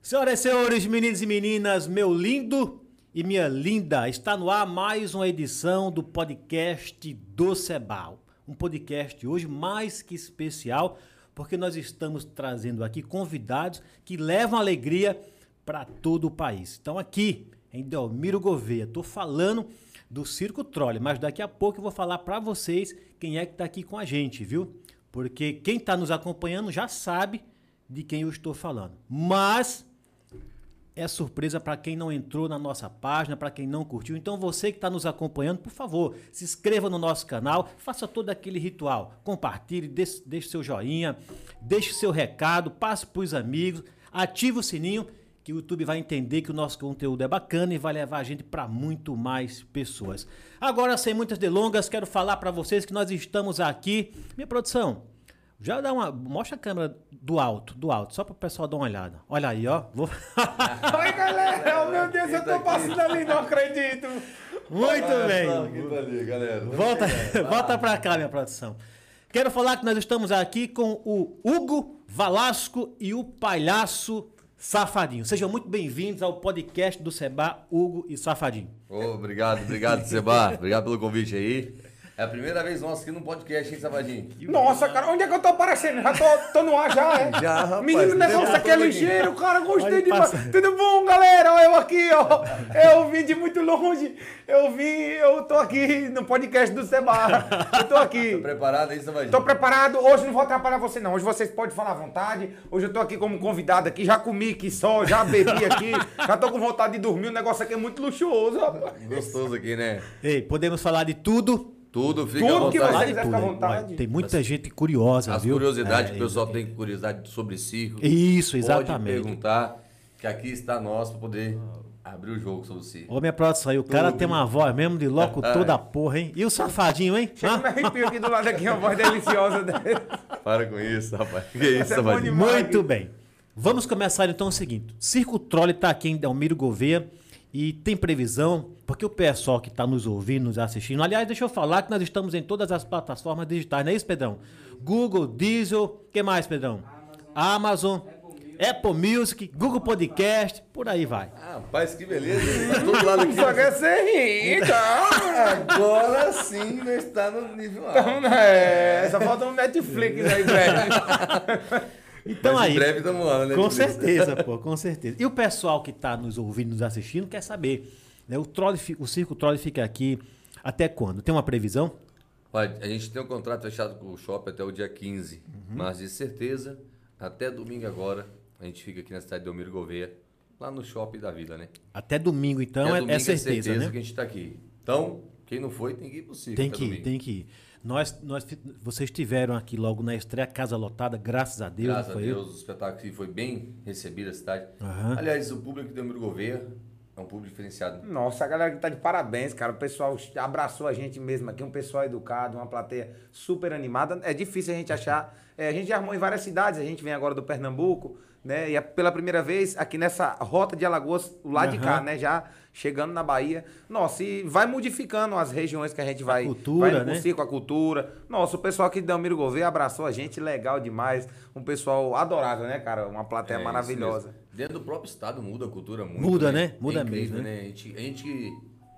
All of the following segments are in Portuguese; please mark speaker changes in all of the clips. Speaker 1: Senhoras e senhores, meninos e meninas, meu lindo e minha linda, está no ar mais uma edição do podcast do Sebal. Um podcast hoje mais que especial, porque nós estamos trazendo aqui convidados que levam alegria para todo o país. Então aqui em Delmiro Gouveia, estou falando do Circo Trolle, mas daqui a pouco eu vou falar para vocês quem é que está aqui com a gente, viu? Porque quem está nos acompanhando já sabe de quem eu estou falando. Mas é surpresa para quem não entrou na nossa página, para quem não curtiu. Então você que está nos acompanhando, por favor, se inscreva no nosso canal, faça todo aquele ritual, compartilhe, des- deixe, seu joinha, deixe seu recado, passe para os amigos, ative o sininho que o YouTube vai entender que o nosso conteúdo é bacana e vai levar a gente para muito mais pessoas. Agora, sem muitas delongas, quero falar para vocês que nós estamos aqui. Minha produção, já dá uma. Mostra a câmera do alto, do alto, só para o pessoal dar uma olhada. Olha aí, ó. Vou-
Speaker 2: Ai, galera, oh, meu Deus, eu tô passando ali, não acredito.
Speaker 1: Muito bem.
Speaker 3: Aqui tá ali, galera.
Speaker 1: Volta, volta para cá, minha produção. Quero falar que nós estamos aqui com o Hugo Valasco e o Palhaço Safadinho. Sejam muito bem-vindos ao podcast do Seba Hugo e Safadinho.
Speaker 3: Ô, obrigado, obrigado, Seba. Obrigado pelo convite aí. É a primeira vez nossa aqui no podcast, hein, Sabadinho?
Speaker 2: Nossa, cara, onde é que eu tô aparecendo? Já tô, tô no ar já, é?
Speaker 3: Já, rapaz,
Speaker 2: Menino, o
Speaker 3: não
Speaker 2: negócio
Speaker 3: demorou
Speaker 2: aqui é
Speaker 3: um
Speaker 2: ligeiro, cara, gostei
Speaker 1: Olha,
Speaker 2: demais.
Speaker 1: passa.
Speaker 2: Tudo bom, galera? Ó, Eu aqui, ó. Eu vim de muito longe. Eu vim, eu tô aqui no podcast do Seba. Eu tô aqui.
Speaker 3: Preparado aí, Sabadinho?
Speaker 2: Tô preparado, hoje não vou atrapalhar você não. Hoje vocês podem falar à vontade. Hoje eu tô aqui como convidado aqui, já comi aqui só, já bebi aqui, já tô com vontade de dormir. O negócio aqui é muito luxuoso, rapaz.
Speaker 3: Gostoso aqui, né?
Speaker 1: Ei, podemos falar de tudo?
Speaker 3: Tudo fica à
Speaker 2: Tudo que
Speaker 3: vontade.
Speaker 2: você
Speaker 1: Falar
Speaker 2: quiser,
Speaker 1: tudo,
Speaker 2: fica à
Speaker 1: hein?
Speaker 2: vontade.
Speaker 1: Tem muita gente curiosa,
Speaker 3: As
Speaker 1: viu?
Speaker 3: curiosidades,
Speaker 1: É,
Speaker 3: que o pessoal tem curiosidade sobre circo.
Speaker 1: Isso,
Speaker 3: Pode
Speaker 1: exatamente.
Speaker 3: perguntar, que aqui está nós pra poder abrir o jogo sobre o circo.
Speaker 1: Ô, minha produção, aí o cara tem uma voz mesmo de
Speaker 3: Ah,
Speaker 1: locutor
Speaker 3: é.
Speaker 1: da porra, hein? E o safadinho, hein?
Speaker 2: Chega
Speaker 1: Hã?
Speaker 2: me arrepio aqui do lado aqui, uma voz deliciosa dele.
Speaker 3: Para com isso, rapaz. Que isso,
Speaker 2: é bom
Speaker 3: Sabadinho?
Speaker 2: demais.
Speaker 1: Muito bem. Vamos começar então o seguinte. Circo Trolle está aqui em Delmiro Gouveia e tem previsão, porque o pessoal que está nos ouvindo, nos assistindo, aliás, deixa eu falar que nós estamos em todas as plataformas digitais, não é isso, Pedrão? Google, Diesel, que mais, Pedrão? Amazon, Apple Music, Google Podcast, por aí vai.
Speaker 3: Rapaz, que beleza. hein? Tá todo lado aqui.
Speaker 2: Só quer ser rica.
Speaker 3: Agora sim, nós está no nível alto.
Speaker 2: É, só falta um Netflix aí, velho.
Speaker 1: Então
Speaker 3: Mas
Speaker 1: aí.
Speaker 3: em breve estamos lá, né?
Speaker 1: Com certeza, pô, com certeza. E o pessoal que está nos ouvindo, nos assistindo, quer saber. Né? O, trolle, fi- o circo trolle fica aqui até quando? Tem uma previsão?
Speaker 3: Olha, a gente tem um contrato fechado com o shopping até o dia 15,
Speaker 1: Uhum.
Speaker 3: mas de certeza, até domingo agora, a gente fica aqui na cidade de Delmiro Gouveia, lá no shopping da vila, né?
Speaker 1: Até domingo, então,
Speaker 3: Até
Speaker 1: é,
Speaker 3: domingo
Speaker 1: é certeza, né?
Speaker 3: que a gente está aqui. Então, quem não foi, tem que ir pro circo
Speaker 1: Tem
Speaker 3: até
Speaker 1: que ir,
Speaker 3: domingo.
Speaker 1: tem que ir. Nós, nós, fi- vocês tiveram aqui logo na estreia, casa lotada, graças a Deus.
Speaker 3: Graças
Speaker 1: não
Speaker 3: a
Speaker 1: foi
Speaker 3: Deus, o espetáculo aqui foi bem recebido a cidade.
Speaker 1: Aham.
Speaker 3: Aliás, o público de Delmiro Gouveia é um público diferenciado.
Speaker 2: Nossa, a galera que tá de parabéns, cara. O pessoal abraçou a gente mesmo aqui, um pessoal educado, uma plateia super animada. É difícil a gente achar. É, a gente já armou em várias cidades, a gente vem agora do Pernambuco, né? E é pela primeira vez aqui nessa rota de Alagoas, lá de cá,
Speaker 1: Aham.
Speaker 2: né? Já chegando na Bahia. Nossa, e vai modificando as regiões que a gente vai.
Speaker 1: cultura,
Speaker 2: vai no
Speaker 1: né?
Speaker 2: circo, com a cultura. Nossa, o pessoal aqui de Delmiro Gouveia abraçou a gente, legal demais. Um pessoal adorável, né, cara? Uma plateia
Speaker 3: É, isso
Speaker 2: maravilhosa.
Speaker 3: mesmo. Dentro do próprio estado muda a cultura muito.
Speaker 1: Muda, né? Muda
Speaker 3: É
Speaker 1: mesmo,
Speaker 3: incrível, né? A, gente, a gente que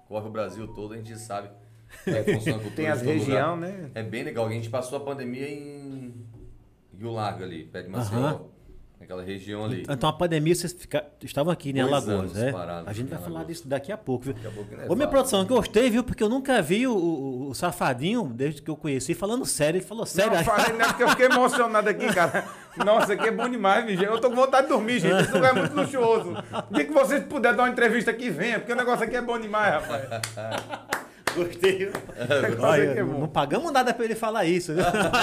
Speaker 3: corre o Brasil todo, a gente sabe como é que funciona a cultura
Speaker 2: Tem
Speaker 3: de
Speaker 2: as
Speaker 3: todo lugar.
Speaker 2: regiões, né?
Speaker 3: É bem legal. A gente passou a pandemia em Rio Largo ali, perto de Maceió.
Speaker 1: Aham.
Speaker 3: Naquela região ali.
Speaker 1: Então a pandemia vocês fica- estavam aqui em
Speaker 3: Dois
Speaker 1: Alagoas,
Speaker 3: anos
Speaker 1: né?
Speaker 3: parados
Speaker 1: A gente
Speaker 3: em
Speaker 1: vai falar
Speaker 3: Alagoas.
Speaker 1: disso daqui a pouco, viu?
Speaker 3: a pouco, né?
Speaker 1: Ô, minha
Speaker 3: Fala.
Speaker 1: produção, que eu gostei, viu? Porque eu nunca vi o, o- o safadinho, desde que eu conheci, falando sério. Ele falou sério.
Speaker 2: Não falei nada porque eu fiquei emocionado aqui, cara. Nossa, que é bom demais, bicho. Eu tô com vontade de dormir, gente. Esse lugar é muito luxuoso. O dia que vocês puderem dar uma entrevista aqui, venha, porque o negócio aqui é bom demais, rapaz.
Speaker 1: Gostei. viu?
Speaker 2: O negócio aqui
Speaker 1: Olha,
Speaker 2: é
Speaker 1: não
Speaker 2: bom.
Speaker 1: pagamos nada pra ele falar isso, viu?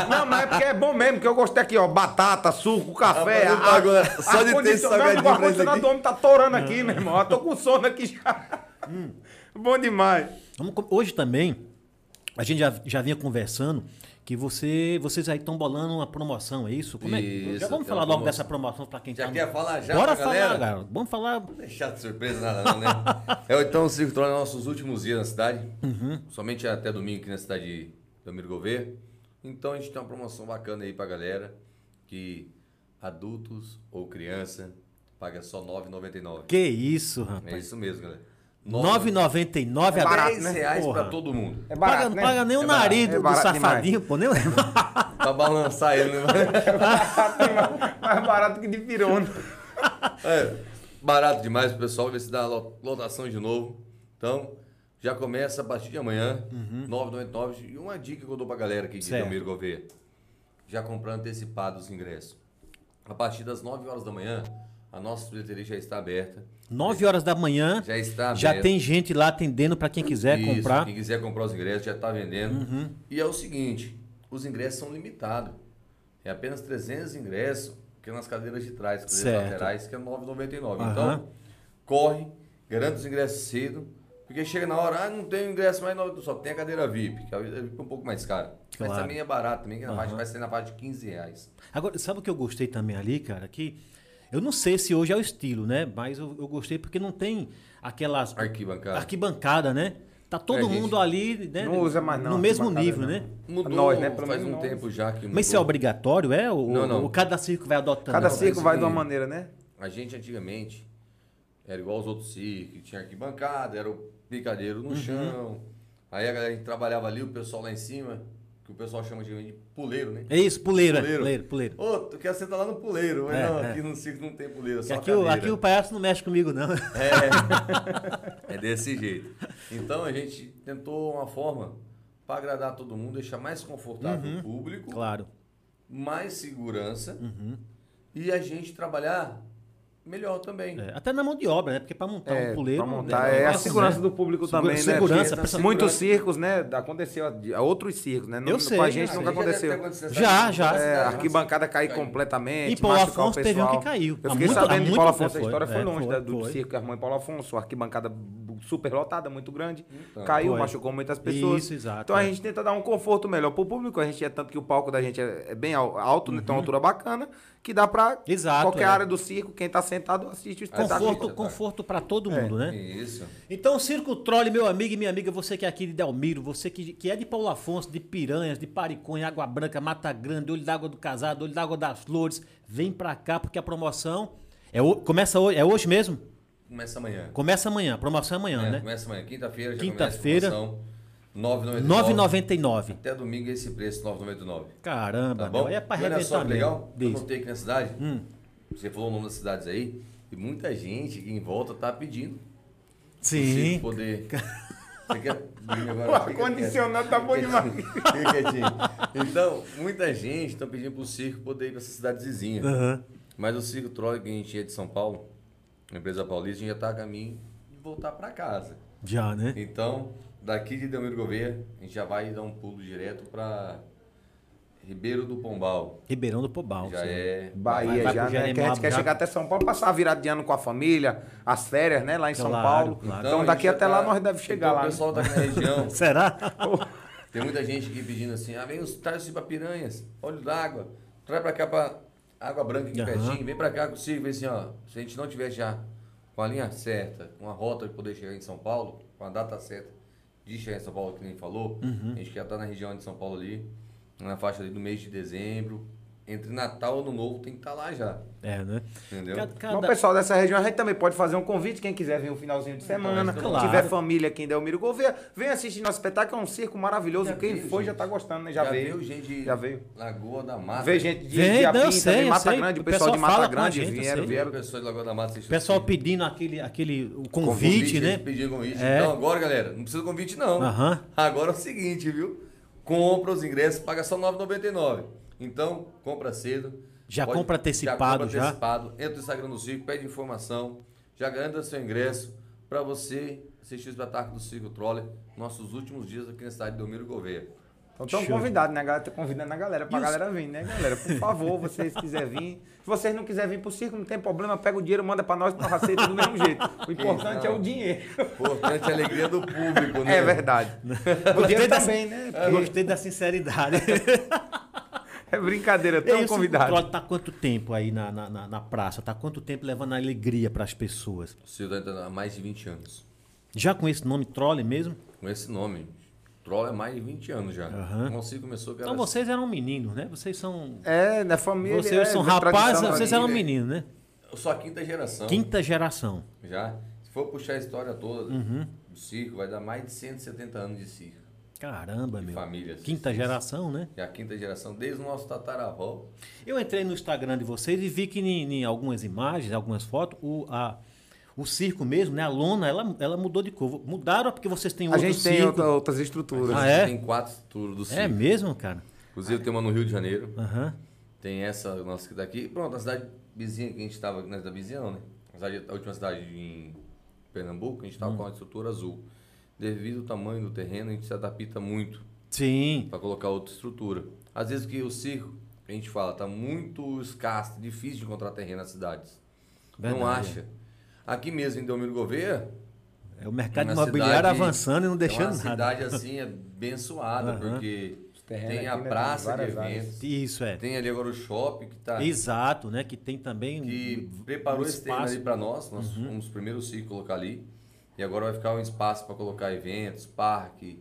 Speaker 2: Não, mas é porque é bom mesmo, que eu gostei aqui, ó. Batata, suco, café.
Speaker 3: Rapaz, não pagou, né? Só de ter esse salgadinho
Speaker 2: O
Speaker 3: pra
Speaker 2: ar-condicionado
Speaker 3: isso
Speaker 2: do homem tá torando aqui, meu irmão. Eu tô com sono aqui já. Bom demais.
Speaker 1: Vamos com- hoje também, a gente já, já vinha conversando que você, vocês aí estão bolando uma promoção, é isso? Como é?
Speaker 3: Isso,
Speaker 1: já vamos
Speaker 3: tem
Speaker 1: falar
Speaker 3: uma
Speaker 1: logo
Speaker 3: promoção.
Speaker 1: dessa promoção para quem
Speaker 3: Já
Speaker 1: tá no-
Speaker 3: quer falar já
Speaker 1: Bora
Speaker 3: pra
Speaker 1: falar,
Speaker 3: galera?
Speaker 1: cara. Vamos falar.
Speaker 3: Deixar de surpresa nada não, né? é, então o Circo Troll é nossos últimos dias na cidade.
Speaker 1: Uhum.
Speaker 3: Somente até domingo aqui na cidade de Domiro Gouveia. Então a gente tem uma promoção bacana aí pra galera. Que adultos ou criança Paga só R$ 9,99.
Speaker 1: Que isso, rapaz.
Speaker 3: É isso mesmo, galera. R$
Speaker 1: 9,99
Speaker 2: É
Speaker 1: a
Speaker 2: barato,
Speaker 3: R$ 10
Speaker 1: né?
Speaker 3: reais
Speaker 1: Porra.
Speaker 3: pra todo mundo.
Speaker 2: É barato,
Speaker 1: Paga, não
Speaker 2: né?
Speaker 1: paga nem o
Speaker 3: É barato,
Speaker 1: nariz
Speaker 2: é
Speaker 1: do- do,
Speaker 2: barato
Speaker 1: safadinho, pô. Nem...
Speaker 3: Pra balançar ele, né?
Speaker 2: Mais barato que de pirona.
Speaker 3: É, barato demais pro pessoal, ver se dá lo- lotação de novo. Então, já começa a partir de amanhã, 9,99. E uma dica que eu dou pra galera aqui de
Speaker 1: Uhum. Certo.
Speaker 3: Delmiro Gouveia. Já comprar antecipado os ingressos. A partir das 9 horas da manhã, a nossa bilheteria já está aberta.
Speaker 1: 9 horas da manhã,
Speaker 3: Já está aberta.
Speaker 1: já tem gente lá atendendo pra quem quiser
Speaker 3: Isso,
Speaker 1: comprar. Uhum.
Speaker 3: Quem quiser comprar os ingressos já está vendendo. E é o seguinte, os ingressos são limitados. É apenas 300 ingressos, que é nas cadeiras de trás, cadeiras
Speaker 1: Certo.
Speaker 3: laterais, que é 9,99.
Speaker 1: Aham.
Speaker 3: Então, corre, garanta os ingressos cedo, porque chega na hora, ah, não tem ingresso mais, não, só tem a cadeira VIP, que a cadeira VIP é um pouco mais cara. Mas
Speaker 1: Claro.
Speaker 3: também é barato também, que na parte,
Speaker 1: Aham.
Speaker 3: vai ser na parte de 15 reais.
Speaker 1: Agora, sabe o que eu gostei também ali, cara? Que eu não sei se hoje é o estilo, né? Mas eu, eu gostei porque não tem aquelas
Speaker 3: Arquibancada.
Speaker 1: arquibancada, né? Tá todo
Speaker 3: É, gente,
Speaker 1: mundo ali, né?
Speaker 2: não usa mais, não,
Speaker 1: No mesmo
Speaker 2: arquibancada,
Speaker 1: nível,
Speaker 2: não.
Speaker 1: né?
Speaker 3: Mudou
Speaker 2: Nós, né? Pelo
Speaker 3: faz um
Speaker 2: menos nós.
Speaker 3: tempo já que mudou.
Speaker 1: Mas isso é obrigatório, é? Ou,
Speaker 3: Não, não.
Speaker 1: ou cada circo vai adotando? né?
Speaker 2: Cada
Speaker 1: Não,
Speaker 2: circo
Speaker 3: mas
Speaker 2: vai
Speaker 3: que-
Speaker 2: de uma maneira, né?
Speaker 3: A gente antigamente era igual aos outros circos, tinha arquibancada, era o picadeiro
Speaker 1: Uhum.
Speaker 3: no chão. Aí a galera que trabalhava ali, o pessoal lá em cima, que o pessoal chama de puleiro, né?
Speaker 1: É isso, puleiro, é.
Speaker 3: Puleiro.
Speaker 1: puleiro, puleiro.
Speaker 3: Ô, tu quer sentar lá no puleiro, mas
Speaker 1: É,
Speaker 3: não,
Speaker 1: é.
Speaker 3: aqui no circo não tem puleiro, é só
Speaker 1: Aqui, o,
Speaker 3: cadeira.
Speaker 1: aqui o palhaço não mexe comigo, não.
Speaker 3: É, é desse jeito. Então a gente tentou uma forma para agradar todo mundo, deixar mais confortável o público,
Speaker 1: Uhum. claro. Uhum.
Speaker 3: mais segurança e a gente trabalhar melhor também.
Speaker 1: É, Até na mão de obra, né? Porque pra montar
Speaker 2: É,
Speaker 1: um puleiro.
Speaker 2: pra montar,
Speaker 1: um
Speaker 2: é a
Speaker 1: negócio,
Speaker 2: segurança
Speaker 1: né?
Speaker 2: do público
Speaker 1: Segura-
Speaker 2: também, né?
Speaker 1: segurança,
Speaker 2: Porque
Speaker 3: precisa-
Speaker 2: Muitos circos, né? Aconteceu, a- outros circos, né? Não-
Speaker 1: Eu
Speaker 2: Com
Speaker 1: sei,
Speaker 2: a gente
Speaker 1: cara,
Speaker 2: nunca
Speaker 1: já deve
Speaker 2: aconteceu.
Speaker 1: Já, já.
Speaker 2: É, a arquibancada cair
Speaker 3: Caiu.
Speaker 1: né? E
Speaker 2: completamente,
Speaker 1: Paulo
Speaker 2: machucar o
Speaker 1: Afonso teve um
Speaker 2: pessoal.
Speaker 1: que caiu.
Speaker 2: Eu
Speaker 1: Há
Speaker 2: fiquei
Speaker 1: muito- há
Speaker 2: sabendo de
Speaker 1: muito
Speaker 2: Paulo
Speaker 1: tempo
Speaker 2: Afonso, a
Speaker 1: foi.
Speaker 2: história foi
Speaker 1: É,
Speaker 2: longe
Speaker 1: foi,
Speaker 2: da- do
Speaker 1: foi.
Speaker 2: circo Irmão Paulo Afonso, a arquibancada bu- super lotada, muito grande, caiu,
Speaker 1: Então, Foi.
Speaker 2: machucou muitas pessoas.
Speaker 1: Isso, exato,
Speaker 2: Então a
Speaker 1: é.
Speaker 2: gente tenta dar um conforto melhor pro público, a gente é tanto que o palco da gente é é bem al- alto, né? tem uma altura bacana, que dá pra
Speaker 1: Uhum. Exato,
Speaker 2: qualquer
Speaker 1: é.
Speaker 2: área do circo, quem tá sentado assiste o espetáculo.
Speaker 1: Conforto, conforto pra todo
Speaker 2: É.
Speaker 1: mundo, né?
Speaker 3: Isso.
Speaker 1: Então, Circo Trole, meu amigo e minha amiga, você que é aqui de Delmiro, você que, que é de Paulo Afonso, de Piranhas, de Pariconha, Água Branca, Mata Grande, Olho d'Água do Casado, Olho d'Água das Flores, vem pra cá porque a promoção é ho- começa hoje, é hoje mesmo?
Speaker 3: Começa amanhã.
Speaker 1: Começa amanhã, a promoção é amanhã,
Speaker 3: É,
Speaker 1: né?
Speaker 3: Começa amanhã. Quinta-feira já
Speaker 1: Quinta-feira.
Speaker 3: começa a promoção. 9,99.
Speaker 1: 9,99.
Speaker 3: Até domingo é esse preço, 9,99.
Speaker 1: Caramba,
Speaker 3: Tá bom?
Speaker 1: meu, é pra
Speaker 3: E olha só
Speaker 1: arrebentar
Speaker 3: que
Speaker 1: mesmo.
Speaker 3: legal. Tá Eu
Speaker 1: Diz. Hum.
Speaker 3: notei aqui na cidade. Você falou o nome das cidades aí. E muita gente aqui em volta tá pedindo. Você
Speaker 1: Sim.
Speaker 3: poder... Você quer dormir agora?
Speaker 2: O
Speaker 3: Fica
Speaker 2: ar-condicionado tá bom
Speaker 3: quieto.
Speaker 2: demais.
Speaker 3: Fica quietinho. Então, muita gente tá pedindo pro circo poder ir pra essas cidades vizinhas.
Speaker 1: Aham.
Speaker 3: Mas o Circo Troy que a gente é de São Paulo, uma empresa paulista, a gente já está a caminho de voltar para casa.
Speaker 1: Já, né?
Speaker 3: Então, daqui de Delmiro Gouveia, a gente já vai dar um pulo direto para Ribeiro do Pombal.
Speaker 1: Ribeirão do Pobal.
Speaker 3: Já
Speaker 1: sim.
Speaker 3: é
Speaker 1: Vai-
Speaker 2: Bahia
Speaker 1: vai
Speaker 2: já,
Speaker 1: pro
Speaker 2: né? Que a
Speaker 1: Jeremoabo
Speaker 2: gente quer
Speaker 1: já.
Speaker 2: chegar até São Paulo, passar a virada de ano com a família, as férias, né? Lá em São
Speaker 1: Claro,
Speaker 2: Paulo.
Speaker 1: claro. é
Speaker 2: Então,
Speaker 3: a
Speaker 2: daqui
Speaker 3: gente já
Speaker 2: até
Speaker 3: tá-
Speaker 2: lá nós deve chegar
Speaker 3: então,
Speaker 2: lá.
Speaker 3: O
Speaker 2: né?
Speaker 3: pessoal tá aqui na região.
Speaker 1: Será?
Speaker 3: Tem muita gente aqui pedindo assim: ah, vem os traz para piranhas, óleo d'água, traz para cá para água branca aqui
Speaker 1: Aham.
Speaker 3: pertinho, vem para cá consigo. Vem assim: ó, se a gente não tiver já com a linha certa, com a rota de poder chegar em São Paulo, com a data certa de chegar em São Paulo, que nem falou,
Speaker 1: Uhum.
Speaker 3: a gente quer estar na região de São Paulo ali, na faixa ali do mês de dezembro, entre Natal e Ano Novo tem que estar lá já,
Speaker 1: É, né?
Speaker 3: entendeu?
Speaker 1: Cada-
Speaker 2: Mas o
Speaker 1: cada-
Speaker 2: Então, pessoal dessa região, a gente também pode fazer um convite, quem quiser vir um finalzinho de semana,
Speaker 1: mas Então, claro.
Speaker 2: se tiver família aqui em Delmiro Gouveia, vem assistir nosso espetáculo, é um circo maravilhoso,
Speaker 3: Já
Speaker 2: quem
Speaker 3: veio,
Speaker 2: foi já
Speaker 3: gente.
Speaker 2: tá gostando, né? Já, veio.
Speaker 3: gente de
Speaker 2: Já veio.
Speaker 3: Lagoa da Mata.
Speaker 2: Veio gente de,
Speaker 1: Vem,
Speaker 2: de
Speaker 1: não,
Speaker 2: Apim,
Speaker 1: sei,
Speaker 2: também,
Speaker 1: eu
Speaker 2: Mata
Speaker 1: sei.
Speaker 2: Grande,
Speaker 1: O
Speaker 2: o pessoal de
Speaker 1: pessoal fala
Speaker 2: Mata
Speaker 1: com a
Speaker 2: Grande
Speaker 1: gente, eu
Speaker 2: vieram,
Speaker 1: sei.
Speaker 2: vieram.
Speaker 3: né? Pessoas de Lagoa da Mata
Speaker 1: O
Speaker 3: assistindo
Speaker 1: pessoal
Speaker 3: assim.
Speaker 1: pedindo aquele, aquele o
Speaker 3: Convite,
Speaker 1: convite,
Speaker 3: eles
Speaker 1: né?
Speaker 3: pediam convite.
Speaker 1: É.
Speaker 3: Então agora, galera, não precisa de convite não.
Speaker 1: Aham.
Speaker 3: Agora é o seguinte, viu? Compra os ingressos, paga só R$ 9,99. Então, compra cedo.
Speaker 1: Já compra antecipado, já.
Speaker 3: compra antecipado. Entra no Instagram do Circo, pede informação, já garanta seu ingresso para você assistir o espetáculo do Circo Troller, nossos últimos dias aqui na cidade de Domiro Gouveia.
Speaker 2: Então estão
Speaker 1: Show.
Speaker 2: convidados, né? A galera tá convidando a galera pra
Speaker 1: E os-
Speaker 2: galera vir, né, galera? Por favor, vocês quiserem vir. Se vocês não quiserem vir pro circo, não tem problema, pega o dinheiro, manda pra nós, nós aceitamos do mesmo jeito. O importante é o dinheiro.
Speaker 3: Importante a alegria do público, né?
Speaker 2: É verdade. O
Speaker 1: Gostei
Speaker 2: dinheiro
Speaker 1: da-
Speaker 2: também, né?
Speaker 3: É.
Speaker 1: Eu Gostei da sinceridade.
Speaker 2: Porque É brincadeira,
Speaker 1: E aí,
Speaker 3: um
Speaker 2: tão
Speaker 1: o
Speaker 2: convidado.
Speaker 1: Circo tá quanto tempo aí na, na, na- na praça? Tá quanto tempo levando alegria pras pessoas?
Speaker 3: O Circo tá entrando há mais de 20 anos.
Speaker 1: Já com esse nome Trole mesmo?
Speaker 3: Com esse nome. Troller há mais de 20 anos já.
Speaker 1: Aham.
Speaker 3: Então, o Circo começou... que
Speaker 1: Então
Speaker 3: era
Speaker 1: vocês eram meninos, né? Vocês são.
Speaker 2: É, na família.
Speaker 1: Vocês
Speaker 2: é,
Speaker 1: são
Speaker 2: tradição
Speaker 1: rapazes,
Speaker 2: da
Speaker 1: vocês
Speaker 2: família.
Speaker 1: eram meninos, né?
Speaker 3: O Eu sou a quinta geração.
Speaker 1: Quinta geração.
Speaker 3: Já. Se for puxar a história toda
Speaker 1: Uhum.
Speaker 3: do circo, vai dar mais de 170 anos de circo.
Speaker 1: Caramba,
Speaker 3: De
Speaker 1: meu.
Speaker 3: famílias.
Speaker 1: Quinta geração, né?
Speaker 3: É a quinta geração, desde o nosso tataravó.
Speaker 1: Eu entrei no Instagram de vocês e vi que em, em algumas imagens, algumas fotos, o, a- o circo mesmo, né? A lona, ela, ela mudou de cor. Mudaram é porque vocês têm
Speaker 2: A
Speaker 1: outro
Speaker 2: gente tem
Speaker 1: circo.
Speaker 2: outra- outras estruturas.
Speaker 1: Ah, é?
Speaker 3: Tem quatro turos do circo.
Speaker 1: É mesmo, cara?
Speaker 3: Inclusive tem uma no Rio de Janeiro.
Speaker 1: Aham.
Speaker 3: Tem essa nossa que daqui. Pronto, a cidade vizinha que a gente estava. Não é da vizinha, não, né? A, cidade- a última cidade em Pernambuco, a
Speaker 1: Hum.
Speaker 3: gente estava com uma estrutura azul. Devido ao tamanho do terreno, a gente se adapta muito
Speaker 1: Sim.
Speaker 3: para colocar outra estrutura. Às vezes que o circo, a gente fala, tá muito escasso, difícil de encontrar terreno nas cidades. Não
Speaker 1: Verdade,
Speaker 3: acha. Aqui mesmo, em Delmiro Gouveia,
Speaker 1: É o mercado
Speaker 3: uma
Speaker 1: imobiliário
Speaker 3: cidade-
Speaker 1: avançando e não
Speaker 3: é
Speaker 1: deixando
Speaker 3: uma
Speaker 1: nada.
Speaker 3: cidade assim abençoada,
Speaker 1: Aham.
Speaker 3: porque
Speaker 2: terrenos aqui,
Speaker 3: tem a
Speaker 2: né, tem
Speaker 3: praça de
Speaker 2: várias áreas.
Speaker 3: eventos,
Speaker 1: Isso é.
Speaker 3: tem ali agora o shopping que está
Speaker 1: Exato, né? Que tem também
Speaker 3: que
Speaker 1: um- Uhum.
Speaker 3: preparou
Speaker 1: um
Speaker 3: esse terreno ali para nós, nós fomos os primeiros circos a colocar ali. E agora vai ficar um espaço para colocar eventos, parque,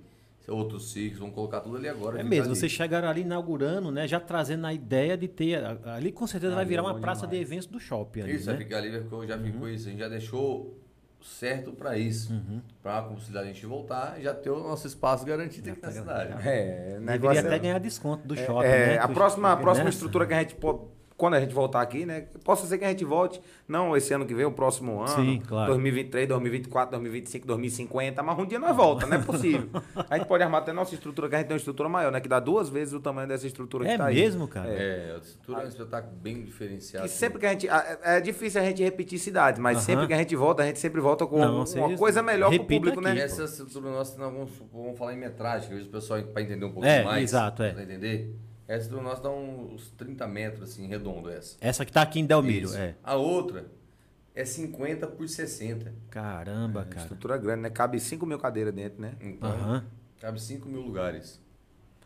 Speaker 3: outros circos, vamos colocar tudo ali
Speaker 1: É
Speaker 3: agora. fica
Speaker 1: mesmo,
Speaker 3: ali.
Speaker 1: vocês chegaram ali inaugurando, né? Já trazendo a ideia de ter. a- Ali com certeza vai
Speaker 2: Ali
Speaker 1: virar
Speaker 2: é
Speaker 1: uma
Speaker 2: bom
Speaker 1: praça de
Speaker 2: demais.
Speaker 1: eventos do shopping ali.
Speaker 3: Isso, é
Speaker 1: né?
Speaker 3: vai ficar ali, vai ficar- já ficou isso, a gente já deixou certo para isso.
Speaker 1: Uhum.
Speaker 3: Para a possibilidade de a gente voltar, já ter o nosso espaço garantido
Speaker 1: tá
Speaker 3: aqui na cidade.
Speaker 2: É, o negócio
Speaker 1: Deveria
Speaker 2: é-
Speaker 1: Ah, até ganhar desconto do shopping.
Speaker 2: É,
Speaker 1: né?
Speaker 2: a
Speaker 1: Que o
Speaker 2: próxima, a
Speaker 1: shopping,
Speaker 2: próxima
Speaker 1: né?
Speaker 2: estrutura que a gente pode. Quando a gente voltar aqui, né? Possa ser que a gente volte, não esse ano que vem, o próximo ano.
Speaker 1: Sim, claro.
Speaker 2: 2023, 2024, 2025, 2050, mas um dia nós volta, não é possível. a gente pode armar até nossa estrutura, que a gente tem uma estrutura maior, né? Que dá duas vezes o tamanho dessa estrutura
Speaker 1: É
Speaker 2: que tá
Speaker 1: mesmo,
Speaker 2: aí.
Speaker 1: cara?
Speaker 3: É, a estrutura é
Speaker 1: Ah.
Speaker 3: um espetáculo bem diferenciado.
Speaker 2: Que sempre que a gente. a- É difícil a gente repetir cidades, mas
Speaker 1: Aham.
Speaker 2: sempre que a gente volta, a gente sempre volta com
Speaker 1: Não,
Speaker 2: uma
Speaker 1: vocês
Speaker 2: coisa melhor pro
Speaker 1: repita
Speaker 2: público,
Speaker 1: aqui.
Speaker 3: E
Speaker 2: né?
Speaker 3: essa estrutura nossa, nós vamos, vamos falar em metragem, que às vezes o pessoal, para entender um pouquinho
Speaker 1: É,
Speaker 3: mais.
Speaker 1: exato, é.
Speaker 3: Pra entender. Essa estrutura nossa dá uns 30 metros, assim, redondo essa.
Speaker 1: Essa que tá aqui em Delmiro.
Speaker 3: Isso.
Speaker 1: É.
Speaker 3: A outra é 50 por 60.
Speaker 1: Caramba, cara.
Speaker 2: É, Estrutura grande, né? Cabe 5 mil cadeiras dentro, né?
Speaker 3: Então,
Speaker 1: Aham.
Speaker 3: cabe 5 mil lugares.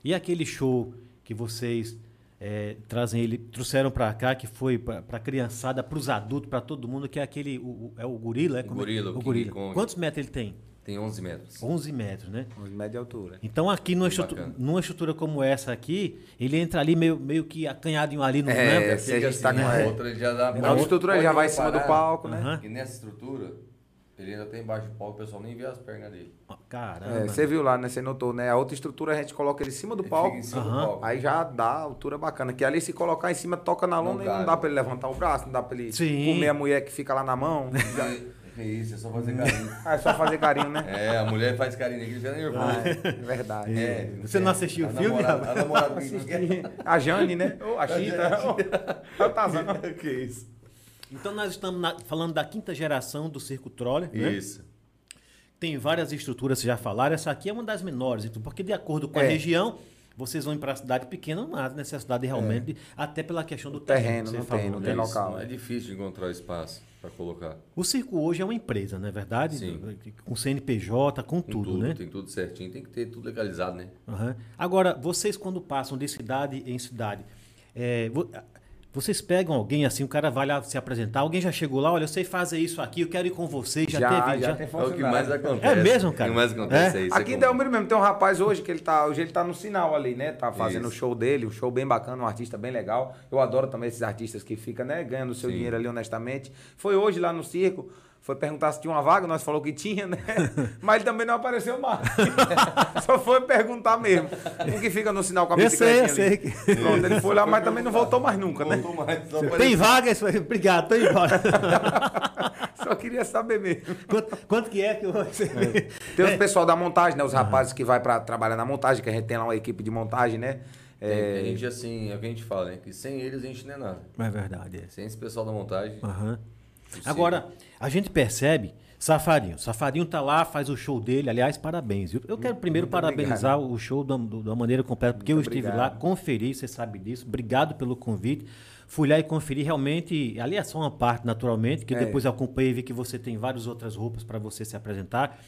Speaker 1: E aquele show que vocês é, trazem ele, trouxeram pra cá, que foi pra, pra criançada, pros adultos, pra todo mundo, que é aquele. O, o- é o gorila, é?
Speaker 3: O
Speaker 1: Como é?
Speaker 3: gorila, o
Speaker 1: o
Speaker 3: King
Speaker 1: gorila.
Speaker 3: Kong.
Speaker 1: Quantos metros ele tem?
Speaker 3: Tem 11 metros.
Speaker 1: 11 metros, né?
Speaker 2: Uns Média altura.
Speaker 1: Então, aqui numa,
Speaker 3: Bem
Speaker 1: estrutu-
Speaker 3: bacana.
Speaker 1: numa estrutura como essa aqui, ele entra ali meio, meio que acanhadinho ali no né?
Speaker 2: É,
Speaker 1: lembra?
Speaker 2: se a gente tá com
Speaker 3: a
Speaker 2: a-
Speaker 3: outra, ele já dá
Speaker 2: A estrutura já vai em cima do palco, né?
Speaker 1: Aham.
Speaker 3: E nessa estrutura, ele ainda tem embaixo do palco, o pessoal nem vê as pernas dele.
Speaker 1: Caramba.
Speaker 2: É, você viu lá, né? Você notou, né? A outra estrutura a gente coloca ele em cima do
Speaker 3: Ele
Speaker 2: palco.
Speaker 3: fica em cima
Speaker 1: Aham.
Speaker 3: do palco.
Speaker 2: Aí já dá a altura bacana. Que ali se colocar em cima, toca na lona
Speaker 3: Não né?
Speaker 2: e não
Speaker 3: cabe.
Speaker 2: dá pra ele levantar o braço, não dá pra ele
Speaker 1: Sim.
Speaker 2: comer a mulher que fica lá na mão.
Speaker 3: Que isso, é só fazer carinho.
Speaker 2: Ah, é só fazer carinho, né?
Speaker 3: É, a mulher faz carinho aqui, ele fica nervoso.
Speaker 2: Ah, é verdade.
Speaker 3: É,
Speaker 1: Você não assistiu o
Speaker 3: a
Speaker 1: filme,
Speaker 3: namorada-
Speaker 1: rapaz?
Speaker 3: A namorada assisti.
Speaker 2: A Jane, né? Ô, a Chita. Ô, tá o Tazan.
Speaker 3: que isso?
Speaker 1: Então nós estamos na- falando da quinta geração do Circo Troller, né?
Speaker 3: Isso.
Speaker 1: Tem várias estruturas, vocês já falaram, essa aqui é uma das menores, então, porque de acordo com a
Speaker 2: É.
Speaker 1: região, vocês vão para a cidade pequena, não há necessidade realmente, de- até pela questão do terreno
Speaker 2: terreno,
Speaker 1: que você
Speaker 2: não
Speaker 1: falou,
Speaker 2: tem, não
Speaker 1: né?
Speaker 2: tem
Speaker 3: Isso,
Speaker 2: local,
Speaker 3: É
Speaker 2: né?
Speaker 3: difícil encontrar o espaço para colocar.
Speaker 1: O circo hoje é uma empresa, não é verdade?
Speaker 3: Sim.
Speaker 1: Com CNPJ, com
Speaker 3: Tem
Speaker 1: tudo, né?
Speaker 3: Tem tudo certinho, tem que ter tudo legalizado, né?
Speaker 1: Aham. Agora, vocês quando passam de cidade em cidade, é, vo- vocês pegam alguém assim, o cara vai lá se apresentar, alguém já chegou lá, olha, eu sei fazer isso aqui, eu quero ir com vocês, já, teve. Já,
Speaker 3: É o que mais acontece.
Speaker 1: É mesmo, cara?
Speaker 3: O que mais acontece é, isso.
Speaker 2: Aqui
Speaker 3: é
Speaker 2: em
Speaker 3: como-
Speaker 2: Delmiro mesmo, tem um rapaz hoje que ele tá, hoje ele tá no sinal ali, né? Tá fazendo o
Speaker 3: Isso.
Speaker 2: show dele, um show bem bacana, um artista bem legal. Eu adoro também esses artistas que ficam, né, ganhando seu
Speaker 3: Sim.
Speaker 2: dinheiro ali honestamente. Foi hoje lá no circo, foi perguntar se tinha uma vaga, nós falou que tinha, né? Mas ele também não apareceu mais. Só foi perguntar mesmo. O que fica no sinal com a
Speaker 1: Eu sei, eu
Speaker 2: bicicletinha ali.
Speaker 1: sei
Speaker 2: Pronto, ele foi lá, mas também não voltou mais nunca, né?
Speaker 3: Voltou mais, só
Speaker 1: Tem
Speaker 3: apareceu.
Speaker 1: vaga? Isso aí, Obrigado, tô indo embora.
Speaker 2: Só queria saber mesmo.
Speaker 1: quanto, quanto que é que você...
Speaker 2: Tem
Speaker 1: É.
Speaker 2: os pessoal da montagem, né? Os rapazes que vai pra trabalhar na montagem, que a gente tem lá uma equipe de montagem, né?
Speaker 3: Tem,
Speaker 2: É,
Speaker 3: A gente, assim, é o que a gente fala, né? Que sem eles a gente não é nada.
Speaker 1: Mas é verdade, é.
Speaker 3: Sem esse pessoal da montagem.
Speaker 1: Aham. Agora, a gente percebe, Safadinho, Safadinho tá lá, faz o show dele, aliás, parabéns. viu? Eu quero primeiro parabenizar o show da, do- da maneira completa, porque eu estive lá,
Speaker 2: obrigado.
Speaker 1: conferi, você sabe disso, obrigado pelo convite. Fui lá e conferi realmente, ali é só uma parte, naturalmente, que
Speaker 2: É.
Speaker 1: depois eu acompanhei e vi que você tem várias outras roupas para você se apresentar.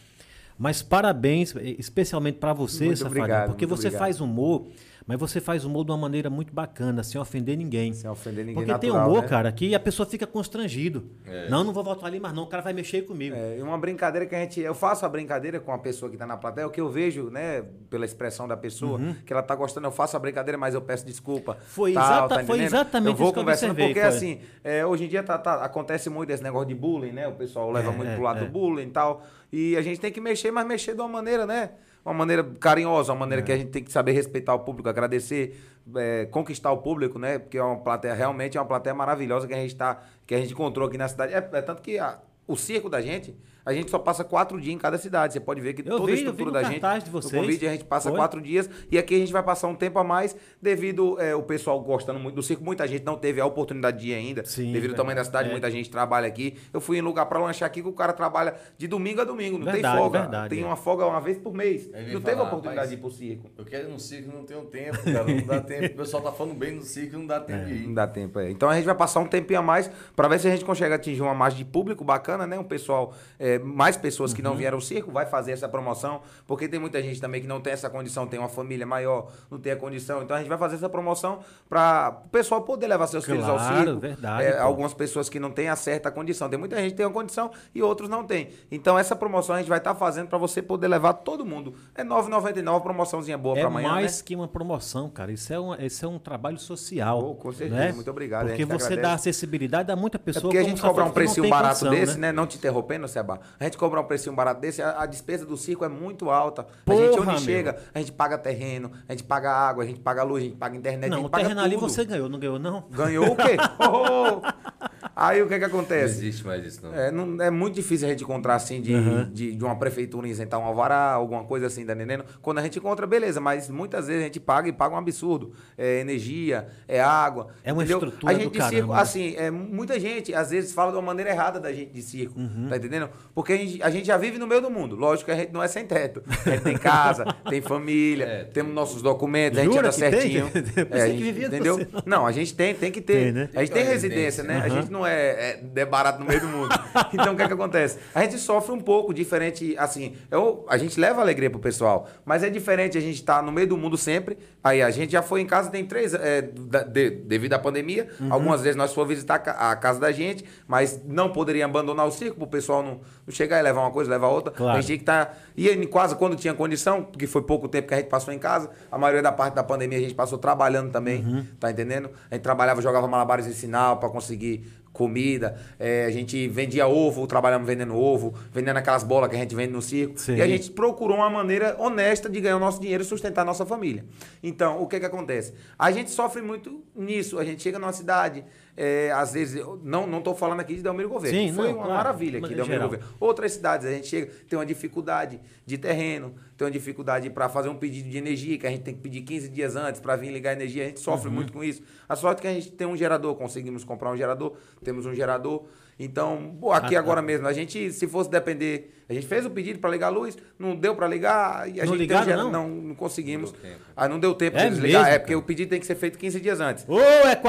Speaker 1: Mas parabéns, eh, especialmente para você,
Speaker 2: Muito
Speaker 1: Safadinho,
Speaker 2: obrigado,
Speaker 1: porque
Speaker 2: muito
Speaker 1: você
Speaker 2: obrigado.
Speaker 1: faz humor, Mas você faz humor de uma maneira muito bacana, sem ofender ninguém.
Speaker 2: Sem ofender ninguém
Speaker 1: Porque tem
Speaker 2: natural,
Speaker 1: humor,
Speaker 2: né?
Speaker 1: cara, que a pessoa fica constrangido. Não, não vou voltar ali, mas não, o cara vai mexer comigo.
Speaker 2: É, e uma brincadeira que a gente. Eu faço a brincadeira com a pessoa que tá na plateia, o que eu vejo, né, pela expressão da pessoa, que ela tá gostando, eu faço a brincadeira, mas eu peço desculpa.
Speaker 1: Uhum. Foi
Speaker 2: tal,
Speaker 1: exata-
Speaker 2: tá
Speaker 1: foi
Speaker 2: entendendo?
Speaker 1: exatamente
Speaker 2: Eu vou
Speaker 1: isso que eu
Speaker 2: conversando,
Speaker 1: observei,
Speaker 2: porque
Speaker 1: foi.
Speaker 2: assim, é, hoje em dia tá- tá- acontece muito esse negócio de bullying, né? O pessoal leva
Speaker 1: É,
Speaker 2: muito
Speaker 1: é,
Speaker 2: pro lado
Speaker 1: é.
Speaker 2: do bullying e tal. E a gente tem que mexer, mas mexer de uma maneira, né? Uma maneira carinhosa,
Speaker 1: É.
Speaker 2: uma maneira que a gente tem que saber respeitar o público, agradecer, é, conquistar o público, né? Porque é uma plateia, realmente é uma plateia maravilhosa que a gente, tá, que a gente encontrou aqui na cidade. É, é tanto que a- o circo da gente, a gente só passa quatro dias em cada cidade. Você pode ver que
Speaker 1: Eu vi,
Speaker 2: toda a
Speaker 1: eu vi
Speaker 2: estrutura
Speaker 1: no
Speaker 2: da
Speaker 1: cartaz
Speaker 2: gente,
Speaker 1: de
Speaker 2: no
Speaker 1: vocês.
Speaker 2: convite, a gente passa
Speaker 1: Foi.
Speaker 2: quatro dias e aqui a gente vai passar um tempo a mais devido é, o pessoal gostando muito do circo. Muita gente não teve a oportunidade de ir ainda,
Speaker 1: Sim,
Speaker 2: devido ao
Speaker 1: verdade.
Speaker 2: tamanho da cidade,
Speaker 1: É.
Speaker 2: muita gente trabalha aqui. Eu fui em lugar pra lanchar aqui que o cara trabalha de domingo a domingo, não
Speaker 1: Verdade,
Speaker 2: tem folga.
Speaker 1: verdade,
Speaker 2: tem
Speaker 1: é.
Speaker 2: uma folga uma vez por mês.
Speaker 3: Aí ele
Speaker 2: Não
Speaker 3: fala,
Speaker 2: teve a
Speaker 3: "Rapaz,
Speaker 2: oportunidade de ir pro circo.
Speaker 3: Eu quero ir no circo, não tenho tempo, cara. Não dá tempo. O pessoal tá falando bem no circo,
Speaker 1: É.
Speaker 3: não dá tempo
Speaker 1: Uhum.
Speaker 3: de
Speaker 2: Não
Speaker 3: ir.
Speaker 2: dá tempo, é. Então a gente vai passar um tempinho a mais pra ver se a gente consegue atingir uma margem de público bacana, né? Um pessoal, é, mais pessoas
Speaker 1: Uhum.
Speaker 2: que não vieram ao circo, vai fazer essa promoção, porque tem muita gente também que não tem essa condição, tem uma família maior, não tem a condição. Então a gente vai fazer essa promoção pra o pessoal poder levar seus filhos ao
Speaker 1: Claro,
Speaker 2: circo.
Speaker 1: verdade,
Speaker 2: É,
Speaker 1: pô.
Speaker 2: algumas pessoas que não têm a certa condição. Tem muita gente que tem uma condição e outros não tem. Então essa promoção a gente vai estar fazendo pra você poder levar todo mundo. É R$ 9,99, promoçãozinha boa
Speaker 1: É
Speaker 2: pra amanhã, né?
Speaker 1: mais que uma promoção, cara. Isso é um, isso é um trabalho social.
Speaker 2: Oh, com certeza.
Speaker 1: né?
Speaker 2: Muito obrigado, a
Speaker 1: Porque
Speaker 2: gente
Speaker 1: você dá
Speaker 2: agradece.
Speaker 1: acessibilidade a muita
Speaker 2: É
Speaker 1: pessoa.
Speaker 2: porque a
Speaker 1: como
Speaker 2: gente
Speaker 1: você
Speaker 2: cobrar um
Speaker 1: falou, que não
Speaker 2: precinho
Speaker 1: tem
Speaker 2: barato
Speaker 1: condição,
Speaker 2: desse, né? Não te interrompendo, Seba. A gente cobrar um precinho barato desse, a, a despesa do circo é muito alta. a gente
Speaker 1: Porra,
Speaker 2: onde
Speaker 1: meu.
Speaker 2: chega, a gente paga terreno, a gente paga água, a gente paga luz, a gente paga internet, a
Speaker 1: Não,
Speaker 2: gente
Speaker 1: o
Speaker 2: paga
Speaker 1: terreno ali
Speaker 2: tudo.
Speaker 1: você ganhou, não ganhou, não?
Speaker 2: Ganhou o quê? Oh, oh. Aí o que que
Speaker 3: Não
Speaker 2: acontece?
Speaker 3: existe mais isso, não.
Speaker 2: É, não- é muito difícil a gente encontrar assim de, de, de uma prefeitura isentar um alvará, alguma coisa assim, tá entendendo? Quando a gente encontra, beleza, mas muitas vezes a gente paga e paga um absurdo. É energia, é água.
Speaker 1: É uma
Speaker 2: entendeu?
Speaker 1: estrutura
Speaker 2: A gente
Speaker 1: do
Speaker 2: de
Speaker 1: caramba,
Speaker 2: circo,
Speaker 1: né?
Speaker 2: assim, é, muita gente às vezes fala de uma maneira errada da gente de circo,
Speaker 1: Uhum.
Speaker 2: tá entendendo? Porque a gente, a gente já vive no meio do mundo. Lógico que a gente não é sem teto. A gente tem casa, tem família, temos nossos documentos, a gente
Speaker 1: É, Jura
Speaker 2: anda
Speaker 1: que tem?
Speaker 2: certinho.
Speaker 1: Eu pensei
Speaker 2: É, a
Speaker 1: que
Speaker 2: gente-
Speaker 1: vivia no
Speaker 2: entendeu?
Speaker 1: Brasil.
Speaker 2: Não, a gente tem, tem que ter.
Speaker 1: Tem, né?
Speaker 2: A gente
Speaker 3: Tem
Speaker 2: tem
Speaker 3: que ter
Speaker 2: residência,
Speaker 3: residência,
Speaker 2: né? A gente não é, é, é barato no meio do mundo. então, o que é que acontece? A gente sofre um pouco, diferente, assim, eu, a gente leva alegria pro pessoal, mas é diferente a gente estar no meio do mundo sempre, aí a gente já foi em casa tem três, é, da- de- devido à pandemia, algumas vezes nós fomos visitar a ca- a casa da gente, mas não poderia abandonar o circo pro pessoal não, não chegar e levar uma coisa, levar outra.
Speaker 1: Claro.
Speaker 2: A gente tinha que tá, estar, ia em casa quando tinha condição, porque foi pouco tempo que a gente passou em casa, a maioria da parte da pandemia a gente passou trabalhando também,
Speaker 1: Uhum.
Speaker 2: tá entendendo? A gente trabalhava, jogava malabares em sinal pra conseguir comida, eh, a gente vendia ovo, trabalhamos vendendo ovo, vendendo aquelas bolas que a gente vende no circo.
Speaker 1: Sim.
Speaker 2: E a gente procurou uma maneira honesta de ganhar o nosso dinheiro e sustentar a nossa família. Então, o que que acontece? A gente sofre muito nisso, a gente chega numa cidade, eh, às vezes, eu não, não tô falando aqui de Delmiro Gouveia,
Speaker 1: Sim,
Speaker 2: que foi
Speaker 1: não,
Speaker 2: uma
Speaker 1: claro,
Speaker 2: maravilha
Speaker 1: mas
Speaker 2: aqui
Speaker 1: em
Speaker 2: de
Speaker 1: geral.
Speaker 2: Delmiro Gouveia. Outras cidades, a gente chega, tem uma dificuldade de terreno, tem uma dificuldade para fazer um pedido de energia, que a gente tem que pedir 15 dias antes para vir ligar a energia, a gente sofre
Speaker 1: Uhum.
Speaker 2: muito com isso. A sorte é que a gente tem um gerador, conseguimos comprar um gerador, temos um gerador. Então, pô, aqui
Speaker 1: Ah,
Speaker 2: agora mesmo, a gente, se fosse depender, a gente fez o pedido para ligar a luz, não deu para ligar, e a
Speaker 1: Não
Speaker 2: gente
Speaker 1: ligaram,
Speaker 2: tem um gera-
Speaker 1: não?
Speaker 2: não, não conseguimos.
Speaker 3: Não deu tempo.
Speaker 2: ah, não deu tempo
Speaker 1: É
Speaker 2: de desligar,
Speaker 1: mesmo,
Speaker 2: é porque o pedido tem que ser feito 15 dias antes.
Speaker 1: Ô,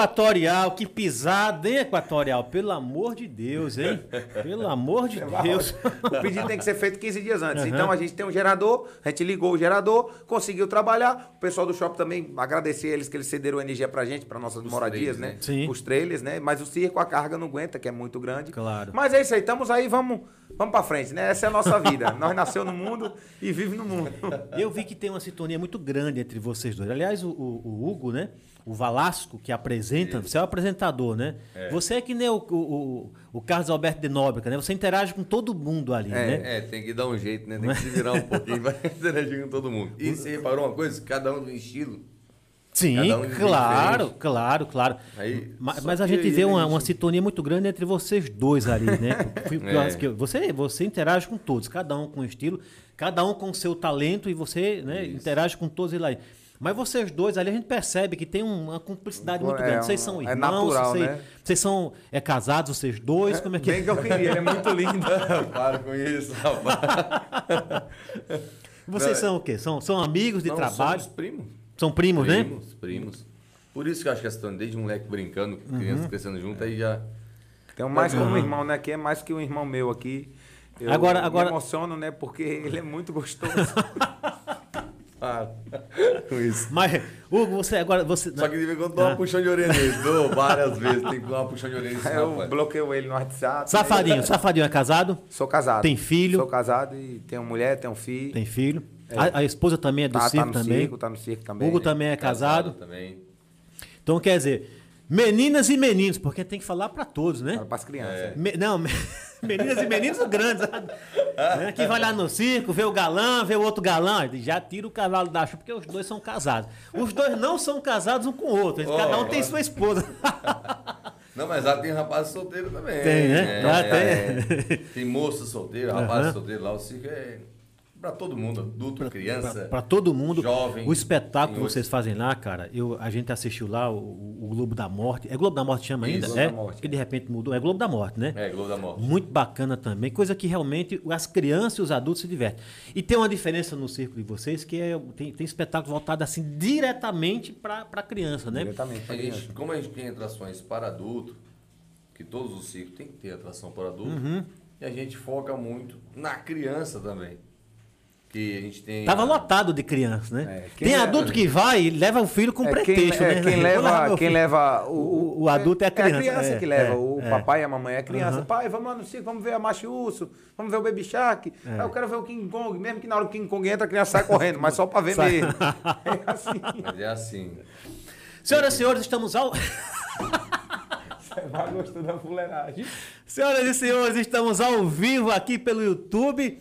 Speaker 1: Equatorial, que pisada, hein, Equatorial? Pelo amor de Deus, hein? Pelo amor de
Speaker 2: é
Speaker 1: Deus.
Speaker 2: O pedido tem que ser feito 15 dias antes.
Speaker 1: Aham.
Speaker 2: Então a gente tem um gerador, a gente ligou o gerador, conseguiu trabalhar. O pessoal do shopping também agradecer eles que eles cederam energia pra gente, pra nossas moradias,
Speaker 3: trailers,
Speaker 2: né?
Speaker 3: né?
Speaker 1: Sim.
Speaker 2: Os trailers, né? Mas o circo, a carga não aguenta, que é muito grande.
Speaker 1: Claro.
Speaker 2: Mas é isso aí, estamos aí, vamos, vamos pra frente, né? Essa é a nossa vida. Nós nasceu no mundo e vive no mundo.
Speaker 1: Eu vi que tem uma sintonia muito grande entre vocês dois. Aliás, o, o- o Hugo, né? O Valasco, que apresenta, você é o apresentador, né? Você é que nem o, o- o- o Carlos Alberto de Nóbrega, né? Você interage com todo mundo ali, né?
Speaker 3: É, tem que dar um jeito, né? Tem que se virar um pouquinho, vai interagir com todo mundo. E você reparou uma coisa? Cada um do estilo.
Speaker 1: Sim,
Speaker 3: Cada um de um
Speaker 1: claro,
Speaker 3: diferente.
Speaker 1: claro, claro.
Speaker 3: Aí,
Speaker 1: Ma- mas,
Speaker 3: só
Speaker 1: a
Speaker 3: que
Speaker 1: gente
Speaker 3: aí
Speaker 1: vê
Speaker 3: a
Speaker 1: uma,
Speaker 3: gente-
Speaker 1: uma sintonia muito grande entre vocês dois ali, né? Fui- eu
Speaker 3: É.
Speaker 1: acho que Você, você interage com todos, cada um com um estilo, cada um com o seu talento e você né, interage com todos eles ali. Mas vocês dois ali, a gente percebe que tem uma cumplicidade muito
Speaker 2: É,
Speaker 1: grande.
Speaker 2: um-
Speaker 1: Vocês são
Speaker 2: é
Speaker 1: irmãos,
Speaker 2: natural,
Speaker 1: vocês,
Speaker 2: né?
Speaker 1: vocês são é, casados, vocês dois, como é que
Speaker 2: Bem que eu queria, ele é muito lindo.
Speaker 3: Para com isso, rapaz.
Speaker 1: Vocês
Speaker 3: Não, é-
Speaker 1: são o quê? São, são amigos de
Speaker 3: Não,
Speaker 1: trabalho?
Speaker 3: somos primos.
Speaker 1: São primos, né?
Speaker 3: Primos, primos. Por isso que eu acho que essa história, desde moleque brincando,
Speaker 1: Uhum.
Speaker 3: crianças crescendo junto, aí já...
Speaker 2: Tem um mais como um irmão, né? Que é mais que um irmão meu aqui. Eu
Speaker 1: Agora- agora-
Speaker 2: me emociono, né? Porque ele é muito gostoso. Para. Com isso.
Speaker 1: Mas, Hugo, você agora. Você,
Speaker 3: Só que de vez em quando dou uma puxão de orelha nele. Dou várias vezes, tem que dar uma puxão de orelha nesse
Speaker 2: Aí eu
Speaker 3: rapaz.
Speaker 2: bloqueio ele no WhatsApp.
Speaker 1: Safadinho, safadinho é casado?
Speaker 2: Sou casado.
Speaker 1: Tem filho?
Speaker 2: Sou casado e tenho mulher, tenho filho.
Speaker 1: Tem filho. A, a esposa também é do
Speaker 2: tá, tá
Speaker 1: circo
Speaker 2: no
Speaker 1: também.
Speaker 2: circo, tá no circo também.
Speaker 1: Hugo também é casado.
Speaker 3: também.
Speaker 1: Então quer dizer, meninas e meninos, porque tem que falar pra todos, né?
Speaker 2: Para as crianças.
Speaker 3: É.
Speaker 1: Me- não, me- meninas e meninos grandes. né? Que vai lá no circo, vê o galã, vê o outro galã, e já tira o cavalo da chuva, porque os dois são casados. Os dois não são casados um com o outro, eles-
Speaker 3: Oh,
Speaker 1: cada um tem
Speaker 3: olha.
Speaker 1: sua esposa.
Speaker 3: Não, mas lá tem rapaz solteiro também.
Speaker 1: Tem, né?
Speaker 3: É,
Speaker 1: Lá
Speaker 3: é.
Speaker 1: tem.
Speaker 3: Tem moça solteira, rapaz
Speaker 1: Aham.
Speaker 3: solteiro lá. O circo é pra todo mundo, adulto,
Speaker 2: é.
Speaker 3: criança.
Speaker 1: Pra todo mundo.
Speaker 3: Jovem,
Speaker 1: o espetáculo
Speaker 3: senhor.
Speaker 1: que vocês fazem lá, cara, eu, a gente assistiu lá o, o Globo da Morte. É Globo da Morte que chama ainda?
Speaker 3: Isso,
Speaker 2: Globo
Speaker 1: é,
Speaker 2: da Morte,
Speaker 1: que
Speaker 2: é.
Speaker 1: de repente mudou. É Globo da Morte, né?
Speaker 3: É, Globo da Morte.
Speaker 1: Muito bacana também, coisa que realmente as crianças e os adultos se divertem. E tem uma diferença no circo de vocês que é, tem, tem espetáculo voltado assim diretamente para a criança, né?
Speaker 2: Diretamente É, pra
Speaker 3: A gente-
Speaker 2: criança.
Speaker 3: como a gente tem atrações para adulto, que todos os circos têm que ter atração para adulto,
Speaker 1: Uhum.
Speaker 3: e a gente foca muito na criança também. Que a gente tem.
Speaker 1: Tava
Speaker 3: a-
Speaker 1: lotado de criança, né?
Speaker 2: É, quem
Speaker 1: tem
Speaker 2: leva,
Speaker 1: adulto que vai e leva o filho com
Speaker 2: É,
Speaker 1: pretexto,
Speaker 2: quem, é,
Speaker 1: né?
Speaker 2: quem
Speaker 1: Vou levar
Speaker 2: leva,
Speaker 1: meu
Speaker 2: quem
Speaker 1: filho.
Speaker 2: leva
Speaker 1: O- o adulto é a
Speaker 2: É
Speaker 1: criança,
Speaker 2: a criança
Speaker 1: é,
Speaker 2: que leva.
Speaker 1: é,
Speaker 2: o
Speaker 1: é.
Speaker 2: papai e a mamãe é a criança.
Speaker 1: Aham.
Speaker 2: Pai, vamos lá no circo, vamos ver a Macho e o Urso, vamos ver o Baby Shark.
Speaker 1: É.
Speaker 2: Aí eu quero ver o King Kong. Mesmo que na hora que o King Kong entra, a criança sai correndo, mas só pra ver
Speaker 1: Sai.
Speaker 2: mesmo. É assim.
Speaker 3: Mas é assim.
Speaker 1: Senhoras e senhores, estamos ao.
Speaker 2: Você vai gostar é da fuleiragem.
Speaker 1: Senhoras e senhores, estamos ao vivo aqui pelo YouTube,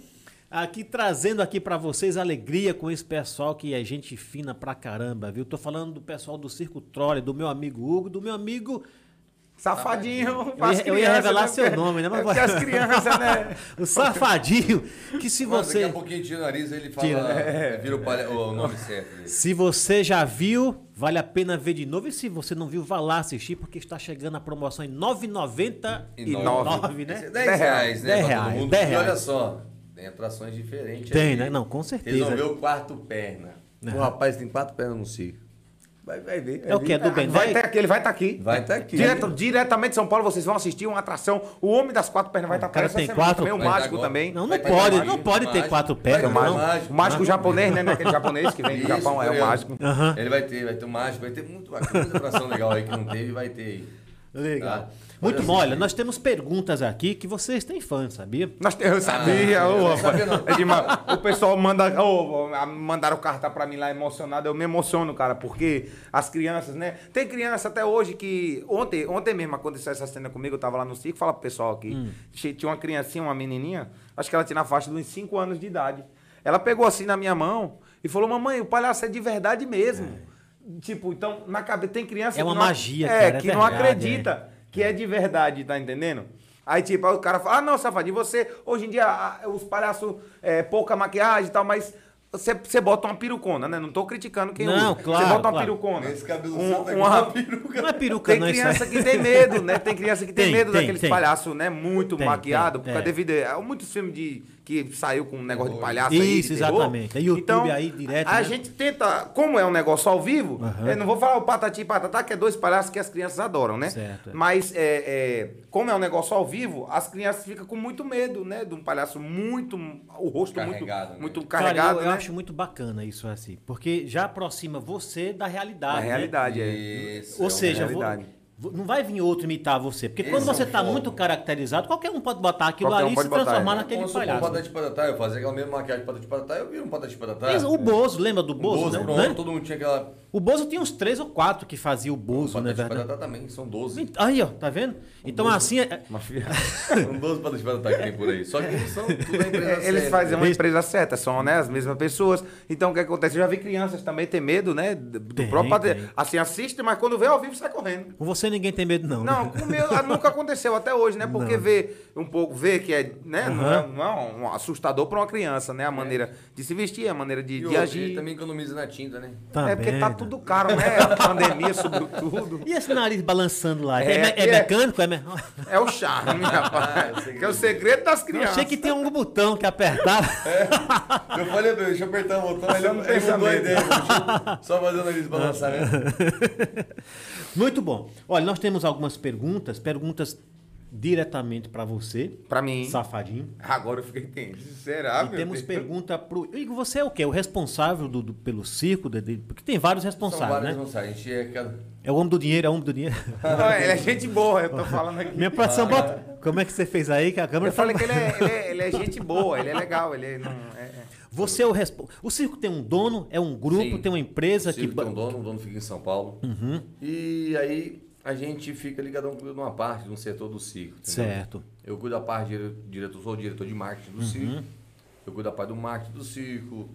Speaker 1: aqui trazendo aqui pra vocês alegria com esse pessoal que é gente fina pra caramba, viu? Tô falando do pessoal do Circo Trolle, do meu amigo Hugo, do meu amigo
Speaker 2: Safadinho.
Speaker 1: Eu
Speaker 2: pras
Speaker 1: ia, eu ia
Speaker 2: crianças,
Speaker 1: revelar
Speaker 2: né?
Speaker 1: seu nome, né?
Speaker 2: É
Speaker 1: Mas
Speaker 2: porque as crianças, né?
Speaker 1: o safadinho, que se
Speaker 3: Mas Daqui
Speaker 1: você...
Speaker 3: a pouquinho tira o nariz ele fala. é,
Speaker 1: Tira.
Speaker 3: Vira o, palha- o nome certo dele.
Speaker 1: Se você já viu, vale a pena ver de novo. E se você não viu, vá lá assistir, porque está chegando a promoção em R$ 9,99,
Speaker 3: Esse é
Speaker 1: né?
Speaker 3: 10 reais, né?
Speaker 1: Dez
Speaker 3: pra
Speaker 1: reais,
Speaker 3: todo mundo.
Speaker 1: dez
Speaker 3: E olha
Speaker 1: reais.
Speaker 3: só, tem atrações diferentes.
Speaker 1: Tem,
Speaker 3: aqui.
Speaker 1: né? Não, com certeza.
Speaker 3: Resolveu quarto perna. O rapaz tem quatro pernas no circo. Vai, vai ver. vai
Speaker 1: É o
Speaker 3: ver.
Speaker 1: quê? É do Ben
Speaker 2: Vai
Speaker 1: 10?
Speaker 2: ter aqui, ele vai estar aqui.
Speaker 3: Vai estar aqui.
Speaker 2: Direto- diretamente de São Paulo, vocês vão assistir uma atração. O Homem das Quatro Pernas vai estar
Speaker 1: Ah, O cara
Speaker 2: essa
Speaker 1: tem
Speaker 2: semana
Speaker 1: quatro-
Speaker 2: também, o
Speaker 3: Vai
Speaker 2: Mágico
Speaker 3: agora.
Speaker 2: também.
Speaker 1: Não, não
Speaker 3: Vai ter
Speaker 1: pode,
Speaker 3: mágico,
Speaker 1: não pode ter
Speaker 3: mágico.
Speaker 1: quatro
Speaker 3: Vai
Speaker 1: pernas,
Speaker 3: ter
Speaker 2: É o mágico.
Speaker 1: não.
Speaker 2: O mágico japonês, né? Não é Aquele japonês que vem do
Speaker 3: Isso,
Speaker 2: Japão, é o
Speaker 3: coreano.
Speaker 2: mágico.
Speaker 3: Ele vai ter, vai ter o mágico, vai ter muito, vai ter muita atração legal aí que não teve, vai ter aí.
Speaker 1: Legal.
Speaker 3: Tá?
Speaker 1: Muito
Speaker 3: Olha
Speaker 1: bom,
Speaker 3: assim,
Speaker 1: olha, nós temos perguntas aqui que vocês têm fã, sabia?
Speaker 2: Nós, eu
Speaker 1: Ah,
Speaker 2: sabia, ô,
Speaker 3: eu não
Speaker 2: rapaz.
Speaker 3: sabia, não.
Speaker 2: Edmar, o pessoal manda, ô, a- mandaram carta pra mim lá emocionado. Eu me emociono, cara, porque as crianças, né? Tem criança até hoje que. Ontem, ontem mesmo aconteceu essa cena comigo, eu tava lá no circo, fala pro pessoal aqui.
Speaker 1: Hum.
Speaker 2: che- Tinha uma criancinha, uma menininha, acho que ela tinha na faixa dos 5 anos de idade. Ela pegou assim na minha mão e falou: Mamãe, o palhaço é de verdade mesmo. Tipo, então, na cabeça tem criança.
Speaker 1: É uma
Speaker 2: que não-
Speaker 1: magia,
Speaker 2: é,
Speaker 1: cara, é
Speaker 2: que não
Speaker 1: verdade, é.
Speaker 2: acredita que é de verdade, tá entendendo? Aí, tipo, aí o cara fala, ah, não, safadinho, você, hoje em dia, a- os palhaços, é, pouca maquiagem e tal, mas você, você bota uma perucona, né? Não tô criticando quem
Speaker 1: Não,
Speaker 2: usa.
Speaker 1: claro,
Speaker 2: Você bota uma
Speaker 1: claro.
Speaker 2: perucona.
Speaker 3: Esse cabelo
Speaker 2: Um-
Speaker 3: santo é
Speaker 2: uma-
Speaker 3: igual uma peruca.
Speaker 1: Não é peruca,
Speaker 2: Tem
Speaker 1: não, isso
Speaker 2: criança
Speaker 1: aí.
Speaker 2: que tem medo, né? Tem criança que tem,
Speaker 1: Tem,
Speaker 2: medo
Speaker 1: tem,
Speaker 2: daqueles
Speaker 1: tem.
Speaker 2: palhaços, né? Muito
Speaker 1: Tem,
Speaker 2: maquiado.
Speaker 1: tem,
Speaker 2: porque
Speaker 1: é.
Speaker 2: devido a, há muitos filmes de, que saiu com um negócio de
Speaker 3: Terror.
Speaker 2: palhaço aí,
Speaker 1: Isso,
Speaker 2: de terror. Então,
Speaker 1: exatamente. É YouTube aí, direto,
Speaker 2: A
Speaker 1: né?
Speaker 2: gente tenta, como é um negócio ao vivo, eu não vou falar o patati e patatá, que é dois palhaços que as crianças adoram, né?
Speaker 1: Certo, é.
Speaker 2: Mas é, é, como é um negócio ao vivo, as crianças ficam com muito medo, né? De um palhaço muito. O rosto
Speaker 3: Carregado,
Speaker 2: muito,
Speaker 3: né?
Speaker 2: muito
Speaker 1: Cara,
Speaker 2: carregado,
Speaker 1: eu, eu
Speaker 2: né?
Speaker 1: acho muito bacana isso assim, porque já aproxima você da realidade.
Speaker 2: A
Speaker 1: né?
Speaker 2: realidade, é.
Speaker 3: Isso,
Speaker 1: Ou
Speaker 3: é uma
Speaker 1: seja, vo-
Speaker 2: realidade.
Speaker 1: vo- não vai vir outro imitar você, porque quando
Speaker 3: Esse é
Speaker 1: você
Speaker 3: um
Speaker 1: está
Speaker 3: fogo.
Speaker 1: muito caracterizado, qualquer um pode botar aquilo
Speaker 2: Qualquer um
Speaker 1: ali e
Speaker 2: pode
Speaker 1: se
Speaker 2: botar,
Speaker 1: transformar
Speaker 2: é.
Speaker 1: naquele
Speaker 3: Vamos supor,
Speaker 1: palhaço.
Speaker 3: patati um patatá, eu fazia aquela mesma maquiagem de patati patatá, eu vira um patati patatá.
Speaker 1: Mas O Bozo, lembra do
Speaker 3: O
Speaker 1: Bozo?
Speaker 3: Bozo, é
Speaker 1: né?
Speaker 3: pronto,
Speaker 1: Né?
Speaker 3: todo mundo tinha aquela...
Speaker 1: O Bozo tinha uns três ou quatro que fazia o Bozo, né,
Speaker 3: patati
Speaker 1: verdade?
Speaker 3: patatá também, são 12.
Speaker 1: Ent- Aí, ó, tá vendo? Então assim, é-
Speaker 3: são 12 patati patatá que tem por aí. Só que eles são tudo da empresa
Speaker 2: É, Eles
Speaker 3: certa.
Speaker 2: fazem uma
Speaker 1: Eles-
Speaker 2: empresa certa, são né, as mesmas pessoas. Então o que acontece? Eu já vi crianças também ter medo, né? Do
Speaker 1: Tem,
Speaker 2: próprio patri-
Speaker 1: tem.
Speaker 2: Assim, assiste, mas quando vê ao vivo, sai correndo.
Speaker 1: com você ninguém tem medo não.
Speaker 2: Não,
Speaker 1: né?
Speaker 2: com o meu, nunca aconteceu até hoje, né? Porque ver um pouco, ver que é, né? Não, é, não é um assustador para uma criança, né? A maneira de se vestir, a maneira de,
Speaker 3: É. E
Speaker 2: de
Speaker 3: outra, ele
Speaker 2: agir.
Speaker 3: também economiza na tinta, né?
Speaker 1: Também,
Speaker 2: é porque tá
Speaker 1: né?
Speaker 2: tudo caro, né? A pandemia subiu tudo.
Speaker 1: E esse nariz balançando lá? É,
Speaker 2: É,
Speaker 1: me- é
Speaker 2: que é-
Speaker 1: mecânico? É me...
Speaker 2: É o charme, rapaz. que é o segredo das
Speaker 1: Eu
Speaker 2: crianças.
Speaker 1: achei que tem um botão que apertava.
Speaker 3: Eu falei, meu, deixa eu apertar o botão, ele,
Speaker 2: Só no
Speaker 3: ele mudou a
Speaker 2: pensamento.
Speaker 3: ideia. Só fazendo eles balançar, né?
Speaker 1: Muito bom. Olha, nós temos algumas perguntas, perguntas diretamente para você,
Speaker 2: Pra mim.
Speaker 1: safadinho.
Speaker 3: Agora eu fiquei tenso. Será,
Speaker 1: e
Speaker 3: meu
Speaker 1: temos
Speaker 3: Deus?
Speaker 1: pergunta pro. Igor, você é o quê? O responsável do, do- pelo circo? de- de- porque tem vários
Speaker 3: São
Speaker 1: responsáveis,
Speaker 3: várias
Speaker 1: né?
Speaker 3: mensagens. A gente é cada-
Speaker 1: É o homem do dinheiro, é o homem do dinheiro.
Speaker 2: Não, ele é gente boa, eu tô falando aqui.
Speaker 1: Minha
Speaker 3: Ah,
Speaker 1: produção, bota. Como é que você fez aí que a câmera tá-
Speaker 2: Eu
Speaker 1: fala?
Speaker 2: falei que ele é, ele é- ele é gente boa, ele é legal, ele é- não- é- é.
Speaker 1: Você é o responsável. O circo tem um dono, é um grupo,
Speaker 3: Sim.
Speaker 1: tem uma empresa
Speaker 3: O Silvio
Speaker 1: que.
Speaker 3: tem um dono, o dono fica em São Paulo.
Speaker 1: Uhum.
Speaker 3: E aí a gente fica ligadão com uma parte, de um setor do circo. entendeu?
Speaker 1: Certo.
Speaker 3: Eu cuido da parte de diretor, sou o diretor de marketing do
Speaker 1: Uhum.
Speaker 3: circo. Eu cuido da parte do marketing do circo,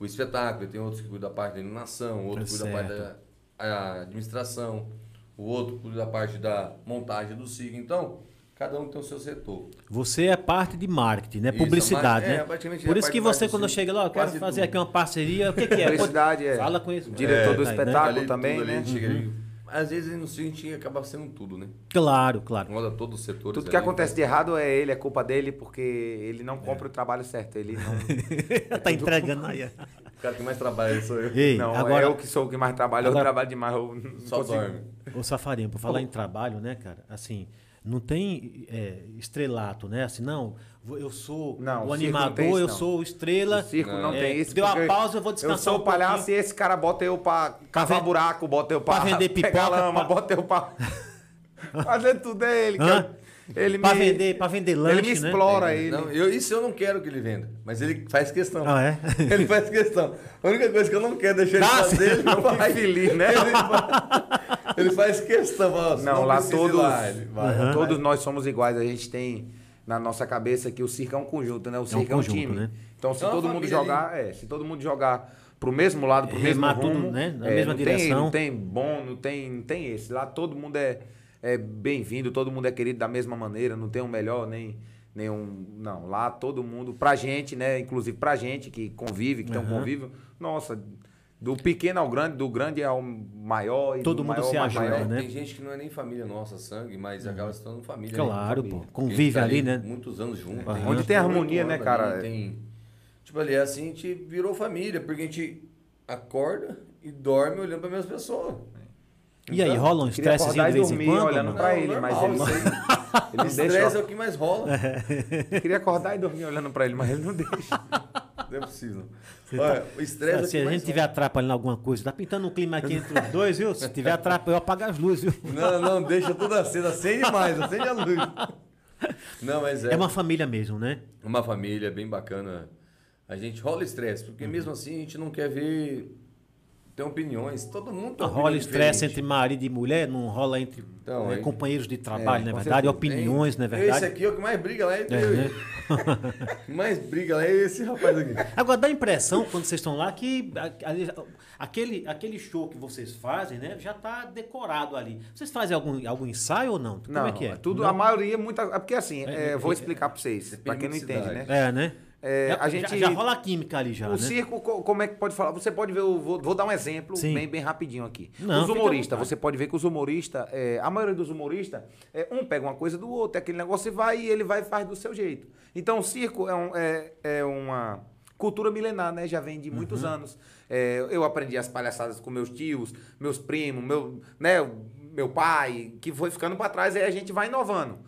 Speaker 3: o espetáculo. Tem outros que cuidam da parte da iluminação, outro
Speaker 1: Tá
Speaker 3: cuida da parte da
Speaker 1: certo.
Speaker 3: a administração, o outro cuida da parte da montagem do circo. Então, cada um tem o seu setor.
Speaker 1: Você é parte de marketing, né?
Speaker 3: Isso,
Speaker 1: Publicidade,
Speaker 3: mas- é,
Speaker 1: né?
Speaker 3: praticamente
Speaker 1: Por
Speaker 3: é
Speaker 1: isso
Speaker 3: parte
Speaker 1: que
Speaker 3: de
Speaker 1: você,
Speaker 3: marketing,
Speaker 1: quando
Speaker 3: sim.
Speaker 1: chega lá, eu quero
Speaker 3: Quase
Speaker 1: fazer
Speaker 3: tudo.
Speaker 1: aqui uma parceria, o que, que é?
Speaker 2: Publicidade, é.
Speaker 1: Fala com isso.
Speaker 2: Diretor do
Speaker 1: tá aí,
Speaker 2: espetáculo.
Speaker 3: Ali, tudo
Speaker 2: também,
Speaker 3: ali,
Speaker 2: né?
Speaker 3: a gente chega ali.
Speaker 1: Uhum.
Speaker 3: Às vezes no circo a gente acaba sendo tudo, né?
Speaker 1: Claro, claro.
Speaker 3: Roda todos os setores.
Speaker 2: Tudo que
Speaker 3: ali,
Speaker 2: acontece de errado é ele, é culpa dele, porque ele não compra o trabalho certo. Ele não.
Speaker 1: tá entregando aí.
Speaker 3: O cara que É, mais trabalha sou eu.
Speaker 1: Ei,
Speaker 2: não
Speaker 1: agora,
Speaker 2: é eu que sou o que mais trabalho, eu
Speaker 1: agora-
Speaker 2: trabalho demais. Eu não
Speaker 3: Só
Speaker 2: consigo.
Speaker 3: dorme.
Speaker 1: Ô Safarinho, por falar em trabalho, né, cara? Assim, não tem é, estrelato, né? Assim, não, vou- eu sou o
Speaker 2: Não, o circo não
Speaker 1: animador,
Speaker 2: tem isso,
Speaker 1: eu
Speaker 2: não.
Speaker 1: sou o estrela.
Speaker 2: O circo não,
Speaker 1: É,
Speaker 2: tem isso.
Speaker 1: Deu a
Speaker 2: porque
Speaker 1: pausa, eu vou descansar.
Speaker 2: Eu sou
Speaker 1: um
Speaker 2: o palhaço
Speaker 1: pouquinho.
Speaker 2: e esse cara bota eu pra cavar
Speaker 1: ven-
Speaker 2: buraco, bota eu pra,
Speaker 1: pra vender
Speaker 2: pegar
Speaker 1: pipoca,
Speaker 2: lama,
Speaker 1: pra-
Speaker 2: bota eu pra. Fazer tudo é ele. que
Speaker 1: Hã?
Speaker 2: eu- ele
Speaker 1: Pra
Speaker 2: me-
Speaker 1: vender, pra vender lanche,
Speaker 2: Ele me
Speaker 1: né?
Speaker 2: explora, ele.
Speaker 3: É, Não, eu, isso eu não quero que ele venda, mas ele faz questão.
Speaker 1: Ah, é?
Speaker 3: Ele faz questão. A única coisa que eu não quero deixar ele
Speaker 1: Ah,
Speaker 3: fazer, ele não
Speaker 2: Vai
Speaker 3: vai.
Speaker 2: feliz, né?
Speaker 3: Ele faz, ele faz questão. fala, "Você
Speaker 2: Não, lá
Speaker 3: precisa ir
Speaker 2: todos,
Speaker 3: lá", ele vai.
Speaker 2: Aham. todos nós somos iguais. A gente tem na nossa cabeça que o circo é um conjunto, né? O circo é um,
Speaker 1: conjunto,
Speaker 2: time.
Speaker 1: né?
Speaker 2: Então, se
Speaker 3: É uma
Speaker 2: todo mundo
Speaker 3: família ali.
Speaker 2: jogar, é, se todo mundo jogar pro mesmo lado, pro
Speaker 1: Remar
Speaker 2: mesmo
Speaker 1: tudo,
Speaker 2: rumo,
Speaker 1: né? Na
Speaker 2: é,
Speaker 1: mesma
Speaker 2: não Tem,
Speaker 1: direção.
Speaker 2: não tem bom, não tem, não tem esse. Lá todo mundo é, é bem-vindo, todo mundo é querido da mesma maneira, não tem um melhor nem nenhum, não. Lá todo mundo, pra gente, né, inclusive pra gente que convive, que tem um convívio, nossa, do pequeno ao grande, do grande ao maior e
Speaker 1: Todo
Speaker 2: do
Speaker 1: mundo
Speaker 2: maior
Speaker 1: se
Speaker 2: ao
Speaker 1: ajuda,
Speaker 2: maior.
Speaker 1: né?
Speaker 3: Tem gente que não é nem família nossa, sangue, mas acaba se tornando família. né?
Speaker 1: Claro, pô.
Speaker 3: Porque a gente
Speaker 1: Convive
Speaker 3: tá
Speaker 1: ali, né?
Speaker 3: Muitos anos juntos.
Speaker 1: Aham.
Speaker 3: gente
Speaker 1: Onde
Speaker 3: que
Speaker 2: tem
Speaker 3: tá
Speaker 2: harmonia,
Speaker 3: muito
Speaker 2: né,
Speaker 3: ano
Speaker 2: cara?
Speaker 3: ali, tem- Tipo, ali é assim, a gente virou família, porque a gente acorda e dorme olhando para mesma pessoa.
Speaker 1: E aí,
Speaker 3: Então,
Speaker 1: rola um
Speaker 2: Queria
Speaker 1: estressezinho
Speaker 2: acordar
Speaker 1: de
Speaker 2: e
Speaker 1: vez em
Speaker 2: dormir
Speaker 1: quando?
Speaker 2: olhando
Speaker 1: mano?
Speaker 2: pra
Speaker 3: Não,
Speaker 2: ele, mas
Speaker 3: normal,
Speaker 2: ele não, tá
Speaker 3: isso
Speaker 2: ele não
Speaker 3: Estresse é
Speaker 2: deixa.
Speaker 3: o que mais rola.
Speaker 2: Queria acordar e dormir olhando pra ele, mas ele não deixa.
Speaker 3: Não é possível. Olha, o estresse é o
Speaker 1: Se
Speaker 3: que
Speaker 1: tá- assim, a
Speaker 3: mais
Speaker 1: gente tiver atrapalhando alguma coisa, tá pintando um clima aqui entre os dois, viu? Se tiver atrapalhando, eu apago as luzes, viu?
Speaker 2: É.
Speaker 3: Não, não, deixa tudo acesa, acende mais, acende a luz. Não, mas é,
Speaker 1: É uma família mesmo, né?
Speaker 3: uma família bem bacana. A gente rola estresse, porque mesmo assim a gente não quer ver. Tem opiniões, todo mundo tem opinião
Speaker 1: Rola estresse
Speaker 3: diferente.
Speaker 1: entre marido e mulher, não rola entre
Speaker 3: Então,
Speaker 1: eh,
Speaker 3: aí-
Speaker 1: companheiros de trabalho,
Speaker 2: É,
Speaker 1: não é
Speaker 2: com
Speaker 1: verdade?
Speaker 2: certeza.
Speaker 1: Opiniões,
Speaker 3: Tem-
Speaker 1: não é verdade?
Speaker 3: né? Esse aqui é o que mais briga lá, é,
Speaker 1: É,
Speaker 3: eu.
Speaker 1: né?
Speaker 3: O que mais briga lá é esse rapaz aqui.
Speaker 1: Agora dá a impressão, quando vocês estão lá, que a- a- aquele, aquele show que vocês fazem, né, já tá decorado ali. Vocês fazem algum, algum ensaio ou não? Como
Speaker 2: Não,
Speaker 1: é que é?
Speaker 2: tudo,
Speaker 1: Não?
Speaker 2: a maioria, muita. é Porque assim, é, vou explicar pra vocês, pra quem não entende,
Speaker 3: cidade.
Speaker 2: né?
Speaker 1: É, né?
Speaker 2: É,
Speaker 1: Já-
Speaker 2: a gente-
Speaker 1: já, já rola a química ali já,
Speaker 2: o
Speaker 1: né?
Speaker 2: circo, co- como é que pode falar? Você pode ver, eu vou, vou dar um exemplo
Speaker 1: Sim.
Speaker 2: bem, bem rapidinho aqui.
Speaker 1: Não,
Speaker 2: os
Speaker 1: fica à
Speaker 2: humoristas,
Speaker 1: vontade.
Speaker 2: você pode ver que os humoristas, é, a maioria dos humoristas, é, um pega uma coisa do outro, é aquele negócio e vai, e ele vai e faz do seu jeito. Então o circo é, um- é- é uma cultura milenar, né? Já vem de muitos anos. É, eu aprendi as palhaçadas com meus tios, meus primos, meu, né, meu pai, que foi ficando pra trás, aí a gente vai inovando.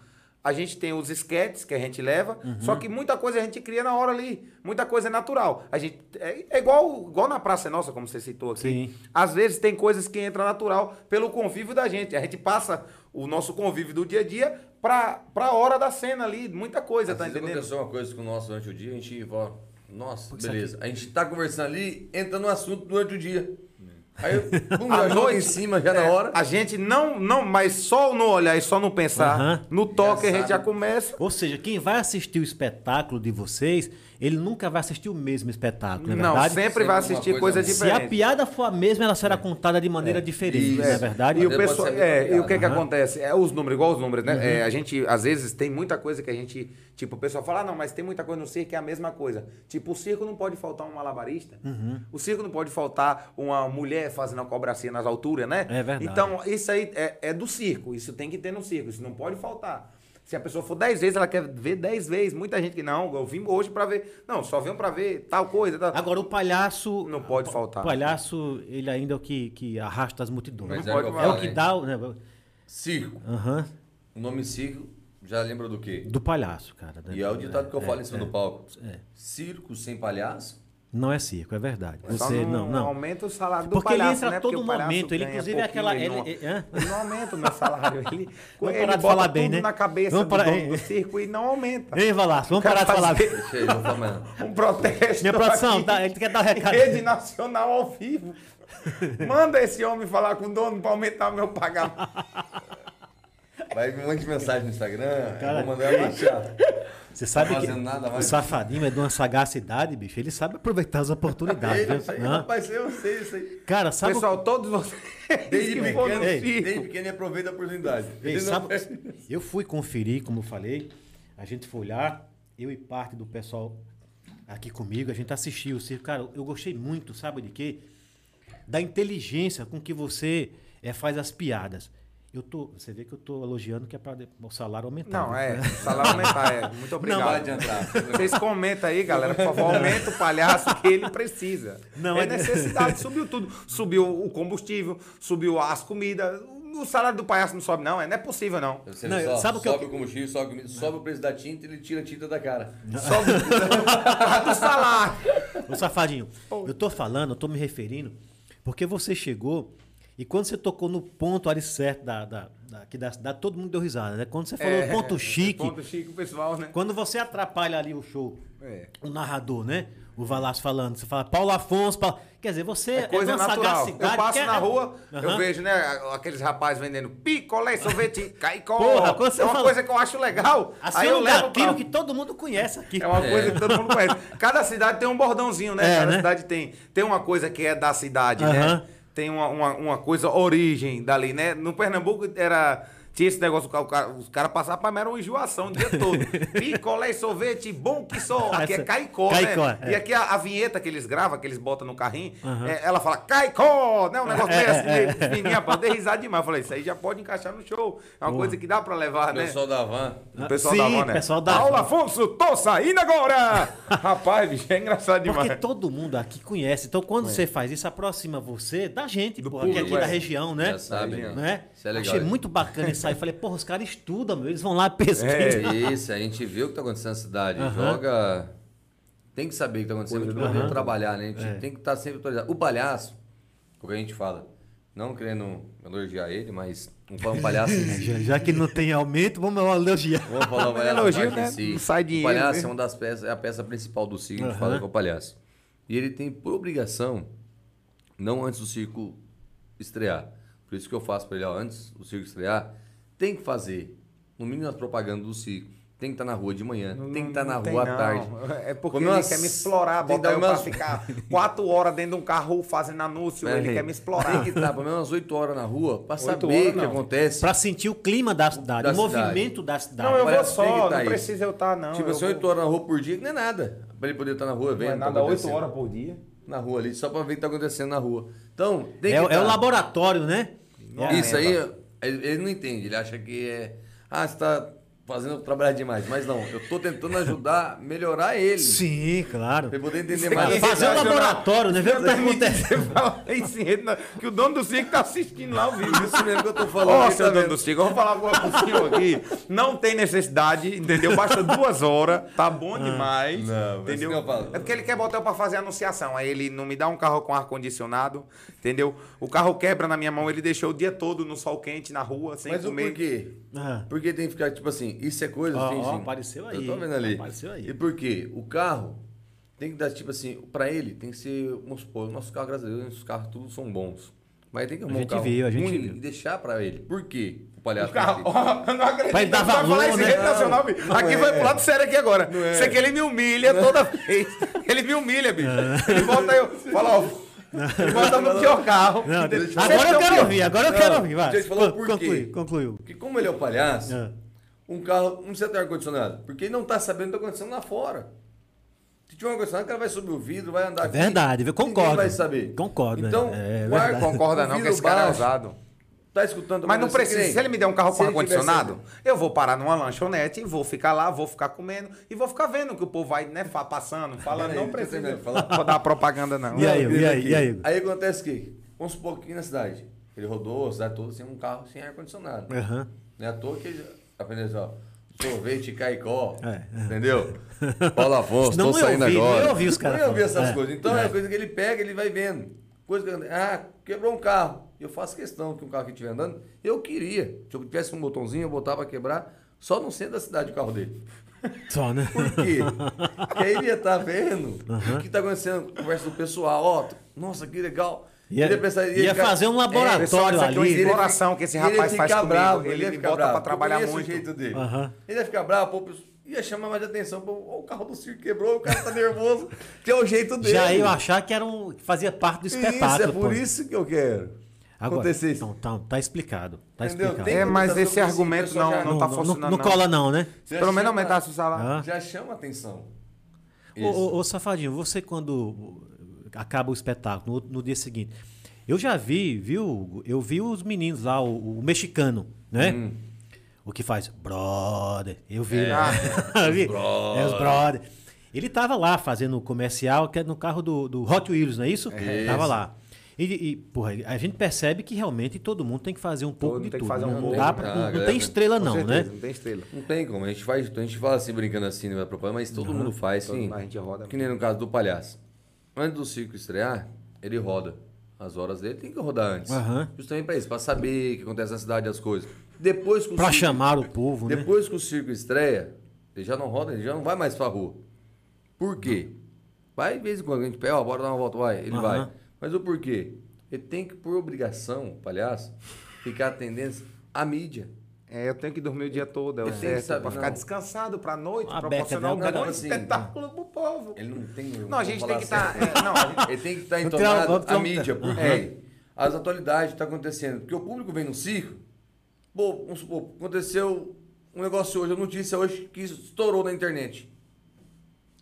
Speaker 2: A gente tem os esquetes que a gente leva, só que muita coisa a gente cria na hora ali. Muita coisa é natural. A gente, é, é igual, igual na Praça é Nossa, como você citou aqui.
Speaker 1: Sim.
Speaker 2: Às vezes tem coisas que entram natural pelo convívio da gente. A gente passa o nosso convívio do dia a dia pra, pra hora da cena ali. Muita coisa,
Speaker 3: Às
Speaker 2: tá
Speaker 3: vezes
Speaker 2: entendendo?
Speaker 3: aconteceu uma coisa com o nosso durante o dia, a gente fala, nossa, beleza. A gente tá conversando ali, entra no assunto durante o dia. Aí, pum,
Speaker 2: À
Speaker 3: já joga
Speaker 2: noite,
Speaker 3: um em cima, já na
Speaker 2: é,
Speaker 3: hora.
Speaker 2: A gente não, não, mas só no olhar e só no pensar,
Speaker 1: Aham.
Speaker 2: no toque
Speaker 3: Já
Speaker 2: a gente já
Speaker 3: sabe.
Speaker 2: começa.
Speaker 1: Ou seja, quem vai assistir o espetáculo de vocês, ele nunca vai assistir o mesmo espetáculo, não é
Speaker 2: não,
Speaker 1: verdade?
Speaker 2: sempre,
Speaker 3: Sempre
Speaker 2: vai
Speaker 3: uma
Speaker 2: assistir
Speaker 3: coisa
Speaker 2: coisa
Speaker 3: muda.
Speaker 1: Se a
Speaker 2: diferente. É.
Speaker 1: piada for a mesma, ela será contada de maneira diferente,
Speaker 3: Isso.
Speaker 1: não é verdade?
Speaker 2: E
Speaker 3: Mas
Speaker 2: o,
Speaker 3: pode
Speaker 2: pessoal,
Speaker 3: ser
Speaker 2: é,
Speaker 3: muito
Speaker 2: e o que que
Speaker 1: piada.
Speaker 2: acontece? É os números, igual os números, né?
Speaker 1: Uhum.
Speaker 2: É, a gente, às vezes, tem muita coisa que a gente... Tipo, o pessoal fala, ah, não, mas tem muita coisa no circo que é a mesma coisa. Tipo, o circo não pode faltar um malabarista.
Speaker 1: Uhum.
Speaker 2: O circo não pode faltar uma mulher fazendo a cobracinha nas alturas, né?
Speaker 1: É verdade.
Speaker 2: Então, isso aí é, é do circo. Isso tem que ter no circo. Isso não pode faltar. Se a pessoa for 10 vezes, ela quer ver 10 vezes. Muita gente que, não, eu vim hoje pra ver... Não, só vim pra ver tal coisa, tal...
Speaker 1: Agora, o palhaço.
Speaker 2: Não pode
Speaker 1: o
Speaker 2: faltar.
Speaker 1: O palhaço, ele ainda é o que, que arrasta as multidões.
Speaker 3: Mas
Speaker 1: Não
Speaker 3: é o que
Speaker 1: pode-
Speaker 3: eu
Speaker 1: é o
Speaker 3: falo,
Speaker 1: que
Speaker 3: né?
Speaker 1: dá. o- né?
Speaker 3: Circo.
Speaker 1: Aham.
Speaker 3: O nome circo Já lembra do quê?
Speaker 1: Do palhaço, cara. da-
Speaker 3: E é o ditado que eu
Speaker 1: é,
Speaker 3: falo em cima
Speaker 1: é.
Speaker 3: do palco.
Speaker 1: é.
Speaker 3: Circo sem palhaço?
Speaker 1: Não é circo, é verdade.
Speaker 2: Só
Speaker 1: Você, não,
Speaker 3: é
Speaker 1: não.
Speaker 2: aumenta o salário do
Speaker 1: Porque ele
Speaker 2: palhaço,
Speaker 1: entra
Speaker 2: né?
Speaker 1: a todo
Speaker 2: Porque o palhaço
Speaker 1: momento, ele
Speaker 2: ganha
Speaker 1: inclusive é aquela-
Speaker 2: pouquinho,
Speaker 1: ele-
Speaker 2: não,
Speaker 1: hã?
Speaker 2: ele não aumenta o meu salário. Ele,
Speaker 1: Vamos
Speaker 2: ele
Speaker 1: parar de
Speaker 2: bota
Speaker 1: falar bem,
Speaker 2: tudo
Speaker 1: né?
Speaker 2: na cabeça
Speaker 1: Vamos
Speaker 2: do
Speaker 1: parar-
Speaker 2: dono do circo e não aumenta.
Speaker 1: Ei, Valaço, vamos parar de
Speaker 2: Quero
Speaker 1: falar.
Speaker 2: fazer
Speaker 3: Deixa aí, não fala mais não.
Speaker 2: Um protesto.
Speaker 1: Minha produção,
Speaker 2: aqui.
Speaker 1: dá- ele quer dar um
Speaker 2: Em
Speaker 1: recado.
Speaker 2: Rede nacional ao vivo. Manda esse homem falar com o dono para aumentar meu pagamento.
Speaker 3: Vai me mande mensagem no Instagram,
Speaker 1: Cara,
Speaker 3: eu vou mandar ela achar.
Speaker 1: Você sabe
Speaker 3: Tá
Speaker 1: que
Speaker 3: fazendo nada,
Speaker 1: o
Speaker 3: vai.
Speaker 1: safadinho é de uma sagacidade, bicho. Ele sabe aproveitar as oportunidades.
Speaker 3: Ei,
Speaker 1: viu?
Speaker 3: Isso aí,
Speaker 1: Hã?
Speaker 3: rapaz, eu sei isso aí.
Speaker 1: Cara, sabe o-
Speaker 2: Pessoal, todos vocês
Speaker 3: Desde
Speaker 2: que foram
Speaker 3: pequeno,
Speaker 2: no
Speaker 1: ei,
Speaker 2: circo.
Speaker 3: desde pequeno ele aproveita a oportunidade.
Speaker 1: Ei,
Speaker 3: Ele não
Speaker 1: sabe-
Speaker 3: perde.
Speaker 1: eu fui conferir, como eu falei, a gente foi olhar, eu e parte do pessoal aqui comigo, a gente assistiu o circo. Cara, eu gostei muito, sabe de quê? Da inteligência com que você eh, faz as piadas. Eu tô, você vê que eu tô elogiando que é para o salário aumentar.
Speaker 2: Não,
Speaker 1: né?
Speaker 2: é. Salário aumentar, é. Muito
Speaker 3: Não
Speaker 2: obrigado.
Speaker 3: vai adiantar.
Speaker 2: Vocês comentam aí, galera, por favor, aumenta o palhaço que ele precisa.
Speaker 1: Não,
Speaker 2: é,
Speaker 1: é-
Speaker 2: necessidade, subiu tudo. Subiu o combustível, subiu as comidas. O salário do palhaço não sobe, não. É, não é possível, não.
Speaker 3: Você
Speaker 1: Não,
Speaker 3: vê
Speaker 1: eu-
Speaker 3: só,
Speaker 1: sabe o que eu-
Speaker 3: sobe o combustível, sobe, o comida, sobe o preço da tinta, ele tira a tinta da cara.
Speaker 2: Sobe o salário.
Speaker 1: Ô, safadinho, eu tô falando, eu tô me referindo, porque você chegou e quando você tocou no ponto ali certo da, da, da, aqui da cidade, todo mundo deu risada, né? Quando você falou
Speaker 2: É,
Speaker 1: ponto chique,
Speaker 2: Ponto chique, pessoal, né?
Speaker 1: quando você atrapalha ali o show,
Speaker 2: É.
Speaker 1: o narrador, né? O Valaço falando, você fala Paulo Afonso, Paulo... quer dizer, você é,
Speaker 2: Coisa
Speaker 1: de uma
Speaker 2: natural. Eu
Speaker 1: sagacidade que
Speaker 2: passo
Speaker 1: é-
Speaker 2: na rua, eu
Speaker 1: Aham.
Speaker 2: vejo, né, aqueles rapazes vendendo picolé, sorvete, caicó.
Speaker 1: Porra, quando você
Speaker 2: é uma
Speaker 1: fala-
Speaker 2: coisa que eu acho legal.
Speaker 1: Assim,
Speaker 2: aí
Speaker 1: é
Speaker 2: eu
Speaker 1: um
Speaker 2: levo
Speaker 1: gatilho
Speaker 2: pra-
Speaker 1: que todo mundo conhece aqui.
Speaker 2: É uma
Speaker 3: É.
Speaker 2: coisa que todo mundo conhece. Cada cidade tem um bordãozinho, né?
Speaker 1: É,
Speaker 2: Cada
Speaker 1: né?
Speaker 2: cidade tem, tem uma coisa que é da cidade, né?
Speaker 1: Aham.
Speaker 2: Tem uma, uma, uma coisa origem dali, né? No Pernambuco era. Tinha esse negócio, o cara- os caras passavam pra mim, era uma enjoação o dia todo. Picolé e sorvete, bom que só. Aqui é
Speaker 1: Essa-
Speaker 2: caicó,
Speaker 1: Ah, caicó,
Speaker 2: né?
Speaker 1: é.
Speaker 2: E aqui a, a vinheta que eles gravam, que eles botam no carrinho,
Speaker 1: Aham.
Speaker 2: é, ela fala caicó, né? Um negócio
Speaker 1: É,
Speaker 2: meio assim,
Speaker 1: é,
Speaker 2: meio
Speaker 1: é.
Speaker 2: fininho, rapaz. Eu dei risada demais. Eu falei, isso aí já pode encaixar no show. É uma coisa que dá pra levar,
Speaker 3: O
Speaker 2: né?
Speaker 3: pessoal da van.
Speaker 2: O pessoal
Speaker 1: Sim,
Speaker 2: da Havana.
Speaker 1: pessoal da
Speaker 2: Paulo
Speaker 1: Havana.
Speaker 2: Afonso, tô saindo agora! Rapaz, bicho, é engraçado demais.
Speaker 1: Porque todo mundo aqui conhece. Então, quando você faz isso, aproxima você da gente,
Speaker 2: Do
Speaker 1: pô, aqui,
Speaker 2: público,
Speaker 1: aqui da
Speaker 2: é.
Speaker 1: região, né?
Speaker 3: Já sabe, né?
Speaker 1: Né?
Speaker 3: Isso é legal,
Speaker 1: Achei
Speaker 3: hein?
Speaker 1: muito bacana isso aí. Falei, porra, os caras estudam, meu. Eles vão lá e pesquisam.
Speaker 2: É.
Speaker 3: Isso, a gente vê o que está acontecendo na cidade.
Speaker 1: Aham.
Speaker 3: Joga. Tem que saber o que está acontecendo
Speaker 2: Coisa
Speaker 3: para poder
Speaker 1: do-
Speaker 3: trabalhar, né? A gente
Speaker 1: É.
Speaker 3: tem que estar sempre atualizado. O palhaço, o que a gente fala, não querendo elogiar ele, mas não fala um palhaço em si.
Speaker 1: É, Já, já que não tem aumento, vamos elogiar.
Speaker 3: Vamos falar o palhaço
Speaker 2: elogio,
Speaker 3: parte em
Speaker 2: né?
Speaker 3: si.
Speaker 2: Não sai dinheiro,
Speaker 3: O palhaço
Speaker 2: né?
Speaker 3: é uma das peças, é a peça principal do circo, a gente
Speaker 1: Aham.
Speaker 3: fala que é o palhaço. E ele tem por obrigação, não antes do circo estrear. Por isso que eu faço para ele, ó, antes do circo estrear, tem que fazer, no mínimo as propagandas do circo. Tem que estar na rua de manhã, tem que estar na
Speaker 2: tem,
Speaker 3: rua à
Speaker 2: não.
Speaker 3: tarde.
Speaker 2: É porque
Speaker 3: Comer
Speaker 2: ele
Speaker 3: umas-
Speaker 2: quer me explorar,
Speaker 3: tem que
Speaker 2: botar
Speaker 3: dar
Speaker 2: eu pra
Speaker 3: umas-
Speaker 2: ficar quatro horas dentro de um carro fazendo anúncio, ele quer me
Speaker 3: Né, Tem
Speaker 2: explorar.
Speaker 3: que tá- estar pelo menos 8 horas na rua para
Speaker 2: horas,
Speaker 3: saber o que
Speaker 2: não.
Speaker 3: acontece.
Speaker 1: Pra sentir o clima da cidade,
Speaker 3: Da
Speaker 1: o
Speaker 3: cidade.
Speaker 1: movimento da cidade.
Speaker 2: Não, eu vou
Speaker 3: Parece que tem que
Speaker 2: só,
Speaker 3: tá
Speaker 2: não
Speaker 3: isso.
Speaker 2: precisa eu estar, não.
Speaker 3: tipo
Speaker 2: eu
Speaker 3: assim,
Speaker 2: vou-
Speaker 3: 8 horas na rua por dia, que não é nada. Para ele poder estar na rua
Speaker 2: Não
Speaker 3: vendo.
Speaker 2: é
Speaker 3: o que tá
Speaker 2: nada, oito
Speaker 3: acontecendo.
Speaker 2: horas por dia.
Speaker 3: na rua ali, só pra ver o que tá acontecendo na rua. Então, tem
Speaker 1: É,
Speaker 3: que
Speaker 1: é
Speaker 3: tá.
Speaker 1: o laboratório, né?
Speaker 2: Não é.
Speaker 3: Isso aí, ele ele não entende, ele acha que é. Ah, você tá fazendo eu trabalhar demais. Mas não, eu tô tentando ajudar, melhorar ele.
Speaker 1: Sim, claro.
Speaker 3: Pra ele poder entender
Speaker 2: Isso aí
Speaker 3: mais.
Speaker 2: é
Speaker 1: Fazer um
Speaker 2: verdade,
Speaker 1: laboratório, né?
Speaker 3: é
Speaker 1: Ver o que tá acontecendo.
Speaker 2: Você fala isso, que o dono do circo tá assistindo lá o vídeo.
Speaker 3: Isso mesmo que eu tô falando.
Speaker 2: Ó,
Speaker 3: ele tá
Speaker 2: seu dono
Speaker 3: vendo.
Speaker 2: do Cigo, eu vou falar alguma coisa pro senhor aqui. Não tem necessidade, entendeu? Basta duas horas, tá bom demais.
Speaker 3: Não, mas
Speaker 2: entendeu?
Speaker 3: isso que eu falo.
Speaker 2: É porque ele quer botar eu pra fazer anunciação. Aí ele não me dá um carro com ar-condicionado, entendeu? O carro quebra na minha mão, ele deixou o dia todo no sol quente, na rua, sem
Speaker 3: Mas o
Speaker 2: comer.
Speaker 3: porquê?
Speaker 1: Ah.
Speaker 3: Porque tem que ficar, tipo assim, isso é coisa,
Speaker 1: Ó,
Speaker 3: tem
Speaker 1: ó,
Speaker 3: sim.
Speaker 1: apareceu aí,
Speaker 3: Eu tô vendo ali.
Speaker 1: apareceu aí.
Speaker 3: E por quê? O carro tem que dar, tipo assim, pra ele tem que ser, vamos supor, nosso carro, graças a Deus, nossos carros todos são bons. Mas tem que arrumar
Speaker 1: gente
Speaker 3: um carro
Speaker 1: viu, a gente
Speaker 3: ruim
Speaker 1: viu.
Speaker 3: e deixar pra ele. Por quê? O palhaço
Speaker 2: O carro,
Speaker 3: tem que ter.
Speaker 2: ó, eu não acredito.
Speaker 1: Vai dar
Speaker 2: que você
Speaker 1: valor,
Speaker 2: falar isso em
Speaker 1: né?
Speaker 2: rede nacional, bicho.
Speaker 3: Não
Speaker 2: Aqui
Speaker 3: é.
Speaker 2: vai pro lado sério aqui agora.
Speaker 3: Não é.
Speaker 2: Isso aqui ele me humilha toda vez. Ele me humilha, bicho. Ele volta eu. Fala, ó. Ele volta no pior carro.
Speaker 1: Não,
Speaker 2: Entendeu?
Speaker 1: agora eu
Speaker 2: Vocês
Speaker 1: quero
Speaker 2: são
Speaker 1: ouvir, agora eu
Speaker 3: um Não,
Speaker 1: quero ouvir.
Speaker 3: deixa eu
Speaker 1: Vai.
Speaker 3: te falar o
Speaker 1: Con-
Speaker 3: porquê.
Speaker 1: Concluiu, concluiu.
Speaker 3: Porque como ele é o palhaço,
Speaker 1: Ah.
Speaker 3: um carro não precisa ter ar-condicionado. Porque ele não tá sabendo o que tá acontecendo lá fora. Se tiver um ar-condicionado, o cara vai subir o vidro, vai andar aqui.
Speaker 1: É Verdade, eu concordo.
Speaker 3: Ninguém vai saber.
Speaker 1: Concordo,
Speaker 3: Então,
Speaker 1: é, é
Speaker 3: o ar-
Speaker 2: Não concorda não
Speaker 3: o
Speaker 2: que
Speaker 3: vidro
Speaker 2: esse cara é
Speaker 3: baixo,
Speaker 2: ousado.
Speaker 3: Tá escutando.
Speaker 2: Mas não
Speaker 3: você
Speaker 2: precisa.
Speaker 3: crê?
Speaker 2: Se ele me der um carro
Speaker 3: Se
Speaker 2: com
Speaker 3: ele tiver assim.
Speaker 2: ar-condicionado,
Speaker 3: sempre-
Speaker 2: eu vou parar numa lanchonete e vou ficar lá, vou ficar comendo e vou ficar vendo que o povo vai, né, fa- passando, falando.
Speaker 3: Peraí,
Speaker 2: Não
Speaker 3: deixa eu
Speaker 2: precisa
Speaker 3: terminar de falar.
Speaker 2: Vou dar propaganda, não.
Speaker 1: E aí,
Speaker 3: Não,
Speaker 1: e aí,
Speaker 3: aqui.
Speaker 1: e aí?
Speaker 3: Aí acontece que, vamos supor que aqui na cidade, ele rodou a cidade toda sem um carro sem ar-condicionado.
Speaker 1: Aham.
Speaker 3: Não é à toa que ele aprendeu assim, ó. Sorvete Caicó.
Speaker 1: É.
Speaker 3: Entendeu? Paulo Afonso,
Speaker 1: Não,
Speaker 3: tô
Speaker 1: eu
Speaker 3: saindo
Speaker 1: ouvi,
Speaker 3: agora.
Speaker 1: eu ouvi os caras
Speaker 3: Eu ouvi
Speaker 1: falando.
Speaker 3: essas
Speaker 1: É.
Speaker 3: coisas. Então é. coisa que ele pega, ele vai vendo. Coisa que eu- ah, quebrou um carro. Eu faço questão que um carro que estiver andando, eu queria. Se eu tivesse um botãozinho, eu botava pra quebrar só no centro da cidade o carro dele.
Speaker 1: Só, né?
Speaker 3: Por quê? Porque aí ele ia estar vendo o que está acontecendo, conversa do pessoal, ó, nossa, que legal.
Speaker 1: Ia-
Speaker 3: Ele pensar-
Speaker 1: é- ia
Speaker 3: ficar-
Speaker 1: fazer um laboratório
Speaker 2: pessoal, isso aqui é uma
Speaker 1: ali.
Speaker 2: exploração que esse
Speaker 3: ele ia
Speaker 2: rapaz faz
Speaker 3: ficar
Speaker 2: comigo.
Speaker 3: bravo,
Speaker 2: ele,
Speaker 3: ia
Speaker 2: me
Speaker 3: ficar
Speaker 2: bota pra
Speaker 3: bravo,
Speaker 2: trabalhar
Speaker 3: porque esse é
Speaker 2: muito.
Speaker 3: O jeito dele.
Speaker 1: Aham.
Speaker 3: Ele ia ficar bravo, pô, pessoal, ia chamar mais atenção, pô, ó, o carro do circo quebrou, o cara tá nervoso, que é o jeito dele.
Speaker 1: Já eu achar que era um, que fazia parte do espetáculo.
Speaker 3: Isso, é por
Speaker 1: pô.
Speaker 3: isso que eu quero.
Speaker 1: Agora,
Speaker 3: acontecer isso.
Speaker 1: Então, tá, tá explicado. Tá
Speaker 3: Entendeu?
Speaker 1: explicado.
Speaker 3: Tem
Speaker 2: É,
Speaker 3: que
Speaker 2: mas
Speaker 3: botar
Speaker 2: esse
Speaker 3: sobre isso,
Speaker 2: argumento
Speaker 3: pessoal,
Speaker 2: não-
Speaker 3: já-
Speaker 2: não tá funcionando,
Speaker 1: Não
Speaker 2: não.
Speaker 1: cola não, né?
Speaker 3: Já
Speaker 2: Pelo menos
Speaker 3: chama-
Speaker 2: aumentasse o salário.
Speaker 1: Ah.
Speaker 3: Já chama atenção.
Speaker 1: Ô,
Speaker 3: Isso.
Speaker 1: ô, ô, Safadinho, você quando acaba o espetáculo, no, no dia seguinte. Eu já vi, viu? Hugo? Eu vi os meninos lá, o, o mexicano, né? O que faz? Brother. Eu vi lá. Eu vi. É os brother. Ele tava lá fazendo o comercial, que é no carro do, do Hot Wheels, não é isso?
Speaker 3: É
Speaker 1: Tava
Speaker 3: isso.
Speaker 1: lá. E, e, porra, a gente percebe que realmente todo mundo tem que fazer um pouco
Speaker 2: Todo
Speaker 1: de
Speaker 2: tem que
Speaker 1: tudo.
Speaker 2: fazer um
Speaker 1: né? não,
Speaker 2: pouco,
Speaker 1: dá
Speaker 2: né?
Speaker 1: pra-
Speaker 3: Ah,
Speaker 1: não- não
Speaker 3: galera,
Speaker 1: tem estrela,
Speaker 2: Com
Speaker 1: não,
Speaker 2: certeza,
Speaker 1: né?
Speaker 2: Não tem estrela.
Speaker 3: Não tem como, a gente faz, a gente fala assim, brincando assim, não é propaganda, mas todo mundo faz,
Speaker 2: Todo
Speaker 3: sim.
Speaker 2: mundo, a gente roda.
Speaker 3: Que nem no caso do palhaço. Antes do circo estrear, ele roda. As horas dele tem que rodar antes.
Speaker 1: Aham.
Speaker 3: Justamente pra isso, pra saber o que acontece na cidade, as coisas. Depois que o
Speaker 1: Pra
Speaker 3: circo-
Speaker 1: chamar o povo, né?
Speaker 3: Depois que o circo estreia, ele já não roda, ele já não vai mais pra rua. Por quê? Vai de vez em quando, a gente pega, ó, bora dar uma volta, vai, ele
Speaker 1: Aham.
Speaker 3: vai. Mas o porquê? Ele tem que, por obrigação, o palhaço, ficar atendendo a mídia.
Speaker 2: É, eu tenho que dormir o dia todo, é o
Speaker 3: Eu tenho que
Speaker 2: certo,
Speaker 3: saber,
Speaker 2: pra
Speaker 3: não.
Speaker 2: ficar descansado pra noite,
Speaker 1: A
Speaker 2: proporcionar um
Speaker 1: beca dela,
Speaker 2: grande
Speaker 3: assim,
Speaker 2: espetáculo pro povo.
Speaker 3: Ele não tem.
Speaker 1: um
Speaker 2: Não, a gente
Speaker 3: vou falar
Speaker 2: tem que tá-
Speaker 3: certo.
Speaker 2: é, não, a gente-
Speaker 3: Ele tem que estar
Speaker 1: Não tem uma-
Speaker 3: entonado
Speaker 1: tem
Speaker 3: a
Speaker 1: um-
Speaker 3: mídia. Por quê? As atualidades estão acontecendo. Porque o público vem no circo. Pô, vamos supor, aconteceu um negócio hoje, uma notícia hoje que estourou na internet.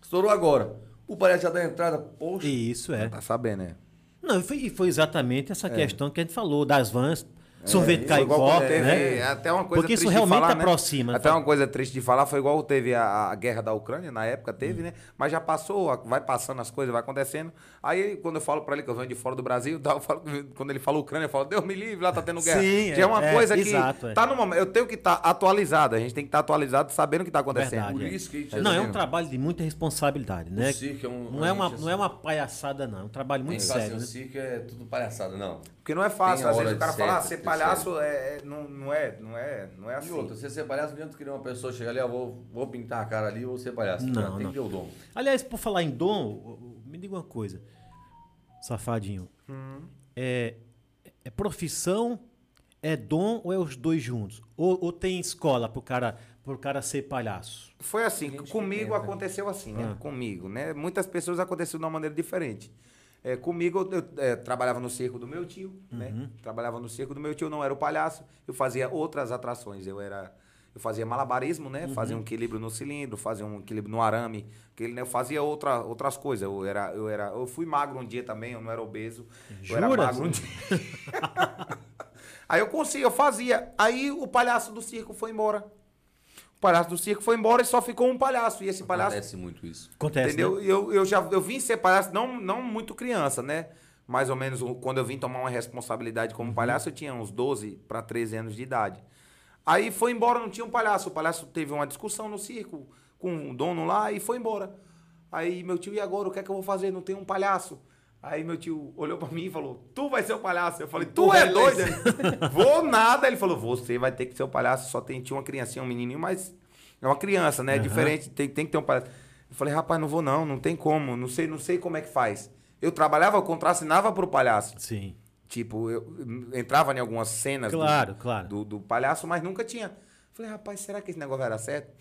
Speaker 3: Estourou agora. O palhaço já dá entrada. Poxa,
Speaker 1: Isso é.
Speaker 2: Tá sabendo, né?
Speaker 1: Não, e foi, e foi exatamente essa
Speaker 2: É.
Speaker 1: questão que a gente falou, das vans, sorvete
Speaker 2: Foi
Speaker 1: caicó,
Speaker 2: É, igual quando teve-
Speaker 1: né?
Speaker 2: é Até uma coisa
Speaker 1: Porque isso
Speaker 2: triste de
Speaker 1: realmente
Speaker 2: falar, né?
Speaker 1: aproxima.
Speaker 2: Até uma coisa triste de falar foi igual teve a, a guerra da Ucrânia, na época teve,
Speaker 1: Hum.
Speaker 2: né? Mas já passou, a- vai passando as coisas, vai acontecendo. Aí quando eu falo pra ele que eu venho de fora do Brasil, tal, eu falo- quando ele fala Ucrânia, eu falo, Deus me livre, lá tá tendo guerra.
Speaker 1: Sim,
Speaker 2: já é uma
Speaker 1: é,
Speaker 2: coisa que
Speaker 1: exato, é.
Speaker 2: tá no momento. Eu tenho que estar atualizado, a gente tem que estar atualizado sabendo o que tá acontecendo.
Speaker 1: Verdade,
Speaker 3: Por
Speaker 1: é.
Speaker 3: isso que a gente tá
Speaker 2: assim,
Speaker 1: Não, é um
Speaker 2: né?
Speaker 3: dizendo.
Speaker 1: trabalho de muita responsabilidade, né?
Speaker 3: O circo é um-
Speaker 1: não, é uma,
Speaker 3: realmente
Speaker 1: não é uma palhaçada, não. É um trabalho
Speaker 3: quem
Speaker 1: muito
Speaker 3: faz
Speaker 1: sério,
Speaker 3: o
Speaker 1: né?
Speaker 2: um
Speaker 3: circo é tudo palhaçada, não.
Speaker 2: Porque não é
Speaker 3: Tem
Speaker 2: fácil,
Speaker 3: a
Speaker 2: às vezes
Speaker 3: hora
Speaker 2: o cara
Speaker 3: de
Speaker 2: fala, ah,
Speaker 3: certo,
Speaker 2: ser
Speaker 3: de
Speaker 2: palhaço é, é- não, não é, não é, não é
Speaker 3: E
Speaker 2: assim.
Speaker 3: outra, se você é palhaço, não adianta querer uma pessoa chegar ali, ah, vou, vou pintar a cara ali, vou ser palhaço.
Speaker 1: Não,
Speaker 3: Tem
Speaker 1: não.
Speaker 3: que ter o dom.
Speaker 1: Aliás, por falar em dom, o- o- me diga uma coisa, safadinho.
Speaker 2: Hum.
Speaker 1: É, é profissão, é dom ou é os dois juntos? Ou, ou tem escola pro cara, pro cara ser palhaço?
Speaker 2: Foi assim,
Speaker 3: Gente que
Speaker 2: comigo
Speaker 3: tenta.
Speaker 2: aconteceu assim, né?
Speaker 1: Ah.
Speaker 2: Comigo, né? Muitas pessoas aconteceu de uma maneira diferente. É, comigo, eu, eu, é, trabalhava no circo do meu tio, né? Trabalhava no circo do meu tio, não era o palhaço. Eu fazia outras atrações. Eu era... Eu fazia malabarismo, né? Fazia um equilíbrio no cilindro, fazia um equilíbrio no arame. Aquele, né? Eu fazia outra, outras coisas. Eu, era, eu, era, eu fui magro um dia também, eu não era obeso. Eu
Speaker 1: Jura?
Speaker 2: era magro um dia. Aí eu consegui, eu fazia. Aí o palhaço do circo foi embora. O palhaço do circo foi embora e só ficou um palhaço. E esse palhaço,
Speaker 3: Acontece muito isso.
Speaker 1: Acontece, né?
Speaker 2: entendeu? E Eu, eu já eu vim ser palhaço, não, não muito criança, né? Mais ou menos o- quando eu vim tomar uma responsabilidade como palhaço, eu tinha uns 12 para 13 anos de idade. Aí foi embora, não tinha um palhaço. O palhaço teve uma discussão no circo com o dono lá e foi embora. Aí meu tio, e agora? O que é que eu vou fazer? Não tem um palhaço. Aí meu tio olhou pra mim e falou: Tu vai ser o palhaço. Eu falei: Tu
Speaker 3: Porra,
Speaker 2: é
Speaker 3: ele
Speaker 2: doido?
Speaker 3: vai
Speaker 2: Vou nada. Ele falou: Você vai ter que ser o palhaço. Só tem, tinha uma criancinha, um menininho, mas é uma criança, né? É diferente, tem, tem que ter um palhaço. Eu falei: Rapaz, não vou não, não tem como, não sei, não sei como é que faz. Eu trabalhava, eu contracenava pro palhaço.
Speaker 1: Sim.
Speaker 2: Tipo, eu eu entrava em algumas cenas do-
Speaker 1: Claro, claro.
Speaker 2: do, do palhaço, mas nunca tinha. Falei, rapaz, será que esse negócio era certo?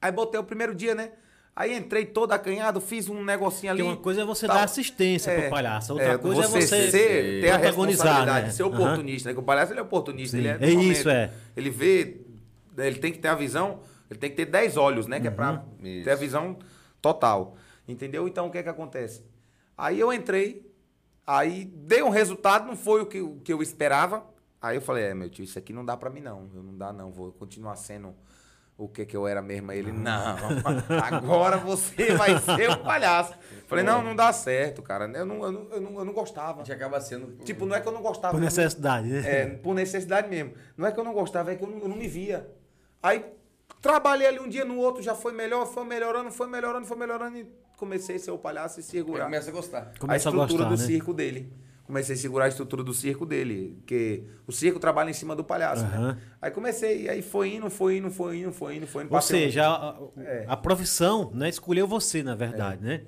Speaker 2: Aí botei o primeiro dia, né? Aí entrei todo acanhado, fiz um negocinho ali.
Speaker 1: Porque uma coisa é você
Speaker 2: tal.
Speaker 1: dar assistência pro palhaço, outra coisa é você
Speaker 2: ser, ter a
Speaker 1: protagonizar,
Speaker 2: responsabilidade,
Speaker 1: né?
Speaker 2: ser
Speaker 1: Aham.
Speaker 2: oportunista, né? Que o palhaço ele é oportunista,
Speaker 1: Sim,
Speaker 2: ele é,
Speaker 1: é isso, é.
Speaker 2: Ele vê, né, ele tem que ter a visão, ele tem que ter 10 olhos, né? Que é pra
Speaker 1: Uhum.
Speaker 3: Isso.
Speaker 2: ter a visão total. Entendeu? Então o que é que acontece? Aí eu entrei, aí dei um resultado, não foi o que, o que eu esperava. Aí eu falei, é, meu tio, isso aqui não dá pra mim, não. Eu não dá, não. Vou continuar sendo o que, que eu era mesmo. Aí ele, não, agora você vai ser o palhaço. Falei, não, não dá certo, cara. Eu não, eu não, eu não, eu não
Speaker 3: A
Speaker 2: gostava.
Speaker 3: gente acaba sendo.
Speaker 2: Tipo, não é que eu não gostava.
Speaker 1: Por
Speaker 2: eu não-
Speaker 1: necessidade, né?
Speaker 2: é, por necessidade mesmo. Não é que eu não gostava, é que eu não, eu não me via. Aí Trabalhei ali um dia no outro, já foi melhor, foi melhorando, foi melhorando, foi melhorando e comecei a ser o palhaço e
Speaker 3: Aí
Speaker 2: segurar
Speaker 3: começa a gostar.
Speaker 2: a
Speaker 1: Começa a
Speaker 2: estrutura
Speaker 1: gostar,
Speaker 2: do
Speaker 1: né?
Speaker 2: circo dele. Comecei a segurar a estrutura do circo dele, porque o circo trabalha em cima do palhaço,
Speaker 1: Aham.
Speaker 2: né? Aí comecei, aí foi indo, foi indo, foi indo, foi indo, foi indo.
Speaker 1: Ou
Speaker 2: passei um-
Speaker 1: seja, a,
Speaker 2: É.
Speaker 1: a profissão né, escolheu você, na verdade, né?
Speaker 2: É.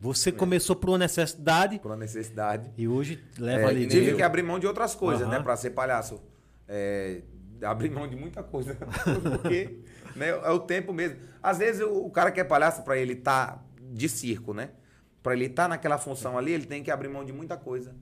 Speaker 1: Você começou por uma necessidade
Speaker 2: por uma necessidade.
Speaker 1: e hoje leva
Speaker 2: É,
Speaker 1: ali.
Speaker 2: tive
Speaker 1: né?
Speaker 2: que abrir mão de outras coisas,
Speaker 1: Aham.
Speaker 2: né? Pra ser palhaço. É, abrir mão de muita coisa. Porque né, é o tempo mesmo. Às vezes o, o cara que é palhaço, pra ele estar de circo, né? Pra ele estar naquela função ali, ele tem que abrir mão de muita coisa.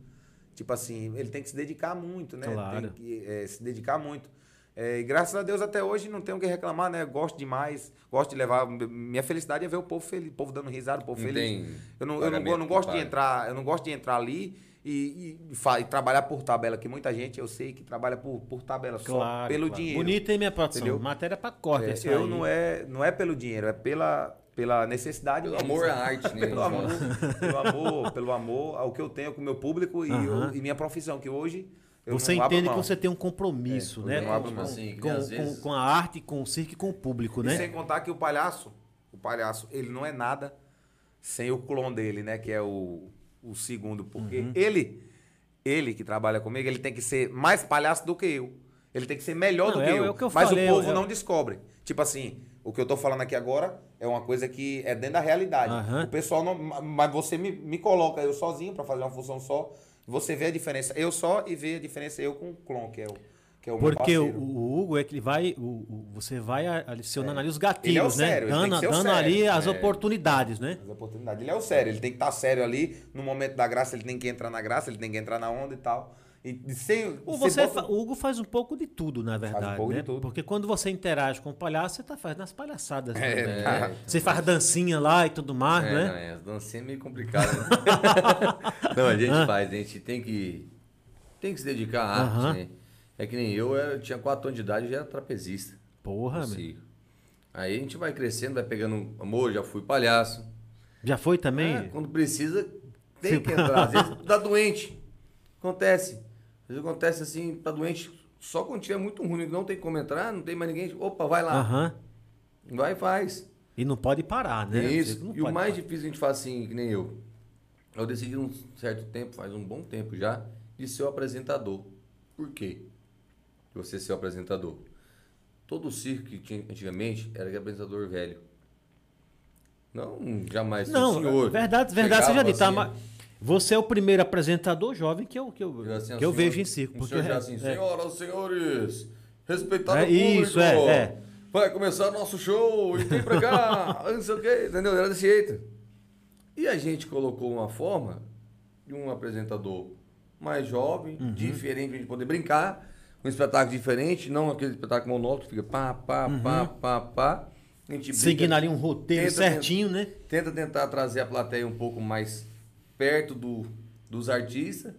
Speaker 2: Tipo assim, ele tem que se dedicar muito, né?
Speaker 1: Claro.
Speaker 2: Tem que é, se dedicar muito. É, e graças a Deus até hoje não tenho o que reclamar, né? Gosto demais, gosto de levar. Minha felicidade é ver o povo feliz, o povo dando risada, o povo
Speaker 3: Não
Speaker 2: feliz.
Speaker 3: tem
Speaker 2: Eu não, eu não, go- eu não
Speaker 3: pagamento que
Speaker 2: gosto de
Speaker 3: paga.
Speaker 2: entrar, eu não gosto de entrar ali e, e fa- e trabalhar por tabela, que muita gente eu sei que trabalha por, por tabela só
Speaker 1: Claro,
Speaker 2: pelo
Speaker 1: claro.
Speaker 2: dinheiro.
Speaker 1: Bonita, hein, minha produção?
Speaker 2: Entendeu?
Speaker 1: Matéria pra corte.
Speaker 2: É,
Speaker 1: essa
Speaker 2: eu
Speaker 1: aí.
Speaker 2: não é, não é pelo dinheiro, é pela, pela necessidade.
Speaker 3: Pelo
Speaker 2: mesmo,
Speaker 3: amor
Speaker 2: sabe?
Speaker 3: à arte, né?
Speaker 2: pelo amor, pelo amor, pelo amor ao que eu tenho com o meu público e, eu-
Speaker 1: Aham.
Speaker 2: e minha profissão, que hoje eu
Speaker 1: Você
Speaker 2: não abro
Speaker 1: entende que
Speaker 2: mão.
Speaker 1: você tem um compromisso,
Speaker 2: É,
Speaker 1: né?
Speaker 2: eu não
Speaker 1: com-
Speaker 2: abro
Speaker 1: com,
Speaker 2: mão.
Speaker 3: Assim, que
Speaker 1: com-
Speaker 3: nem às vezes-
Speaker 1: com- com a arte, com o circo e com o público, né?
Speaker 2: E sem contar que o palhaço, o palhaço, ele não é nada sem o clone dele, né? Que é o, o segundo. Porque
Speaker 1: Uhum.
Speaker 2: ele, ele que trabalha comigo, ele tem que ser mais palhaço do que eu. Ele tem que ser melhor
Speaker 1: Não,
Speaker 2: do
Speaker 1: é-
Speaker 2: que
Speaker 1: é
Speaker 2: eu.
Speaker 1: o que eu
Speaker 2: mas
Speaker 1: falei,
Speaker 2: o povo
Speaker 1: eu-
Speaker 2: não descobre. Tipo assim, o que eu tô falando aqui agora é uma coisa que é dentro da realidade.
Speaker 1: Aham.
Speaker 2: O pessoal não. ma- Mas você me, me coloca eu sozinho pra fazer uma função só. Você vê a diferença. Eu só e vê a diferença eu com o clone, que é o, que é o meu
Speaker 1: Porque o,
Speaker 2: parceiro.
Speaker 1: o Hugo é que ele vai. o- o- você vai a- adicionando ali os gatilhos,
Speaker 2: Ele é o
Speaker 1: né?
Speaker 2: sério, ele tem que
Speaker 1: dando
Speaker 2: ser o
Speaker 1: dando
Speaker 2: sério,
Speaker 1: ali as
Speaker 3: é.
Speaker 1: oportunidades, né?
Speaker 2: As oportunidades. Ele é o sério, ele tem que estar sério ali. No momento da graça, ele tem que entrar na graça, ele tem que entrar na onda e tal. E de- sem.
Speaker 1: O,
Speaker 2: se
Speaker 1: você
Speaker 2: bota-
Speaker 1: fa- o Hugo faz um pouco de tudo, na
Speaker 3: um
Speaker 1: verdade.
Speaker 2: pouco
Speaker 1: né?
Speaker 2: de tudo.
Speaker 1: Porque quando você interage com o palhaço, você tá fazendo as palhaçadas. também, né?
Speaker 3: tá.
Speaker 1: Você faz dancinha lá e tudo mais,
Speaker 3: É, não,
Speaker 1: né?
Speaker 3: é, as dancinhas é meio complicado. Né? não, a gente faz, a gente tem que, tem que se dedicar à arte,
Speaker 1: Aham.
Speaker 3: né? É que nem eu, eu tinha 4 anos de idade e já era trapezista.
Speaker 1: Porra,
Speaker 3: no
Speaker 1: Ah, meu.
Speaker 3: circo. Aí a gente vai crescendo, vai pegando amor, já fui palhaço.
Speaker 1: Já foi também?
Speaker 3: É, quando precisa, tem que entrar. Às vezes dá doente. Acontece. Às vezes acontece assim, tá doente, só quando tiver muito ruim, não tem como entrar, não tem mais ninguém. Opa, vai lá.
Speaker 1: Aham.
Speaker 3: Vai e faz.
Speaker 1: E não pode parar, né?
Speaker 3: É
Speaker 1: Você
Speaker 3: isso.
Speaker 1: não
Speaker 3: E o
Speaker 1: pode
Speaker 3: mais
Speaker 1: parar.
Speaker 3: difícil a gente faz assim, que nem eu. Eu decidi um certo tempo, faz um bom tempo já, de ser o apresentador. Por quê? De Você ser o apresentador. Todo circo que tinha antigamente era de apresentador velho. Não, jamais
Speaker 1: Não, é
Speaker 3: um senhor.
Speaker 1: verdade, verdade, você já
Speaker 3: Chegava
Speaker 1: disse, tá,
Speaker 3: assim,
Speaker 1: mas você é o primeiro apresentador jovem que eu, Tipo, que eu,
Speaker 3: chegava assim, ó,
Speaker 1: que eu
Speaker 3: senhor-
Speaker 1: vejo em circo.
Speaker 3: Um
Speaker 1: porque
Speaker 3: senhor já
Speaker 1: é-
Speaker 3: assim,
Speaker 1: é.
Speaker 3: senhoras, senhores, respeitado
Speaker 1: É
Speaker 3: público.
Speaker 1: isso, é, é.
Speaker 3: Vai começar nosso show, e vem pra cá, não sei o quê, entendeu? Era desse jeito. E a gente colocou uma forma de um apresentador mais jovem,
Speaker 1: Uhum.
Speaker 3: diferente, pra gente poder brincar, um espetáculo diferente, não aquele espetáculo monótono, que fica pá, pá, pá, pá, pá. A gente brinca,
Speaker 1: Uhum. Seguindo ali um roteiro
Speaker 3: Tenta-
Speaker 1: certinho, né?
Speaker 3: Tenta tentar trazer a plateia um pouco mais perto do, dos artistas.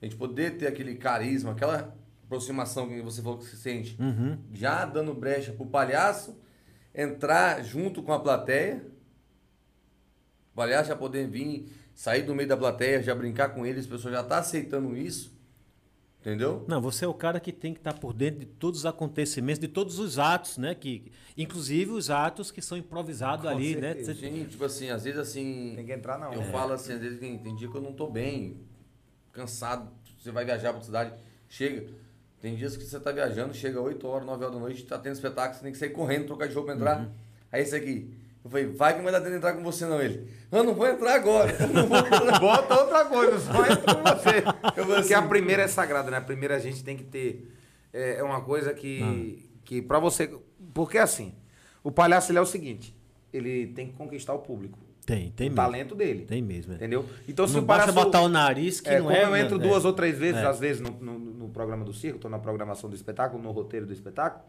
Speaker 3: A gente poder ter aquele carisma, aquela aproximação que você falou que se sente.
Speaker 2: Uhum.
Speaker 3: Já dando brecha pro palhaço entrar junto com a plateia. O palhaço já poder vir, sair do meio da plateia, já brincar com eles, as pessoas já tá aceitando isso. Entendeu?
Speaker 1: Não, você é o cara que tem que estar por dentro de todos os acontecimentos, de todos os atos, né? Que, inclusive os atos que são improvisados
Speaker 2: Com
Speaker 1: ali,
Speaker 2: certeza.
Speaker 1: né? Você-
Speaker 3: Gente, tipo assim, às vezes assim.
Speaker 2: Tem que entrar na
Speaker 3: Eu
Speaker 1: É.
Speaker 2: onda.
Speaker 3: falo assim, às vezes tem, tem dia que eu não tô bem, cansado, você vai viajar pra outra cidade, chega. Tem dias que você tá viajando, chega 8 horas, 9 horas da noite, tá tendo espetáculo, você tem que sair correndo, trocar de roupa, entrar.
Speaker 1: Uhum.
Speaker 3: Aí esse aqui. Eu falei, vai que não vai dar tempo de entrar com você não, ele. Eu não vou entrar agora. Eu não vou entrar.
Speaker 2: Bota outra coisa, só entra com você.
Speaker 3: Eu vou
Speaker 2: Porque
Speaker 3: assim,
Speaker 2: a primeira é sagrada, né? A primeira a gente tem que ter. É, é uma coisa que.
Speaker 3: Ah.
Speaker 2: Que pra você. Porque assim, o palhaço ele é o seguinte: ele tem que conquistar o público.
Speaker 1: Tem, tem
Speaker 2: o
Speaker 1: mesmo.
Speaker 2: talento dele.
Speaker 1: Uhum. Tem mesmo, é.
Speaker 2: Entendeu? Então se
Speaker 1: não
Speaker 2: o
Speaker 1: basta
Speaker 2: palhaço.
Speaker 1: botar o nariz que
Speaker 2: é,
Speaker 1: não
Speaker 2: como
Speaker 1: é.
Speaker 2: eu entro
Speaker 1: né?
Speaker 2: duas
Speaker 1: É.
Speaker 2: ou três vezes,
Speaker 1: É.
Speaker 2: às vezes, no, no- no programa do circo, tô na programação do espetáculo, no roteiro do espetáculo.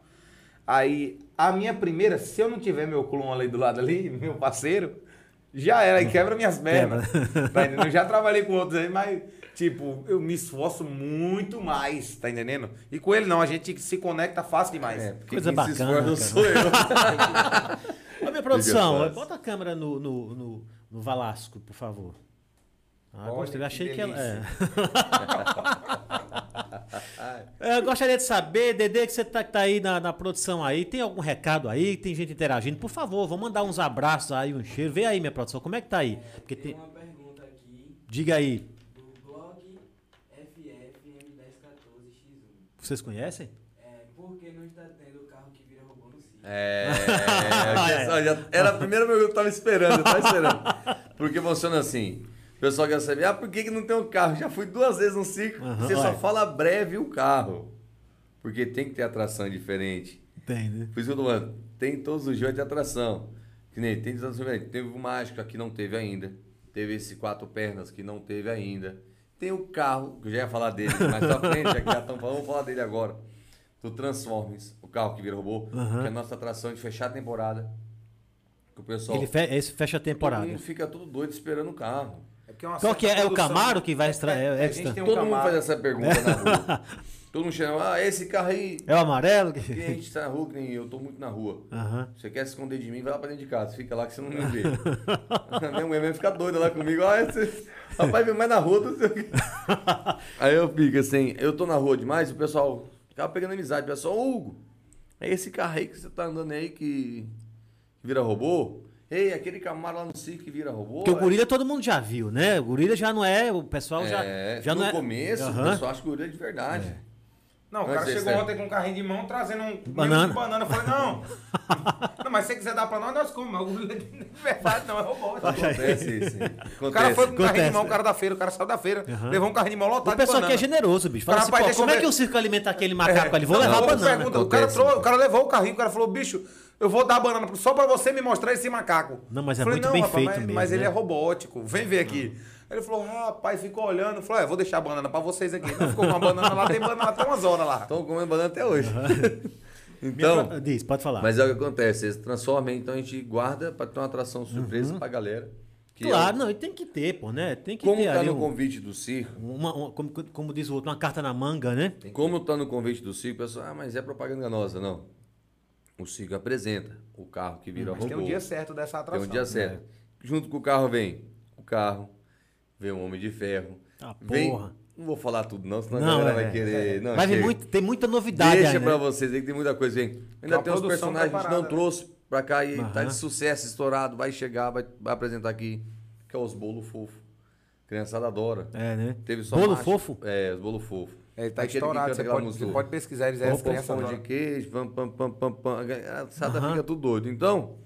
Speaker 2: Aí, a minha primeira, se eu não tiver meu clon ali do lado ali, meu parceiro, já era, e quebra minhas pernas. Tá entendendo? Eu já trabalhei com outros aí, mas, tipo, eu me esforço muito mais, tá entendendo? E com ele não, a gente se conecta fácil demais.
Speaker 3: É, porque
Speaker 1: Coisa
Speaker 3: quem se
Speaker 1: bacana,
Speaker 3: esforça
Speaker 1: cara.
Speaker 3: sou eu.
Speaker 1: Ô, minha produção,
Speaker 3: Diga,
Speaker 1: ó, bota a câmera no, no, no, no Valasco, por favor. Ah,
Speaker 2: Olha
Speaker 1: gostei.
Speaker 2: que
Speaker 1: Achei que, ela. É. Eu gostaria de saber, Dedê, que você tá, que tá aí na, na produção aí, tem algum recado aí? Tem gente interagindo? Por favor, vamos mandar uns abraços aí, um cheiro. Vê aí, minha produção, como é que tá aí? Porque
Speaker 4: Tem
Speaker 1: tem...
Speaker 4: uma pergunta aqui
Speaker 1: Diga aí,
Speaker 4: do blog FFM1014X1.
Speaker 1: vocês conhecem?
Speaker 4: É, por que não está tendo o carro que vira robô no sítio?
Speaker 3: É,
Speaker 1: É.
Speaker 3: já- já- era a primeira pergunta que eu tava esperando, eu tava esperando. Porque funciona assim. O pessoal quer saber, ah, por que, que não tem um carro? Já fui duas vezes no circo.
Speaker 1: Aham,
Speaker 3: você só
Speaker 1: olha.
Speaker 3: fala breve o carro. Porque tem que ter atração diferente.
Speaker 1: Tem, né?
Speaker 3: Por isso que eu tô falando, tem todos os dias de atração. Que nem tem atração diferente. Teve o Mágica que não teve ainda. Teve esse quatro pernas que não teve ainda. Tem o carro, que eu já ia falar dele, mas pra frente, já que já estão falando, vamos falar dele agora. Do Transformers, o carro que vira robô, que é a nossa atração de fechar a temporada. Que o pessoal.
Speaker 1: Ele fe- esse fecha a temporada.
Speaker 3: Todo mundo fica todo doido esperando o carro.
Speaker 2: porque é uma
Speaker 1: Qual que é?
Speaker 2: certa
Speaker 1: É o
Speaker 2: produção.
Speaker 1: Camaro que vai extra... é,
Speaker 2: a
Speaker 1: extra-
Speaker 2: gente tem um
Speaker 3: todo mundo
Speaker 2: Camaro.
Speaker 3: faz essa pergunta na rua. Todo mundo chama, ah, esse carro aí.
Speaker 1: É o amarelo? que-
Speaker 3: Que a gente tá na rua, que nem eu, tô muito na rua.
Speaker 1: Aham.
Speaker 3: Você quer se esconder de mim, vai lá pra dentro de casa, fica lá que você não me vê. Minha mulher vai ficar doida lá comigo. Ah, esse rapaz vem mais na rua do seu. Aí eu fico assim, eu tô na rua demais, o pessoal acaba pegando amizade, o pessoal, "Ô, Hugo, é esse carro aí que você tá andando aí que vira robô? Ei, aquele camaro lá no circo que vira robô?
Speaker 1: Porque o
Speaker 3: é?"
Speaker 1: gorila todo mundo já viu, né? O gorila já não é, o pessoal já,
Speaker 3: É,
Speaker 1: já
Speaker 3: no
Speaker 1: não é...
Speaker 3: começo, o
Speaker 1: Aham.
Speaker 3: pessoal acha que o gorila é de verdade.
Speaker 2: Não, o
Speaker 3: Mas
Speaker 2: cara
Speaker 3: esse
Speaker 2: chegou
Speaker 3: é-
Speaker 2: ontem com um carrinho de mão trazendo um
Speaker 1: Banana.
Speaker 2: de banana. Eu falei, não. não, mas se você quiser dar pra nós, nós comemos. Eu falei, Não é verdade, não, é robô.
Speaker 3: Acontece isso. hein?
Speaker 2: O cara
Speaker 3: Acontece.
Speaker 2: foi com um carrinho de
Speaker 1: Acontece. né?
Speaker 2: mão, o cara da feira, o cara saiu da feira,
Speaker 1: Aham.
Speaker 2: levou um carrinho de mão
Speaker 3: tá
Speaker 2: lotado
Speaker 1: O pessoal
Speaker 2: de
Speaker 1: aqui é
Speaker 2: banana.
Speaker 1: generoso, bicho. Fala
Speaker 2: Cara,
Speaker 1: assim,
Speaker 2: rapaz,
Speaker 1: pô,
Speaker 2: deixa
Speaker 1: como
Speaker 2: eu
Speaker 1: é
Speaker 2: ver-
Speaker 1: que o circo alimenta aquele
Speaker 3: É.
Speaker 1: macaco ali? Vou
Speaker 2: Não,
Speaker 1: levar
Speaker 2: eu
Speaker 1: a banana.
Speaker 2: pergunto, o, cara
Speaker 3: Acontece. né?
Speaker 2: trou- o cara levou o carrinho, o cara falou, bicho, eu vou dar a banana pro- só pra você me mostrar esse macaco.
Speaker 1: Não, mas é
Speaker 2: Eu falei,
Speaker 1: muito
Speaker 2: não,
Speaker 1: bem
Speaker 2: rapaz,
Speaker 1: feito
Speaker 2: mas,
Speaker 1: mesmo,
Speaker 2: Mas ele
Speaker 1: né?
Speaker 2: é robótico, vem ver aqui. Ele falou, rapaz, ficou olhando, falou, é, vou deixar a banana pra vocês aqui. Então ficou com uma banana lá, tem banana até umas horas lá.
Speaker 3: Estão comendo banana até hoje.
Speaker 1: Minha
Speaker 3: então,
Speaker 1: pro- Diz, pode falar.
Speaker 3: mas é o que acontece, eles transformam, então a gente guarda pra ter uma atração surpresa pra galera. que
Speaker 1: Uhum. claro,
Speaker 3: é o-
Speaker 1: não, e tem que ter, pô, né? Tem que
Speaker 3: como
Speaker 1: ter
Speaker 3: tá
Speaker 1: ali
Speaker 3: no
Speaker 1: um,
Speaker 3: convite do circo,
Speaker 1: uma, uma- como, como diz o outro, uma carta na manga, né?
Speaker 3: como tá no convite do circo, o pessoal, ah, mas é propaganda enganosa, não. O circo apresenta o carro que vira
Speaker 1: Hum,
Speaker 2: Mas
Speaker 3: robô.
Speaker 2: tem um dia certo dessa
Speaker 3: Tem
Speaker 2: atração.
Speaker 3: um
Speaker 1: né?
Speaker 3: dia certo. Junto com o carro vem o carro, vem o Homem de Ferro.
Speaker 1: Ah,
Speaker 3: vem...
Speaker 1: porra.
Speaker 3: Não vou falar tudo não, senão
Speaker 1: Não,
Speaker 3: a galera
Speaker 1: é,
Speaker 3: vai querer... Não,
Speaker 1: Vai vir
Speaker 3: chega.
Speaker 1: muito, tem muita novidade
Speaker 3: Deixa
Speaker 1: aí, né?
Speaker 3: pra vocês aí que tem muita coisa, vem.
Speaker 2: Tem
Speaker 3: Ainda
Speaker 2: uma
Speaker 3: tem uns
Speaker 2: produção
Speaker 3: personagens que a gente
Speaker 2: preparada,
Speaker 3: não
Speaker 2: né?
Speaker 3: trouxe pra cá e tá
Speaker 1: Aham.
Speaker 3: de sucesso, estourado, vai chegar, vai, vai apresentar aqui, que é os bolo fofo. Criançada adora.
Speaker 1: É, né?
Speaker 3: Teve só
Speaker 1: Bolo
Speaker 3: macho.
Speaker 1: fofo?
Speaker 3: É, os bolo fofo.
Speaker 2: Ele tá
Speaker 3: Aquele que
Speaker 2: estourado,
Speaker 3: canta
Speaker 2: você
Speaker 3: aquela
Speaker 2: pode,
Speaker 3: música.
Speaker 2: você pode pesquisar, eles é
Speaker 3: Pão,
Speaker 2: as
Speaker 3: pão,
Speaker 2: crianças
Speaker 3: pão de
Speaker 2: adoram.
Speaker 3: queijo, pam, pam, pam, pam, pam. A criançada
Speaker 1: Aham.
Speaker 3: fica tudo doido. Então,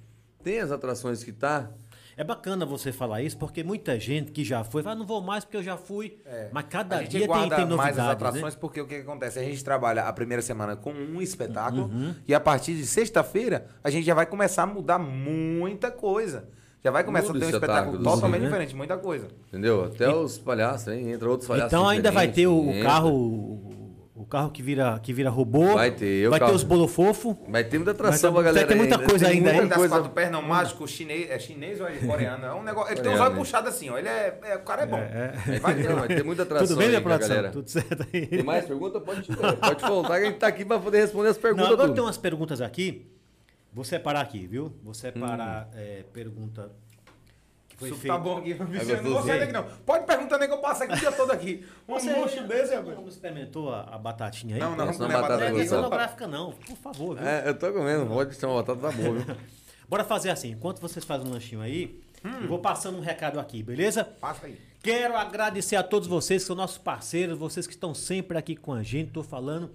Speaker 3: tem as atrações que tá.
Speaker 1: É bacana você falar isso, porque muita gente que já foi, fala, "Ah, não vou mais porque eu já fui.
Speaker 3: É.
Speaker 1: Mas cada
Speaker 2: É. a gente
Speaker 1: dia tem,
Speaker 2: guarda
Speaker 1: tem
Speaker 2: mais
Speaker 1: novidades,
Speaker 2: as
Speaker 1: né?
Speaker 2: atrações porque o que, que acontece? A gente trabalha a primeira semana com um espetáculo
Speaker 1: Uhum.
Speaker 2: e a partir de sexta-feira a gente já vai começar a mudar muita coisa. Já vai começar
Speaker 3: Muda
Speaker 2: a ter um
Speaker 3: esse
Speaker 2: espetáculo
Speaker 3: espetáculo,
Speaker 2: totalmente
Speaker 1: né?
Speaker 2: diferente, muita coisa.
Speaker 3: Entendeu? Até os palhaços, hein? Entra outros palhaços.
Speaker 1: Então ainda vai ter o, o
Speaker 3: diferentes,
Speaker 1: carro, o, o carro que vira, que vira robô.
Speaker 3: Vai ter, o
Speaker 1: vai ter
Speaker 3: carro-
Speaker 1: os bolo fofo.
Speaker 3: entra. Vai ter muita
Speaker 1: Vai ter-
Speaker 3: atração pra galera.
Speaker 1: tem muita coisa
Speaker 3: Tem
Speaker 1: ainda,
Speaker 3: muita
Speaker 1: hein?
Speaker 2: das
Speaker 3: coisa
Speaker 2: quatro pernas, um mágico chinês, é chinês ou é coreano? É um negócio, ele tem
Speaker 3: Coreano,
Speaker 2: os olhos
Speaker 3: né?
Speaker 2: puxados assim, ó. Ele é, é- o cara é bom.
Speaker 3: É,
Speaker 2: Vai
Speaker 3: tem-
Speaker 2: ter
Speaker 3: vai ter muita atração
Speaker 1: Tudo bem,
Speaker 3: aí,
Speaker 1: minha
Speaker 3: com a
Speaker 1: produção?
Speaker 3: galera.
Speaker 1: Tudo certo aí?
Speaker 3: Tem mais pergunta? Pode, pode voltar que a gente tá aqui pra poder responder as
Speaker 1: Não,
Speaker 3: perguntas.
Speaker 1: agora
Speaker 3: tudo.
Speaker 1: tem umas perguntas aqui. Vou separar aqui, viu? Vou
Speaker 3: Hum.
Speaker 1: separar é, pergunta que foi
Speaker 2: Isso
Speaker 1: feita.
Speaker 2: tá bom aqui, bicho, eu não
Speaker 3: É gostosinho.
Speaker 2: vou sair daqui não. Pode perguntar nem que eu passo aqui o dia todo aqui. Um
Speaker 1: Você é
Speaker 2: luxo desse, rapaz.
Speaker 1: não experimentou a, a batatinha aí?
Speaker 2: Não, não,
Speaker 1: Não
Speaker 2: vamos
Speaker 3: Essa
Speaker 2: comer
Speaker 3: batata
Speaker 2: batata
Speaker 1: é
Speaker 3: gostosa.
Speaker 2: aqui.
Speaker 1: cenográfica, não. Por favor, viu?
Speaker 3: É, eu tô comendo, pode ser uma batata tá boa, viu?
Speaker 1: Bora fazer assim. Enquanto vocês fazem um lanchinho aí,
Speaker 2: Hum.
Speaker 1: eu vou passando um recado aqui, beleza?
Speaker 2: Passa aí.
Speaker 1: Quero agradecer a todos vocês que são nossos parceiros, vocês que estão sempre aqui com a gente. Tô falando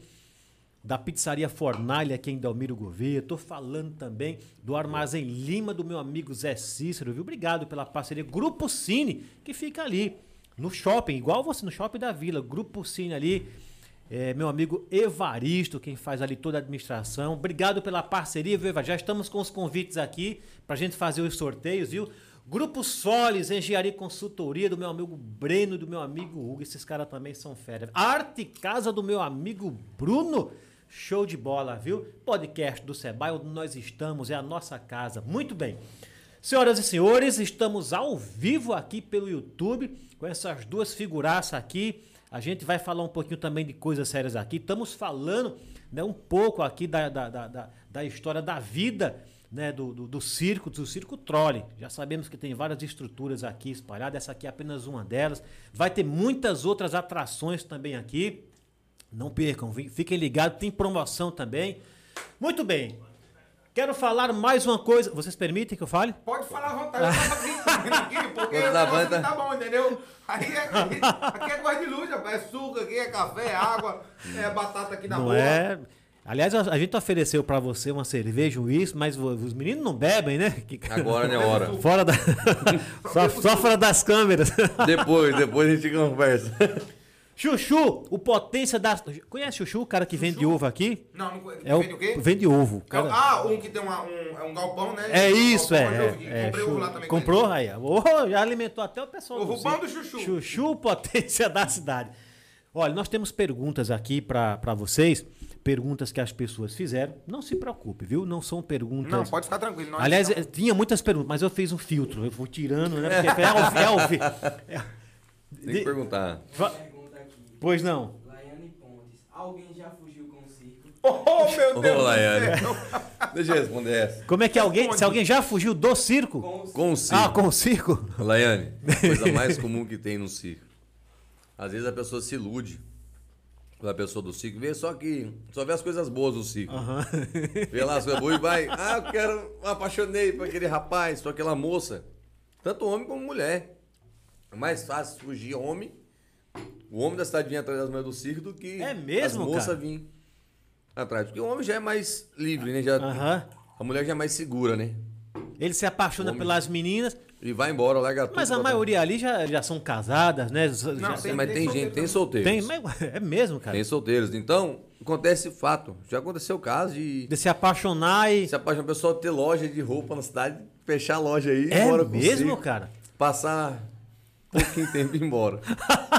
Speaker 1: da pizzaria Fornalha aqui em Dalmiro Gouveia. Tô falando também do Armazém Lima do meu amigo Zé Cícero, viu? Obrigado pela parceria. Grupo Cine, que fica ali no shopping, igual você no shopping da Vila. Grupo Cine ali. é, meu amigo Evaristo, quem faz ali toda a administração. Obrigado pela parceria, viu, Evaristo? Já estamos com os convites aqui pra gente fazer os sorteios, viu? Grupo Solis, Engenharia e Consultoria do meu amigo Breno e do meu amigo Hugo. Esses caras também são férias. Arte Casa do meu amigo Bruno. Show de bola, viu? Podcast do Sebae, onde nós estamos, é a nossa casa. Muito bem. Senhoras e senhores, estamos ao vivo aqui pelo YouTube com essas duas figuraças aqui. A gente vai falar um pouquinho também de coisas sérias aqui. Estamos falando né, um pouco aqui da, da, da, da- da história da vida né, do, do, do circo, do circo Trolle. Já sabemos que tem várias estruturas aqui espalhadas, essa aqui é apenas uma delas. Vai ter muitas outras atrações também aqui. Não percam, vi- fiquem ligados, tem promoção também. Muito bem. Quero falar mais uma coisa. Vocês permitem que eu fale?
Speaker 2: Pode falar à vontade, eu tava brincando aqui, porque
Speaker 3: Quando
Speaker 2: o
Speaker 3: dá
Speaker 2: negócio
Speaker 3: banda.
Speaker 2: tá bom, entendeu? Aí é, aqui, aqui é coisa de luz, rapaz. É suco aqui, é café, é água, é batata aqui na
Speaker 1: não
Speaker 2: rua.
Speaker 1: é. Aliás, a, a gente ofereceu pra você uma cerveja, um uísque, mas vo- os meninos não bebem, né? Que-
Speaker 3: Agora não é hora.
Speaker 1: Fora da... só, só fora das câmeras.
Speaker 3: Depois, depois a gente conversa.
Speaker 1: Chuchu, o potência da. Conhece Chuchu, o cara que vende ovo aqui?
Speaker 2: Não, não conhe-
Speaker 1: É o...
Speaker 2: vende o quê?
Speaker 1: Vende ovo.
Speaker 2: É o-
Speaker 1: cara.
Speaker 2: Ah, um que tem uma- um, é um galpão, né?
Speaker 1: É
Speaker 2: Um
Speaker 1: isso,
Speaker 2: galpão,
Speaker 1: é.
Speaker 2: eu
Speaker 1: é, é,
Speaker 2: comprei um
Speaker 1: chu-
Speaker 2: lá também.
Speaker 1: Comprou, Raia? Ô, já alimentou até o pessoal.
Speaker 2: Ovo
Speaker 1: Chuchu.
Speaker 2: bom do chuchu.
Speaker 1: Chuchu, potência da cidade. Olha, nós temos perguntas aqui para vocês. Perguntas que as pessoas fizeram. Não se preocupe, viu? Não são perguntas.
Speaker 2: Não, pode ficar tranquilo. nós
Speaker 1: Aliás,
Speaker 2: não-
Speaker 1: eh, tinha muitas perguntas, mas eu fiz um filtro. Eu fui tirando, né? Porque é ao vi- é ao vi- é-
Speaker 3: Tem que
Speaker 1: de-
Speaker 3: perguntar.
Speaker 1: Va-
Speaker 4: Pergunta aqui.
Speaker 1: Pois não.
Speaker 4: Laiane Pontes. Alguém já fugiu com o circo?
Speaker 2: Oh, meu Deus!
Speaker 3: Ô,
Speaker 2: do
Speaker 3: Laiane.
Speaker 2: céu.
Speaker 3: Deixa eu responder essa.
Speaker 1: Como
Speaker 2: um
Speaker 1: é que alguém. Se
Speaker 2: Responde.
Speaker 1: alguém já fugiu do circo?
Speaker 4: Com
Speaker 3: Com
Speaker 4: o circo.
Speaker 3: o circo.
Speaker 1: Ah, com o circo?
Speaker 3: Laiane, a coisa mais comum que tem no circo. Às vezes a pessoa se ilude com a pessoa do circo. Vê só que. Só vê as coisas boas do circo. Vê lá as coisas boas e vai. Ah, eu quero. Me apaixonei por aquele rapaz, por aquela moça. Tanto homem como mulher. É mais fácil fugir homem. O homem da cidade vinha atrás das mulheres do circo do que
Speaker 1: É mesmo,
Speaker 3: as moças
Speaker 1: cara?
Speaker 3: vinham atrás. Porque o homem já é mais livre, né? Já,
Speaker 1: Aham.
Speaker 3: A mulher já é mais segura, né?
Speaker 1: Ele se apaixona
Speaker 3: Homem.
Speaker 1: pelas meninas,
Speaker 3: E vai embora, larga tudo.
Speaker 1: mas a
Speaker 3: pra-
Speaker 1: maioria ali já, já são casadas, né? Já-
Speaker 2: Não,
Speaker 1: já-
Speaker 3: Sim, mas tem, gente, tem solteiros.
Speaker 1: tem, mas é mesmo, cara.
Speaker 3: Tem solteiros. Então, acontece fato. Já aconteceu o caso de
Speaker 1: De se apaixonar e.
Speaker 3: se apaixonar o pessoal ter loja de roupa na cidade, fechar a loja aí e ir
Speaker 1: É
Speaker 3: embora com
Speaker 1: mesmo,
Speaker 3: você,
Speaker 1: cara?
Speaker 3: Passar pouquinho tempo e ir embora.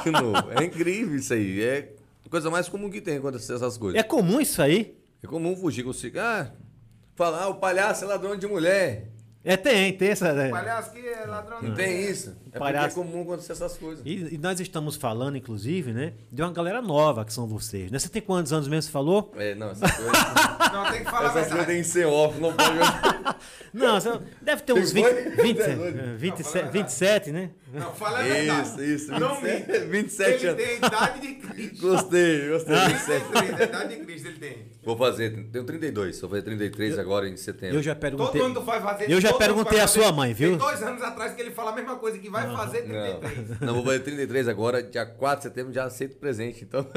Speaker 3: De novo. É incrível isso aí. É a coisa mais comum que tem acontecer essas coisas.
Speaker 1: É comum isso aí?
Speaker 3: É comum fugir com cigarro. Falar, ah, o palhaço é ladrão de mulher.
Speaker 1: É, tem, tem essa. né?
Speaker 2: Palhaço que é ladrão.
Speaker 3: Não tem isso. É porque é
Speaker 1: Palhaço.
Speaker 3: comum acontecer essas coisas.
Speaker 1: E, e nós estamos falando, inclusive, né? De uma galera nova que são vocês, né? Você tem quantos anos mesmo, você falou?
Speaker 3: É, não, essas coisas,
Speaker 2: Não, tem que falar a
Speaker 3: essas coisas
Speaker 2: verdade.
Speaker 3: tem que ser off, não pode.
Speaker 1: Não, você deve ter uns
Speaker 3: Tem
Speaker 1: 20,
Speaker 3: dois?
Speaker 1: 20,
Speaker 3: Tem dois.
Speaker 1: eh, 27,
Speaker 2: Não, fala a
Speaker 1: 27, né?
Speaker 2: Não, fala a verdade.
Speaker 3: Isso, isso.
Speaker 2: Não
Speaker 3: 27,
Speaker 2: minta.
Speaker 3: 27
Speaker 2: Ele
Speaker 3: anos.
Speaker 2: tem a idade de Cristo.
Speaker 3: Gostei, gostei.
Speaker 1: Ah.
Speaker 3: 27.
Speaker 2: 33, a idade de Cristo ele tem.
Speaker 3: Vou fazer, tenho 32, vou fazer 33 agora em setembro.
Speaker 1: Eu já um
Speaker 2: Todo
Speaker 1: perguntei.
Speaker 2: ano tu vai fazer.
Speaker 1: Eu já
Speaker 2: todo ano tu
Speaker 1: perguntei
Speaker 2: vai
Speaker 1: à
Speaker 2: fazer.
Speaker 1: sua mãe, viu?
Speaker 2: Tem dois anos atrás que ele fala a mesma coisa, que vai fazer
Speaker 3: Não,
Speaker 2: 33.
Speaker 3: não, vou fazer 33 agora, dia 4 de setembro já aceito presente, então.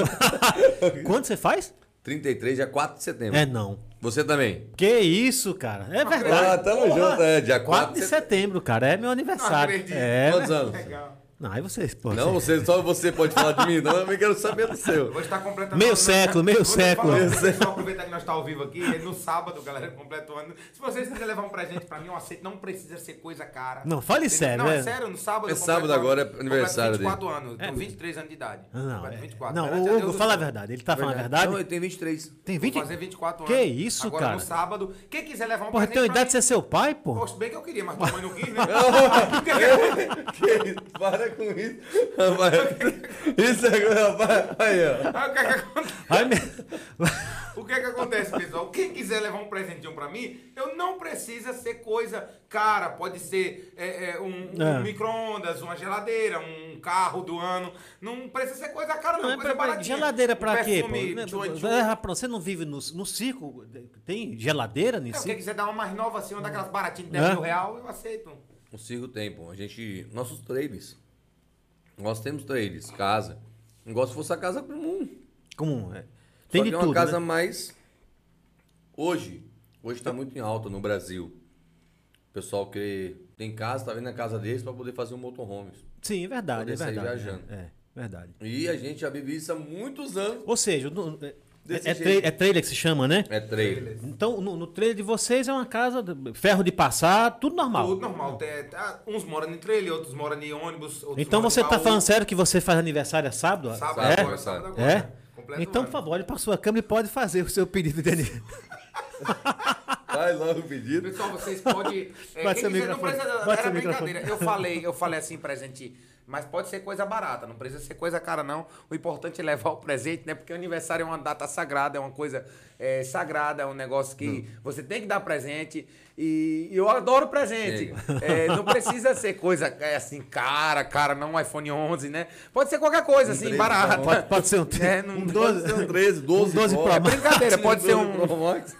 Speaker 1: Quanto você faz?
Speaker 3: 33, dia 4 de setembro.
Speaker 1: É não.
Speaker 3: Você também.
Speaker 1: Que isso, cara? É
Speaker 3: Ah,
Speaker 1: verdade.
Speaker 3: tamo junto, é, dia
Speaker 1: 4 de
Speaker 3: setembro.
Speaker 1: setembro, cara. É meu aniversário.
Speaker 2: acredito.
Speaker 1: É.
Speaker 3: Quantos anos?
Speaker 2: Legal.
Speaker 1: Não, aí vocês, pô.
Speaker 3: Não, você, só você pode falar de mim, não, eu também quero saber do seu.
Speaker 2: Hoje tá completando.
Speaker 1: Meio
Speaker 2: nós-
Speaker 1: século, meio
Speaker 2: Vou te
Speaker 1: século.
Speaker 2: falar,
Speaker 1: Meio
Speaker 2: deixa eu aproveitar que nós tá ao vivo aqui. é No sábado, galera, completo o ano. Se vocês quiserem levar um presente pra mim, eu aceito. Não precisa ser coisa cara.
Speaker 1: Não, fale
Speaker 2: Entendeu?
Speaker 1: sério,
Speaker 2: Não, é
Speaker 1: né?
Speaker 2: sério, no sábado.
Speaker 3: É
Speaker 2: eu completo
Speaker 3: sábado
Speaker 2: o ano,
Speaker 3: agora, é
Speaker 2: completo
Speaker 3: aniversário
Speaker 2: 24 anos, tenho 23 anos de idade.
Speaker 1: É. Não,
Speaker 2: Completo
Speaker 1: é-
Speaker 2: 24.
Speaker 1: não,
Speaker 2: Graças a
Speaker 1: o
Speaker 2: Deus,
Speaker 1: Hugo,
Speaker 2: eu
Speaker 1: fala a
Speaker 2: sou-
Speaker 1: verdade. Ele tá falando a
Speaker 3: Não,
Speaker 1: verdade.
Speaker 3: eu tenho 23.
Speaker 1: Tem
Speaker 2: Vou
Speaker 1: 20.
Speaker 2: fazer 24
Speaker 1: Que
Speaker 2: anos.
Speaker 1: isso,
Speaker 2: Agora,
Speaker 1: cara?
Speaker 2: no sábado. Quem quiser levar um
Speaker 1: Porra,
Speaker 2: presente.
Speaker 1: tem uma
Speaker 2: pra
Speaker 1: idade de
Speaker 2: mim,
Speaker 1: ser seu pai, pô?
Speaker 2: Poxa, bem que eu queria, mas tua mãe não quis, né?
Speaker 3: que isso? Para com isso. Rapaz, isso agora, rapaz. Aí, ó.
Speaker 2: Ah, o que é que acontece?
Speaker 1: Ai, me-
Speaker 2: O que é que acontece, pessoal? Quem quiser levar um presentinho pra mim, eu não precisa ser coisa cara. Pode ser é, é, um, um
Speaker 1: É.
Speaker 2: micro-ondas, uma geladeira, um carro do ano. Não precisa ser coisa cara, não.
Speaker 1: Não, é
Speaker 2: coisa
Speaker 1: pra- pra-
Speaker 2: baratinha.
Speaker 1: geladeira
Speaker 2: Um
Speaker 1: pra quê, pô?
Speaker 2: perfume,
Speaker 1: Né,
Speaker 2: tchum, tchum.
Speaker 1: é, rapaz, Você não vive no, no circo? Tem geladeira
Speaker 2: Não,
Speaker 1: nesse
Speaker 2: Quem
Speaker 1: circo?
Speaker 2: quiser dar uma mais nova assim, uma daquelas baratinhas de 10
Speaker 1: É.
Speaker 2: mil real, eu aceito.
Speaker 3: O circo tem, pô. A gente. Nossos trailers. Nós temos trailers, casa. Não gosto se fosse a casa comum.
Speaker 1: Comum. é. Tem
Speaker 3: Só
Speaker 1: de
Speaker 3: que é uma
Speaker 1: tudo,
Speaker 3: casa
Speaker 1: né?
Speaker 3: mais. Hoje, hoje está muito em alta no Brasil. O pessoal que tem casa, tá vendo a casa deles para poder fazer um motorhome.
Speaker 1: Sim, é verdade,
Speaker 3: Poder
Speaker 1: é
Speaker 3: sair
Speaker 1: verdade.
Speaker 3: viajando.
Speaker 1: É, é, verdade.
Speaker 3: E a gente já vive isso há muitos anos.
Speaker 1: Ou seja, no- é,
Speaker 3: Desse
Speaker 1: é,
Speaker 3: jeito.
Speaker 1: tra- é trailer que se chama, né?
Speaker 3: É trailer.
Speaker 1: Então, no, no trailer de vocês é uma casa, de- ferro de passar, tudo normal.
Speaker 2: Tudo normal. Tem- tá- uns moram em trailer, outros moram em ônibus. outros
Speaker 1: Então
Speaker 2: moram em
Speaker 1: você tá
Speaker 2: baú.
Speaker 1: falando sério que você faz aniversário é sábado?
Speaker 2: Sábado
Speaker 1: é?
Speaker 2: agora, sábado agora.
Speaker 1: É?
Speaker 2: Completo
Speaker 1: Então,
Speaker 2: ano.
Speaker 1: por favor, olhe para sua câmera e pode fazer o seu pedido de aniversário.
Speaker 3: Faz logo o pedido.
Speaker 2: Pessoal, vocês podem. É,
Speaker 1: Bate seu
Speaker 2: quem quiser, não
Speaker 1: microfone.
Speaker 2: precisa.
Speaker 1: Bate
Speaker 2: era
Speaker 1: seu
Speaker 2: brincadeira. Eu falei, eu falei assim, presente. Mas pode ser coisa barata, não precisa ser coisa cara, não. O importante é levar o presente, né? Porque o aniversário é uma data sagrada, é uma coisa é, sagrada, é um negócio que
Speaker 1: Hum.
Speaker 2: você tem que dar presente. E eu adoro presente. É, não precisa ser coisa é, assim, cara, cara, não um iPhone 11, né? Pode ser qualquer coisa, assim,
Speaker 3: treze,
Speaker 2: barata.
Speaker 3: tá bom.
Speaker 1: Pode, pode ser um,
Speaker 2: É, não-
Speaker 1: um
Speaker 3: Pode
Speaker 1: 12.
Speaker 3: ser um 13, 12,
Speaker 1: Um 12
Speaker 3: Pro
Speaker 1: pra
Speaker 3: Max.
Speaker 2: Brincadeira, pode ser
Speaker 3: 12
Speaker 2: um.
Speaker 3: Pro Max.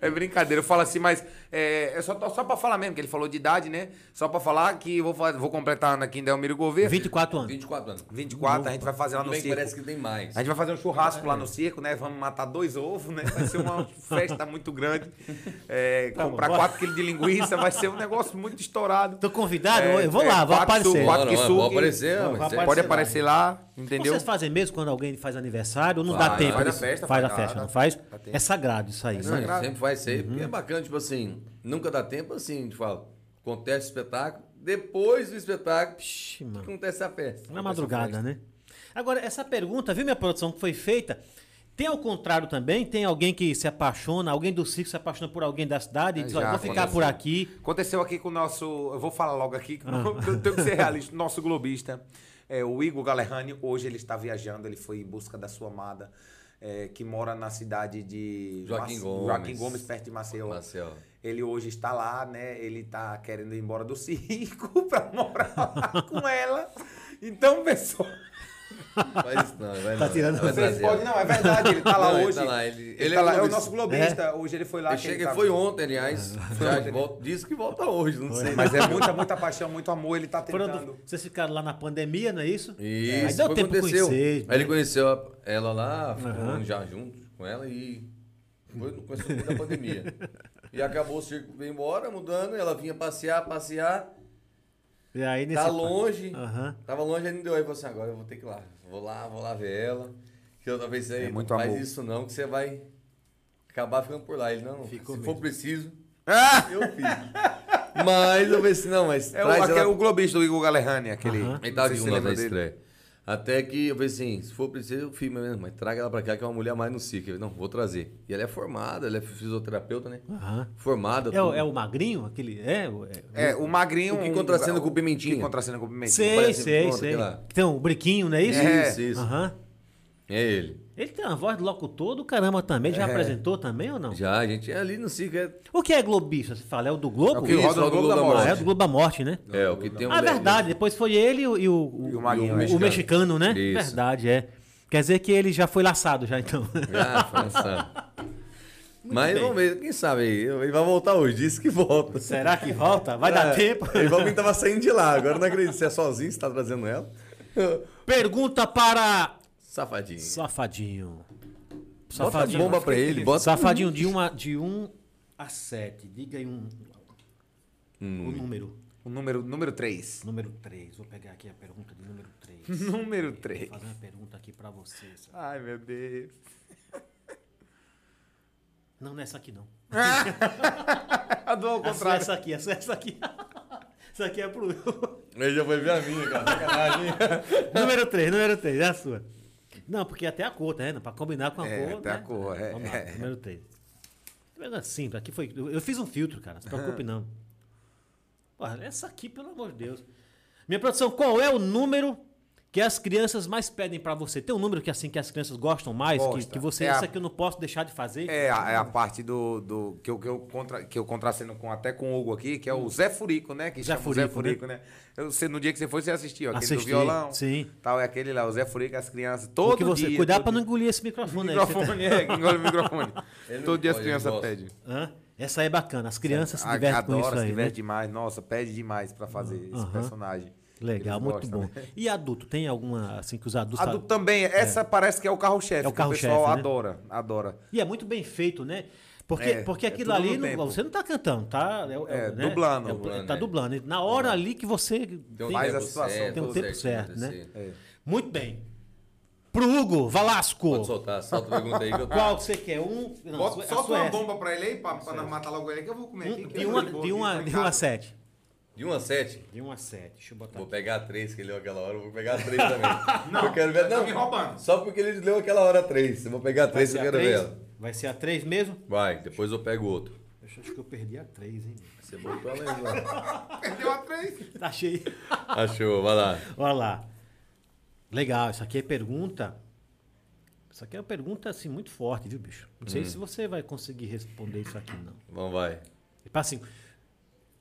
Speaker 2: É brincadeira, eu falo assim, mas é, é só, só pra falar mesmo, que ele falou de idade, né? Só pra falar que eu vou, fa- vou completar ano aqui em Delmiro Gouveia.
Speaker 1: 24 anos.
Speaker 3: 24 anos.
Speaker 2: 24, a gente vai fazer lá Tá no
Speaker 3: Bem, que
Speaker 2: circo.
Speaker 3: parece que tem mais.
Speaker 2: A gente vai fazer um churrasco lá no circo, né? Vamos matar dois ovos, né? Vai ser uma festa muito grande. É,
Speaker 3: Tá
Speaker 1: bom,
Speaker 2: comprar
Speaker 1: bora.
Speaker 2: 4 quilos de linguiça vai ser um negócio muito estourado.
Speaker 1: Tô convidado?
Speaker 2: É,
Speaker 1: eu vou
Speaker 2: é,
Speaker 1: lá, vou
Speaker 2: quatro
Speaker 1: aparecer.
Speaker 2: suco,
Speaker 3: Não, não,
Speaker 2: que
Speaker 3: é,
Speaker 2: suque.
Speaker 3: Pode aparecer,
Speaker 1: Não, vai
Speaker 3: mas é-
Speaker 1: aparecer.
Speaker 2: Pode aparecer lá, entendeu?
Speaker 1: Vocês fazem mesmo quando alguém faz aniversário? Ou Não dá
Speaker 3: Faz,
Speaker 1: tempo.
Speaker 2: faz a
Speaker 1: disso?
Speaker 2: festa,
Speaker 1: faz
Speaker 2: faz
Speaker 1: a
Speaker 2: a-
Speaker 1: festa, não faz?
Speaker 2: dá tempo.
Speaker 1: É sagrado isso aí.
Speaker 3: Não,
Speaker 1: né?
Speaker 2: Sagrado. Uhum.
Speaker 3: sempre vai ser, porque é bacana, tipo assim, nunca dá tempo assim, a gente fala, acontece o espetáculo, depois do espetáculo,
Speaker 1: Ixi,
Speaker 3: que
Speaker 1: mano.
Speaker 2: um
Speaker 3: acontece a tá festa.
Speaker 1: Na madrugada, né? Agora, essa pergunta, viu minha produção que foi feita? Tem ao contrário também? Tem alguém que se apaixona, alguém do circo se apaixona por alguém da cidade e
Speaker 2: É,
Speaker 1: diz, olha,
Speaker 2: já
Speaker 1: vou ficar
Speaker 2: aconteceu.
Speaker 1: por aqui. Ah.
Speaker 2: Aconteceu aqui com o nosso. Eu vou falar logo aqui, que eu tenho que ser realista. Nosso globista, é, o Igor Galerrani, hoje ele está viajando, ele foi em busca da sua amada, é, que mora na cidade de.
Speaker 3: Joaquim Gomes.
Speaker 2: Joaquim Gomes, perto de Maceió.
Speaker 3: tá
Speaker 1: né?
Speaker 3: Marcel.
Speaker 2: Ele hoje está lá, né? Ele tá querendo ir embora do circo pra morar lá com ela. Então, pessoal,
Speaker 3: Faz isso não, vai
Speaker 1: Tá
Speaker 3: não.
Speaker 1: tirando-
Speaker 3: vai
Speaker 1: Mas
Speaker 2: vocês
Speaker 3: fazer.
Speaker 2: podem. Não, é verdade, ele tá lá
Speaker 3: Não, ele
Speaker 2: hoje.
Speaker 3: tá lá, ele- ele
Speaker 2: tá lá,
Speaker 3: é
Speaker 2: é o
Speaker 3: globista.
Speaker 2: nosso globista. Hoje ele foi lá.
Speaker 3: Ele
Speaker 2: que ele
Speaker 3: chega,
Speaker 2: tá-
Speaker 3: foi né? ontem, aliás,
Speaker 1: Ah.
Speaker 3: já volta, disse que volta hoje, não sei.
Speaker 2: Mas é muita, muita paixão, muito amor, ele tá
Speaker 1: Foram-
Speaker 2: tentando.
Speaker 1: vocês ficaram lá na pandemia, não é isso?
Speaker 3: Isso,
Speaker 1: Aí deu
Speaker 3: foi o que
Speaker 1: tempo de
Speaker 3: aconteceu.
Speaker 1: conhecer. né?
Speaker 3: Aí ele conheceu a- ela lá, ficou
Speaker 1: Aham.
Speaker 3: um ano já junto com ela e foi no começo da pandemia. E acabou o circo, veio embora, mudando, ela vinha passear, passear,
Speaker 1: E aí, nesse
Speaker 3: tá longe,
Speaker 1: Aham.
Speaker 3: tava longe, aí não deu. Aí você agora eu vou ter que ir lá, vou lá, vou lá ver ela. Que outra vez você
Speaker 2: É
Speaker 3: não
Speaker 2: muito
Speaker 3: faz
Speaker 2: amor.
Speaker 3: isso não, que você vai acabar ficando por lá. Ele, não,
Speaker 1: Ficou
Speaker 3: se
Speaker 1: mesmo.
Speaker 3: for preciso,
Speaker 2: É
Speaker 3: eu fico. Mas eu pensei, não, mas
Speaker 2: É o,
Speaker 3: traz
Speaker 2: aquele-
Speaker 3: ela
Speaker 2: o globista do Igor Galerrani, aquele.
Speaker 1: Aham.
Speaker 3: ele
Speaker 2: Não sei
Speaker 3: tava
Speaker 2: se
Speaker 3: vivo
Speaker 2: você
Speaker 3: lá
Speaker 2: lembra
Speaker 3: na
Speaker 2: dele.
Speaker 3: estreia. Até que eu pensei assim, se for preciso, eu filme mesmo, mas traga ela pra cá que é uma mulher a mais no SIC. Eu, Não, vou trazer. E ela é formada, ela é fisioterapeuta, né?
Speaker 1: Aham.
Speaker 3: Formada.
Speaker 1: É, o-
Speaker 3: tudo.
Speaker 1: é o magrinho? Aquele. É, o- é,
Speaker 2: É, o magrinho.
Speaker 3: O que contracena com o Pimentinha.
Speaker 2: O que contracena com o Pimentinha.
Speaker 1: sei,
Speaker 3: parece
Speaker 1: sei,
Speaker 3: pronto,
Speaker 1: sei.
Speaker 3: aquela-
Speaker 1: Que Tem um briquinho, não é isso?
Speaker 2: É.
Speaker 3: Isso, isso.
Speaker 1: Aham.
Speaker 3: É ele.
Speaker 1: Ele tem uma voz de locutor do caramba também. Ele já apresentou também ou não?
Speaker 3: Já, a gente é ali no SIC. É,
Speaker 1: O que é globista? Você fala, é o do Globo?
Speaker 2: É o que roda no Globo da
Speaker 1: Ah,
Speaker 2: Morte.
Speaker 1: é o do Globo da Morte, né?
Speaker 3: é, o que tem um.
Speaker 1: Ah, verdade. Depois foi ele e o, e o,
Speaker 2: E o
Speaker 1: o,
Speaker 2: magrinho.
Speaker 1: o
Speaker 2: né?
Speaker 1: mexicano. né?
Speaker 3: Isso.
Speaker 1: Verdade, é. Quer dizer que ele já foi laçado, já então.
Speaker 3: Já, foi lançado. Mas
Speaker 1: bem.
Speaker 3: vamos ver, quem sabe aí? Ele vai voltar hoje, disse que volta.
Speaker 1: Será que volta? Vai dar
Speaker 3: É,
Speaker 1: tempo?
Speaker 3: Ele falou que tava saindo de lá, agora eu não acredito. Você é sozinho, você tá trazendo ela?
Speaker 1: Pergunta para
Speaker 3: Safadinho.
Speaker 1: Safadinho.
Speaker 3: Bota bomba pra ele, bota. um
Speaker 1: Safadinho de 1 a, de um a 7. Diga aí um, um número.
Speaker 2: O número, número 3.
Speaker 1: Número 3. Vou pegar aqui a pergunta de número 3.
Speaker 2: Número 3.
Speaker 1: Vou fazer uma pergunta aqui pra você. Safadinho.
Speaker 2: Ai, meu Deus.
Speaker 1: Não, não é essa aqui não.
Speaker 2: A dor ao
Speaker 1: Essa,
Speaker 2: contrário.
Speaker 1: essa aqui, essa, essa aqui. Essa aqui é pro.
Speaker 3: Ele já foi ver a minha, cara. Sacanagem.
Speaker 1: número 3, número 3, é a sua. Não, porque até a cor, tá vendo? Pra combinar com a
Speaker 2: É,
Speaker 1: cor.
Speaker 2: até
Speaker 1: né?
Speaker 2: a cor, é.
Speaker 1: Vamos lá, número 3. Simples, aqui foi. Eu eu fiz um filtro, cara, não se preocupe não. Porra, essa aqui, pelo amor de Deus. Minha produção, qual é o número que as crianças mais pedem pra você? Tem um número que assim que as crianças gostam mais, que,
Speaker 2: Gosta.
Speaker 1: que você,
Speaker 2: É a-
Speaker 1: essa aqui eu não posso deixar de fazer?
Speaker 2: É, a, é a parte do, do que eu, que eu, contra, que eu contraceno com, até com o Hugo aqui, que é o Zé Furico, né? Que
Speaker 1: Zé
Speaker 2: chama o Zé
Speaker 1: Furico,
Speaker 2: Furico, né? Eu, você, no dia que você foi, você assistiu. Aquele
Speaker 1: Assisti,
Speaker 2: do violão.
Speaker 1: sim.
Speaker 2: Tal, é aquele lá, o Zé Furico, as crianças.
Speaker 1: O
Speaker 2: Todo
Speaker 1: que você,
Speaker 2: dia.
Speaker 1: cuidar
Speaker 2: todo
Speaker 1: pra não
Speaker 2: dia.
Speaker 1: engolir esse microfone aí. que você tá-
Speaker 2: Microfone, é, que engole o microfone.
Speaker 3: Ele não
Speaker 2: todo dia as
Speaker 3: pode, ele
Speaker 2: crianças
Speaker 3: gosta.
Speaker 2: pedem.
Speaker 1: Hã? Essa aí é bacana. As crianças se
Speaker 2: A-
Speaker 1: divertem
Speaker 2: Ah, adora,
Speaker 1: com isso
Speaker 2: se
Speaker 1: aí,
Speaker 2: diverte
Speaker 1: né?
Speaker 2: demais. Nossa, pede demais pra fazer esse
Speaker 1: Aham.
Speaker 2: personagem.
Speaker 1: Legal,
Speaker 2: Eles
Speaker 1: muito
Speaker 2: gostam,
Speaker 1: bom.
Speaker 2: né?
Speaker 1: E adulto, tem alguma assim que os adultos.
Speaker 2: Adulto também, essa parece que é o carro-chefe.
Speaker 1: É o
Speaker 2: que
Speaker 1: carro-chefe,
Speaker 2: O pessoal
Speaker 1: né?
Speaker 2: adora, adora.
Speaker 1: E é muito bem feito, né? Porque,
Speaker 2: É,
Speaker 1: porque
Speaker 2: é
Speaker 1: aquilo
Speaker 2: tudo
Speaker 1: ali,
Speaker 2: no
Speaker 1: não-
Speaker 2: tempo.
Speaker 1: você não tá cantando, tá? É,
Speaker 2: É,
Speaker 1: né?
Speaker 2: dublando.
Speaker 1: É,
Speaker 3: Dublando,
Speaker 1: tá
Speaker 3: é.
Speaker 1: dublando. Na hora ali que você.
Speaker 3: Tem um
Speaker 1: tem-
Speaker 2: Faz
Speaker 3: tempo
Speaker 2: a situação.
Speaker 3: certo,
Speaker 1: Tem um tempo certo, né?
Speaker 3: acontecer.
Speaker 2: É.
Speaker 1: Muito bem. Pro Hugo
Speaker 3: Pode
Speaker 1: Valasco.
Speaker 3: soltar, solta a pergunta aí que eu tô.
Speaker 1: Qual que você quer? Um. Não, a sua- a sua é-
Speaker 2: pra ele aí, pra, pra nós matar logo ele que é eu vou comer
Speaker 1: Um, de, uma, de,
Speaker 2: tá
Speaker 1: uma, de uma a sete.
Speaker 3: De 1 a 7,
Speaker 1: De uma a sete. Deixa eu botar
Speaker 3: vou
Speaker 1: aqui.
Speaker 3: pegar a 3 que ele leu aquela hora, eu vou pegar a 3 também. não, eu quero ver,
Speaker 2: tá me roubando.
Speaker 3: Só porque ele leu aquela hora 3. Eu vou pegar a 3
Speaker 1: ser
Speaker 3: eu
Speaker 1: a
Speaker 3: quero
Speaker 1: três?
Speaker 3: ver ela.
Speaker 1: Vai ser a 3 mesmo?
Speaker 3: Vai, depois eu pego outro.
Speaker 1: Eu acho que eu perdi a 3, hein?
Speaker 3: Você botou a lembrança.
Speaker 2: Perdeu a três.
Speaker 1: Tá cheio.
Speaker 3: Achou, Ah, vai lá.
Speaker 1: Olha lá. Legal, isso aqui é pergunta. Isso aqui é uma pergunta assim muito forte, viu, bicho? Não sei se você vai conseguir responder isso aqui, não.
Speaker 3: Vamos, vai.
Speaker 1: Tipo assim,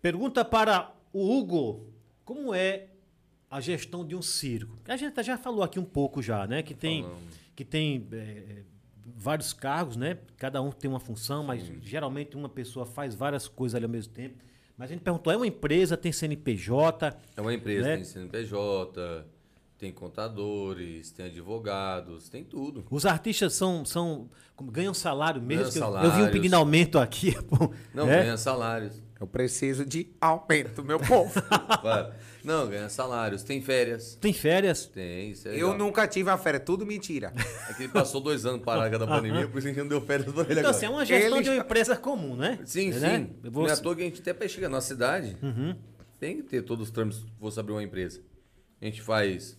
Speaker 1: pergunta para o Hugo, como é a gestão de um circo? A gente já falou aqui um pouco já, né? Que tem,
Speaker 3: Falamos.
Speaker 1: que tem é, é, vários cargos, né? Cada um tem uma função, mas geralmente uma pessoa faz várias coisas ali ao mesmo tempo. Mas a gente perguntou, é uma empresa, tem CNPJ?
Speaker 3: É uma empresa,
Speaker 1: Né?
Speaker 3: tem CNPJ, tem contadores, tem advogados, tem tudo.
Speaker 1: Os artistas são, são como, ganham salário mesmo.
Speaker 3: Ganham
Speaker 1: que eu- Eu, vi um
Speaker 3: salários.
Speaker 1: pigmento aqui. pô,
Speaker 3: Não,
Speaker 1: né?
Speaker 3: ganha salários.
Speaker 2: Eu preciso de aumento, meu povo.
Speaker 3: Claro. Não, ganha salários. Tem férias.
Speaker 1: Tem férias.
Speaker 3: Tem, isso é
Speaker 2: Eu
Speaker 3: legal.
Speaker 2: nunca tive uma férias, tudo mentira.
Speaker 3: É que ele passou dois anos parado da pandemia, por isso a gente não deu férias pra ele
Speaker 1: Então,
Speaker 3: agora.
Speaker 1: assim, é uma gestão
Speaker 2: Ele
Speaker 1: de uma
Speaker 2: está-
Speaker 1: empresa comum, né?
Speaker 3: Sim,
Speaker 1: né?
Speaker 3: sim.
Speaker 1: Eu
Speaker 3: Não
Speaker 1: vou- Uhum.
Speaker 3: é à toa que a gente até pesquisa. Na cidade, tem que ter todos os trâmites que você abrir uma empresa. A gente faz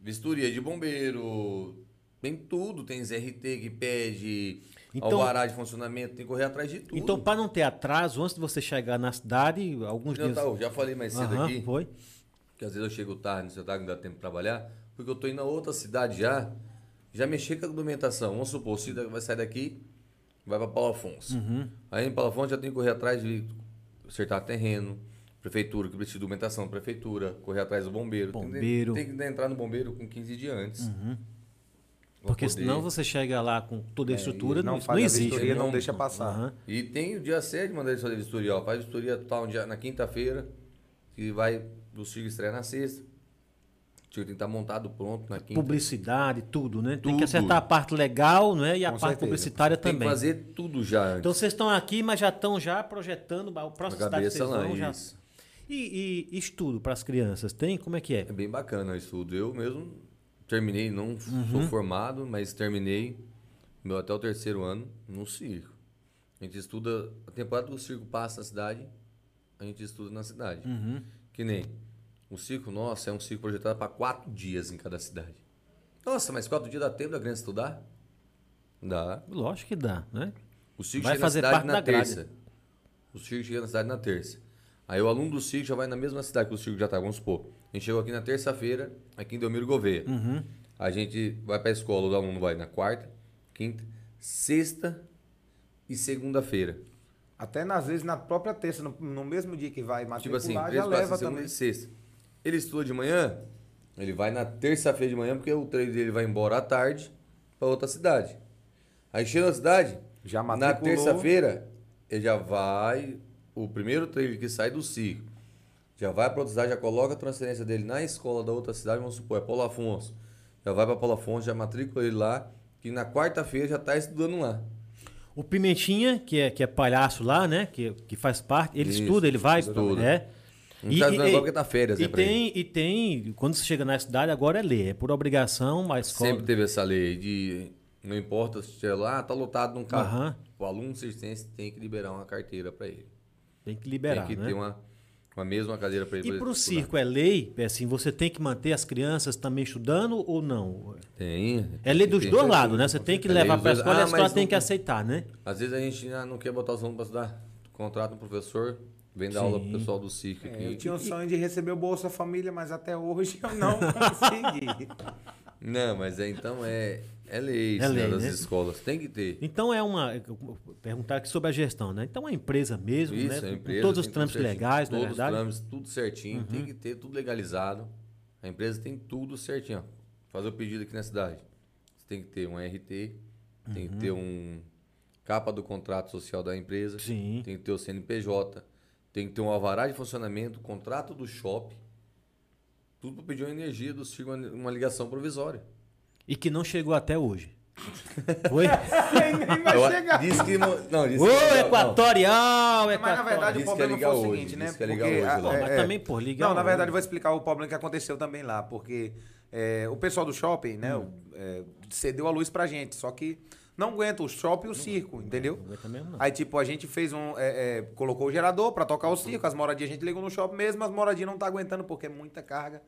Speaker 3: vistoria de bombeiro, tem tudo. Tem ZRT que pede,
Speaker 1: Então-
Speaker 3: alvará de funcionamento, tem que correr atrás de tudo.
Speaker 1: Então, para não ter atraso, antes de você chegar na cidade, alguns
Speaker 3: já,
Speaker 1: dias.
Speaker 3: tá, eu já falei mais cedo
Speaker 1: Aham,
Speaker 3: aqui,
Speaker 1: foi.
Speaker 3: que às vezes eu chego tarde, não tá, não dá tempo de trabalhar, porque eu tô indo a outra cidade já, já mexer com a documentação. Vamos supor, o Cida vai sair daqui, vai para Paulo Afonso.
Speaker 1: Uhum.
Speaker 3: Aí em Paulo Afonso já tem que correr atrás de acertar terreno, prefeitura, que precisa de documentação da prefeitura, correr atrás do bombeiro. Tem que-
Speaker 1: Bombeiro. Uhum.
Speaker 3: Tem que, entrar no bombeiro com 15 dias antes. Pra
Speaker 1: Porque
Speaker 3: poder- É,
Speaker 1: senão você chega lá com toda a estrutura,
Speaker 2: E
Speaker 1: não,
Speaker 2: não
Speaker 1: isso
Speaker 2: faz
Speaker 1: não
Speaker 2: a
Speaker 1: existe. né?
Speaker 2: vistoria, não
Speaker 3: Não-
Speaker 2: deixa passar.
Speaker 1: Aham.
Speaker 3: E tem o dia 7 de mandar eles fazer vistoria. Ó. Faz vistoria tal um dia, na quinta-feira, que vai do Chico estreia na sexta. O Chico tem que estar montado pronto na quinta.
Speaker 1: Publicidade, tudo, né? Tem que
Speaker 3: Então. Tudo.
Speaker 1: acertar a parte legal né? e a
Speaker 2: Com
Speaker 1: parte
Speaker 2: certeza.
Speaker 1: publicitária
Speaker 3: Tem que
Speaker 1: também.
Speaker 3: fazer tudo já.
Speaker 1: Então vocês estão aqui, mas já estão já projetando o próximo
Speaker 3: Na
Speaker 1: cidade que
Speaker 3: cabeça
Speaker 1: vocês
Speaker 3: lá,
Speaker 1: vão já.
Speaker 3: isso.
Speaker 1: E, e estudo para as crianças, tem? Como é que é?
Speaker 3: é bem bacana o estudo. Eu mesmo terminei, não sou
Speaker 1: Uhum.
Speaker 3: formado, mas terminei meu até o terceiro ano no circo. A gente estuda, a temporada que o circo passa na cidade, a gente estuda na cidade.
Speaker 1: Uhum.
Speaker 3: Que nem o circo nosso é um circo projetado para quatro dias em cada cidade. Nossa, mas quatro dias dá tempo da criança estudar? Dá.
Speaker 1: Lógico que dá, né?
Speaker 3: O circo
Speaker 1: Vai
Speaker 3: chega
Speaker 1: fazer
Speaker 3: na cidade
Speaker 1: parte da
Speaker 3: na
Speaker 1: grade.
Speaker 3: terça. O circo chega na cidade na terça. Aí o aluno do circo já vai na mesma cidade que o circo já tá, vamos supor. A gente chegou aqui na terça-feira, aqui em Delmiro Gouveia.
Speaker 1: Uhum.
Speaker 3: A gente vai pra escola, o aluno vai na quarta, quinta, sexta e segunda-feira.
Speaker 2: Até às vezes na própria terça, no, no mesmo dia que vai
Speaker 3: Tipo
Speaker 2: matricular,
Speaker 3: assim,
Speaker 2: já
Speaker 3: terça, quarta,
Speaker 2: leva
Speaker 3: segunda
Speaker 2: também.
Speaker 3: e sexta. Ele estuda de manhã, ele vai na terça-feira de manhã, porque o treino dele vai embora à tarde pra outra cidade. Aí chega na cidade,
Speaker 2: Já
Speaker 3: na
Speaker 2: matriculou.
Speaker 3: terça-feira, ele já vai. O primeiro trailer que sai do circo já vai para outra cidade, já coloca a transferência dele na escola da outra cidade, vamos supor, é Paulo Afonso. Já vai para Paulo Afonso, já matricula ele lá, que na quarta-feira já tá estudando lá.
Speaker 1: O Pimentinha, que é, que é palhaço lá, né? Que, que faz parte, ele
Speaker 3: Isso,
Speaker 1: estuda, ele vai.
Speaker 3: estuda.
Speaker 1: É.
Speaker 3: Não tá estudando agora porque tá férias,
Speaker 1: e
Speaker 3: né, pra ele.
Speaker 1: tem, e tem, quando você chega na cidade, agora é ler, é por obrigação, a escola.
Speaker 3: Sempre teve essa lei de não importa se tiver lá, ah, tá lotado num carro.
Speaker 1: Aham.
Speaker 3: O aluno circense tem que liberar uma carteira para ele.
Speaker 1: Tem que liberar.
Speaker 3: tem que
Speaker 1: né?
Speaker 3: ter uma, uma mesma cadeira para ele.
Speaker 1: E
Speaker 3: poder
Speaker 1: para o
Speaker 3: estudar.
Speaker 1: circo é lei? É assim, você tem que manter as crianças também estudando ou não?
Speaker 3: Tem.
Speaker 1: É lei
Speaker 3: Tem
Speaker 1: dos
Speaker 3: que
Speaker 1: dois
Speaker 3: ter.
Speaker 1: lados, né? Você tem que
Speaker 3: É lei
Speaker 1: levar
Speaker 3: dos
Speaker 1: para a
Speaker 3: dois-
Speaker 1: escola e
Speaker 3: Ah,
Speaker 1: a escola
Speaker 3: mas
Speaker 1: tem
Speaker 3: não-
Speaker 1: que aceitar, né?
Speaker 3: Às vezes a gente ah, não quer botar os alunos para estudar. Contrata um professor, vem dar aula pro pessoal do circo
Speaker 1: É,
Speaker 3: aqui.
Speaker 2: É, Eu tinha o sonho de receber o Bolsa Família, mas até hoje eu não consegui.
Speaker 3: Não, mas é, então é, é
Speaker 1: É
Speaker 3: lei, isso, né,
Speaker 1: lei,
Speaker 3: das
Speaker 1: né?
Speaker 3: escolas. Tem que ter.
Speaker 1: Então é uma. Perguntar aqui sobre a gestão, né? Então é uma empresa mesmo,
Speaker 3: Isso,
Speaker 1: né?
Speaker 3: a
Speaker 1: Com-
Speaker 3: empresa
Speaker 1: com todos os
Speaker 3: tem tudo
Speaker 1: trâmites
Speaker 3: certinho.
Speaker 1: legais, na
Speaker 3: todos
Speaker 1: verdade. Uhum.
Speaker 3: os trâmites, tudo certinho. Tem que ter tudo legalizado. A empresa tem tudo certinho. ó. Fazer o pedido aqui na cidade. Você tem que ter um RT, tem que ter
Speaker 1: Uhum.
Speaker 3: um capa do contrato social da empresa,
Speaker 1: Sim.
Speaker 3: tem que ter o CNPJ, tem que ter um alvará de funcionamento, contrato do shopping. Tudo para pedir uma energia do circo, uma- uma ligação provisória.
Speaker 1: E que não chegou até hoje. Foi?
Speaker 2: Aí nem vai
Speaker 3: Eu-
Speaker 2: chegar.
Speaker 3: Diz que não, não, diz
Speaker 1: Ô,
Speaker 3: que não- não.
Speaker 1: Equatorial!
Speaker 2: Mas na
Speaker 1: Equatorial.
Speaker 2: verdade
Speaker 3: Diz
Speaker 2: o
Speaker 3: que ia
Speaker 2: problema
Speaker 3: ligar
Speaker 2: foi o
Speaker 3: hoje,
Speaker 2: seguinte,
Speaker 3: diz
Speaker 2: né?
Speaker 3: que ia ligar hoje lá.
Speaker 1: Pô, mas também, pô, liga
Speaker 2: Não, na
Speaker 1: hoje.
Speaker 2: verdade eu vou explicar o problema que aconteceu também lá, porque é, o pessoal do shopping, né,
Speaker 1: Hum.
Speaker 2: o- é, cedeu a luz pra gente, só que não aguenta o shopping e o circo, entendeu?
Speaker 1: Não aguenta mesmo, não.
Speaker 2: Aí, tipo, a gente fez um. é, é, colocou o gerador pra tocar o circo, as moradias a gente ligou no shopping mesmo, as moradias não tá aguentando porque é muita carga.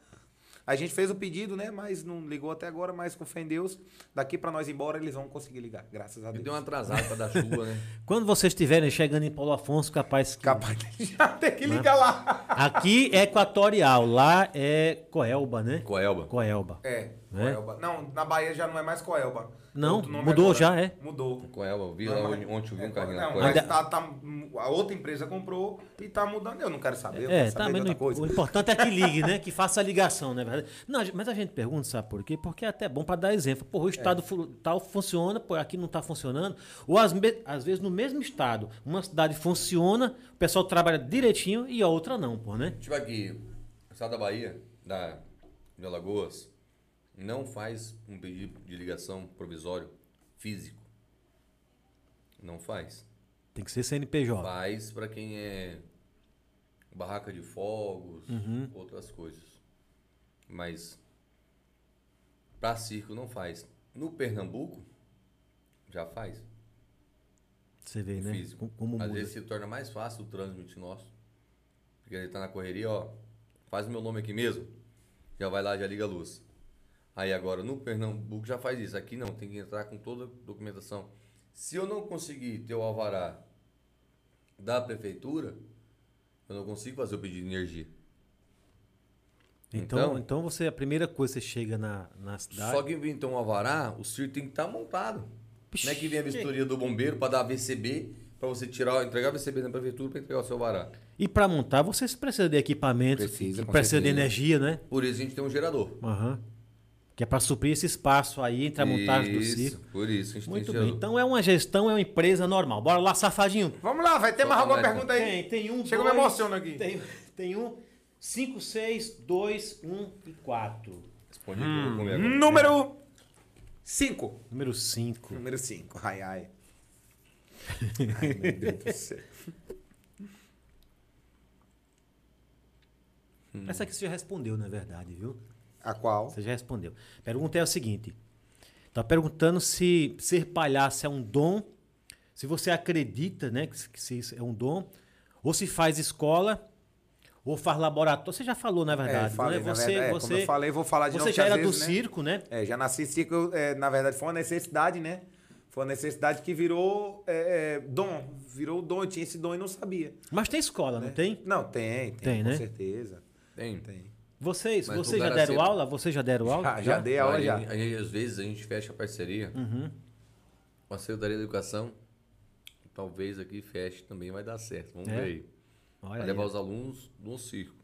Speaker 2: A gente fez o pedido, né? Mas não ligou até agora, mas com fé em Deus, daqui pra nós ir embora eles vão conseguir ligar, graças a
Speaker 3: Me
Speaker 2: Deus.
Speaker 3: deu uma atrasada da chuva, né?
Speaker 1: Quando vocês estiverem chegando em Paulo Afonso, capaz que.
Speaker 2: Capaz de já ter que
Speaker 1: Né?
Speaker 2: ligar lá.
Speaker 1: Aqui é Equatorial, lá é Coelba, né?
Speaker 3: Coelba.
Speaker 1: Coelba.
Speaker 2: É, Coelba. Não, na Bahia já não é mais Coelba.
Speaker 1: Né? Não,
Speaker 2: Outro nome
Speaker 1: mudou
Speaker 2: agora.
Speaker 1: já, é?
Speaker 2: Mudou.
Speaker 3: Coelba, eu vi
Speaker 2: Não,
Speaker 3: lá
Speaker 2: mas-
Speaker 3: onde, ontem eu vi um carrinho
Speaker 2: Não,
Speaker 3: lá.
Speaker 2: mas
Speaker 3: Coelba.
Speaker 2: tá, tá- a outra empresa comprou e tá mudando. Eu não quero saber, eu quero
Speaker 1: É, tá,
Speaker 2: saber
Speaker 1: mas
Speaker 2: de outra
Speaker 1: não-
Speaker 2: coisa.
Speaker 1: o importante é que ligue, né? Que faça a ligação, né? verdade? Não, a gente- mas a gente pergunta, sabe por quê? Porque é até bom para dar exemplo. Pô, o estado fu- tal funciona, pô, aqui não tá funcionando. Ou às, me- às vezes no mesmo estado, uma cidade funciona, o pessoal trabalha direitinho e a outra não, pô, né?
Speaker 3: Tipo aqui, o estado da Bahia, da, de Alagoas, não faz um pedido de ligação provisório físico. Não faz.
Speaker 1: Tem que ser CNPJ.
Speaker 3: Faz para quem é barraca de fogos, outras coisas. Mas para circo não faz. No Pernambuco já faz
Speaker 1: Você vê, né?
Speaker 3: físico.
Speaker 1: Como- Como
Speaker 3: Às
Speaker 1: muda.
Speaker 3: vezes se torna mais fácil o trânsito nosso. Porque ele tá na correria, ó. Faz o meu nome aqui mesmo. Já vai lá, já liga a luz. Aí agora no Pernambuco já faz isso. Aqui não, tem que entrar com toda a documentação. Se eu não conseguir ter o alvará da prefeitura, eu não consigo fazer o pedido de energia.
Speaker 1: Então, então,
Speaker 3: Então-
Speaker 1: você, a primeira coisa, você chega na, na cidade.
Speaker 3: Só que então o alvará, o circo tem que estar montado.
Speaker 1: Pish.
Speaker 3: Não é que vem a vistoria do bombeiro para dar a VCB, para você tirar, entregar a VCB na prefeitura para entregar o seu alvará.
Speaker 1: E para montar, você precisa de equipamento,
Speaker 2: Precisa, com
Speaker 1: precisa de
Speaker 2: certeza.
Speaker 1: energia, né?
Speaker 3: Por isso a gente tem um gerador.
Speaker 1: Aham. Que é para suprir esse espaço aí entre a montagem do
Speaker 3: Isso,
Speaker 1: circo.
Speaker 3: Por isso, a gente
Speaker 1: Muito
Speaker 3: tem
Speaker 1: bem. Então é uma gestão, é uma empresa normal. Bora lá, safadinho.
Speaker 2: Vamos lá, vai ter
Speaker 3: tá
Speaker 2: mais alguma pergunta aí?
Speaker 1: tem um.
Speaker 2: Chega, eu me emociono aqui.
Speaker 1: Tem, tem um. 5, 6, 2, 1 e 4.
Speaker 3: Responde tudo comigo agora.
Speaker 1: Hum.
Speaker 2: Número 5.
Speaker 1: Número 5.
Speaker 2: Número 5. Ai, ai. Ai, meu Deus do céu. Hum.
Speaker 1: Essa aqui você já respondeu, na verdade, viu?
Speaker 2: A qual?
Speaker 1: Você já respondeu. Pergunta é o seguinte: tá perguntando se ser palhaço é um dom, se você acredita, né, que que se isso é um dom, ou se faz escola, ou faz laboratório. Você já falou, na verdade,
Speaker 2: É, falei,
Speaker 1: né?
Speaker 2: na
Speaker 1: Você,
Speaker 2: verdade, é,
Speaker 1: você,
Speaker 2: como eu falei, vou falar de
Speaker 1: Você
Speaker 2: novo,
Speaker 1: já
Speaker 2: que às
Speaker 1: era do
Speaker 2: vezes, né?
Speaker 1: circo, né?
Speaker 2: É, já nasci circo, eu, é, na verdade foi uma necessidade, né? Foi uma necessidade que virou é, é, dom. Virou dom, eu tinha esse dom e não sabia.
Speaker 1: Mas tem escola,
Speaker 2: É.
Speaker 1: não tem?
Speaker 2: Não, tem, tem,
Speaker 1: Tem,
Speaker 2: com
Speaker 1: né?
Speaker 2: certeza.
Speaker 3: Tem.
Speaker 2: Tem.
Speaker 1: Vocês,
Speaker 3: Mas
Speaker 1: vocês
Speaker 3: lugar
Speaker 1: já deram
Speaker 3: assim-
Speaker 1: aula? Vocês já deram aula?
Speaker 2: é Ah, Já, já dei aula
Speaker 3: Aí,
Speaker 2: já.
Speaker 3: a gente- às vezes a gente fecha a parceria
Speaker 1: Uhum.
Speaker 3: com a Secretaria da Educação. Talvez aqui feche também, vai dar certo. Vamos
Speaker 1: É?
Speaker 3: ver aí.
Speaker 1: Olha
Speaker 3: Vai
Speaker 1: aí.
Speaker 3: levar os alunos no circo.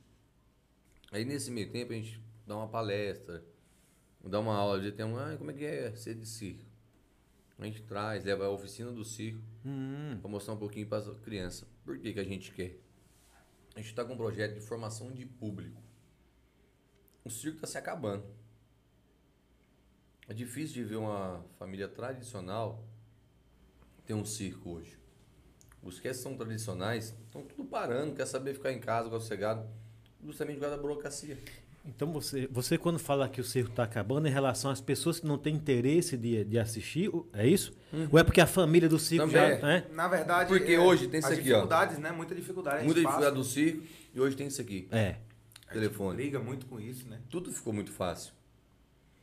Speaker 3: Aí nesse meio tempo a gente dá uma palestra, dá uma aula de tema, ah, como é que é ser de circo? A gente traz, leva a oficina do circo
Speaker 1: Hum.
Speaker 3: para mostrar um pouquinho para as crianças. Por que, que a gente quer? A gente está com um projeto de formação de público. O circo está se acabando. É difícil de ver uma família tradicional ter um circo hoje. Os que são tradicionais estão tudo parando, quer saber ficar em casa, sossegado, justamente por causa da burocracia.
Speaker 1: Então você, você quando fala que o circo está acabando em relação às pessoas que não têm interesse de, de assistir, o- é isso?
Speaker 2: Uhum.
Speaker 1: Ou é porque a família do circo
Speaker 3: Também.
Speaker 1: já. É?
Speaker 2: Na verdade.
Speaker 3: Porque hoje tem isso
Speaker 2: as
Speaker 3: aqui, ó.
Speaker 2: dificuldades, né? Muita dificuldade.
Speaker 3: Muita
Speaker 2: espaço. tipo
Speaker 3: dificuldade do circo e hoje tem isso aqui,
Speaker 1: é,
Speaker 3: telefone.
Speaker 2: Briga muito com isso, né?
Speaker 3: Tudo ficou muito fácil.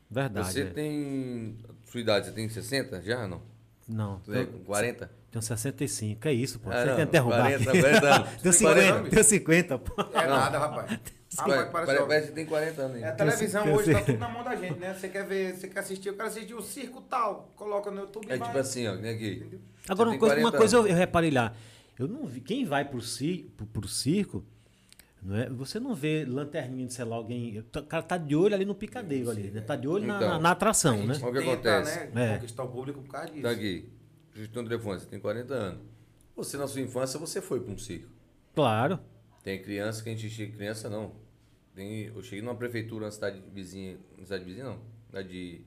Speaker 1: verdade.
Speaker 3: você
Speaker 1: é.
Speaker 3: tem... Sua idade, você tem 60 já, não?
Speaker 1: Não,
Speaker 3: Você é
Speaker 1: tenho,
Speaker 3: com 40?
Speaker 1: tenho 65. É isso, pô.
Speaker 3: Ah,
Speaker 1: você
Speaker 3: não,
Speaker 1: quer derrubar
Speaker 3: 40,
Speaker 1: aqui.
Speaker 3: 40 anos.
Speaker 1: tenho
Speaker 3: Tem 40
Speaker 1: 50,
Speaker 2: anos?
Speaker 1: tenho 50, pô.
Speaker 2: É
Speaker 3: Não.
Speaker 2: nada, rapaz.
Speaker 3: Pare-
Speaker 2: rapaz Ah, parece
Speaker 3: pare-
Speaker 2: jovem.
Speaker 3: Parece que tem 40 anos
Speaker 2: É, a
Speaker 3: ainda.
Speaker 2: televisão
Speaker 1: Eu
Speaker 2: hoje
Speaker 1: sei.
Speaker 2: tá tudo na mão da gente, né? Você quer ver, você quer assistir, eu quero assistir o circo tal, coloca no YouTube
Speaker 3: É
Speaker 2: e vai.
Speaker 3: tipo assim, ó, que nem aqui. Você
Speaker 1: Agora, uma
Speaker 3: tem
Speaker 1: coisa, uma
Speaker 3: 40
Speaker 1: coisa eu,
Speaker 3: anos.
Speaker 1: eu reparei lá. Eu não vi. Quem vai pro, ci, pro, pro circo, não é? você não vê lanterninha de, sei lá, alguém. O cara tá de olho ali no picadeiro ali, né? Tá de olho na,
Speaker 3: Então,
Speaker 1: na- na atração, né?
Speaker 3: Olha o que
Speaker 2: Tenta,
Speaker 3: acontece.
Speaker 2: Né,
Speaker 1: É.
Speaker 2: Conquistar o público por causa disso.
Speaker 3: Tá aqui. Justo no um telefone, você tem 40 anos. Você, na sua infância, você foi para um circo.
Speaker 1: Claro.
Speaker 3: Tem criança que a gente chega. Criança não. Tem, eu cheguei numa prefeitura, na cidade vizinha. Na cidade vizinha não. Na de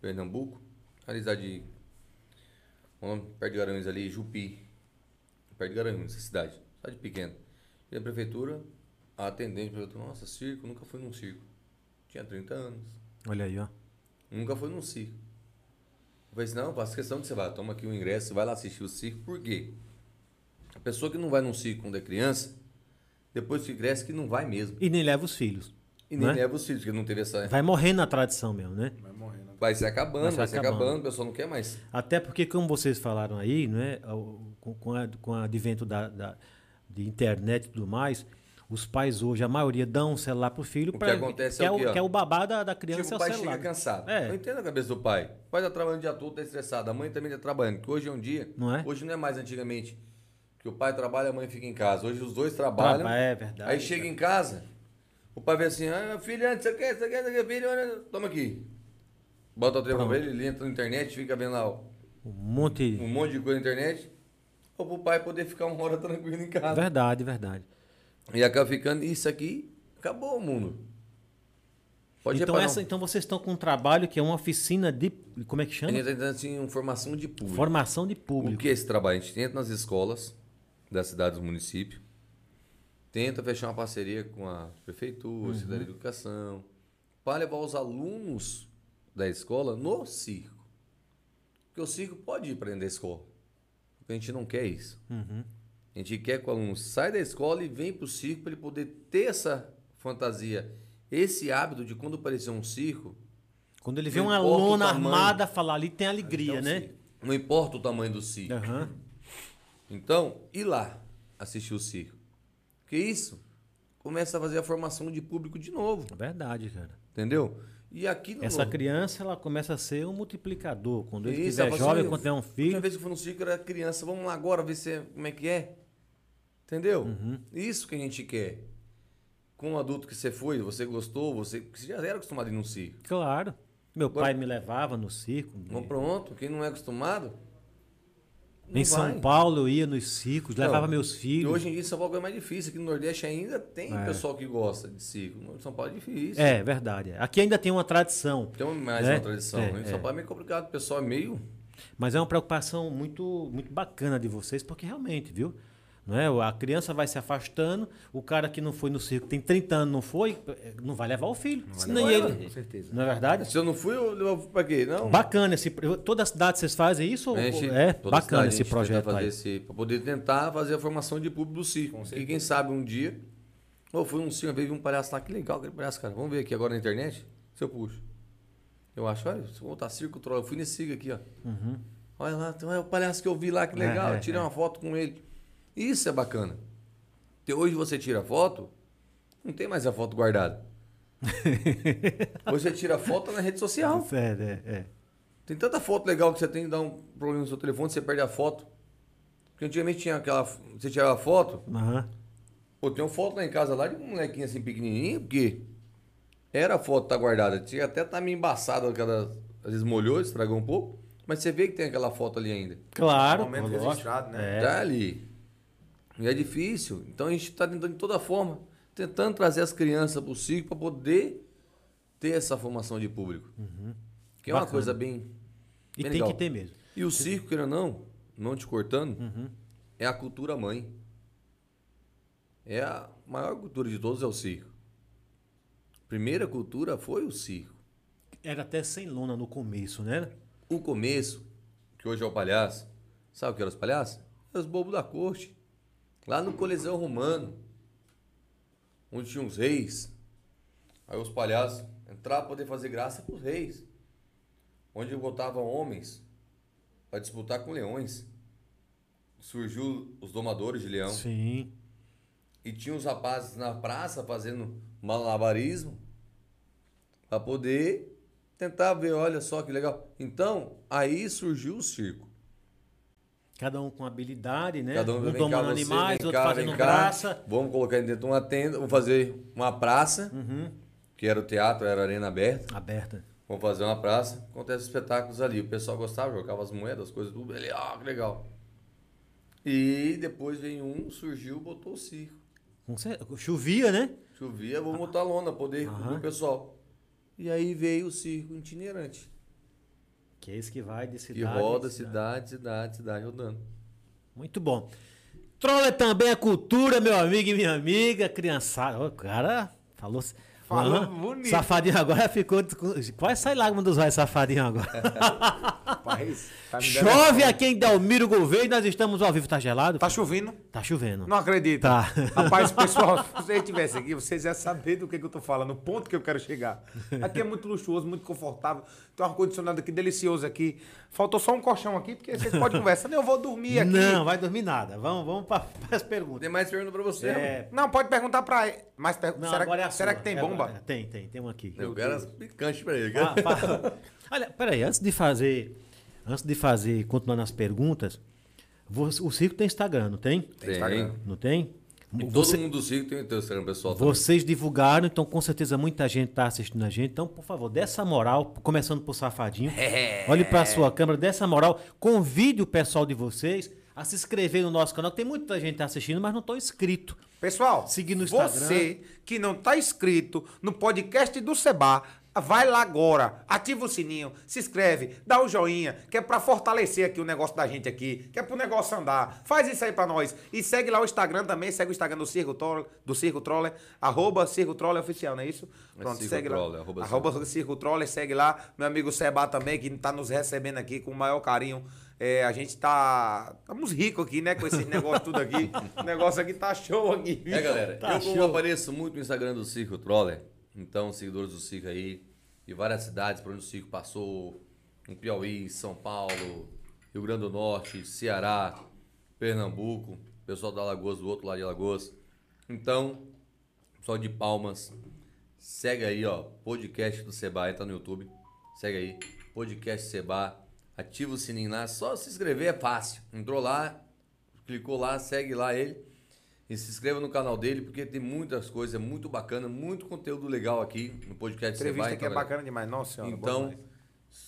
Speaker 3: Pernambuco. Ali, cidade de. o nome? Perto de Garanhuns ali, Jupi. Perto de Garanhuns, essa cidade. Cidade pequena. E a prefeitura, a atendente perguntou: Nossa, circo, nunca fui num circo. Tinha 30 anos.
Speaker 1: Olha aí, ó.
Speaker 3: Nunca foi num circo. Eu falei assim, não, faço questão de você vai, toma aqui o ingresso, vai lá assistir o circo, por quê? A pessoa que não vai num circo quando é criança, depois que cresce que não vai mesmo.
Speaker 1: E nem leva os filhos.
Speaker 3: E nem
Speaker 1: Né?
Speaker 3: leva os filhos, porque não é? teve essa.
Speaker 1: Vai morrendo a tradição mesmo, né?
Speaker 2: Vai morrendo.
Speaker 3: Vai se acabando, vai,
Speaker 1: Vai se
Speaker 3: se
Speaker 1: acabando.
Speaker 3: acabando. o pessoal não quer mais.
Speaker 1: Até porque, como vocês falaram aí, né, o- com, com, a, com o advento da, da- de internet e tudo mais, os pais hoje, a maioria dão um celular pro filho
Speaker 3: O
Speaker 1: pra-
Speaker 3: que acontece é
Speaker 1: quer
Speaker 3: o quê, ó?
Speaker 1: quer o babá da, da criança
Speaker 3: Tipo,
Speaker 1: é
Speaker 3: o
Speaker 1: o
Speaker 3: pai
Speaker 1: celular.
Speaker 3: chega cansado.
Speaker 1: É.
Speaker 3: Eu entendo a cabeça do pai. O pai tá trabalhando o dia todo, tá estressado. A mãe também tá trabalhando. Que hoje é um dia.
Speaker 1: Não é?
Speaker 3: Hoje não é mais antigamente. Que o pai trabalha e a mãe fica em casa. Hoje os dois trabalham.
Speaker 1: Traba- é verdade,
Speaker 3: Aí chega em casa, o pai vê assim: ah, filho, antes você quer, você quer, você quer, filho, olha, toma aqui. Bota o telefone pra ele, ele entra na internet, fica vendo lá ó,
Speaker 1: Um monte.
Speaker 3: um monte de coisa na internet. Ou pro pai poder ficar uma hora tranquilo em casa.
Speaker 1: Verdade, verdade.
Speaker 3: E acaba ficando, isso aqui, acabou o mundo. Pode
Speaker 1: então,
Speaker 3: reparar,
Speaker 1: essa, então vocês estão com um trabalho que é uma oficina de. Como é que
Speaker 3: A
Speaker 1: chama?
Speaker 3: gente está entrando assim, em formação de público.
Speaker 1: Formação de
Speaker 3: O
Speaker 1: público.
Speaker 3: que é esse trabalho? A gente entra nas escolas das cidades do município, tenta fechar uma parceria com a prefeitura, Secretaria de Educação, para levar os alunos da escola no circo. Porque o circo pode ir para dentro da escola. Porque a gente não quer isso. A gente quer que o aluno saia da escola e venha para o circo para ele poder ter essa fantasia, esse hábito de quando aparecer um circo,
Speaker 1: Quando ele vê
Speaker 3: Não
Speaker 1: uma
Speaker 3: importa o
Speaker 1: lona
Speaker 3: Um tamanho.
Speaker 1: armada falar ali, tem alegria, né?
Speaker 3: Então, não importa o tamanho do circo.
Speaker 1: Aham.
Speaker 3: Então, ir lá assistir o circo. Porque isso começa a fazer a formação de público de novo,
Speaker 1: Verdade, cara.
Speaker 3: Tá entendeu? E aqui no
Speaker 1: Essa criança, ela começa a ser um multiplicador. Quando ele
Speaker 3: Isso, ela
Speaker 1: quiser
Speaker 3: fala assim,
Speaker 1: jovem,
Speaker 3: "Eu-
Speaker 1: quando tiver um
Speaker 3: A última
Speaker 1: filho.
Speaker 3: vez que eu fui no circo era criança, vamos lá agora ver se é- como é que é. Entendeu?
Speaker 1: Uhum.
Speaker 3: Isso que a gente quer. Com o adulto que você foi, você gostou, você, porque você já era acostumado a ir num circo.
Speaker 1: Claro. Meu
Speaker 3: Agora-
Speaker 1: pai me levava no circo.
Speaker 3: Então pronto, quem não é acostumado. não
Speaker 1: em São
Speaker 3: vai.
Speaker 1: Paulo eu ia nos circos,
Speaker 3: Não.
Speaker 1: levava meus
Speaker 3: E
Speaker 1: filhos.
Speaker 3: hoje em dia em São Paulo é mais difícil. Aqui no Nordeste ainda tem
Speaker 1: É.
Speaker 3: pessoal que gosta de circo. No São Paulo é difícil.
Speaker 1: É, verdade. Aqui ainda tem uma tradição,
Speaker 3: Tem mais
Speaker 1: Né?
Speaker 3: uma tradição.
Speaker 1: É,
Speaker 3: né? Em
Speaker 1: é.
Speaker 3: São Paulo é meio complicado. O pessoal é meio.
Speaker 1: mas é uma preocupação muito, muito bacana de vocês, porque realmente, viu? Não é? A criança vai se afastando, o cara que não foi no circo, tem 30 anos, não foi, eh, não vai levar o filho. Senão
Speaker 3: levar
Speaker 1: ele-
Speaker 2: Com certeza.
Speaker 1: Não é verdade?
Speaker 3: Se eu não fui, eu levo pra quê? Não.
Speaker 1: Bacana esse. pro- Toda a cidade vocês fazem isso? ou-
Speaker 3: A né, gente-
Speaker 1: é,
Speaker 3: toda cidade a
Speaker 1: bacana
Speaker 3: gente
Speaker 1: esse
Speaker 3: tenta
Speaker 1: projeto
Speaker 3: fazer
Speaker 1: aí.
Speaker 3: esse- pra poder tentar fazer a formação de público do circo. E quem sabe um dia. Ou fui um circo, uma vez vi um palhaço lá, que legal aquele palhaço, cara. Vamos ver aqui agora na internet se eu puxo. Eu acho, olha, se eu voltar circo, troll. Eu fui nesse circo aqui, ó. Olha lá, então é o palhaço que eu vi lá, que
Speaker 1: Uhum. É,
Speaker 3: legal.
Speaker 1: é,
Speaker 3: Eu tirei
Speaker 1: é.
Speaker 3: uma foto com ele. Isso é bacana. Porque hoje você tira a foto, não tem mais a foto guardada. Hoje você tira a foto na rede social.
Speaker 1: É, é, é.
Speaker 3: Tem tanta foto legal que você tem que dar um problema no seu telefone, você perde a foto. Porque antigamente tinha aquela. Você tirava a foto.
Speaker 1: Aham.
Speaker 3: Pô, tem uma foto lá em casa lá de um molequinho assim pequenininho, porque era a foto que tá guardada. Tinha até tá meio embaçada, aquela, às vezes molhou, estragou um pouco. Mas você vê que tem aquela foto ali ainda.
Speaker 1: Claro.
Speaker 2: Momento
Speaker 1: lógico.
Speaker 2: registrado, né?
Speaker 1: É.
Speaker 3: Tá ali. E é difícil. Então a gente tá tentando de toda forma, tentando trazer as crianças pro circo para poder ter essa formação de público. Que é uma
Speaker 1: Uhum. Bacana.
Speaker 3: coisa bem.
Speaker 1: E tem
Speaker 3: bem legal.
Speaker 1: que ter mesmo.
Speaker 3: E o circo, querendo ou não, não te cortando, é a cultura mãe. É a maior cultura de todos é o circo. Primeira cultura foi o circo.
Speaker 1: Era até sem lona no começo, né?
Speaker 3: O começo, que hoje é o palhaço, sabe o que eram os palhaços? Eram os bobos da corte. Lá no Coliseu Romano, onde tinha uns reis. Aí os palhaços entravam para poder fazer graça para os reis. Onde botavam homens para disputar com leões. Surgiu os domadores de leão.
Speaker 1: Sim.
Speaker 3: E tinha uns rapazes na praça fazendo malabarismo para poder tentar ver, olha só que legal. Então, aí surgiu o circo.
Speaker 1: Cada um com habilidade, né?
Speaker 3: Cada um
Speaker 1: um
Speaker 3: vem cá,
Speaker 1: domando
Speaker 3: você,
Speaker 1: animais,
Speaker 3: vem
Speaker 1: outro
Speaker 3: cá,
Speaker 1: fazendo
Speaker 3: vem cá.
Speaker 1: graça.
Speaker 3: Vamos colocar dentro de uma tenda, vamos fazer uma praça,
Speaker 1: Uhum.
Speaker 3: que era o teatro, era a arena aberta.
Speaker 1: Aberta.
Speaker 3: Vamos fazer uma praça, acontece espetáculos ali. O pessoal gostava, jogava as moedas, as coisas, tudo. Ele, ah, que legal. E depois vem um, surgiu, botou o circo.
Speaker 1: Com cer- Chovia, né?
Speaker 3: Chovia, vou montar lona, poder
Speaker 1: Aham.
Speaker 3: do pessoal. E aí veio o circo itinerante.
Speaker 1: Que é esse que vai de cidade.
Speaker 3: Que
Speaker 1: em
Speaker 3: roda cidade, cidade, cidade, rodando.
Speaker 1: Muito bom. Troll é também a cultura, meu amigo e minha amiga, criançada. Ó, O cara falou.
Speaker 2: Falou
Speaker 1: Aham.
Speaker 2: bonito.
Speaker 3: É,
Speaker 1: Safadinho agora ficou. desco- Quase sai lágrima dos olhos, safadinho agora.
Speaker 2: Rapaz, tá me dando-
Speaker 1: Chove aqui em Delmiro Gouveia e nós estamos ao vivo. Tá gelado?
Speaker 2: Tá
Speaker 1: filho?
Speaker 2: chovendo?
Speaker 1: Tá chovendo.
Speaker 2: Não acredito.
Speaker 1: Tá.
Speaker 2: Rapaz, pessoal, se vocês estivessem aqui, vocês iam saber do que, que eu tô falando, o ponto que eu quero chegar. Aqui é muito luxuoso, muito confortável. Tem um ar-condicionado aqui delicioso aqui. Faltou só um colchão aqui, porque vocês podem conversar. Não, eu vou dormir aqui.
Speaker 1: Não, vai dormir nada. Vamos, vamos para as perguntas.
Speaker 3: Tem mais pergunta pra você,
Speaker 1: É,
Speaker 3: mano.
Speaker 2: Não, pode perguntar pra ele. Mas per-
Speaker 1: Não,
Speaker 2: será,
Speaker 1: agora é a
Speaker 2: será
Speaker 1: sua.
Speaker 2: que tem
Speaker 1: É
Speaker 2: bomba?
Speaker 1: agora. Tem, tem, tem uma aqui.
Speaker 3: Eu quero as picantes pra ele.
Speaker 1: Ah,
Speaker 3: quero-
Speaker 1: fa- Olha, peraí, antes de fazer, antes de fazer, continuar nas perguntas, você- o Circo tem Instagram, não tem?
Speaker 3: Tem Instagram.
Speaker 1: Não tem?
Speaker 3: E Todo
Speaker 1: Você-
Speaker 3: mundo do circo tem o teu Instagram pessoal também.
Speaker 1: vocês divulgaram, então com certeza muita gente está assistindo a gente. Então, por favor, dê essa moral, começando por Safadinho.
Speaker 3: É.
Speaker 1: Olhe para sua câmera, dê essa moral. Convide o pessoal de vocês a se inscrever no nosso canal. Tem muita gente assistindo, mas não estão inscrito.
Speaker 2: Pessoal,
Speaker 1: Seguir no
Speaker 2: você que não está inscrito no podcast do Seba, vai lá agora, ativa o sininho, se inscreve, dá o joinha, que é para fortalecer aqui o negócio da gente aqui, que é pro negócio andar. Faz isso aí para nós. E segue lá o Instagram também, segue o Instagram do Circo Troller, do Circo Troller, arroba Circo Troller Oficial, não é isso?
Speaker 3: É
Speaker 2: Pronto,
Speaker 3: Circo
Speaker 2: segue
Speaker 3: Troller,
Speaker 2: lá.
Speaker 3: arroba
Speaker 2: Arroba Circo Troller, segue lá. Meu amigo Seba também, que tá nos recebendo aqui com o maior carinho. É, a gente tá. Estamos ricos aqui, né? Com esse negócio tudo aqui. O negócio aqui tá show aqui.
Speaker 3: É, galera,
Speaker 1: Tá
Speaker 3: eu como
Speaker 1: show.
Speaker 3: apareço muito no Instagram do Circo Troller, então seguidores do Circo aí, de várias cidades por onde o Circo passou, em Piauí, São Paulo, Rio Grande do Norte, Ceará, Pernambuco, pessoal da Alagoas, do outro lado de Alagoas. Então, pessoal de Palmas, segue aí, ó, podcast do Seba, entra no YouTube, segue aí, podcast Seba, ativa o sininho lá, só se inscrever é fácil. Entrou lá, clicou lá, segue lá ele. E se inscreva no canal dele, porque tem muitas coisas, é muito bacana, muito conteúdo legal aqui no podcast
Speaker 2: Entrevista
Speaker 3: Seba.
Speaker 2: aqui é bacana demais, nossa senhora. bom
Speaker 3: Então,
Speaker 2: demais.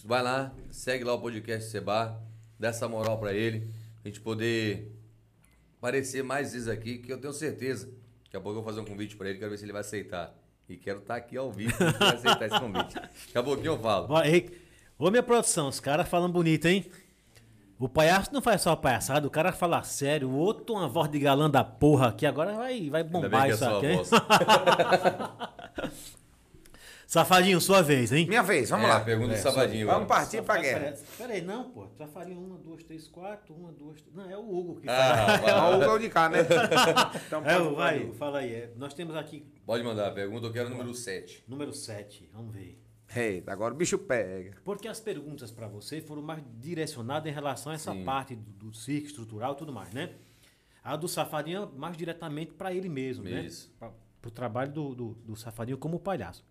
Speaker 3: vai lá, segue lá o podcast Seba, dá essa moral pra ele, a gente poder aparecer mais vezes aqui, que eu tenho certeza. Daqui a pouco eu vou fazer um convite pra ele, quero ver se ele vai aceitar. E quero estar aqui ao vivo para aceitar esse convite. Daqui a pouquinho eu falo.
Speaker 1: Ó, ei, Ô, minha produção, os caras falam bonito, hein? O palhaço não faz só palhaçada, o cara fala sério, o outro uma voz de galã da porra aqui, agora vai, vai
Speaker 3: Ainda bem
Speaker 1: bombar
Speaker 3: que é
Speaker 1: isso
Speaker 3: só a
Speaker 1: aqui, hein?
Speaker 3: voz.
Speaker 1: Safadinho, sua vez, hein?
Speaker 2: Minha vez, vamos
Speaker 3: É,
Speaker 2: lá.
Speaker 3: pergunta do Sabadinho.
Speaker 2: Vamos
Speaker 3: agora.
Speaker 2: partir pra guerra.
Speaker 1: Peraí, não, pô. Safarinho, uma, duas, três, quatro, uma, duas, três. Não, é o Hugo que
Speaker 3: Ah, vai lá.
Speaker 2: Ó, o gol de cá, né? Então,
Speaker 1: É,
Speaker 2: pode-
Speaker 1: o- vai, fala aí. é. Nós temos aqui
Speaker 3: Pode mandar a pergunta, eu quero o número 7.
Speaker 1: número 7, vamos ver.
Speaker 2: Eita, agora o bicho pega.
Speaker 1: Porque as perguntas para você foram mais direcionadas em relação a essa
Speaker 3: Sim.
Speaker 1: parte do, do circo estrutural e tudo mais, né? A do Safadinho é mais diretamente para ele mesmo,
Speaker 3: Isso.
Speaker 1: né? Para o trabalho do, do, do Safadinho como palhaço.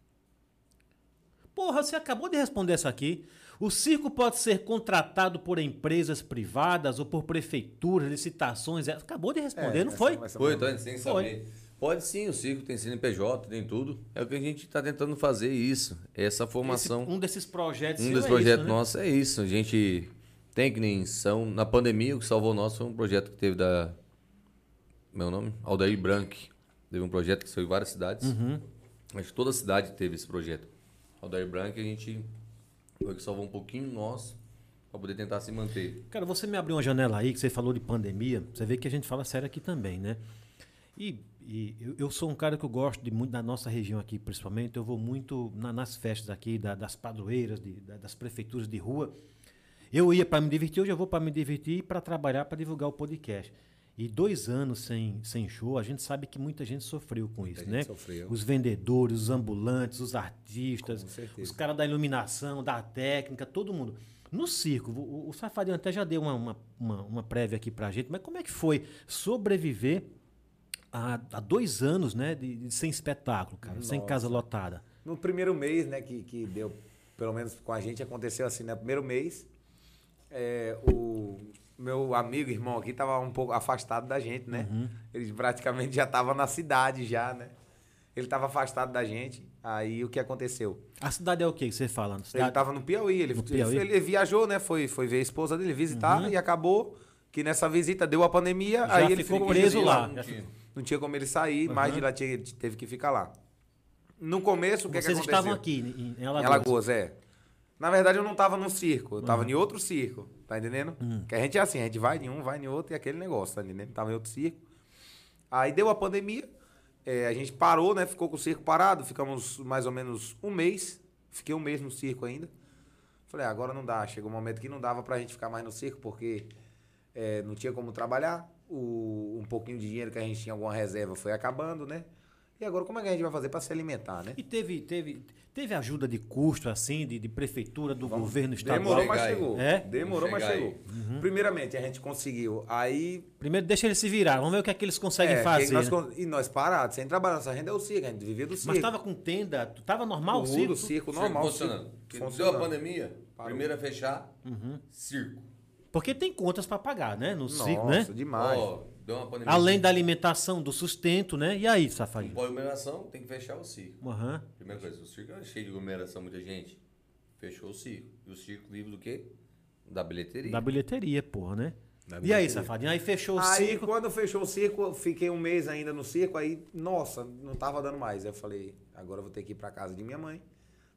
Speaker 1: Porra, você acabou de responder essa aqui. O circo pode ser contratado por empresas privadas ou por prefeituras, licitações. é- Acabou de responder,
Speaker 2: É,
Speaker 1: não
Speaker 2: essa-
Speaker 1: foi?
Speaker 2: essa-
Speaker 3: Foi, então, sem
Speaker 1: Foi.
Speaker 3: saber. Pode sim, o circo tem CNPJ, tem tudo. É o que a gente está tentando fazer, isso. É Essa
Speaker 1: Esse-
Speaker 3: formação.
Speaker 1: um desses projetos.
Speaker 3: Um
Speaker 1: seu
Speaker 3: dos
Speaker 1: é
Speaker 3: projetos
Speaker 1: isso, né?
Speaker 3: nossos é isso. A gente tem que nem são. Na pandemia, o que salvou nós foi um projeto que teve da. Meu nome? Aldair Branc. Teve um projeto que saiu em várias cidades.
Speaker 1: Uhum.
Speaker 3: Mas toda cidade teve esse projeto. Aldair Branc, a gente foi o que salvou um pouquinho nós para poder tentar se manter.
Speaker 1: Cara, você me abriu uma janela aí, que você falou de pandemia, você vê que a gente fala sério aqui também, né? E, e eu, eu sou um cara que eu gosto de muito da nossa região aqui, principalmente. Eu vou muito na- nas festas aqui, da- das padroeiras, de- da- das prefeituras de rua. Eu ia para me divertir, hoje eu vou para me divertir e para trabalhar, para divulgar o podcast. E dois anos sem, sem show, a gente sabe que muita gente sofreu com isso,
Speaker 2: gente
Speaker 1: né?
Speaker 2: sofreu.
Speaker 1: Os vendedores, os ambulantes, os artistas,
Speaker 2: Com certeza.
Speaker 1: os caras da iluminação, da técnica, todo mundo. No circo, o, o Safadinho até já deu uma, uma, uma, uma prévia aqui pra gente, mas como é que foi sobreviver a, a dois anos, né, de, de- sem espetáculo, cara, sem casa lotada?
Speaker 2: No primeiro mês, né, que, que deu, pelo menos com a gente, aconteceu assim, né? Primeiro mês, é, o meu amigo, irmão aqui, tava um pouco afastado da gente, né?
Speaker 1: Uhum.
Speaker 2: Ele praticamente já tava na cidade, já, né? Ele tava afastado da gente. Aí o que aconteceu?
Speaker 1: A cidade é o quê que você fala?
Speaker 2: Ele
Speaker 1: Cidade...
Speaker 2: tava no Piauí, ele,
Speaker 1: No Piauí? Uhum.
Speaker 2: ele- ele viajou, né? Foi, foi ver a esposa dele visitar e acabou que nessa visita deu a pandemia,
Speaker 1: Já
Speaker 2: aí ele
Speaker 1: ficou
Speaker 2: ficou
Speaker 1: preso lá. Uhum.
Speaker 3: Não tinha.
Speaker 2: Não tinha como ele sair, mais de lá tinha- ele teve que ficar lá. No começo, o que, é que
Speaker 1: Vocês
Speaker 2: aconteceu?
Speaker 1: estavam aqui, em, em Alagoas.
Speaker 2: Em Alagoas, é. Na verdade, eu não tava num circo, eu tava
Speaker 1: Hum.
Speaker 2: em outro circo, tá entendendo? Porque a gente é assim, a gente vai em um, vai em outro e aquele negócio, tá entendendo? Tava em outro circo. Aí deu a pandemia, é, a gente parou, né? Ficou com o circo parado, ficamos mais ou menos um mês. Fiquei um mês no circo ainda. Falei, ah, agora não dá. Chegou um momento que não dava pra gente ficar mais no circo, porque é, não tinha como trabalhar. O, um pouquinho de dinheiro que a gente tinha, alguma reserva, foi acabando, né? E agora, como é que a gente vai fazer pra se alimentar, né?
Speaker 1: E teve, teve, teve ajuda de custo, assim, de, de prefeitura, do governo estadual?
Speaker 2: Demorou, mas
Speaker 3: Chegar aí.
Speaker 2: chegou.
Speaker 1: É? Uhum.
Speaker 2: Demorou, mas
Speaker 3: Chegar aí.
Speaker 2: chegou. Primeiramente, a gente conseguiu. Aí
Speaker 1: Primeiro, deixa eles se virar. Vamos ver o que é que eles conseguem
Speaker 2: É,
Speaker 1: fazer.
Speaker 2: que nós
Speaker 1: né?
Speaker 2: con- e nós parados, sem trabalhar, nossa renda é o circo, a gente vivia do circo.
Speaker 1: Mas tava com tenda, tu- tava normal o
Speaker 2: Tudo,
Speaker 1: circo?
Speaker 2: circo normal.
Speaker 3: funcionando.
Speaker 2: circo
Speaker 3: Porque
Speaker 2: funcionando.
Speaker 3: Deu a pandemia, primeiro a fechar,
Speaker 1: Uhum.
Speaker 3: circo.
Speaker 1: Porque tem contas para pagar, né? No
Speaker 2: Nossa,
Speaker 1: circo, né?
Speaker 2: demais.
Speaker 3: Ó, deu uma pandemia.
Speaker 1: Além da alimentação, do sustento, né? E aí, safadinho?
Speaker 3: Pô, aglomeração, tem que fechar o circo.
Speaker 1: Aham.
Speaker 3: Primeira coisa, o circo é cheio de aglomeração, muita gente. Fechou o circo. E o circo livre do quê? Da bilheteria.
Speaker 1: Da bilheteria, porra, né?
Speaker 2: Da
Speaker 1: E aí,
Speaker 2: bilheteria.
Speaker 1: safadinho? Aí fechou o
Speaker 2: Aí
Speaker 1: circo.
Speaker 2: quando fechou o circo, eu fiquei um mês ainda no circo, aí, nossa, não tava dando mais. Aí eu falei, agora eu vou ter que ir pra casa de minha mãe.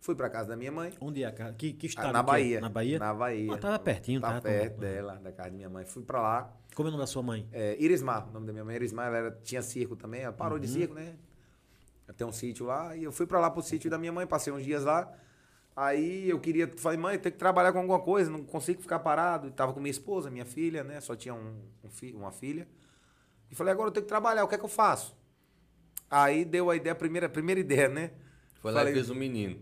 Speaker 2: Fui pra casa da minha mãe.
Speaker 1: Onde é a casa? Que, que
Speaker 2: ah,
Speaker 1: estado?
Speaker 2: na
Speaker 1: que é?
Speaker 2: Bahia.
Speaker 1: Na Bahia?
Speaker 2: Na Bahia.
Speaker 1: Ah, tava pertinho,
Speaker 2: tava
Speaker 1: tava
Speaker 2: perto
Speaker 1: com-
Speaker 2: dela, da casa de minha mãe. Fui pra lá.
Speaker 1: Como é o nome da sua mãe?
Speaker 2: É, Irismar, o nome da minha mãe, Irismar, ela era- tinha circo também, ela parou de circo, né? Tem um sítio lá, e eu fui pra lá pro sítio da minha mãe, passei uns dias lá. Aí eu queria, falei, mãe, tem que trabalhar com alguma coisa, não consigo ficar parado. E Tava com minha esposa, minha filha, né? Só tinha um, um fi- uma filha. E falei, agora eu tenho que trabalhar, o que é que eu faço? Aí deu a ideia, a primeira, a primeira ideia, né?
Speaker 3: Foi lá
Speaker 2: Falei-
Speaker 3: e fez um menino.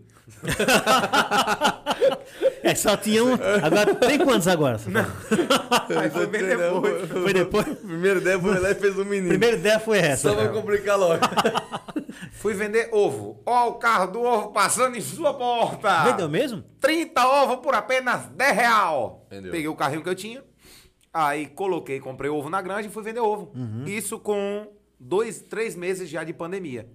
Speaker 1: É, só tinha um. Agora, tem quantos agora? safadinho?
Speaker 2: Aí foi bem depois.
Speaker 1: Foi depois?
Speaker 3: Primeiro ideia foi lá e fez um menino.
Speaker 1: Primeira ideia foi essa.
Speaker 3: Só vai complicar logo.
Speaker 2: Fui vender ovo. Ó, o carro do ovo passando em sua porta.
Speaker 1: Vendeu mesmo?
Speaker 2: 30 ovos por apenas 10 real.
Speaker 3: Entendeu.
Speaker 2: Peguei o carrinho que eu tinha, aí coloquei, comprei ovo na granja e fui vender ovo. Isso com dois, três meses já de pandemia.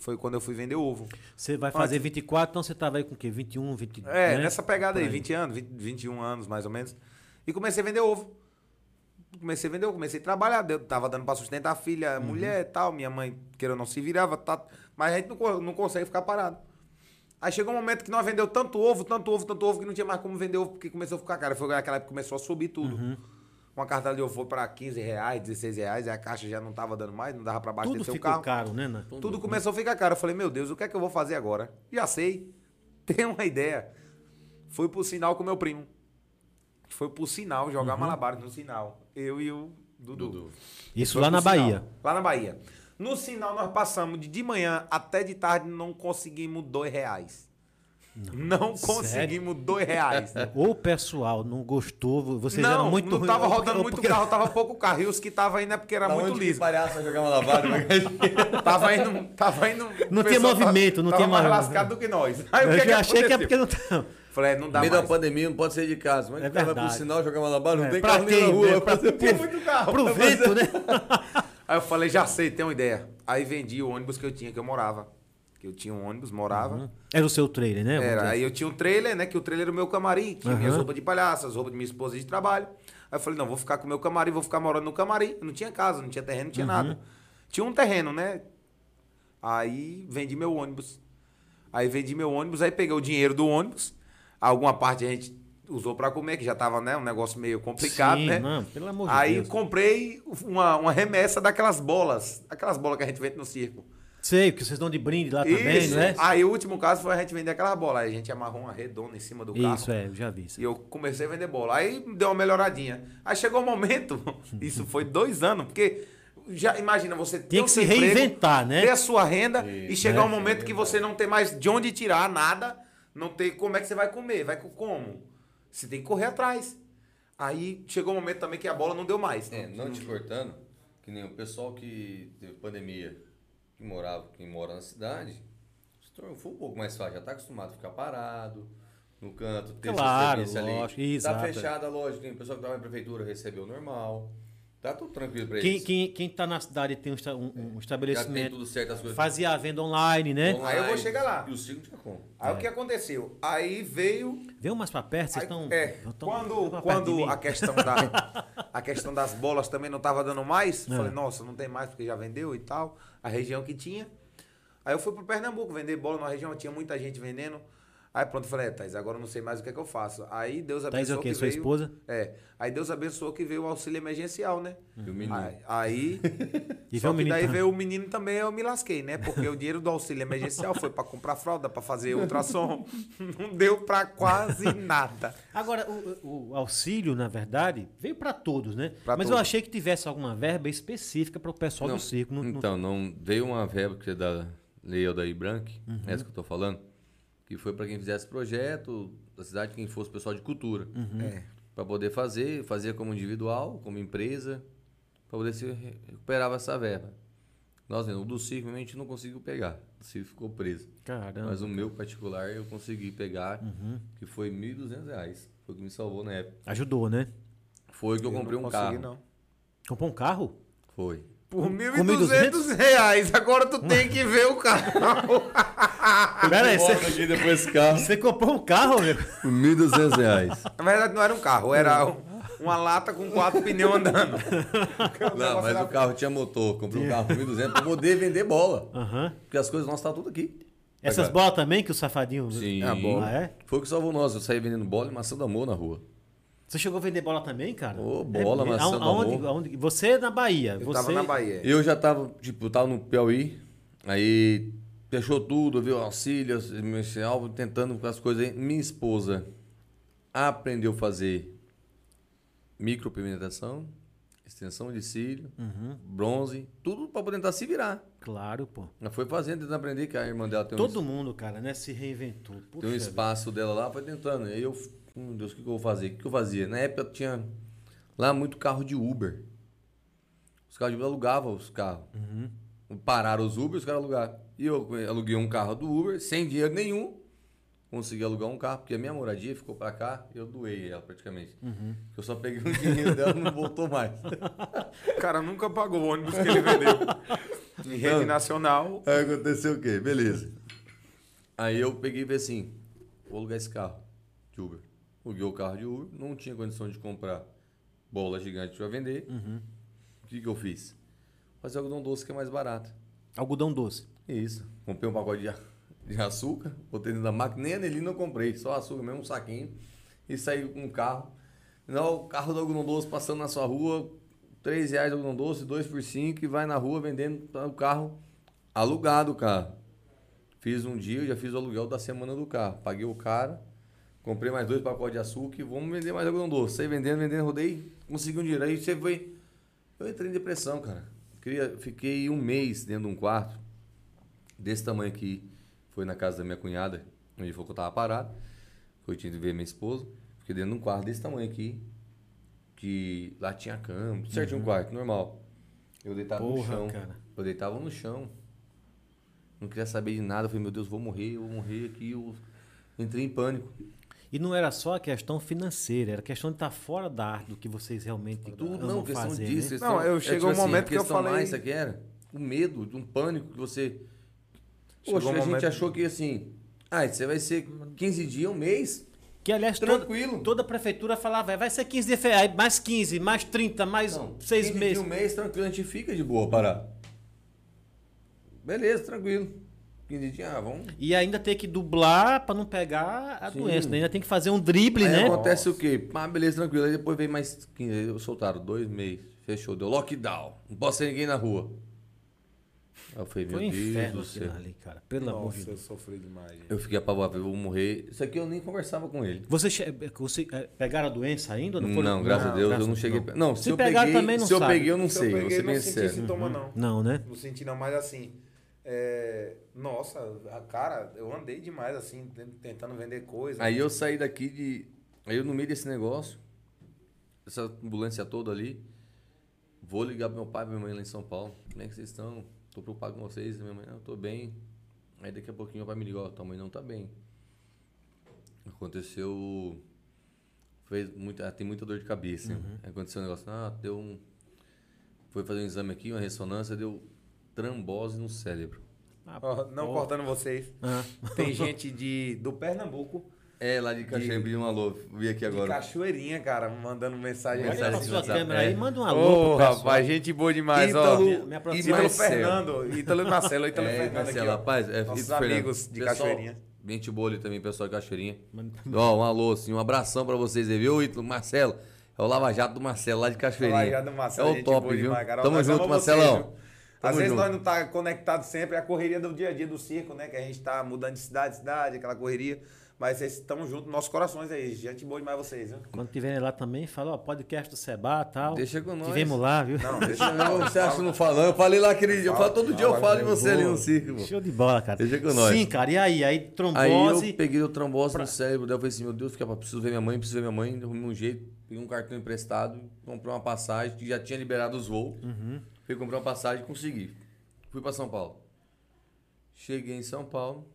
Speaker 2: Foi quando eu fui vender ovo.
Speaker 1: Você vai fazer 24, então você tava aí com o quê? 21, 22?
Speaker 2: É,
Speaker 1: né?
Speaker 2: nessa pegada
Speaker 1: Por
Speaker 2: aí, 20 anos, 20, 21 anos mais ou menos. E comecei a vender ovo. Comecei a vender, ovo, comecei a trabalhar, deu, tava dando pra sustentar a filha,
Speaker 1: Uhum.
Speaker 2: a mulher e tal, minha mãe, queira ou não, se virava, tá, mas a gente não, co- não consegue ficar parado. Aí chegou um momento que nós vendeu tanto ovo, tanto ovo, tanto ovo, que não tinha mais como vender ovo, porque começou a ficar caro. Foi aquela época que começou a subir tudo.
Speaker 1: Uhum.
Speaker 2: Uma cartela de ovo foi pra 15 reais, 16 reais, aí a caixa já não tava dando mais, não dava pra abastecer
Speaker 1: Tudo
Speaker 2: o
Speaker 1: ficou
Speaker 2: carro.
Speaker 1: caro, né? Nana?
Speaker 2: Tudo, começou a ficar caro. Eu falei, meu Deus, o que é que eu vou fazer agora? Já sei. Tenho uma ideia. Fui pro sinal com meu primo. Foi pro sinal jogar malabares no sinal. Eu e o Dudu.
Speaker 3: Dudu.
Speaker 1: Isso
Speaker 2: Foi
Speaker 1: lá
Speaker 2: pro
Speaker 1: na
Speaker 2: sinal.
Speaker 1: Bahia.
Speaker 2: Lá na Bahia. No sinal nós passamos de, de manhã até de tarde não conseguimos dois reais. Não, conseguimos dois reais.
Speaker 1: Ou o pessoal não gostou, vocês eram
Speaker 2: não,
Speaker 1: muito
Speaker 2: não
Speaker 1: ruim-
Speaker 2: tava
Speaker 1: ou porque-
Speaker 2: rodando
Speaker 1: ou
Speaker 2: muito
Speaker 1: porque-
Speaker 2: carro, tava pouco carro. E os que tava indo é porque era
Speaker 1: Tá
Speaker 3: Da
Speaker 2: muito
Speaker 3: onde que
Speaker 2: liso.
Speaker 3: palhaço vai jogar uma lavada?
Speaker 2: Tava indo. Tava indo
Speaker 1: Não tinha
Speaker 2: o pessoal
Speaker 1: movimento, não
Speaker 2: tava
Speaker 1: tinha
Speaker 2: mais
Speaker 1: movimento.
Speaker 2: lascado do que nós. Aí o
Speaker 1: Eu
Speaker 2: que que
Speaker 1: já achei que é
Speaker 2: aconteceu?
Speaker 1: porque não tava.
Speaker 2: Falei, "É, não
Speaker 3: No
Speaker 2: dá
Speaker 3: meio da
Speaker 2: mais.
Speaker 3: pandemia não pode sair de casa. Mas
Speaker 1: É
Speaker 3: o cara vai pro
Speaker 1: verdade.
Speaker 3: sinal jogar uma lavada, não
Speaker 1: É,
Speaker 3: tem
Speaker 1: pra
Speaker 3: carro nem na
Speaker 1: quem,
Speaker 3: rua.
Speaker 1: né?
Speaker 3: vai
Speaker 1: Pra-
Speaker 3: fazer-
Speaker 2: Tem muito carro.
Speaker 1: Pro vento, né?
Speaker 2: Aí eu falei, já sei, tem uma ideia. Aí vendi o ônibus que eu tinha, que eu morava. Que eu tinha um ônibus, morava.
Speaker 1: Era o seu trailer, né? Vamos
Speaker 2: Era,
Speaker 1: dizer.
Speaker 2: aí eu tinha um trailer, né? Que o trailer era o meu camarim, tinha minhas
Speaker 1: Aham.
Speaker 2: roupas de palhaço, as roupas de minha esposa de trabalho. Aí eu falei, não, vou ficar com o meu camarim, vou ficar morando no camarim. Eu Não tinha casa, não tinha terreno, não tinha
Speaker 1: Uhum.
Speaker 2: nada. Tinha um terreno, né? Aí vendi meu ônibus. Aí vendi meu ônibus, aí peguei o dinheiro do ônibus. Alguma parte a gente usou pra comer, que já tava, né? Um negócio meio complicado,
Speaker 1: Sim,
Speaker 2: né?
Speaker 1: não, pelo amor de
Speaker 2: aí
Speaker 1: Deus.
Speaker 2: comprei uma, uma remessa daquelas bolas. Aquelas bolas que a gente vende no circo.
Speaker 1: Sei, que vocês dão de brinde lá também,
Speaker 2: Isso. ah,
Speaker 1: né?
Speaker 2: Aí o último caso foi a gente vender aquela bola. Aí a gente amarrou uma redonda em cima do carro.
Speaker 1: Isso, é, eu já vi. isso.
Speaker 2: E eu comecei a vender bola. Aí deu uma melhoradinha. Aí chegou o momento, isso foi dois anos, porque já imagina você ter
Speaker 1: Tinha
Speaker 2: o
Speaker 1: que
Speaker 2: seu
Speaker 1: se
Speaker 2: emprego,
Speaker 1: reinventar, né?
Speaker 2: Ter a sua renda e
Speaker 3: Isso,
Speaker 2: chegar
Speaker 3: né?
Speaker 2: um momento que
Speaker 3: Reinventar.
Speaker 2: você não tem mais de onde tirar nada, não tem como é que você vai comer, vai com como? Você tem que correr atrás. Aí chegou o momento também que a bola não deu mais.
Speaker 3: É, não te cortando, que nem o pessoal que teve pandemia, que morava, que mora na cidade, se tornou- foi um pouco mais fácil, já tá acostumado a ficar parado, no canto, ter
Speaker 1: Claro,
Speaker 3: seu serviço
Speaker 1: lógico,
Speaker 3: ali.
Speaker 1: exato.
Speaker 3: Tá fechada a loja, tem o pessoal que tava na prefeitura recebeu normal. Tá tudo tranquilo pra
Speaker 1: Quem,
Speaker 3: eles.
Speaker 1: quem, quem tá na cidade e tem um, esta-
Speaker 2: É,
Speaker 1: um- um
Speaker 3: já tem
Speaker 1: estabelecimento,
Speaker 3: tudo certo as coisas.
Speaker 1: fazia a venda online, né?
Speaker 3: online,
Speaker 2: Aí eu vou chegar lá.
Speaker 3: E o circo tinha como.
Speaker 2: Aí
Speaker 1: é.
Speaker 2: o que aconteceu? Aí veio
Speaker 1: Vem mais pra perto, vocês
Speaker 2: Aí,
Speaker 1: estão...
Speaker 2: é, quando quando a questão da a questão das bolas também não tava dando mais,
Speaker 1: É.
Speaker 2: falei, nossa, não tem mais porque já vendeu e tal, a região que tinha. Aí eu fui pro Pernambuco vender bola na região, tinha muita gente vendendo. Aí pronto, eu falei, é, Thaís, agora eu não sei mais o que é que eu faço. Aí Deus abençoou.
Speaker 1: Thaís é o quê?
Speaker 2: que
Speaker 1: Sua
Speaker 2: veio-
Speaker 1: esposa?
Speaker 2: É. Aí Deus abençoou que veio o auxílio emergencial, né?
Speaker 3: E o menino.
Speaker 2: Aí. aí
Speaker 1: E
Speaker 2: só
Speaker 1: veio o
Speaker 2: que
Speaker 1: menino
Speaker 2: daí
Speaker 1: também.
Speaker 2: veio o menino também, eu me lasquei, né? Porque o dinheiro do auxílio emergencial foi pra comprar fralda, pra fazer ultrassom. Não deu pra quase nada.
Speaker 1: Agora, o, o auxílio, na verdade, veio para todos, né?
Speaker 2: Pra
Speaker 1: Mas eu
Speaker 2: todos.
Speaker 1: achei que tivesse alguma verba específica para o pessoal
Speaker 3: Não,
Speaker 1: do circo. Não, não-
Speaker 3: então, não veio uma verba que é da Lei Aldair Branco,
Speaker 1: Uhum.
Speaker 3: essa que eu tô falando, que foi para quem fizesse projeto da cidade, quem fosse pessoal de cultura.
Speaker 1: Uhum.
Speaker 2: É.
Speaker 3: Para poder fazer, fazer como individual, como empresa, para poder se re- recuperava essa verba. Nós, mesmo, o do circo, a gente não conseguiu pegar. O circo ficou preso.
Speaker 1: Caramba.
Speaker 3: Mas o meu particular eu consegui pegar,
Speaker 1: Uhum.
Speaker 3: que foi R$ 1.200 reais. Foi o que me salvou na época.
Speaker 1: Ajudou, né?
Speaker 3: Foi que eu, comprei
Speaker 2: não
Speaker 3: um
Speaker 2: consegui,
Speaker 3: carro.
Speaker 2: não.
Speaker 1: Comprou um carro?
Speaker 3: Foi.
Speaker 2: Por
Speaker 1: Com
Speaker 2: 1.200 reais. Agora tu tem que ver o carro.
Speaker 3: Ah,
Speaker 1: Pera aí, você,
Speaker 3: Volta aqui depois desse carro.
Speaker 1: você comprou um carro, meu?
Speaker 3: Por R$ 1.200 reais.
Speaker 2: Na verdade, não era um carro, era um- uma lata com quatro pneus andando.
Speaker 3: Não, mas o carro tinha motor. Comprei um carro por 1.200 pra poder vender bola.
Speaker 1: Aham.
Speaker 3: Porque as coisas nossas tá tudo aqui.
Speaker 1: Essas
Speaker 3: Agora-
Speaker 1: bolas também que o safadinho.
Speaker 3: Sim.
Speaker 2: É a bola.
Speaker 1: Ah, é?
Speaker 3: Foi o que salvou nós. Eu saí vendendo bola e maçã do amor na rua.
Speaker 1: Você chegou a vender bola também, cara?
Speaker 3: Ô, bola,
Speaker 1: mesmo.
Speaker 3: maçã do
Speaker 1: aonde,
Speaker 3: amor.
Speaker 1: aonde- Você é na Bahia.
Speaker 2: Eu
Speaker 1: você...
Speaker 2: tava na Bahia.
Speaker 3: Eu já tava, tipo, eu tava no Piauí. Aí fechou tudo, viu? Auxílio, esse alvo, tentando com as coisas aí. Minha esposa aprendeu a fazer micropigmentação, extensão de cílio, bronze, tudo pra poder tentar se virar.
Speaker 1: Claro, pô.
Speaker 3: Ela foi fazendo, tentando aprender, que a irmã dela tem um
Speaker 1: Todo mundo, cara, né? Se reinventou. Puxa
Speaker 3: Tem um
Speaker 1: vida.
Speaker 3: espaço dela lá, foi tentando. Aí eu, meu Deus, o que, que eu vou fazer? O que, que eu fazia? Na época tinha lá muito carro de Uber. Os carros de Uber alugavam os carros.
Speaker 1: Uhum.
Speaker 3: Pararam os Uber, os caras alugaram. E eu aluguei um carro do Uber, sem dinheiro nenhum. Consegui alugar um carro, porque a minha moradia ficou pra cá, eu doei ela praticamente.
Speaker 1: Uhum.
Speaker 3: Eu só peguei o dinheiro dela e não voltou mais.
Speaker 2: O cara nunca pagou o ônibus que ele vendeu. Em rede nacional.
Speaker 3: Aí aconteceu o quê? Beleza. Aí eu peguei e falei assim: vou alugar esse carro de Uber. Aluguei o carro de Uber, não tinha condição de comprar bola gigante pra vender. O que, que eu fiz? Fazer algodão doce que é mais barato.
Speaker 1: Algodão doce.
Speaker 3: Isso. Comprei um pacote de, a- de açúcar, botei dentro da máquina, nem anelina eu comprei, só açúcar mesmo, um saquinho. E saí com um carro. Não, o carro do algodão doce passando na sua rua, R$ 3,00 de algodão doce, 2 por 5 e vai na rua vendendo tá, o carro alugado, o carro. Fiz um dia, eu já fiz o aluguel da semana do carro. Paguei o cara, comprei mais dois pacotes de açúcar e vamos vender mais algodão doce. Saí vendendo, vendendo, rodei, consegui um dinheiro. Aí você foi. Eu entrei em depressão, cara. Queria- Fiquei um mês dentro de um quarto desse tamanho aqui, foi na casa da minha cunhada, onde foi que eu tava parado, foi tinha ido ver minha esposa, fiquei dentro de um quarto desse tamanho aqui, que lá tinha cama, tudo certinho um quarto, normal. Eu deitava no
Speaker 1: Uhum. Porra,
Speaker 3: chão,
Speaker 1: cara.
Speaker 3: eu deitava no chão, não queria saber de nada, eu falei, meu Deus, vou morrer, eu vou morrer aqui, eu entrei em pânico.
Speaker 1: E não era só a questão financeira, era a questão de estar fora da arte do que vocês realmente
Speaker 3: Tudo
Speaker 1: amam
Speaker 3: não, questão
Speaker 1: fazer,
Speaker 3: disso.
Speaker 1: né?
Speaker 3: Questão,
Speaker 2: Não, eu
Speaker 3: é,
Speaker 2: chegou um momento
Speaker 3: a
Speaker 2: que eu
Speaker 3: questão
Speaker 2: falei-
Speaker 3: Mais, sabe o que era? O medo, de um pânico que você.
Speaker 2: Chegou
Speaker 3: Poxa,
Speaker 2: um
Speaker 3: a gente
Speaker 2: momento-
Speaker 3: achou que assim. Ah, isso aí vai ser 15 dias, um mês.
Speaker 1: Que, aliás, toda,
Speaker 3: Tranquilo.
Speaker 1: toda a prefeitura falava, "É, vai ser 15 de fevereiro, mais 15, mais 30, mais
Speaker 3: Não,
Speaker 1: 6
Speaker 3: 15
Speaker 1: meses.
Speaker 3: dias, um mês, tranquilo, a gente fica de boa, parar. Beleza, tranquilo. 15 dias, ah, vamos.
Speaker 1: E ainda tem que dublar pra não pegar a
Speaker 3: Sim.
Speaker 1: doença, né? Ainda tem que fazer um drible,
Speaker 3: Aí
Speaker 1: né?
Speaker 3: acontece o quê? Ah, beleza, tranquilo. Aí depois vem mais 15. Aí eu soltaram dois meses. Fechou, deu lockdown. Não posso ter ninguém na rua. Aí eu falei, meu
Speaker 1: Foi um
Speaker 3: Deus
Speaker 1: inferno
Speaker 3: do
Speaker 1: aquilo
Speaker 3: céu.
Speaker 1: ali, cara. Pelo amor de
Speaker 2: Nossa, eu
Speaker 1: Deus.
Speaker 2: sofri demais. gente.
Speaker 3: Eu fiquei apavorado, eu vou morrer. Isso aqui eu nem conversava com ele.
Speaker 1: Você, che- você, eh, pegaram a doença ainda? ou
Speaker 3: Não,
Speaker 1: foram-
Speaker 3: graças a Deus,
Speaker 1: graças-
Speaker 3: eu não cheguei. Não, não se,
Speaker 1: Se
Speaker 3: eu
Speaker 1: pegar,
Speaker 3: peguei,
Speaker 1: também não
Speaker 3: se eu
Speaker 1: sabe.
Speaker 3: peguei, eu não
Speaker 2: Se
Speaker 3: sei.
Speaker 2: Eu
Speaker 3: vou
Speaker 2: peguei,
Speaker 3: ser
Speaker 2: não
Speaker 3: bem
Speaker 2: senti
Speaker 3: sincero.
Speaker 2: sintoma, não.
Speaker 1: Não, né?
Speaker 2: Não senti não, mas assim, é, nossa, a cara, eu andei demais assim, t- tentando vender coisa.
Speaker 3: Aí eu saí daqui de. Aí eu no meio desse negócio, essa ambulância toda ali, vou ligar pro meu pai e minha mãe lá em São Paulo. Como é que vocês estão? Tô preocupado com vocês, minha mãe, não, eu tô bem. Aí daqui a pouquinho meu pai me ligou, ó, tua mãe não tá bem. Aconteceu. Fez muita, ela tem muita dor de cabeça. né? Aí aconteceu um negócio, ah, deu um. Foi fazer um exame aqui, uma ressonância, deu trambose no cérebro.
Speaker 1: Ah,
Speaker 2: Ó, não
Speaker 1: pô.
Speaker 2: cortando vocês. Tem gente de do Pernambuco,
Speaker 3: É, lá de Caxias, pedi um alô, vi aqui
Speaker 2: de
Speaker 3: agora.
Speaker 2: Cachoeirinha, cara, mandando mensagem.
Speaker 1: Olha
Speaker 3: Mensagem
Speaker 1: pra
Speaker 3: de
Speaker 1: sua
Speaker 3: WhatsApp,
Speaker 1: câmera
Speaker 3: é.
Speaker 1: aí, manda um alô.
Speaker 2: Ô,
Speaker 1: pro pessoal.
Speaker 2: rapaz, gente boa demais, ó.
Speaker 3: Ítalo,
Speaker 1: Me- me aproxima.
Speaker 2: Ítalo
Speaker 3: Marcelo.
Speaker 2: Fernando, Ítalo e Marcelo, Ítalo e
Speaker 3: É,
Speaker 2: Fernando
Speaker 3: Marcelo,
Speaker 2: aqui, ó.
Speaker 3: rapaz, é,
Speaker 2: Nossos
Speaker 3: Ítalo e Fernando.
Speaker 2: amigos de
Speaker 3: Pessoal,
Speaker 2: Cachoeirinha.
Speaker 3: Gente boa ali também, pessoal de Cachoeirinha. Ó, um alô, assim, um abração pra vocês aí, viu, Ítalo? Marcelo. É o Lava Jato do Marcelo, lá de Cachoeirinha.
Speaker 2: Lava Jato Tá do Marcelo,
Speaker 3: é o
Speaker 2: gente
Speaker 3: top,
Speaker 2: boa
Speaker 3: viu?
Speaker 2: demais, cara.
Speaker 3: Tamo
Speaker 2: Nós
Speaker 3: junto,
Speaker 2: amamos vocês,
Speaker 3: Marcelão.
Speaker 2: viu?
Speaker 3: Tamo
Speaker 2: Às vezes
Speaker 3: junto.
Speaker 2: nós não tá conectado sempre, é a correria do dia a dia do circo, né? Que a gente tá mudando de cidade, em cidade, aquela correria. Mas vocês estão juntos, nossos corações aí. Gente boa demais vocês, viu?
Speaker 1: Quando tiverem lá também, fala, ó, podcast do Seba e tal.
Speaker 3: Deixa com nós. Tá
Speaker 1: Tivemos lá, viu?
Speaker 2: Não,
Speaker 3: Deixa
Speaker 2: deixa
Speaker 3: eu ver,
Speaker 2: eu
Speaker 3: você acha que não falando? Eu falei lá aquele dia, eu falo todo dia, eu
Speaker 2: fala,
Speaker 3: falo de
Speaker 2: eu
Speaker 3: você ali no circo, pô.
Speaker 1: Show de bola, cara.
Speaker 3: Deixa com nós.
Speaker 1: Sim, cara. E aí? Aí
Speaker 3: Aí eu
Speaker 1: trombose.
Speaker 3: peguei o trombose no cérebro, daí eu falei assim, meu Deus, fica, preciso ver minha mãe, preciso ver minha mãe, arrumei um jeito, peguei um cartão emprestado, comprei uma passagem, que já tinha liberado os voos, fui comprar uma passagem e consegui. Fui pra São Paulo. Cheguei em São Paulo,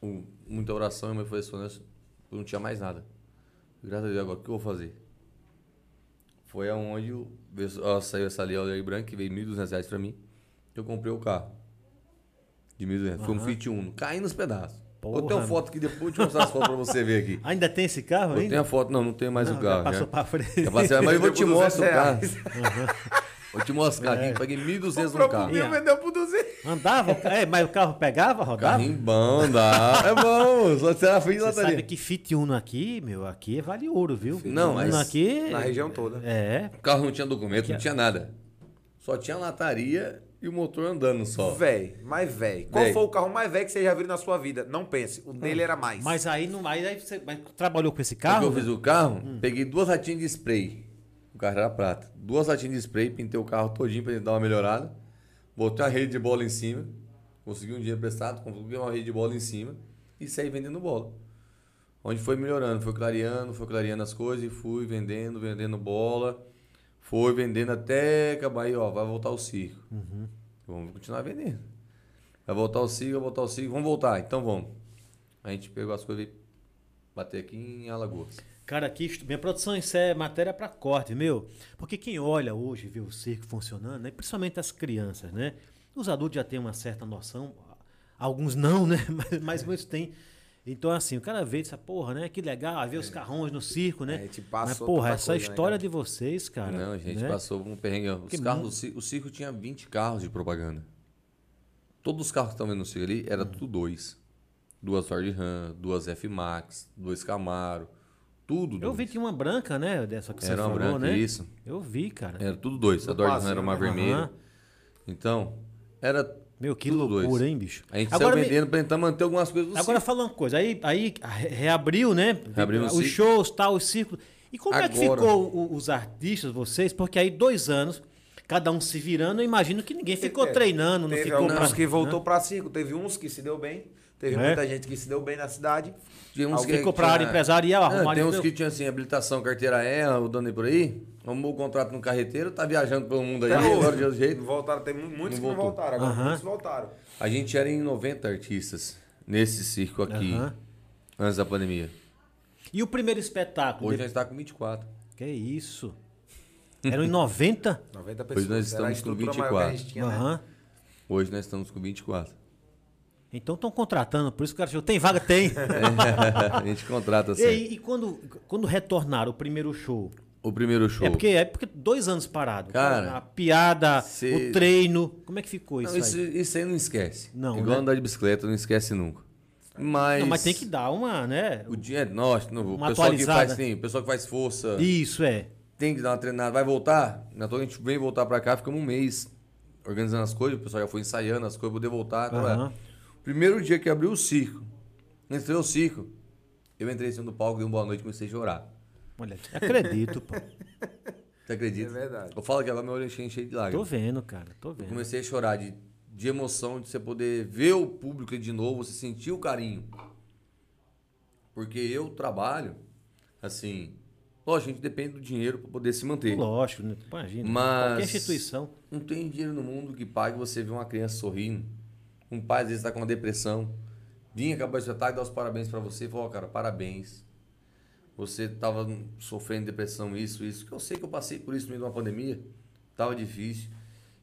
Speaker 3: com muita oração, minha mãe foi ressonância, eu não tinha mais nada. Graças a Deus, agora o que eu vou fazer? Foi aonde o- ó, saiu essa ali, olha aí, branca, que veio R$ 1.200 reais pra mim, eu comprei o carro. De 1.200. Foi um Fiat Uno. Caindo nos pedaços.
Speaker 1: Porra,
Speaker 3: eu tenho
Speaker 1: mano.
Speaker 3: foto aqui depois, eu te mostrar as fotos pra você ver aqui.
Speaker 1: Ainda tem esse carro
Speaker 3: Eu
Speaker 1: ainda?
Speaker 3: tenho a foto, não, não tenho mais
Speaker 1: Não,
Speaker 3: o
Speaker 1: já
Speaker 3: carro.
Speaker 1: passou pra frente.
Speaker 3: Já passei, mas eu vou te
Speaker 2: Deu por
Speaker 3: mostrar o
Speaker 2: 200
Speaker 3: carro. Vou te mostrar aqui,
Speaker 1: É.
Speaker 3: que paguei 1.200 no
Speaker 2: Comprou por
Speaker 3: carro.
Speaker 2: mil, vendeu por 200.
Speaker 1: Andava? é, mas o carro pegava, rodava?
Speaker 3: Carrinho bom, dá. É bom, só será fim da
Speaker 1: tá? Você sabe
Speaker 3: tarefa.
Speaker 1: que Fit Uno aqui, meu, aqui é vale ouro, viu?
Speaker 3: Não,
Speaker 1: Uno
Speaker 3: mas
Speaker 1: aqui.
Speaker 2: Na região toda.
Speaker 1: É.
Speaker 3: O carro não tinha documento, não tinha nada. Só tinha lataria e o motor andando só.
Speaker 2: Véi, mais véi. Qual
Speaker 3: Véi.
Speaker 2: foi o carro mais velho que você já viu na sua vida? Não pense. O dele era mais.
Speaker 1: Mas aí não. Aí, aí você mas trabalhou com esse
Speaker 3: Porque
Speaker 1: carro?
Speaker 3: É eu fiz o carro, peguei duas latinhas de spray. O carro era prata. Duas latinhas de spray, pintei o carro todinho pra gente dar uma melhorada. Botei uma rede de bola em cima. Consegui um dinheiro prestado, consegui uma rede de bola em cima e saí vendendo bola. Onde foi melhorando, foi clareando, foi clareando as coisas e fui vendendo, vendendo bola. Foi vendendo até acabar aí, ó, vai voltar o circo. Vamos continuar vendendo. Vai voltar o circo, vai voltar o circo, vamos voltar, então vamos. A gente pegou as coisas e veio bater aqui em Alagoas.
Speaker 1: Cara, aqui, estu- minha produção, isso é matéria pra corte, meu. Porque quem olha hoje, vê o circo funcionando, né? principalmente as crianças, né? Os adultos já têm uma certa noção, alguns não, né? Mas, mas muitos têm. Então, assim, o cara vê essa porra, né? Que legal, aí vê
Speaker 3: É.
Speaker 1: os carrões no circo, né?
Speaker 2: É, te passa
Speaker 1: mas,
Speaker 2: outra
Speaker 1: porra, essa é
Speaker 2: coisa, né,
Speaker 1: história
Speaker 2: cara?
Speaker 1: de vocês, cara.
Speaker 3: Não, a gente
Speaker 1: né?
Speaker 3: passou um perrengue. Os
Speaker 1: Porque
Speaker 3: carros, do ci- o circo tinha 20 carros de propaganda. Todos os carros que estão vendo no circo ali era tudo dois. Duas Ford Ram, duas F Max, dois Camaro, tudo.
Speaker 1: Eu
Speaker 3: dois.
Speaker 1: vi, tinha uma branca, né? Dessa que você
Speaker 3: Era uma
Speaker 1: falou,
Speaker 3: branca,
Speaker 1: né?
Speaker 3: isso.
Speaker 1: Eu vi, cara.
Speaker 3: Era tudo dois. A
Speaker 2: Do
Speaker 3: Ford Ram
Speaker 2: passinho,
Speaker 3: era uma
Speaker 2: né?
Speaker 3: vermelha.
Speaker 1: Aham.
Speaker 3: Então, era
Speaker 1: Meu, que
Speaker 3: tudo
Speaker 1: loucura,
Speaker 3: dois.
Speaker 1: hein, bicho?
Speaker 3: A gente
Speaker 1: Agora
Speaker 3: saiu
Speaker 1: me-
Speaker 3: vendendo pra tentar manter algumas coisas do
Speaker 1: Agora
Speaker 3: circo.
Speaker 1: fala uma coisa, aí, aí re- reabriu, né?
Speaker 3: Reabriu o
Speaker 1: os
Speaker 3: ciclo.
Speaker 1: shows, tal, os círculos. E como é que
Speaker 3: Agora.
Speaker 1: ficou o- os artistas, vocês? Porque aí dois anos, cada um se virando, eu imagino que ninguém ficou
Speaker 2: É,
Speaker 1: treinando, não
Speaker 2: teve
Speaker 1: ficou
Speaker 2: alguns
Speaker 1: pra... né?
Speaker 2: que voltou pra circo, teve uns que se deu bem, teve
Speaker 1: É.
Speaker 2: muita gente que se deu bem na cidade.
Speaker 3: Tinha uns
Speaker 1: Ficou pra área empresarial,
Speaker 3: É,
Speaker 1: arrumaram
Speaker 3: Tem
Speaker 1: isso,
Speaker 3: uns
Speaker 1: deu-
Speaker 3: que tinham assim, habilitação, carteira é, dando aí por aí. Arrumou o contrato no carreteiro, tá viajando pelo mundo aí, agora de outro jeito.
Speaker 2: Voltaram, tem mu- muitos
Speaker 3: Não
Speaker 2: que não
Speaker 3: voltou.
Speaker 2: voltaram, agora
Speaker 1: Aham.
Speaker 2: muitos voltaram.
Speaker 3: A gente era em 90 artistas nesse circo aqui,
Speaker 1: Aham.
Speaker 3: antes da pandemia.
Speaker 1: né? E o primeiro espetáculo?
Speaker 3: Hoje é-
Speaker 1: de-
Speaker 3: nós está com 24.
Speaker 1: Que isso? Eram em 90?
Speaker 2: 90 pessoas.
Speaker 3: nós
Speaker 2: era a
Speaker 3: estamos com
Speaker 2: estrutura maior que a gente
Speaker 3: 24.
Speaker 2: tinha, né?
Speaker 1: Aham.
Speaker 3: Hoje nós estamos com 24.
Speaker 1: Então estão contratando, por isso que o cara chegou, tem vaga?
Speaker 3: É,
Speaker 1: Tem.
Speaker 3: tá a gente contrata assim.
Speaker 1: e aí, e quando, quando retornaram o primeiro show?
Speaker 3: O primeiro show.
Speaker 1: É porque, é porque dois anos parado.
Speaker 3: Cara,
Speaker 1: a piada,
Speaker 3: cê-
Speaker 1: o treino, como é que ficou isso,
Speaker 3: Não, isso,
Speaker 1: aí?
Speaker 3: isso aí não esquece.
Speaker 1: Não,
Speaker 3: Igual
Speaker 1: né?
Speaker 3: andar de bicicleta, não esquece nunca. Mas.
Speaker 1: Não, mas tem que dar uma, né?
Speaker 3: O dia. Nossa, não, o
Speaker 1: Uma
Speaker 3: pessoal que
Speaker 1: atualizada.
Speaker 3: faz, sim, o pessoal que faz força.
Speaker 1: Isso, é.
Speaker 3: tem que dar uma treinada. Vai voltar? Na toa a gente vem voltar pra cá, ficamos um mês organizando as coisas, o pessoal já foi ensaiando as coisas, poder voltar. tá?
Speaker 1: Aham.
Speaker 3: Primeiro dia que abriu o circo, entrou o circo, eu entrei em cima do palco, dei uma boa noite e comecei a chorar.
Speaker 1: Olha, acredito, pô.
Speaker 3: Você acredita?
Speaker 2: É verdade.
Speaker 3: Eu falo que agora meu olho encheu cheio de
Speaker 1: Tô
Speaker 3: lágrimas.
Speaker 1: vendo, cara, tô vendo.
Speaker 3: Comecei a chorar de, de emoção, de você poder ver o público de novo, você sentir o carinho. Porque eu trabalho, assim, lógico, a gente depende do dinheiro pra poder se manter.
Speaker 1: Lógico, né? imagina.
Speaker 3: Mas-
Speaker 1: Qualquer instituição.
Speaker 3: Não tem dinheiro no mundo que pague você ver uma criança sorrindo. Um pai às vezes está com uma depressão. Vinha, acabou esse ataque, dá os parabéns para você. Falou, ó, cara, parabéns. Você estava sofrendo depressão, isso, isso. Que eu sei que eu passei por isso no meio de uma pandemia. Tava difícil.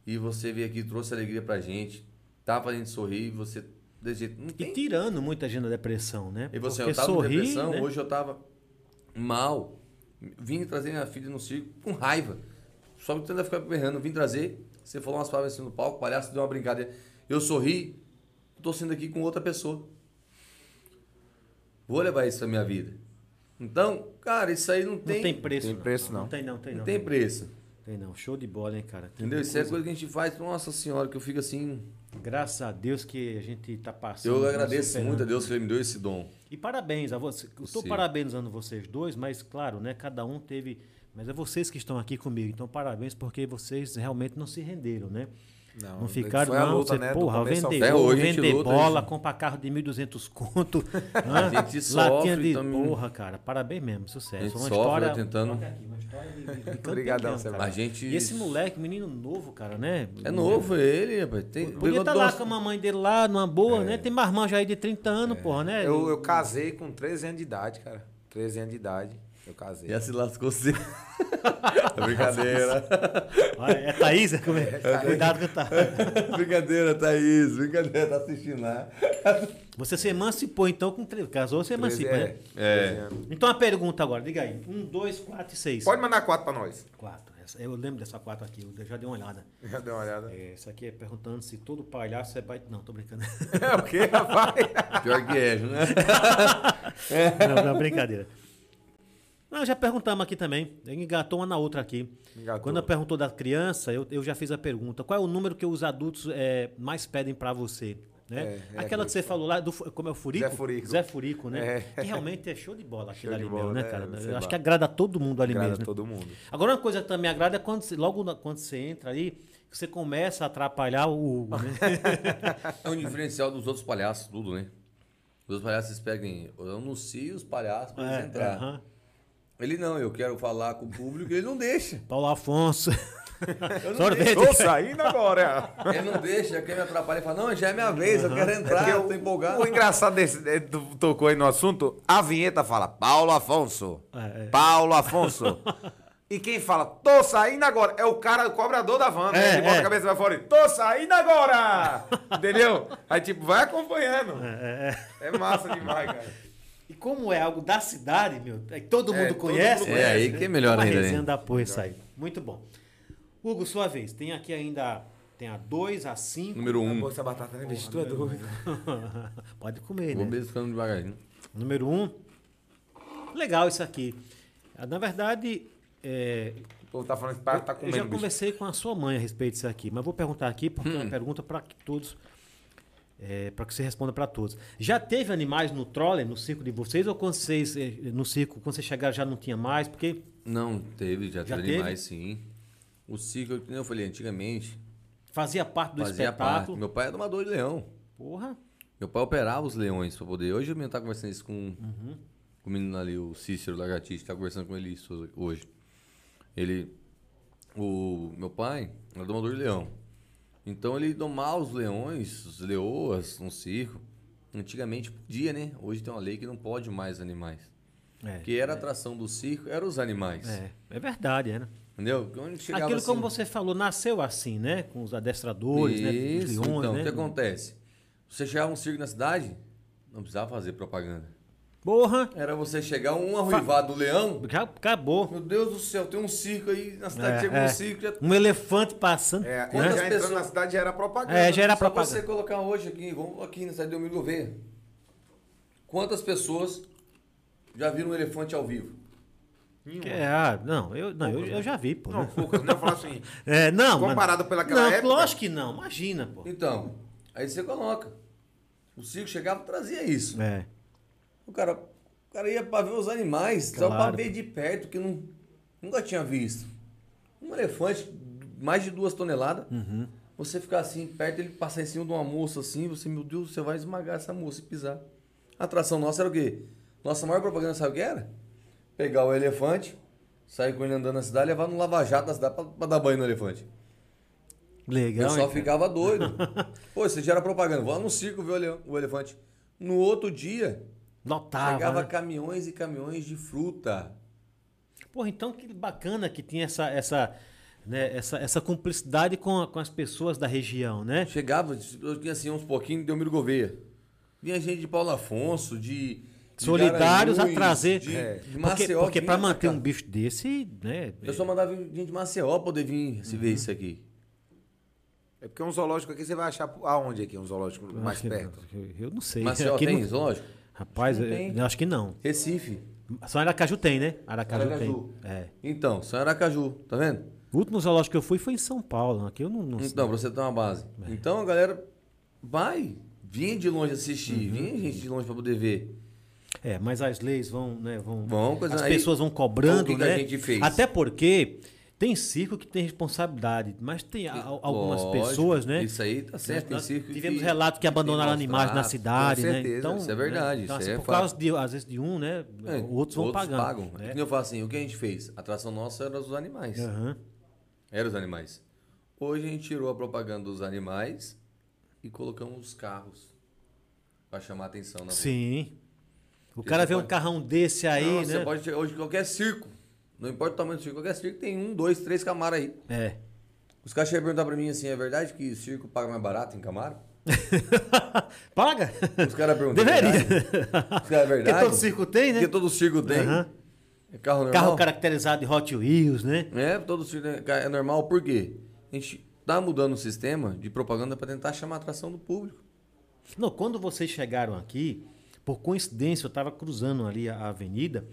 Speaker 3: E você veio aqui, trouxe alegria pra gente. Tá pra gente sorrir. Você, desse jeito, não
Speaker 1: E
Speaker 3: tem
Speaker 1: tirando muita gente da depressão, né?
Speaker 3: e você,
Speaker 1: Porque
Speaker 3: assim, eu tava com
Speaker 1: sorrir,
Speaker 3: depressão,
Speaker 1: né?
Speaker 3: hoje eu tava mal. Vim trazer minha filha no circo com raiva. Só me tentando ficar berrando. Vim trazer, você falou umas palavras assim no palco, o palhaço deu uma brincadeira. Eu sorri, tô sendo aqui com outra pessoa. Vou levar isso à minha vida. Então, cara, isso aí não tem.
Speaker 1: Não tem preço.
Speaker 2: tem preço, não.
Speaker 1: Não tem não, tem
Speaker 3: não
Speaker 1: não.
Speaker 3: tem preço.
Speaker 1: Tem não. Show de bola, hein, cara. Tem
Speaker 3: Entendeu? Isso é
Speaker 1: coisa-
Speaker 3: coisa que a gente faz, nossa senhora, que eu fico assim.
Speaker 1: Graças a Deus que a gente tá passando.
Speaker 3: Eu
Speaker 1: né,
Speaker 3: agradeço
Speaker 1: superando.
Speaker 3: muito a Deus que ele me deu esse dom.
Speaker 1: E parabéns a você. Eu estou
Speaker 3: Sim.
Speaker 1: parabenizando vocês dois, mas claro, né? Cada um teve. Mas é vocês que estão aqui comigo. Então, parabéns, porque vocês realmente não se renderam, né? Não, ficaram,
Speaker 2: foi a
Speaker 1: não,
Speaker 2: luta,
Speaker 1: você,
Speaker 2: né, do
Speaker 1: porra,
Speaker 2: começo ao
Speaker 1: vender,
Speaker 2: fim.
Speaker 3: Até hoje a gente
Speaker 1: vender
Speaker 3: luta,
Speaker 1: bola,
Speaker 3: gente.
Speaker 1: comprar carro de 1.200 conto,
Speaker 3: A
Speaker 1: hã?
Speaker 3: gente
Speaker 1: latinha
Speaker 3: sofre
Speaker 1: de
Speaker 3: também.
Speaker 1: porra, cara, parabéns mesmo,
Speaker 3: A
Speaker 1: sucesso.
Speaker 3: gente
Speaker 1: É, uma
Speaker 3: sofre
Speaker 1: história,
Speaker 3: tentando.
Speaker 1: Olha aqui, uma história de, de- de campeão
Speaker 2: Obrigadão,
Speaker 1: mesmo, cara.
Speaker 2: Sérgio.
Speaker 3: A gente-
Speaker 1: E esse moleque, menino novo, cara, né?
Speaker 3: É novo ele, rapaz. Tem,
Speaker 1: Podia
Speaker 3: pegou
Speaker 1: estar lá
Speaker 3: dois- É.
Speaker 1: com a mamãe dele lá, numa boa, né? Tem mais já aí de 30 anos, porra, né?
Speaker 2: É. Eu, eu casei com 13 anos de idade, cara. 13 anos de idade, eu
Speaker 1: assim
Speaker 2: casei.
Speaker 1: é
Speaker 3: Já se lascou cedo. brincadeira.
Speaker 1: Olha, é Thaís? É como é? Cuidado com a Thaís.
Speaker 3: brincadeira, Thaís. Brincadeira, tá assistindo lá.
Speaker 1: Você se emancipou, então, com tre- casou, você emancipa, né?
Speaker 3: É.
Speaker 2: 13 anos.
Speaker 1: Então, a pergunta agora, diga aí. Um, dois, quatro e seis.
Speaker 2: Pode mandar quatro pra nós.
Speaker 1: Quatro. Essa- Eu lembro dessa quatro aqui, eu já dei uma olhada.
Speaker 2: Já deu uma olhada.
Speaker 1: É, Essa aqui é perguntando se todo palhaço é baita... Não, tô brincando.
Speaker 2: É o quê, rapaz?
Speaker 3: Pior que é, né?
Speaker 2: É.
Speaker 1: não, não, brincadeira. Não, já perguntamos aqui também. Engatou uma na outra aqui.
Speaker 2: Engatou.
Speaker 1: Quando eu perguntou da criança, eu, eu já fiz a pergunta. Qual é o número que os adultos eh, mais pedem pra você? Né?
Speaker 2: É, é
Speaker 1: Aquela
Speaker 2: aquilo
Speaker 1: que você falou lá, do, fu- como é o Furico?
Speaker 2: Zé Furico.
Speaker 1: Zé Furico, né?
Speaker 2: É.
Speaker 1: Que realmente é show de bola aquilo
Speaker 2: Show de
Speaker 1: ali mesmo,
Speaker 2: bola,
Speaker 1: né,
Speaker 2: né?
Speaker 1: cara?
Speaker 2: Sei
Speaker 1: Eu acho
Speaker 2: lá.
Speaker 1: que agrada todo mundo ali
Speaker 2: Agrada
Speaker 1: mesmo. né?
Speaker 2: todo mundo.
Speaker 1: Agora, uma coisa que também agrada é quando, você- logo na- quando você entra aí, você começa a atrapalhar o Hugo, né?
Speaker 3: É um diferencial dos outros palhaços, tudo, né? Os outros palhaços peguem, eu anuncio os palhaços pra eles entrar.
Speaker 1: É, aham.
Speaker 3: Ele não, eu quero falar com o público, ele não deixa.
Speaker 1: Paulo Afonso.
Speaker 3: Eu não
Speaker 1: Sorvete.
Speaker 3: deixo.
Speaker 2: Tô saindo agora. é.
Speaker 3: Ele não deixa, quem me atrapalha ele fala, não, já é minha vez, eu quero
Speaker 1: É
Speaker 3: entrar,
Speaker 2: Porque
Speaker 3: eu tô
Speaker 2: o-
Speaker 3: empolgado.
Speaker 2: O engraçado desse, é, tu tocou aí no assunto, a vinheta fala Paulo Afonso.
Speaker 1: É, é.
Speaker 2: Paulo Afonso. e quem fala, tô saindo agora, é o cara, o cobrador da van,
Speaker 1: É,
Speaker 2: né? Ele bota
Speaker 1: é.
Speaker 2: a cabeça pra fora e tô saindo agora! Entendeu? Aí tipo, vai acompanhando.
Speaker 1: É, é.
Speaker 2: É massa demais, cara.
Speaker 1: E como é algo da cidade, meu, é que todo mundo
Speaker 2: todo
Speaker 1: conhece. né?
Speaker 2: mundo
Speaker 3: É, aí que é melhor
Speaker 1: uma
Speaker 3: ainda, né?
Speaker 1: resenha da porra isso aí. Muito bom. Hugo, sua vez. Tem aqui ainda tem a 2, a 5.
Speaker 3: Número um.
Speaker 2: Essa batata, né, bicho? Tu é doido.
Speaker 1: Pode comer,
Speaker 3: Vou
Speaker 1: né?
Speaker 3: beliscando devagarinho.
Speaker 1: Número 1. Um. Legal isso aqui. Ah, Na verdade, é,
Speaker 2: O povo tá falando que tá tá
Speaker 1: eu já
Speaker 2: comendo, bicho.
Speaker 1: conversei com a sua mãe a respeito disso aqui, mas vou perguntar aqui porque é uma
Speaker 3: Hum.
Speaker 1: pergunta para que todos. para que você responda para todos. Já teve animais no trolley, no circo de vocês, ou quando vocês, eh, no circo, quando vocês chegaram já não tinha mais? Porque
Speaker 3: Não, teve, já,
Speaker 1: Já
Speaker 3: teve,
Speaker 1: teve?
Speaker 3: animais, sim. O ciclo, que nem eu falei, antigamente,
Speaker 1: fazia parte do
Speaker 3: fazia parte.
Speaker 1: espetáculo.
Speaker 3: Meu pai era domador de leão.
Speaker 1: Porra,
Speaker 3: Meu pai operava os leões pra poder. Hoje eu mesmo tava conversando isso com,
Speaker 1: Uhum.
Speaker 3: com o menino ali, o Cícero Lagartista, tava conversando com ele isso hoje. Ele. O meu pai era domador de leão. Então ele domava os leões, os leoas, no circo. Antigamente podia, né? Hoje tem uma lei que não pode mais animais.
Speaker 1: É.
Speaker 3: Que era a atração do circo, eram os animais.
Speaker 1: é, é verdade, é, né?
Speaker 3: Entendeu? Onde chegava
Speaker 1: Aquilo como
Speaker 3: assim-
Speaker 1: você falou, nasceu assim, né? Com os adestradores, né? Com os
Speaker 3: Isso,
Speaker 1: leões,
Speaker 3: então,
Speaker 1: né?
Speaker 3: o que acontece? Você chegava um circo na cidade, não precisava fazer propaganda.
Speaker 1: Porra,
Speaker 3: Era você chegar um arruivado do leão.
Speaker 1: já acabou.
Speaker 3: Meu Deus do céu, tem um circo aí na
Speaker 1: É,
Speaker 3: cidade, chega um circo. Já...
Speaker 1: Um elefante passando.
Speaker 2: É,
Speaker 1: né?
Speaker 3: Quantas
Speaker 2: já entrando
Speaker 3: pessoas-
Speaker 2: na cidade já era propaganda.
Speaker 1: É, já era
Speaker 3: Só
Speaker 1: propaganda.
Speaker 3: você colocar um hoje aqui, vamos aqui na cidade do Domingo Gouveia. Quantas pessoas já viram um elefante ao vivo?
Speaker 2: um
Speaker 1: Que é, ah, não, eu, não eu, eu já vi, pô.
Speaker 2: Não,
Speaker 1: né?
Speaker 2: poucas, né? Eu falo assim,
Speaker 1: É, não. mas-
Speaker 2: Comparado pelaquela
Speaker 1: não,
Speaker 2: época?
Speaker 1: Lógico que não, imagina, pô.
Speaker 3: Então, aí você coloca. O circo chegava e trazia isso.
Speaker 1: É.
Speaker 3: O cara, o cara ia pra ver os animais, só pra
Speaker 1: Claro.
Speaker 3: ver de perto, que não, nunca tinha visto. Um elefante, mais de duas toneladas, você ficar assim perto, ele passar em cima de uma moça assim, você, meu Deus, você vai esmagar essa moça e pisar. A atração nossa era o quê? Nossa maior propaganda, sabe o que era? Pegar o elefante, sair com ele andando na cidade, levar no lava-jato da cidade pra, pra dar banho no elefante. O
Speaker 1: Legal.
Speaker 3: pessoal
Speaker 1: hein,
Speaker 3: ficava doido. Pô, você gera propaganda. Vou lá no circo ver o ele- o elefante. No outro dia,
Speaker 1: cara? Lotava.
Speaker 3: Chegava
Speaker 1: né?
Speaker 3: caminhões e caminhões de fruta.
Speaker 1: Porra, então que bacana que tinha essa, essa, né, essa, essa cumplicidade com, a- com as pessoas da região, né?
Speaker 3: Chegava, eu tinha assim uns pouquinhos de Delmiro Gouveia. Vinha gente de Paulo Afonso, de. de
Speaker 1: Solidários a
Speaker 3: Garanhuns,
Speaker 1: trazer.
Speaker 3: De,
Speaker 1: É.
Speaker 3: de
Speaker 1: Porque,
Speaker 3: Maceió.
Speaker 1: porque
Speaker 3: vinha
Speaker 1: para
Speaker 3: pra
Speaker 1: manter
Speaker 3: cá.
Speaker 1: um bicho desse, né?
Speaker 3: Eu só mandava gente de Maceió poder vir se
Speaker 1: Uhum.
Speaker 3: ver isso aqui.
Speaker 2: É porque um zoológico aqui você vai achar aonde aqui um zoológico mais
Speaker 1: Acho que-
Speaker 2: perto?
Speaker 1: Eu não sei.
Speaker 3: Maceió
Speaker 1: Aqui
Speaker 3: tem,
Speaker 1: não-
Speaker 3: zoológico?
Speaker 1: Rapaz,
Speaker 3: Não
Speaker 1: eu-
Speaker 3: tem.
Speaker 1: eu acho que não.
Speaker 3: Recife.
Speaker 1: Só Aracaju tem, né? Aracaju,
Speaker 3: Aracaju.
Speaker 1: tem. É.
Speaker 3: Então, São Aracaju, tá vendo?
Speaker 1: O último zoológico que eu fui foi em São Paulo. Aqui eu não, não
Speaker 3: Então, pra você ter uma base.
Speaker 1: É.
Speaker 3: Então a galera vai, vinha de longe assistir,
Speaker 1: Uhum.
Speaker 3: vinha gente de longe pra poder ver.
Speaker 1: É, mas as leis vão, né? Vão,
Speaker 3: Vão, coisa-
Speaker 1: as
Speaker 3: aí-
Speaker 1: pessoas vão
Speaker 3: o
Speaker 1: cobrando,
Speaker 3: que que a
Speaker 1: né?
Speaker 3: gente fez?
Speaker 1: Até porque tem circo que tem responsabilidade, mas tem a- algumas
Speaker 3: Lógico,
Speaker 1: pessoas, né?
Speaker 3: Isso aí tá certo, tem
Speaker 1: Nós
Speaker 3: circo.
Speaker 1: tivemos
Speaker 3: que-
Speaker 1: relatos que
Speaker 3: tem
Speaker 1: abandonaram
Speaker 3: maus
Speaker 1: animais na
Speaker 3: tratos,
Speaker 1: cidade,
Speaker 2: com
Speaker 1: né?
Speaker 2: certeza,
Speaker 1: Então,
Speaker 3: isso é verdade,
Speaker 1: né? Então,
Speaker 3: isso
Speaker 1: assim,
Speaker 3: é
Speaker 1: por
Speaker 3: fato.
Speaker 1: causa de, às vezes de um, né?
Speaker 3: É,
Speaker 1: outros vão pagando.
Speaker 3: pagam. É
Speaker 1: né?
Speaker 3: que nem eu falo assim, o que a gente fez? A atração nossa era os animais.
Speaker 1: Aham.
Speaker 3: Era os animais. Hoje a gente tirou a propaganda dos animais e colocamos os carros pra chamar a atenção na
Speaker 1: Sim. O cara
Speaker 3: Você
Speaker 1: vê um
Speaker 3: pode-
Speaker 1: carrão desse aí,
Speaker 3: é Não,
Speaker 1: né?
Speaker 3: Você pode chegar hoje em qualquer circo. Não importa o tamanho do circo, qualquer circo tem um, dois, três camaras aí.
Speaker 1: É.
Speaker 3: Os caras chegam a perguntar pra mim assim, é verdade que circo paga mais barato em camaro?
Speaker 1: Paga?
Speaker 3: Os caras perguntam.
Speaker 1: Deveria.
Speaker 3: "É verdade?" Os caras, é verdade?
Speaker 1: Porque todo circo tem, né?
Speaker 3: Porque todo circo tem.
Speaker 1: Aham.
Speaker 3: É carro normal?
Speaker 1: Carro caracterizado de Hot Wheels, né?
Speaker 3: É, todo circo é é normal, por quê? A gente tá mudando o sistema de propaganda pra tentar chamar a atração do público.
Speaker 1: Não, quando vocês chegaram aqui, por coincidência, eu estava cruzando ali a a avenida,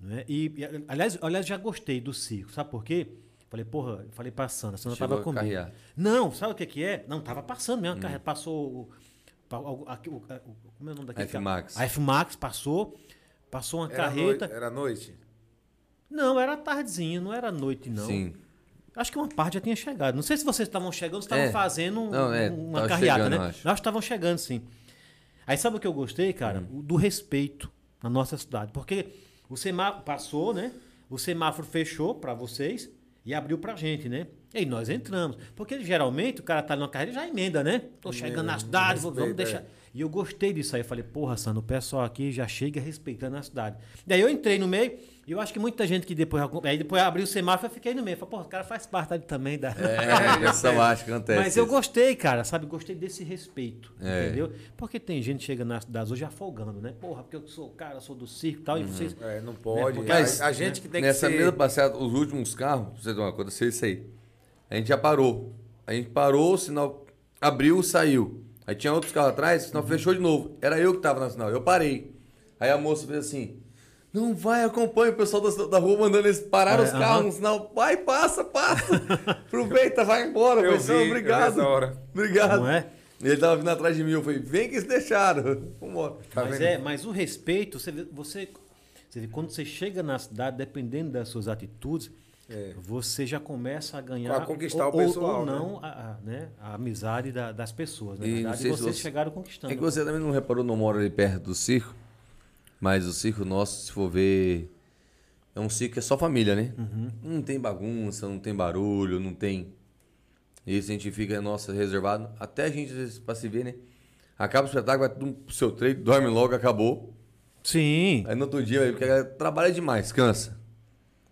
Speaker 1: né? E, e, aliás, aliás, já gostei do circo, sabe por quê? Falei, porra, eu falei passando, a Sandra
Speaker 3: Chegou
Speaker 1: tava
Speaker 3: a
Speaker 1: comigo.
Speaker 3: carrear. Hum.
Speaker 1: Não, sabe o que que é? Não, tava passando mesmo, a carre- passou o, pa- o- aqui- o- o- como é o nome daquele? carro?
Speaker 3: F-Max.
Speaker 1: A F-Max passou, passou uma
Speaker 2: Era,
Speaker 1: carreta.
Speaker 2: noi- era noite?
Speaker 1: Não, era tardezinha, não era noite não.
Speaker 3: Sim.
Speaker 1: Acho que uma parte já tinha chegado. Não sei se vocês estavam chegando, se estavam
Speaker 3: É.
Speaker 1: fazendo um-
Speaker 3: Não, é,
Speaker 1: uma
Speaker 3: tava
Speaker 1: carreata,
Speaker 3: chegando,
Speaker 1: né?
Speaker 3: eu
Speaker 1: Nós
Speaker 3: acho.
Speaker 1: estavam chegando, sim. Aí sabe o que eu gostei, cara?
Speaker 3: Hum.
Speaker 1: O do respeito na nossa cidade. Porque o semáforo passou, né? O semáforo fechou pra vocês e abriu pra gente, né? E aí nós entramos. Porque geralmente o cara tá numa carreira e já emenda, né? Tô chegando
Speaker 3: É,
Speaker 1: na cidade, vou- vamos
Speaker 2: respeito,
Speaker 1: deixar.
Speaker 2: é.
Speaker 1: E eu gostei disso aí. Eu falei, porra, Sandro, o pessoal aqui já chega respeitando a cidade. Daí eu entrei no meio, e eu acho que muita gente que depois. Aí depois abriu o semáforo, eu fiquei no meio. Falei, porra, o cara faz parte ali também da.
Speaker 3: É, essa acho que acontece.
Speaker 1: Mas eu
Speaker 3: isso.
Speaker 1: gostei, cara, sabe? Gostei desse respeito,
Speaker 3: É.
Speaker 1: entendeu? Porque tem gente que chega nas das hoje afogando, né? Porra, porque eu sou o cara, eu sou do circo e tal,
Speaker 3: Uhum.
Speaker 1: e vocês...
Speaker 2: É, não pode.
Speaker 1: porque-
Speaker 3: Mas,
Speaker 2: a, a gente que tem que
Speaker 3: Nessa
Speaker 2: ser...
Speaker 3: mesma passeada, os últimos carros, pra você ter uma coisa, sei isso aí. A gente já parou. A gente parou, o sinal abriu, saiu. Aí tinha outros carros atrás, o
Speaker 2: Uhum.
Speaker 3: sinal fechou de novo. Era eu que tava na sinal, eu parei. Aí a moça fez assim: Não vai, acompanha o pessoal da, da rua mandando eles parar
Speaker 1: É,
Speaker 3: os
Speaker 1: aham.
Speaker 3: carros no sinal. Vai, passa, passa. Aproveita, vai embora.
Speaker 2: Eu
Speaker 3: pessoal,
Speaker 2: vi, eu vi
Speaker 3: obrigado.
Speaker 2: essa hora.
Speaker 3: Obrigado.
Speaker 1: Não é?
Speaker 3: Ele tava vindo atrás de mim, eu falei: Vem que eles deixaram. Vambora.
Speaker 2: Tá
Speaker 1: mas
Speaker 2: vendo?
Speaker 1: é, mas o respeito, você, vê- você, você vê, quando você chega na cidade, dependendo das suas atitudes,
Speaker 3: É.
Speaker 1: você já começa a ganhar...
Speaker 2: A conquistar
Speaker 1: ou,
Speaker 2: o
Speaker 1: ou-
Speaker 2: pessoal,
Speaker 1: Ou não, a, a, né? a amizade da- das pessoas. né? Na
Speaker 3: E não
Speaker 1: verdade,
Speaker 3: sei se
Speaker 1: vocês
Speaker 3: você-
Speaker 1: chegaram conquistando.
Speaker 3: É que você também não reparou, não mora ali perto do circo. Mas o circo nosso, se for ver, é um circo que é só família, né? Não tem bagunça, não tem barulho, não tem. Isso a gente fica, nossa, reservado. Até a gente, às vezes, pra se ver, né? Acaba o espetáculo, vai todo mundo pro seu treino, dorme logo, acabou.
Speaker 1: Sim,
Speaker 3: Aí no outro dia, aí, porque a galera trabalha demais, cansa.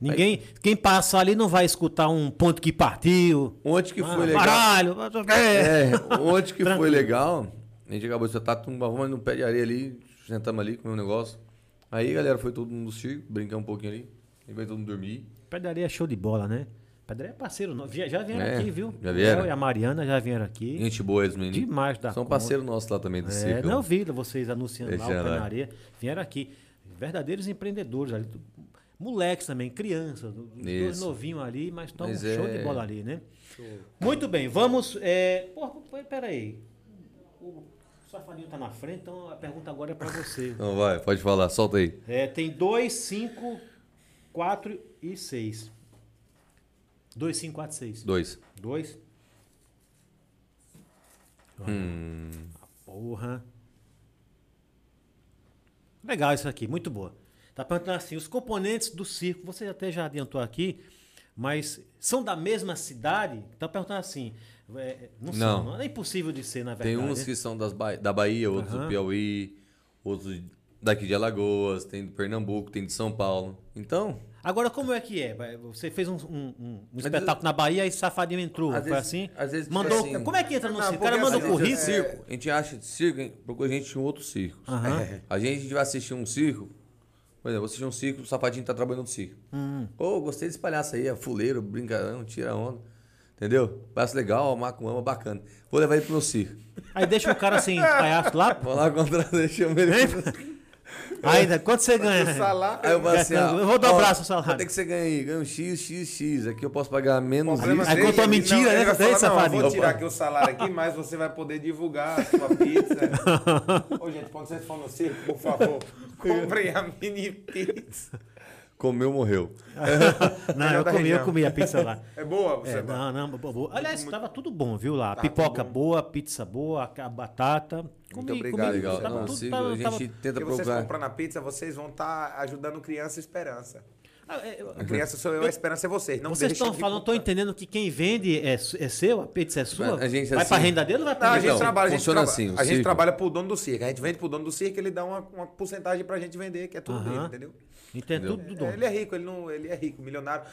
Speaker 1: ninguém... Quem passar ali não vai escutar um ponto que partiu...
Speaker 3: Ontem que
Speaker 1: ah,
Speaker 3: foi legal.
Speaker 1: Caralho! É.
Speaker 3: É, ontem que foi legal, a gente acabou de sentar, tumba, vamos no pé de areia ali, sentamos ali, comer um negócio. Aí, galera, foi todo mundo no circo, brincar um pouquinho ali, e veio todo mundo dormir.
Speaker 1: Pedraria é show de bola, né? Pedraria é parceiro nosso. Já, já vieram
Speaker 3: É,
Speaker 1: aqui, viu?
Speaker 3: já vieram.
Speaker 1: Eu e a Mariana já vieram aqui.
Speaker 3: Gente boa, eles meninos.
Speaker 1: Demais da
Speaker 3: São
Speaker 1: conta.
Speaker 3: parceiros nossos lá também do
Speaker 1: É,
Speaker 3: circo.
Speaker 1: não vi vocês anunciando lá o
Speaker 3: Deixa lá.
Speaker 1: Penaria. Vieram aqui. Verdadeiros empreendedores ali. tu- Moleques também, crianças. do- Os dois
Speaker 3: Isso.
Speaker 1: novinhos ali, mas estão
Speaker 3: Mas
Speaker 1: show
Speaker 3: é-
Speaker 1: de bola ali, né? Muito bem, vamos. É... Porra, p- peraí. O Safadinho tá na frente, então a pergunta agora é pra você.
Speaker 3: Então vai, pode falar, solta aí.
Speaker 1: É, tem 2, 5, 4 e 6. 2, 5, 4, 6.
Speaker 3: Dois.
Speaker 1: Dois.
Speaker 3: Hum.
Speaker 1: A porra. Legal isso aqui, muito boa. Tá perguntando assim, os componentes do circo, você até já adiantou aqui, mas são da mesma cidade? Tá perguntando assim, é, não, são,
Speaker 3: Não.
Speaker 1: não é impossível de ser, na
Speaker 3: Tem um
Speaker 1: verdade.
Speaker 3: uns
Speaker 1: né?
Speaker 3: que são das Ba- da Bahia, outros
Speaker 1: Aham.
Speaker 3: do Piauí, outros daqui de Alagoas, tem do Pernambuco, tem de São Paulo. Então,
Speaker 1: Agora, como é que é? Vai, Você fez um, um- um- um
Speaker 3: Mas
Speaker 1: espetáculo na Bahia e Safadinho entrou, foi
Speaker 3: às vezes-
Speaker 1: assim?
Speaker 3: às vezes, tipo
Speaker 1: Mandou,
Speaker 3: assim-
Speaker 1: como é que entra no
Speaker 2: Não,
Speaker 1: circo? O cara
Speaker 2: porque
Speaker 1: manda
Speaker 2: assim,
Speaker 1: um
Speaker 3: Às vezes
Speaker 1: currículo?
Speaker 3: é circo, a gente acha de circo, hein, procura gente em outros circos.
Speaker 1: Aham.
Speaker 3: A gente vai assistir um circo, por exemplo, vou assistir um circo, o Safadinho tá trabalhando no circo.
Speaker 1: Hum.
Speaker 3: Ô, gostei desse palhaço aí, é fuleiro, brincadão, tira onda. Entendeu? Parece legal, marca um ama, bacana. Vou levar ele pro meu circo.
Speaker 1: Aí deixa o cara assim, palhaço lá, pô.
Speaker 3: Vou lá contratar, chama ele. pro-
Speaker 1: Ainda, quanto você ganha?
Speaker 2: O salário.
Speaker 3: Aí eu falei assim, ó,
Speaker 1: Eu vou dobrar
Speaker 3: ó,
Speaker 1: seu salário.
Speaker 3: Quanto é que você ganha aí? Ganha um X, X, X. Aqui eu posso pagar menos
Speaker 2: problema
Speaker 3: isso.
Speaker 1: Aí
Speaker 2: dele,
Speaker 1: contou a
Speaker 2: ele-
Speaker 1: mentira,
Speaker 2: não,
Speaker 1: né?
Speaker 2: ele vai
Speaker 1: Tem,
Speaker 2: falar, não,
Speaker 1: safadinho?
Speaker 2: Vou tirar aqui o salário aqui, mas você vai poder divulgar a sua pizza. Ô, gente, quando vocês for no circo, por favor, comprem a mini pizza.
Speaker 3: Comeu, morreu.
Speaker 1: Não,
Speaker 2: Melhor
Speaker 1: eu
Speaker 2: da
Speaker 1: comi, eu
Speaker 2: região.
Speaker 1: comi a pizza lá.
Speaker 2: É boa, você
Speaker 1: É,
Speaker 2: vai.
Speaker 1: não, não, boa, boa. Aliás, tava tudo bom, viu lá?
Speaker 2: Tá
Speaker 1: Pipoca
Speaker 2: tudo
Speaker 1: boa, pizza boa, a a batata. Comi,
Speaker 3: Muito obrigado,
Speaker 1: comi,
Speaker 3: legal.
Speaker 1: tava
Speaker 3: Não,
Speaker 1: tudo-
Speaker 3: siga,
Speaker 1: tava-
Speaker 3: a gente
Speaker 1: tava-
Speaker 3: tenta
Speaker 2: Porque vocês
Speaker 3: procurar.
Speaker 2: comprando a pizza, vocês vão estar ajudando criança e esperança.
Speaker 1: Ah, é, eu-
Speaker 2: A criança sou eu, a esperança é vocês. Não
Speaker 1: Vocês
Speaker 2: deixem
Speaker 1: estão
Speaker 2: de
Speaker 1: falando, estão
Speaker 2: comprar.
Speaker 1: entendendo que quem vende é, su- é seu, a pizza é sua?
Speaker 3: A gente,
Speaker 1: vai
Speaker 3: assim-
Speaker 1: pra renda dele ou vai
Speaker 2: Não,
Speaker 1: pra
Speaker 2: a
Speaker 1: mim?
Speaker 2: gente
Speaker 3: Então,
Speaker 2: trabalha, a gente,
Speaker 3: funciona
Speaker 2: traba-
Speaker 3: assim, o
Speaker 2: a gente
Speaker 3: circo.
Speaker 2: trabalha pro dono do circo. A gente vende pro dono do circo, ele dá uma, uma porcentagem pra gente vender, que é tudo
Speaker 1: Aham.
Speaker 2: dele, entendeu?
Speaker 1: Entende tudo do
Speaker 2: É,
Speaker 1: dono.
Speaker 2: ele é rico, ele, não, ele é rico, milionário.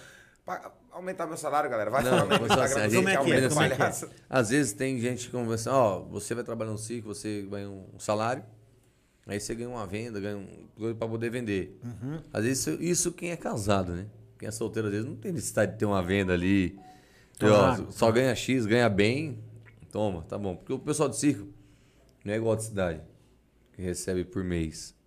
Speaker 2: Pa- aumentar meu salário, galera. Vai
Speaker 3: Não,
Speaker 2: falar no
Speaker 3: mas só
Speaker 2: Instagram
Speaker 3: assim, a
Speaker 2: do
Speaker 3: gente-
Speaker 2: Zé,
Speaker 1: como é que é,
Speaker 2: aumenta
Speaker 1: como é que é?
Speaker 2: palhaço.
Speaker 3: Às vezes tem gente conversando, ó, você vai trabalhar no circo, você ganha um salário, aí você ganha uma venda, ganha um coisa para poder vender.
Speaker 1: Uhum.
Speaker 3: Às vezes isso, isso quem é casado, né? Quem é solteiro às vezes não tem necessidade de ter uma venda ali. E, ó,
Speaker 1: Claro.
Speaker 3: só ganha X, ganha bem, toma, tá bom. Porque o pessoal do circo não é igual de cidade, que recebe por mês.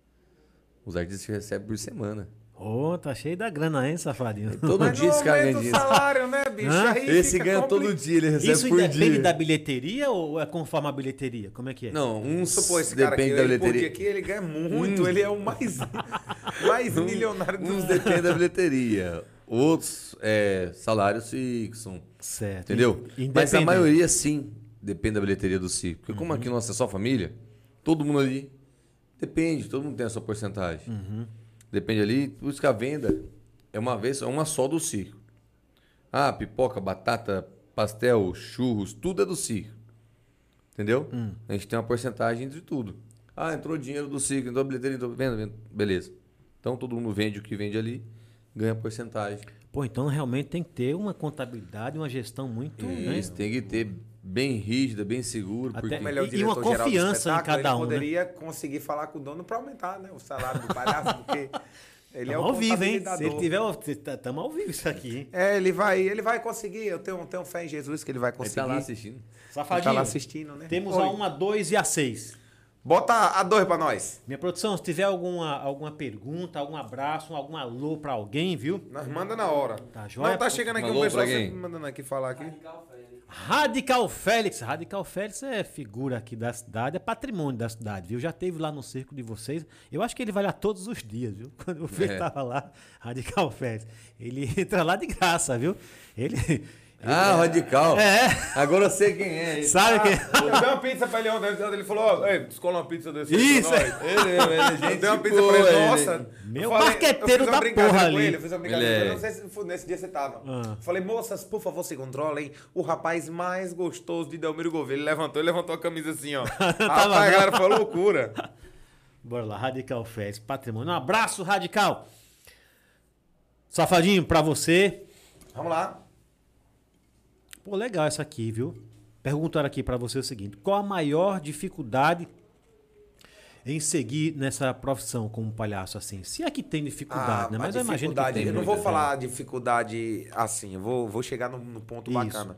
Speaker 3: Os artistas recebem por semana.
Speaker 1: Ô, tá cheio da grana, hein, safadinho?
Speaker 3: Todo
Speaker 2: Mas
Speaker 3: dia
Speaker 2: não
Speaker 3: esse cara ganha
Speaker 2: aumenta o
Speaker 3: dinheiro.
Speaker 2: salário, né, bicho?
Speaker 1: Hã?
Speaker 2: Aí
Speaker 3: Esse
Speaker 2: fica
Speaker 3: ganha todo
Speaker 2: complicado.
Speaker 3: dia, ele recebe
Speaker 1: Isso
Speaker 3: por
Speaker 1: depende
Speaker 3: dia.
Speaker 1: da bilheteria ou é conforme a bilheteria? Como é que é?
Speaker 3: Não, um
Speaker 2: Vamos supor, esse cara
Speaker 3: depende
Speaker 2: aqui,
Speaker 3: da
Speaker 2: ele, porque
Speaker 3: bilheteria.
Speaker 2: aqui ele ganha muito, ele é o mais, mais
Speaker 3: Hum.
Speaker 2: milionário do
Speaker 3: Uns
Speaker 2: mundo.
Speaker 3: dependem da bilheteria, outros é, salários fixos, um
Speaker 1: Certo.
Speaker 3: entendeu?
Speaker 1: Independente.
Speaker 3: Mas a maioria sim depende da bilheteria do circo. Porque como aqui nós é só família, todo mundo ali depende, todo mundo tem a sua porcentagem. Depende ali, por isso que a venda é uma vez, é uma só do circo. Ah, pipoca, batata, pastel, churros, tudo é do circo. Entendeu? A gente tem uma porcentagem de tudo. Ah, entrou dinheiro do circo, entrou bilheteria, entrou venda, venda. Beleza. Então todo mundo vende o que vende ali, ganha porcentagem.
Speaker 1: Pô, então realmente tem que ter uma contabilidade, uma gestão muito. né?
Speaker 3: É Isso, tem que ter bem rígida, bem seguro,
Speaker 1: Até
Speaker 3: porque
Speaker 1: melhor.
Speaker 2: o
Speaker 1: É. E- e
Speaker 2: diretor-geral
Speaker 1: uma
Speaker 2: do
Speaker 1: confiança em
Speaker 2: espetáculo,
Speaker 1: cada um, né?
Speaker 2: Ele poderia conseguir falar com o dono pra aumentar né, o salário do palhaço, porque ele é o
Speaker 1: Tamo ao vivo, hein? Se ele
Speaker 2: contabilizador.
Speaker 1: tiver. Estamos ao vivo isso aqui, hein?
Speaker 2: É, ele vai, ele vai conseguir. Eu tenho, tenho fé em Jesus que ele vai
Speaker 3: ele
Speaker 2: conseguir.
Speaker 3: tá lá assistindo.
Speaker 1: Safadinho.
Speaker 2: Tá lá assistindo, né?
Speaker 1: Temos
Speaker 2: Oi.
Speaker 1: a 1, a 2 e a 6.
Speaker 2: Bota a dois pra nós.
Speaker 1: Minha produção, se tiver alguma, alguma pergunta, algum abraço, algum alô pra alguém, viu?
Speaker 2: Nós manda na hora.
Speaker 1: Tá joia?
Speaker 2: Não, tá chegando aqui
Speaker 3: Mandou
Speaker 2: um pessoal
Speaker 3: pra quem?
Speaker 2: sempre mandando aqui falar aqui.
Speaker 1: Radical
Speaker 4: Radical Félix.
Speaker 1: Félix. Radical Félix é figura aqui da cidade, é patrimônio da cidade, viu? Já teve lá no circo de vocês. Eu acho que ele vai lá todos os dias, viu? Quando eu fui,
Speaker 3: É.
Speaker 1: tava lá, Radical Félix. Ele entra lá de graça, viu? Ele.
Speaker 3: Ah, radical.
Speaker 1: É.
Speaker 3: Agora eu sei quem é. ele.
Speaker 1: Sabe
Speaker 2: Ah,
Speaker 1: quem.
Speaker 2: Eu dei uma pizza pra ele ontem, ele falou, ó, ei, descola uma pizza desse
Speaker 1: Isso.
Speaker 2: aí pra nós.
Speaker 3: Ele, ele, ele, gente
Speaker 2: Eu dei uma pizza
Speaker 3: boa,
Speaker 2: pra ele,
Speaker 3: ele.
Speaker 2: nossa.
Speaker 1: Meu
Speaker 2: eu falei-
Speaker 1: marqueteiro
Speaker 2: eu fiz uma
Speaker 1: da
Speaker 2: brincadeira
Speaker 1: porra
Speaker 2: com
Speaker 1: ali.
Speaker 2: Ele, eu fiz uma brincadeira,
Speaker 3: Ele é-
Speaker 2: eu não sei se foi nesse dia você tava.
Speaker 1: Ah.
Speaker 2: Falei, moças, por favor, se controlem. O rapaz mais gostoso de Delmiro Gouveia. Ele levantou, ele levantou a camisa assim, ó. Rapaz, a galera foi loucura.
Speaker 1: Bora lá, Radical Félix, patrimônio. Um abraço, Radical. Safadinho, pra você.
Speaker 2: Vamos lá.
Speaker 1: Pô, legal essa aqui, viu? Perguntaram aqui pra você o seguinte: qual a maior dificuldade em seguir nessa profissão como palhaço assim? Se é que tem dificuldade,
Speaker 2: Ah,
Speaker 1: né?
Speaker 2: a
Speaker 1: Mas eu imagino que
Speaker 2: dificuldade-
Speaker 1: tem.
Speaker 2: Eu não
Speaker 1: né?
Speaker 2: vou falar dificuldade assim, eu vou, vou chegar num, num ponto
Speaker 1: Isso.
Speaker 2: bacana.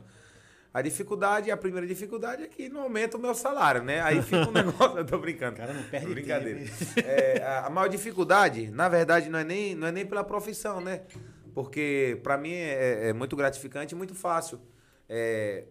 Speaker 2: A dificuldade, a primeira dificuldade é que não aumenta o meu salário, né? Aí fica um negócio. Eu tô brincando.
Speaker 1: Cara, não perde
Speaker 2: Brincadeira. É, a, a maior dificuldade, na verdade, não é nem, não é nem pela profissão, né? Porque pra mim é, é muito gratificante e muito fácil. É,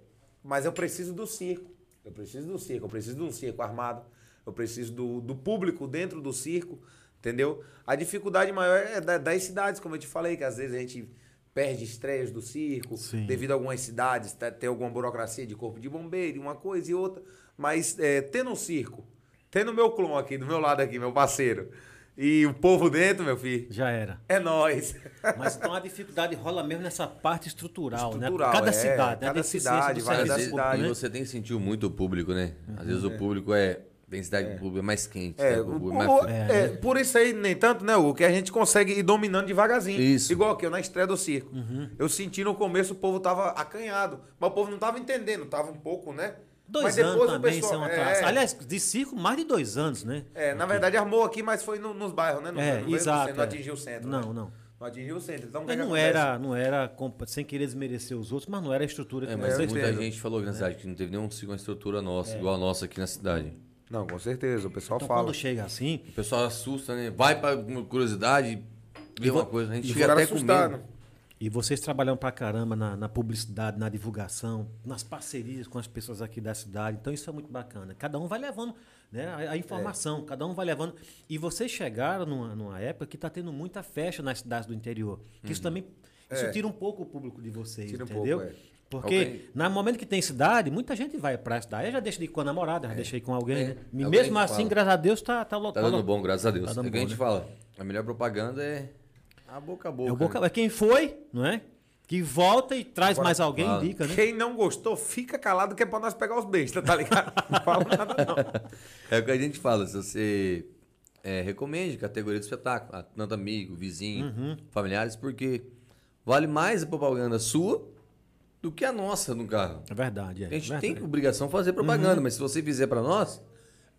Speaker 2: mas eu preciso do circo. Eu preciso do circo, eu preciso de um circo armado. Eu preciso do, do público dentro do circo, entendeu? A dificuldade maior é da- das cidades, como eu te falei, que às vezes a gente perde estreias do circo,
Speaker 1: Sim.
Speaker 2: devido a algumas cidades, tá- tem alguma burocracia de corpo de bombeiro, uma coisa e outra. Mas é, tendo um circo, tendo o meu clon aqui, do meu lado aqui, meu parceiro, e o povo dentro, meu
Speaker 1: né?
Speaker 2: filho,
Speaker 1: Já era.
Speaker 2: é nós.
Speaker 1: Mas então a dificuldade rola mesmo nessa parte estrutural,
Speaker 2: Estrutural,
Speaker 1: né? Cada
Speaker 2: é,
Speaker 1: cidade, né? A
Speaker 2: cada
Speaker 1: deficiência
Speaker 2: cidade,
Speaker 1: do
Speaker 2: várias
Speaker 1: serviço
Speaker 3: Às
Speaker 2: cidades,
Speaker 3: vezes,
Speaker 1: público,
Speaker 2: cidade,
Speaker 3: e
Speaker 1: né?
Speaker 3: você tem que sentir muito o público, né? Às vezes o público é. Tem cidade que o público é mais quente.
Speaker 2: É,
Speaker 3: cidade que o
Speaker 2: o-
Speaker 3: público é
Speaker 2: o-
Speaker 3: mais frio.
Speaker 1: né?
Speaker 2: é, por isso aí, nem tanto, né, Hugo? Que a gente consegue ir dominando devagarzinho.
Speaker 3: Isso. Uhum.
Speaker 2: Igual aqui, eu na estreia do circo. Eu senti no começo o povo tava acanhado, mas o povo não tava entendendo, tava um pouco, né? mas
Speaker 1: Dois
Speaker 2: depois
Speaker 1: anos
Speaker 2: o
Speaker 1: também
Speaker 2: pessoal-
Speaker 1: são
Speaker 2: é,
Speaker 1: atrasados.
Speaker 2: é.
Speaker 1: Aliás, de circo, mais de dois anos, né?
Speaker 2: É, na verdade armou aqui, mas foi no- nos bairros, né? Não,
Speaker 1: É,
Speaker 2: não veio no
Speaker 1: exato,
Speaker 2: centro, não
Speaker 1: é.
Speaker 2: atingiu o centro.
Speaker 1: Não,
Speaker 2: né?
Speaker 1: não.
Speaker 2: Não atingiu o centro. Então, o que
Speaker 1: Mas
Speaker 2: que
Speaker 1: não
Speaker 2: acontece?
Speaker 1: era, não era, compa- sem querer desmerecer os outros, mas não era a estrutura que
Speaker 3: É,
Speaker 1: nós
Speaker 3: mas
Speaker 2: eu
Speaker 3: muita
Speaker 2: entendo.
Speaker 3: gente falou aqui na cidade que não teve nenhum, uma estrutura nossa, igual a nossa aqui na cidade.
Speaker 2: Não, com certeza, o pessoal
Speaker 1: Então,
Speaker 2: fala.
Speaker 1: quando chega assim,
Speaker 3: O pessoal assusta, né? Vai pra curiosidade, vê uma coisa. A gente
Speaker 2: E né?
Speaker 3: fica
Speaker 2: ficaram
Speaker 3: até
Speaker 2: assustados.
Speaker 3: com medo.
Speaker 1: E vocês trabalham pra caramba na, na publicidade, na divulgação, nas parcerias com as pessoas aqui da cidade. Então isso é muito bacana. Cada um vai levando né, a, a informação,
Speaker 3: É.
Speaker 1: cada um vai levando. E vocês chegaram numa, numa época que está tendo muita festa nas cidades do interior. Que
Speaker 3: Uhum.
Speaker 1: Isso também isso
Speaker 2: É.
Speaker 1: tira um pouco o público de vocês,
Speaker 2: Tira um
Speaker 1: entendeu?
Speaker 2: pouco, é.
Speaker 1: Porque
Speaker 3: Alguém-
Speaker 1: no momento que tem cidade, muita gente vai pra cidade. Aí já deixa de ir com a namorada, já deixa de ir com alguém.
Speaker 3: É.
Speaker 1: né? E
Speaker 3: Alguém
Speaker 1: mesmo assim,
Speaker 3: fala.
Speaker 1: graças a Deus, tá, tá local.
Speaker 3: Tá dando bom, graças a Deus.
Speaker 1: Tá
Speaker 3: É
Speaker 1: dando
Speaker 3: o
Speaker 1: bom,
Speaker 3: que a gente
Speaker 1: né?
Speaker 3: fala. A melhor propaganda é a boca a boca.
Speaker 1: É o boca,
Speaker 3: né?
Speaker 1: é quem foi, não é? Que volta e traz mais alguém,
Speaker 3: fala.
Speaker 1: indica, né?
Speaker 2: Quem não gostou, fica calado que é pra nós pegar os bestas, tá ligado? Não fala nada, não.
Speaker 3: É o que a gente fala. Se você é, recomende categoria de espetáculo, a tanto amigo, vizinho,
Speaker 1: Uhum.
Speaker 3: familiares, porque vale mais a propaganda sua do que a nossa no carro.
Speaker 1: É verdade, é.
Speaker 3: A gente
Speaker 1: verdade. Uhum.
Speaker 3: tem obrigação de fazer propaganda, mas se você fizer pra nós,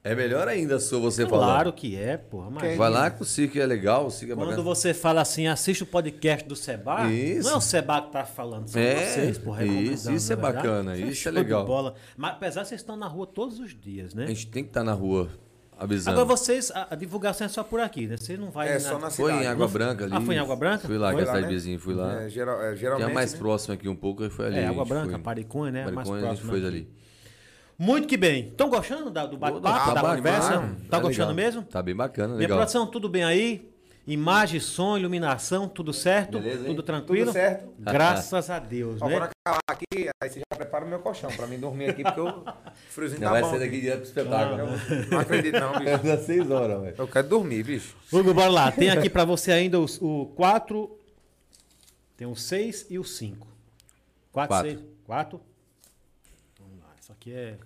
Speaker 3: é melhor ainda a sua você
Speaker 1: Claro que é, porra, mas
Speaker 3: falar. Vai lá que o Cirque é legal, o Cirque é
Speaker 1: quando
Speaker 3: bacana.
Speaker 1: você fala assim, assiste o podcast do Seba,
Speaker 3: Isso.
Speaker 1: não é o Seba que tá falando, são
Speaker 3: É,
Speaker 1: vocês, porra,
Speaker 3: isso,
Speaker 1: recomendando,
Speaker 3: isso é
Speaker 1: não verdade?
Speaker 3: bacana, isso é
Speaker 1: show
Speaker 3: legal.
Speaker 1: De bola. Mas apesar de vocês estão na rua todos os dias,
Speaker 3: A
Speaker 1: né?
Speaker 3: gente tem que estar na rua avisando.
Speaker 1: Agora vocês, a, a divulgação é só por aqui, né? Vocês não vai
Speaker 2: É
Speaker 1: na-
Speaker 2: só na
Speaker 3: Foi em
Speaker 2: cidade.
Speaker 3: Água
Speaker 1: Não-
Speaker 3: Branca ali.
Speaker 1: Ah, foi em Água Branca?
Speaker 3: Fui lá,
Speaker 1: Foi
Speaker 3: que
Speaker 1: lá,
Speaker 3: cidade
Speaker 2: né?
Speaker 3: vizinha, fui lá.
Speaker 2: É, geral- é,
Speaker 3: Que é
Speaker 2: geralmente.
Speaker 3: a mais
Speaker 2: né?
Speaker 3: próxima aqui um pouco, aí foi ali.
Speaker 1: É,
Speaker 3: a
Speaker 1: Água
Speaker 3: gente
Speaker 1: Branca,
Speaker 3: foi.
Speaker 1: Paricunha, né? A mais
Speaker 3: Paricunha, a gente
Speaker 1: próxima aqui.
Speaker 3: foi ali.
Speaker 1: Muito que bem. Estão gostando da- do bate-papo,
Speaker 3: Tá
Speaker 1: da
Speaker 3: bom
Speaker 1: conversa?
Speaker 3: demais, mano.
Speaker 1: Tá
Speaker 3: É
Speaker 1: gostando
Speaker 3: legal.
Speaker 1: mesmo?
Speaker 3: Tá bem bacana,
Speaker 1: Minha
Speaker 3: legal.
Speaker 1: produção, tudo bem aí? Imagem, som, iluminação, tudo certo?
Speaker 3: Beleza, hein?
Speaker 1: tudo tranquilo?
Speaker 2: Tudo certo.
Speaker 1: Graças a Deus,
Speaker 2: Ó,
Speaker 1: né?
Speaker 2: quando acabar aqui, aí você já prepara o meu colchão pra mim dormir aqui, porque o friozinho
Speaker 3: Já
Speaker 2: tá
Speaker 3: vai
Speaker 2: bom.
Speaker 3: sair daqui direto pro espetáculo. É
Speaker 2: Eu não acredito, não, bicho.
Speaker 3: das 6 horas, velho.
Speaker 2: Eu quero dormir, bicho.
Speaker 1: Hugo, bora lá. Tem aqui pra você ainda os- o 4, tem o 6 e o 5. 4,
Speaker 3: Quatro.
Speaker 1: 6, 4. Vamos lá, isso aqui é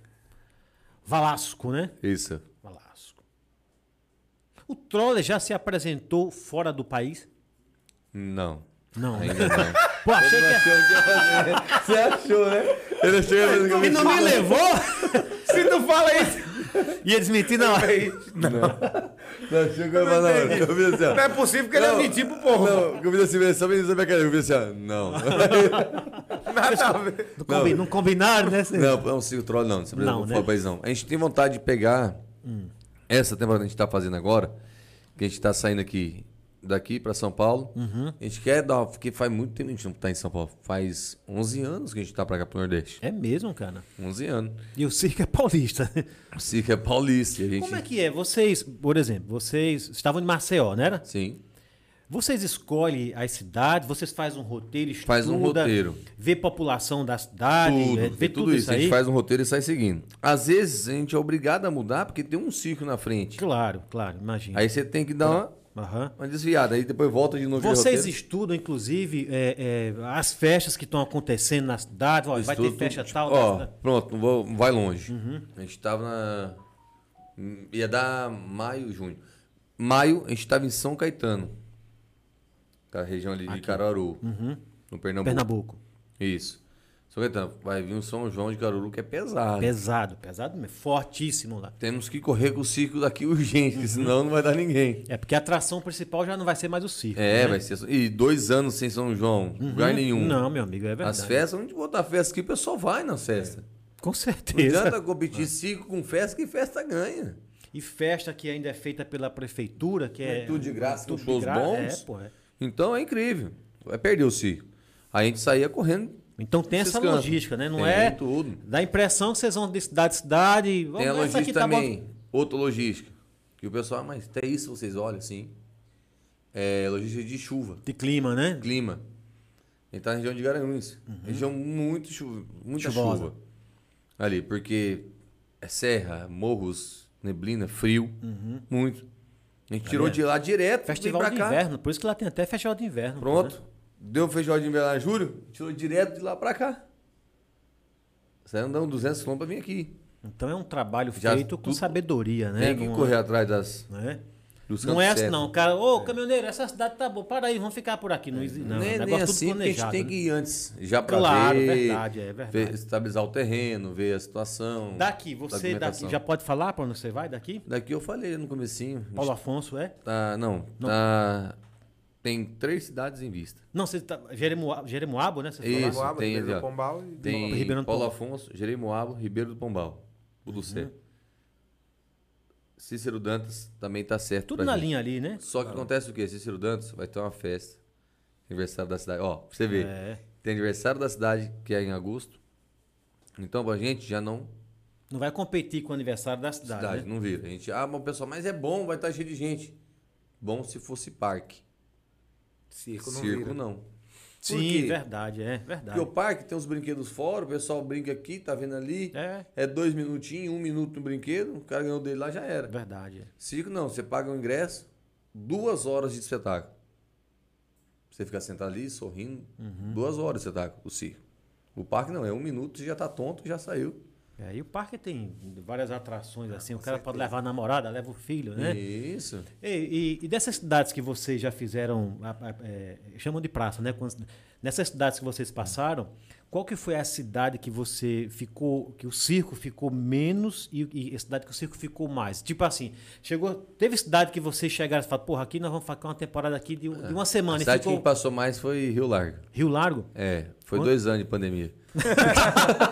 Speaker 1: Valasco, né?
Speaker 3: Isso.
Speaker 1: Valasco. O Troller já se apresentou fora do país?
Speaker 3: Não.
Speaker 1: Não. né?
Speaker 3: Ainda não.
Speaker 1: Pô, achei que... é-
Speaker 3: Você achou, né? Eu não achei que eu
Speaker 1: E não me levou?
Speaker 2: Se tu fala isso,
Speaker 1: Ia desmentir, não.
Speaker 2: aí,
Speaker 3: Não achei que eu ia falar, não. Eu fiz assim, ó.
Speaker 2: não é possível que ele
Speaker 3: Não.
Speaker 2: admitir pro povo.
Speaker 3: Não, eu fiz assim, só pra ele saber a cara. Eu fiz assim, ó. Não.
Speaker 2: Nada a ver.
Speaker 1: Não, combi- não combinaram, né?
Speaker 3: Não, é não sigo o troll, não. Você
Speaker 1: Não,
Speaker 3: não,
Speaker 1: né? Hum.
Speaker 3: né? não. A gente tem vontade de pegar essa temporada que a gente tá fazendo agora, que a gente tá saindo aqui daqui pra São Paulo.
Speaker 1: Uhum.
Speaker 3: A gente quer dar, uma- porque faz muito tempo que a gente não tá em São Paulo. Faz 11 anos que a gente tá pra cá pro Nordeste.
Speaker 1: É mesmo, cara.
Speaker 3: 11 anos.
Speaker 1: E o circo é paulista.
Speaker 3: O Cirque é paulista. e A gente...
Speaker 1: Como é que é? Vocês, por exemplo, vocês estavam em Maceió, não era?
Speaker 3: Sim.
Speaker 1: Vocês escolhem as cidades, vocês fazem um roteiro, estuda,
Speaker 3: Faz um roteiro.
Speaker 1: vê população da cidade,
Speaker 3: tudo,
Speaker 1: é,
Speaker 3: tem
Speaker 1: vê tudo, isso
Speaker 3: A
Speaker 1: aí.
Speaker 3: gente faz um roteiro e sai seguindo. Às vezes a gente é obrigado a mudar porque tem um circo na frente.
Speaker 1: Claro, claro, imagina.
Speaker 3: Aí você tem que dar uma,
Speaker 1: Aham.
Speaker 3: uma desviada. Aí depois volta de novo. de
Speaker 1: Vocês
Speaker 3: roteiro.
Speaker 1: estudam, inclusive, é, é, as festas que estão acontecendo na cidade. Ó, vai ter
Speaker 3: Estudo,
Speaker 1: festa
Speaker 3: tudo. tipo,
Speaker 1: tal. Uhum.
Speaker 3: Ó,
Speaker 1: na cidade.
Speaker 3: pronto, não vou, vai longe. A gente tava na. Ia dar maio, junho. Maio, a gente tava em São Caetano. Aquela região ali de Caruaru. No Pernambuco.
Speaker 1: Uhum. Pernambuco.
Speaker 3: Isso. São Caetano, vai vir um São João de Caruaru que é pesado.
Speaker 1: Pesado, pesado mesmo. Fortíssimo lá.
Speaker 3: Temos que correr com o circo daqui urgente,
Speaker 1: Uhum.
Speaker 3: senão não vai dar ninguém.
Speaker 1: É porque a atração principal já não vai ser mais o circo.
Speaker 3: É,
Speaker 1: né?
Speaker 3: vai ser. E dois anos sem São João, lugar nenhum.
Speaker 1: Uhum. Não, meu amigo, é verdade.
Speaker 3: As festas, onde botar festa aqui, o pessoal vai na festa.
Speaker 1: Com
Speaker 3: Não
Speaker 1: certeza.
Speaker 3: adianta competir circo com festa que festa ganha.
Speaker 1: E festa que ainda é feita pela prefeitura, que é.
Speaker 3: É tudo de graça, com
Speaker 1: de
Speaker 3: shows
Speaker 1: gra-
Speaker 3: bons.
Speaker 1: É, pô, é.
Speaker 3: Então é incrível. Vai perder o circo. Aí a gente saía correndo.
Speaker 1: Então tem
Speaker 3: Esses
Speaker 1: essa
Speaker 3: cantos.
Speaker 1: logística, né? Não
Speaker 3: Tem
Speaker 1: é.
Speaker 3: tudo.
Speaker 1: Dá a impressão que vocês vão de cidade em cidade.
Speaker 3: Tem a
Speaker 1: "Vamos, essa aqui
Speaker 3: logística
Speaker 1: tá bom."
Speaker 3: também, outra logística. Que o pessoal, ah, mas até isso vocês olham assim. É logística de chuva,
Speaker 1: De clima, né?
Speaker 3: clima. A gente tá na região de Garanhuns. Região muito chuva, muita
Speaker 1: Uhum. Chuvosa.
Speaker 3: chuva. Ali, porque é serra, morros, neblina, frio. Muito. A gente tirou de lá direto. veio
Speaker 1: Uhum. Festival
Speaker 3: pra
Speaker 1: de
Speaker 3: cá.
Speaker 1: inverno, por isso que lá tem até festival de inverno. né?
Speaker 3: Pronto. Deu um feijoada de inverno em julho, tirou direto de lá pra cá. Saiu andando 200 km pra vir aqui.
Speaker 1: né? Então é um trabalho
Speaker 3: Já
Speaker 1: feito com
Speaker 3: tudo-
Speaker 1: sabedoria, né?
Speaker 3: Tem que
Speaker 1: Não-
Speaker 3: correr atrás das,
Speaker 1: Né?
Speaker 3: dos
Speaker 1: Não é
Speaker 3: cantos
Speaker 1: assim,
Speaker 3: certos.
Speaker 1: não, o cara. Ô, caminhoneiro, essa cidade tá boa. Para aí, vamos ficar por aqui. Não, existe- não,
Speaker 3: Não
Speaker 1: é
Speaker 3: é
Speaker 1: negócio
Speaker 3: nem
Speaker 1: tudo
Speaker 3: assim, porque a gente
Speaker 1: planejado. né?
Speaker 3: tem que ir antes, já pra
Speaker 1: Claro,
Speaker 3: ver,
Speaker 1: verdade, é verdade.
Speaker 3: ver- estabilizar o terreno, ver a situação.
Speaker 1: né? Daqui, você
Speaker 3: documentação.
Speaker 1: daqui, já pode falar pra onde você vai daqui?
Speaker 3: Daqui eu falei no comecinho. a
Speaker 1: Paulo
Speaker 3: gente
Speaker 1: Afonso, é?
Speaker 3: Tá, não,
Speaker 1: Não.
Speaker 3: tá- tem três cidades em vista.
Speaker 1: Não, você tá. Jeremua- Jeremoabo, né? Você falou
Speaker 3: Isso,
Speaker 1: lá?
Speaker 2: Água,
Speaker 3: tem
Speaker 2: Pedro
Speaker 3: ali, ó.
Speaker 2: Pombal e-
Speaker 3: Tem
Speaker 1: Ribeirão do
Speaker 3: Paulo
Speaker 1: Pombal. Uhum.
Speaker 3: Afonso, Jeremoabo, Ribeiro do Pombal, o do Sé. Cícero Dantas também tá certo.
Speaker 1: Tudo
Speaker 3: pra
Speaker 1: na
Speaker 3: gente.
Speaker 1: linha ali, né?
Speaker 3: Só que acontece o quê? Cícero Dantas vai ter uma festa. Aniversário da cidade. Ó, pra você ver.
Speaker 1: É.
Speaker 3: Tem aniversário da cidade, que é em agosto. Então, pra gente já não.
Speaker 1: Não vai competir com o aniversário da cidade.
Speaker 3: Cidade,
Speaker 1: né?
Speaker 3: não vira. A gente, ah, mas pessoal, mas é bom, vai estar cheio de gente. Bom se fosse parque.
Speaker 2: Circo não
Speaker 3: Circo
Speaker 2: vira.
Speaker 3: não. Por
Speaker 1: Sim,
Speaker 3: quê?
Speaker 1: verdade, é, verdade.
Speaker 3: Porque o parque tem os brinquedos fora, o pessoal brinca aqui, tá vendo ali.
Speaker 1: É.
Speaker 3: dois minutinhos, um minuto no brinquedo, o cara ganhou dele lá já era.
Speaker 1: Verdade. é.
Speaker 3: Circo não, você paga o ingresso, duas horas de espetáculo. Você fica sentado ali, sorrindo,
Speaker 1: Uhum.
Speaker 3: duas horas de espetáculo, o circo. O parque não, é um minuto, você já tá tonto, já saiu.
Speaker 1: É, e o parque tem várias atrações, assim. O cara pode levar a namorada, leva o filho, né?
Speaker 3: Isso.
Speaker 1: E, e- e dessas cidades que vocês já fizeram, a- a- é, chamam de praça, né? Quando- nessas cidades que vocês passaram, qual que foi a cidade que você ficou, que o circo ficou menos e, e a cidade que o circo ficou mais? Tipo assim, chegou, teve cidade que vocês chegaram e falaram, porra, aqui nós vamos ficar uma temporada aqui de, de uma
Speaker 3: a
Speaker 1: semana. E
Speaker 3: cidade
Speaker 1: ficou
Speaker 3: que passou mais foi Rio Largo.
Speaker 1: Rio Largo?
Speaker 3: É, foi
Speaker 1: Quanto?
Speaker 3: dois anos de pandemia.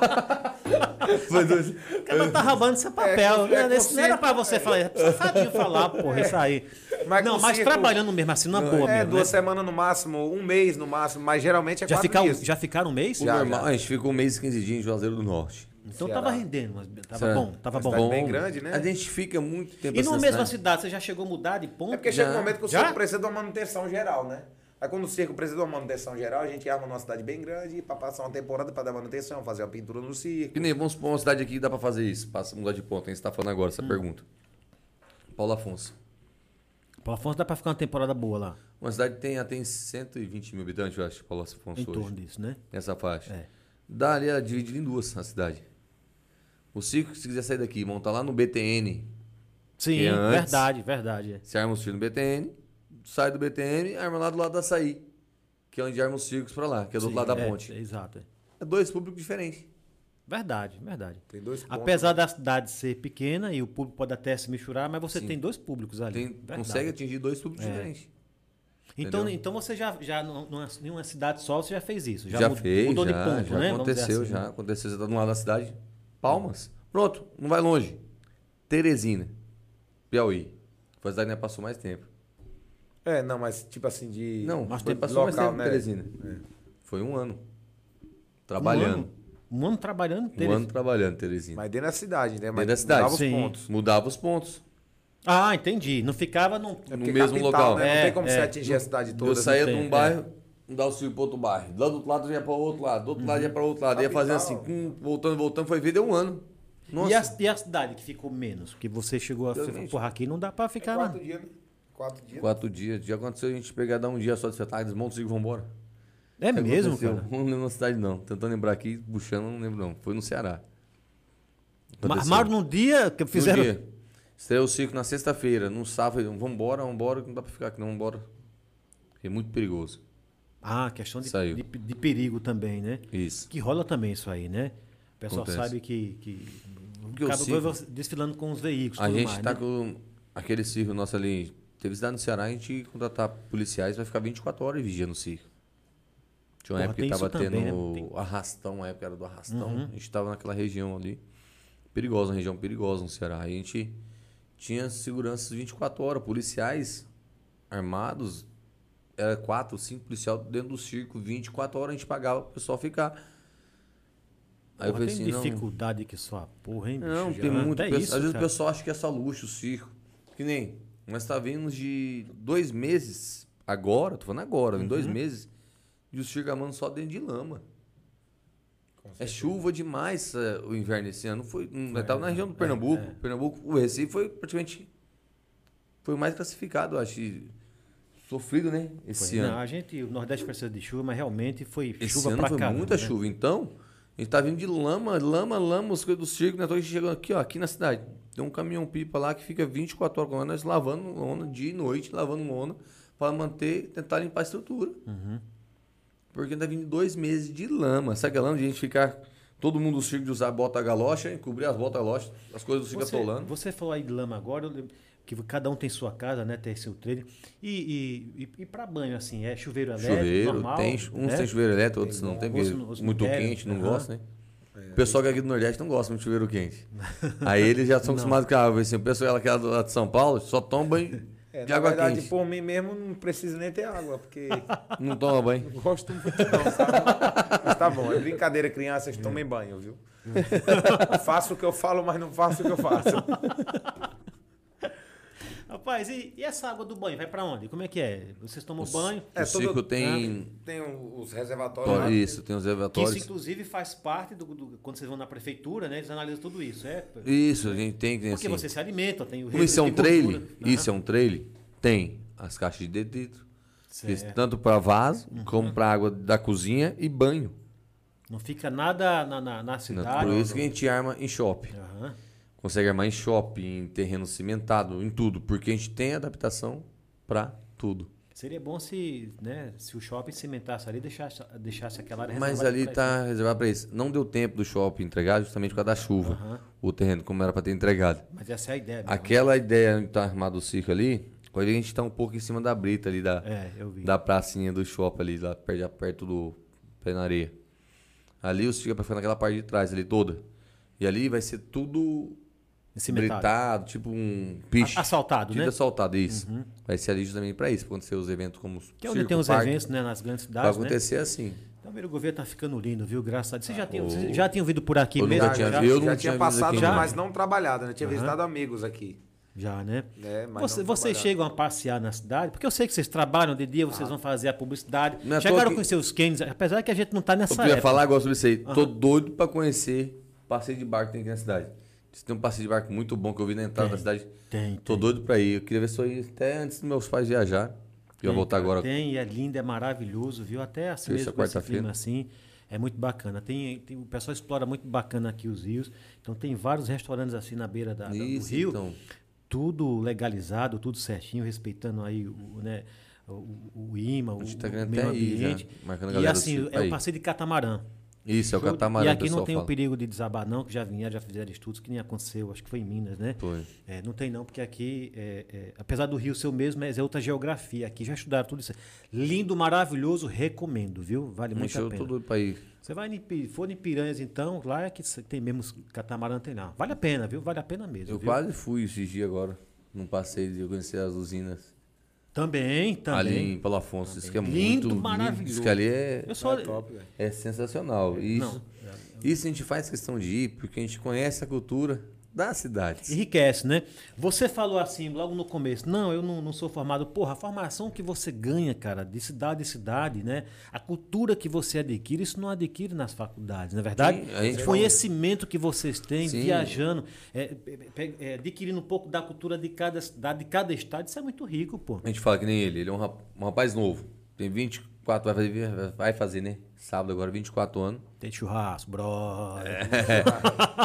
Speaker 1: O cara tá roubando seu papel. né? Esse não era pra você falar, é safadinho falar, porra, isso aí.
Speaker 2: Mas
Speaker 1: não,
Speaker 2: com
Speaker 1: mas
Speaker 2: circo-
Speaker 1: trabalhando mesmo, assim, na boa
Speaker 2: é,
Speaker 1: mesmo,
Speaker 2: duas
Speaker 1: né?
Speaker 2: semanas no máximo, um mês no máximo, mas geralmente é
Speaker 1: Já,
Speaker 2: quatro
Speaker 1: ficar, um-
Speaker 2: dias.
Speaker 1: já ficaram um mês?
Speaker 3: O normal, a gente ficou um mês e 15 dias em Juazeiro do Norte.
Speaker 1: Então
Speaker 2: Ceará.
Speaker 1: tava rendendo, mas tava
Speaker 3: Certo.
Speaker 1: bom, tava bom.
Speaker 2: cidade
Speaker 3: tá
Speaker 2: bem grande, né?
Speaker 3: A gente fica muito tempo
Speaker 1: E
Speaker 3: assim
Speaker 1: numa
Speaker 3: na
Speaker 1: mesma
Speaker 3: cidade.
Speaker 1: cidade, você já chegou a mudar de ponto?
Speaker 2: É porque
Speaker 3: Já.
Speaker 2: chega um momento que o
Speaker 1: Já?
Speaker 2: circo precisa de uma manutenção geral, né? Aí quando o circo precisa de uma manutenção geral, a gente arma numa cidade bem grande pra passar uma temporada pra dar manutenção, fazer uma pintura no circo.
Speaker 3: Que nem, vamos supor uma cidade aqui que dá pra fazer isso. Passa mudar de ponto, hein? Você tá falando agora
Speaker 1: Hum.
Speaker 3: essa pergunta. Paulo Afonso.
Speaker 1: Pô, Afonso dá pra ficar uma temporada boa lá,
Speaker 3: Uma cidade que tem, ela tem 120 mil habitantes, eu acho, Paulo Afonso
Speaker 1: em
Speaker 3: hoje.
Speaker 1: torno disso, né?
Speaker 3: Nessa faixa.
Speaker 1: É.
Speaker 3: Dá ali, ela divide em duas a cidade. O circo, se quiser sair daqui, montar lá no BTN.
Speaker 1: Sim,
Speaker 3: E antes-
Speaker 1: verdade, verdade. é.
Speaker 3: Você arma os circos no BTN, sai do BTN, arma lá do lado da açaí. Que é onde arma os circos pra lá, que é do
Speaker 1: Sim,
Speaker 3: outro lado da
Speaker 1: é,
Speaker 3: ponte.
Speaker 1: é, exato. é.
Speaker 3: É dois públicos diferentes.
Speaker 1: Verdade, verdade.
Speaker 2: Tem dois pontos.
Speaker 1: Apesar da cidade ser pequena e o público pode até se misturar, mas você tem dois públicos ali.
Speaker 3: Tem-
Speaker 1: verdade.
Speaker 3: consegue atingir dois públicos diferentes.
Speaker 1: Então,
Speaker 3: entendeu?
Speaker 1: então você já, já numa- numa, numa cidade só, você já fez isso. Já,
Speaker 3: Já,
Speaker 1: mud-
Speaker 3: fez,
Speaker 1: mudou
Speaker 3: já,
Speaker 1: de ponto,
Speaker 3: já
Speaker 1: né? Vamos dizer
Speaker 3: aconteceu,
Speaker 1: assim,
Speaker 3: já
Speaker 1: né?
Speaker 3: aconteceu. Você tá do lado da cidade, Palmas. Pronto, não vai longe. Teresina, Piauí. Foi a cidade que ainda passou mais tempo.
Speaker 2: É, não, mas tipo assim de. né?
Speaker 3: Não,
Speaker 2: mas
Speaker 3: mas foi, passou mais tempo em Teresina. Foi um ano.
Speaker 1: né? É. Um
Speaker 3: Trabalhando.
Speaker 1: ano, um ano trabalhando.
Speaker 3: Um ano,
Speaker 1: teve-
Speaker 3: trabalhando, Teresina.
Speaker 2: Mas dentro da cidade, né? Mas
Speaker 3: Dentro da cidade,
Speaker 2: mudava os
Speaker 1: sim.
Speaker 2: pontos.
Speaker 3: Mudava os pontos.
Speaker 1: Ah, entendi. Não ficava num...
Speaker 2: É porque
Speaker 3: No mesmo
Speaker 2: capital,
Speaker 3: local.
Speaker 2: Né? Não
Speaker 1: É,
Speaker 2: tem como
Speaker 1: é.
Speaker 2: você atingir a cidade toda.
Speaker 3: eu saía
Speaker 1: tem,
Speaker 3: de
Speaker 1: é.
Speaker 3: um bairro, mudava o circo pro outro bairro. Lá do outro lado, eu ia para outro lado. Do outro lado, ia para outro lado. Ia fazendo assim,
Speaker 2: Capital.
Speaker 3: hum, voltando, voltando. Foi ver, deu um ano. Nossa,
Speaker 1: E a, e a cidade que ficou menos? Porque você chegou a
Speaker 3: Eu
Speaker 1: você falou,
Speaker 3: vejo.
Speaker 1: porra, aqui não dá pra
Speaker 2: né?
Speaker 3: tá.
Speaker 1: ficar lá.
Speaker 2: Quatro dias, né? Quatro dias.
Speaker 3: quatro dias. Já aconteceu a gente pegar, dar um dia só de espetáculo, desmonta os circo e vambora.
Speaker 1: É
Speaker 3: Já
Speaker 1: mesmo,
Speaker 3: aconteceu.
Speaker 1: cara?
Speaker 3: Não lembro na cidade, não. Tentando lembrar aqui, puxando, não lembro, não. Foi no Ceará.
Speaker 1: Ma-
Speaker 3: Aconteceu.
Speaker 1: Armaram num dia que fizeram...
Speaker 3: Um dia. Estreou o circo na sexta-feira, num sábado. eu, Vambora, vambora, que não dá pra ficar aqui, não, vambora. É muito perigoso.
Speaker 1: Ah, questão de,
Speaker 3: Saiu.
Speaker 1: de, de perigo também, né?
Speaker 3: Isso.
Speaker 1: Que rola também isso aí, né? O pessoal
Speaker 3: Acontece.
Speaker 1: sabe que... que...
Speaker 3: Porque o
Speaker 1: Cabo
Speaker 3: circo-
Speaker 1: Goiva desfilando com os veículos.
Speaker 3: A
Speaker 1: tudo
Speaker 3: gente
Speaker 1: mais,
Speaker 3: tá
Speaker 1: né?
Speaker 3: com aquele circo nosso ali. Teve cidade no Ceará, a gente contratar policiais, vai ficar 24 horas vigiando o circo. Tinha uma
Speaker 1: Porra,
Speaker 3: época
Speaker 1: tem Uhum.
Speaker 3: que tava
Speaker 1: isso também,
Speaker 3: tendo
Speaker 1: né?
Speaker 3: arrastão, a época era do arrastão. A gente tava naquela região ali. Perigosa, uma região perigosa no Ceará. Aí A gente tinha seguranças 24 horas, policiais armados. Era quatro, cinco policiais dentro do circo, 24 horas a gente pagava pro pessoal ficar. Aí eu
Speaker 1: Porra,
Speaker 3: falei
Speaker 1: tem
Speaker 3: assim, não,
Speaker 1: dificuldade que só a porra, hein, bicho?
Speaker 3: não,
Speaker 1: Já-
Speaker 3: tem muito.
Speaker 1: Até
Speaker 3: pessoal-
Speaker 1: isso,
Speaker 3: às vezes
Speaker 1: cara.
Speaker 3: o pessoal acha que é só luxo, circo. Que nem. Nós tá vindo de dois meses agora, tô falando agora, em
Speaker 1: Uhum.
Speaker 3: dois meses, de o circo amando só dentro de lama. É chuva demais é, o inverno esse ano. Foi, nós tava
Speaker 1: É,
Speaker 3: na região do Pernambuco. Pernambuco, o Recife foi praticamente. Foi o mais classificado, eu acho. e Sofrido, né? Esse
Speaker 1: Foi.
Speaker 3: ano.
Speaker 1: Não, é. a gente, o Nordeste precisa de chuva, mas realmente foi
Speaker 3: Esse
Speaker 1: chuva
Speaker 3: ano
Speaker 1: pra
Speaker 3: foi
Speaker 1: caramba.
Speaker 3: muita
Speaker 1: né?
Speaker 3: chuva. Então, a gente tá vindo de lama, lama, lama, os coisas do circo, né? Então a gente chegou aqui, ó, aqui na cidade. Tem um caminhão pipa lá que fica 24 horas com nós, nós lavando lona, dia e noite, lavando lona, para manter, tentar limpar a estrutura.
Speaker 1: Uhum.
Speaker 3: Porque ainda vindo dois meses de lama. Sabe aquela lama de a gente ficar. Todo mundo do circo de usar bota galocha, encobrir as botas galocha, as coisas do circo
Speaker 1: Você,
Speaker 3: atolando.
Speaker 1: você falou aí de lama agora, eu lembro que cada um tem sua casa, né? Tem seu treino. E, e, e, e para banho, assim, é chuveiro elétrico,
Speaker 3: Chuveiro,
Speaker 1: normal?
Speaker 3: tem, uns
Speaker 1: né?
Speaker 3: têm chuveiro elétrico, outros não. Tem
Speaker 1: Outros
Speaker 3: porque
Speaker 1: não- outros não
Speaker 3: muito
Speaker 1: querem,
Speaker 3: quente, não
Speaker 1: é, aham.
Speaker 3: gosta, né? O pessoal que é aqui do Nordeste não gosta muito de chuveiro quente. Aí eles já são acostumados com a água. Assim, o pessoal que é lá de São Paulo só toma banho
Speaker 2: É,
Speaker 3: de
Speaker 2: na
Speaker 3: água
Speaker 2: verdade,
Speaker 3: quente.
Speaker 2: por mim mesmo, não precisa nem ter água, porque
Speaker 3: Não toma banho.
Speaker 2: não gosto muito não, sabe? Mas tá bom, é brincadeira, crianças, tomem banho, viu? faço o que eu falo, mas não faço o que eu faço.
Speaker 1: Rapaz, e, e essa água do banho vai pra onde? Como é que é? Vocês tomam banho?
Speaker 2: É,
Speaker 3: o
Speaker 2: todo-
Speaker 3: Cico tem.
Speaker 2: Tem o- os reservatórios lá.
Speaker 3: Isso, tem os
Speaker 1: Que isso,
Speaker 3: reservatórios.
Speaker 1: inclusive, faz parte do, do- Quando vocês vão na prefeitura, né? Eles analisam tudo isso, é? Porque
Speaker 3: Isso, a gente tem. tem assim.
Speaker 1: você se alimenta, tem o
Speaker 3: Como isso é um
Speaker 1: tem gordura.
Speaker 3: trailer? Isso é um trailer? Tem as caixas de detrito. Isso
Speaker 1: Certo. Uhum.
Speaker 3: tanto para vaso, como para água da cozinha e banho.
Speaker 1: Não fica nada na, na, na
Speaker 3: Né?
Speaker 1: cidade.
Speaker 3: Por isso que a gente arma em shopping.
Speaker 1: Aham.
Speaker 3: Consegue armar em shopping, em terreno cimentado, em tudo. Porque a gente tem adaptação para tudo.
Speaker 1: Seria bom se, né, se o shopping cimentasse ali e deixasse, deixasse aquela área
Speaker 3: Mas
Speaker 1: reservada
Speaker 3: ali
Speaker 1: pra
Speaker 3: tá reservado para isso. Não deu tempo do shopping entregar justamente por causa da chuva. O terreno, como era para ter entregado.
Speaker 1: isso. Mas essa é a ideia. mesmo.
Speaker 3: Aquela ideia de estar armado o circo ali, hoje a gente tá um pouco em cima da brita ali da,
Speaker 1: É, eu vi.
Speaker 3: da pracinha do shopping ali, lá perto, perto do pé na areia. Ali o circo é pra ficar naquela parte de trás ali toda. E ali vai ser tudo
Speaker 1: Cimentado.
Speaker 3: britado, tipo um piche.
Speaker 1: A- asfaltado,
Speaker 3: Tudo
Speaker 1: né?
Speaker 3: asfaltado, isso. Vai ser ali justamente pra isso, pra acontecer os eventos como os
Speaker 1: Que é onde tem os eventos né, nas grandes
Speaker 3: Vai
Speaker 1: cidades, né?
Speaker 3: acontecer assim.
Speaker 1: Então, o governo tá ficando lindo, viu? Graças a Deus.
Speaker 3: Tá
Speaker 1: Vocês já, tinham- vocês já tinham vindo por aqui
Speaker 3: Eu
Speaker 1: mesmo?
Speaker 3: nunca tinha
Speaker 1: já?
Speaker 3: visto. Eu
Speaker 2: já
Speaker 3: não tinha
Speaker 2: tinha
Speaker 3: visto
Speaker 2: passado,
Speaker 3: aqui, não.
Speaker 2: mas não trabalhado, né? Tinha visitado amigos aqui.
Speaker 1: Já, né?
Speaker 2: É, mas
Speaker 1: Você-
Speaker 2: não
Speaker 1: vocês
Speaker 2: trabalhava.
Speaker 1: chegam a passear na cidade, porque eu sei que vocês trabalham de dia,
Speaker 2: Ah.
Speaker 1: vocês vão fazer a publicidade.
Speaker 3: Não é à toa
Speaker 1: Chegaram
Speaker 3: que-
Speaker 1: com os seus canes, apesar que a gente não tá
Speaker 3: Eu
Speaker 1: nessa
Speaker 3: queria
Speaker 1: época.
Speaker 3: falar agora sobre isso aí. Tô doido pra conhecer passeio de barco que tem aqui na cidade. Diz que Tem um passeio de barco muito bom que eu vi na entrada da cidade.
Speaker 1: Tem,
Speaker 3: Tô doido pra ir. Eu queria ver se eu ia até antes dos meus pais viajar. Que eu vou voltar agora.
Speaker 1: Tem, e é lindo, é maravilhoso, viu? Até assim
Speaker 3: Terça,
Speaker 1: mesmo com esse
Speaker 3: quarta-feira.
Speaker 1: clima assim, é muito bacana. Tem, tem- o pessoal explora muito bacana aqui os rios. Então tem vários restaurantes assim na beira da, da-
Speaker 3: Isso,
Speaker 1: do rio.
Speaker 3: então.
Speaker 1: Tudo legalizado, tudo certinho, respeitando aí o, né, o, o o IMA, o,
Speaker 3: gente tá querendo
Speaker 1: o meio
Speaker 3: até ir já,
Speaker 1: ambiente.
Speaker 3: marcando a
Speaker 1: e
Speaker 3: galera do
Speaker 1: assim,
Speaker 3: circo
Speaker 1: é
Speaker 3: pra
Speaker 1: o
Speaker 3: ir.
Speaker 1: passeio de catamarã.
Speaker 3: Isso, é o
Speaker 1: Show.
Speaker 3: catamarã
Speaker 1: E
Speaker 3: que o
Speaker 1: aqui não
Speaker 3: pessoal
Speaker 1: tem o
Speaker 3: fala.
Speaker 1: perigo de desabar, não, que já vinha, já fizeram estudos que nem aconteceu, acho que foi em Minas, né?
Speaker 3: Foi.
Speaker 1: É, não tem não, porque aqui, é, é, apesar do Rio ser o mesmo, mas é outra geografia. Aqui já estudaram tudo isso. Lindo, maravilhoso, recomendo, viu? Vale muito
Speaker 3: Muito
Speaker 1: a
Speaker 3: eu
Speaker 1: pena.
Speaker 3: tô doido pra ir.
Speaker 1: Você vai em, Pi- for em Piranhas, então, lá é que cê- tem mesmo os catamarã, tem lá. Vale a pena, viu? Vale a pena mesmo.
Speaker 3: Eu
Speaker 1: viu?
Speaker 3: quase fui esses dias agora. Num passeio de conhecer as usinas.
Speaker 1: Também,
Speaker 3: Ali
Speaker 1: também.
Speaker 3: em Paulo Afonso. Isso que é
Speaker 1: Lindo,
Speaker 3: muito lindo.
Speaker 1: maravilhoso.
Speaker 3: Isso que ali é,
Speaker 1: Eu só...
Speaker 3: é sensacional. Isso, isso a gente faz questão de ir porque a gente conhece a cultura da cidade.
Speaker 1: Enriquece, né? Você falou assim logo no começo, não, eu não, não sou formado. Porra, a formação que você ganha, cara, de cidade em cidade, né? A cultura que você adquire, isso não adquire nas faculdades, não é verdade?
Speaker 3: Sim, a gente
Speaker 1: o conhecimento que vocês têm
Speaker 3: Sim.
Speaker 1: viajando, é, pe- é, adquirindo um pouco da cultura de cada cidade, de cada estado, isso é muito rico, pô.
Speaker 3: A gente fala que nem ele, ele é um rap- um rapaz novo. Tem 24, vai fazer, vai fazer, né? Sábado agora, 24 anos.
Speaker 1: Tem churrasco,
Speaker 3: É.
Speaker 1: brother. né?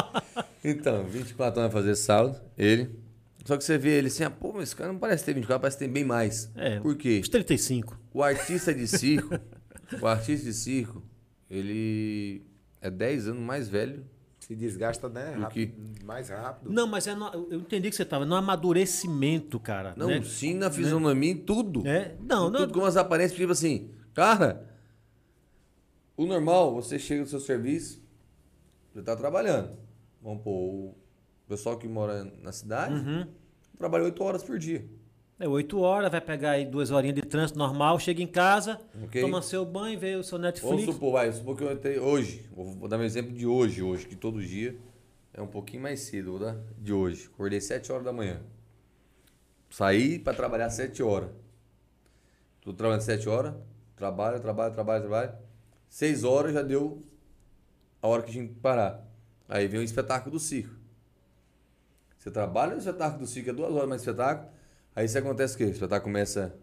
Speaker 3: Então, 24 anos vai fazer sábado, ele. Só que você vê ele assim, ah, pô, mas esse cara não parece ter 24, parece ter bem mais.
Speaker 1: É.
Speaker 3: Por quê?
Speaker 1: Os 35.
Speaker 3: O artista de circo, o artista de circo, ele é 10 anos mais velho.
Speaker 2: Se desgasta, né?
Speaker 3: Do que-
Speaker 2: rápido, mais rápido.
Speaker 1: Não, mas é no- eu entendi que você estava no amadurecimento, cara.
Speaker 3: Não,
Speaker 1: né?
Speaker 3: sim, na fisionomia, em tudo.
Speaker 1: É? Não,
Speaker 3: Em
Speaker 1: não-
Speaker 3: Tudo como as aparências, tipo assim, cara, o normal, você chega no seu serviço, você tá trabalhando. Vamos pôr, o pessoal que mora na cidade,
Speaker 1: Uhum.
Speaker 3: trabalha 8 horas por dia.
Speaker 1: É 8 horas, vai pegar aí duas horinhas de trânsito normal, chega em casa,
Speaker 3: Ok.
Speaker 1: toma seu banho, vê o seu
Speaker 3: Vamos
Speaker 1: Netflix.
Speaker 3: supor, vai, supor que eu entrei hoje. Vou vou dar meu exemplo de hoje, hoje, que todo dia é um pouquinho mais cedo, vou dar de hoje. Acordei 7 horas da manhã. Saí pra trabalhar 7 horas. Tô trabalhando 7 horas, trabalho, trabalho, trabalho, trabalho. 6 horas já deu a hora que a gente tem que parar. Aí vem o espetáculo do circo. Você trabalha no espetáculo do circo, é duas horas mais espetáculo. Aí você acontece o quê? O espetáculo começa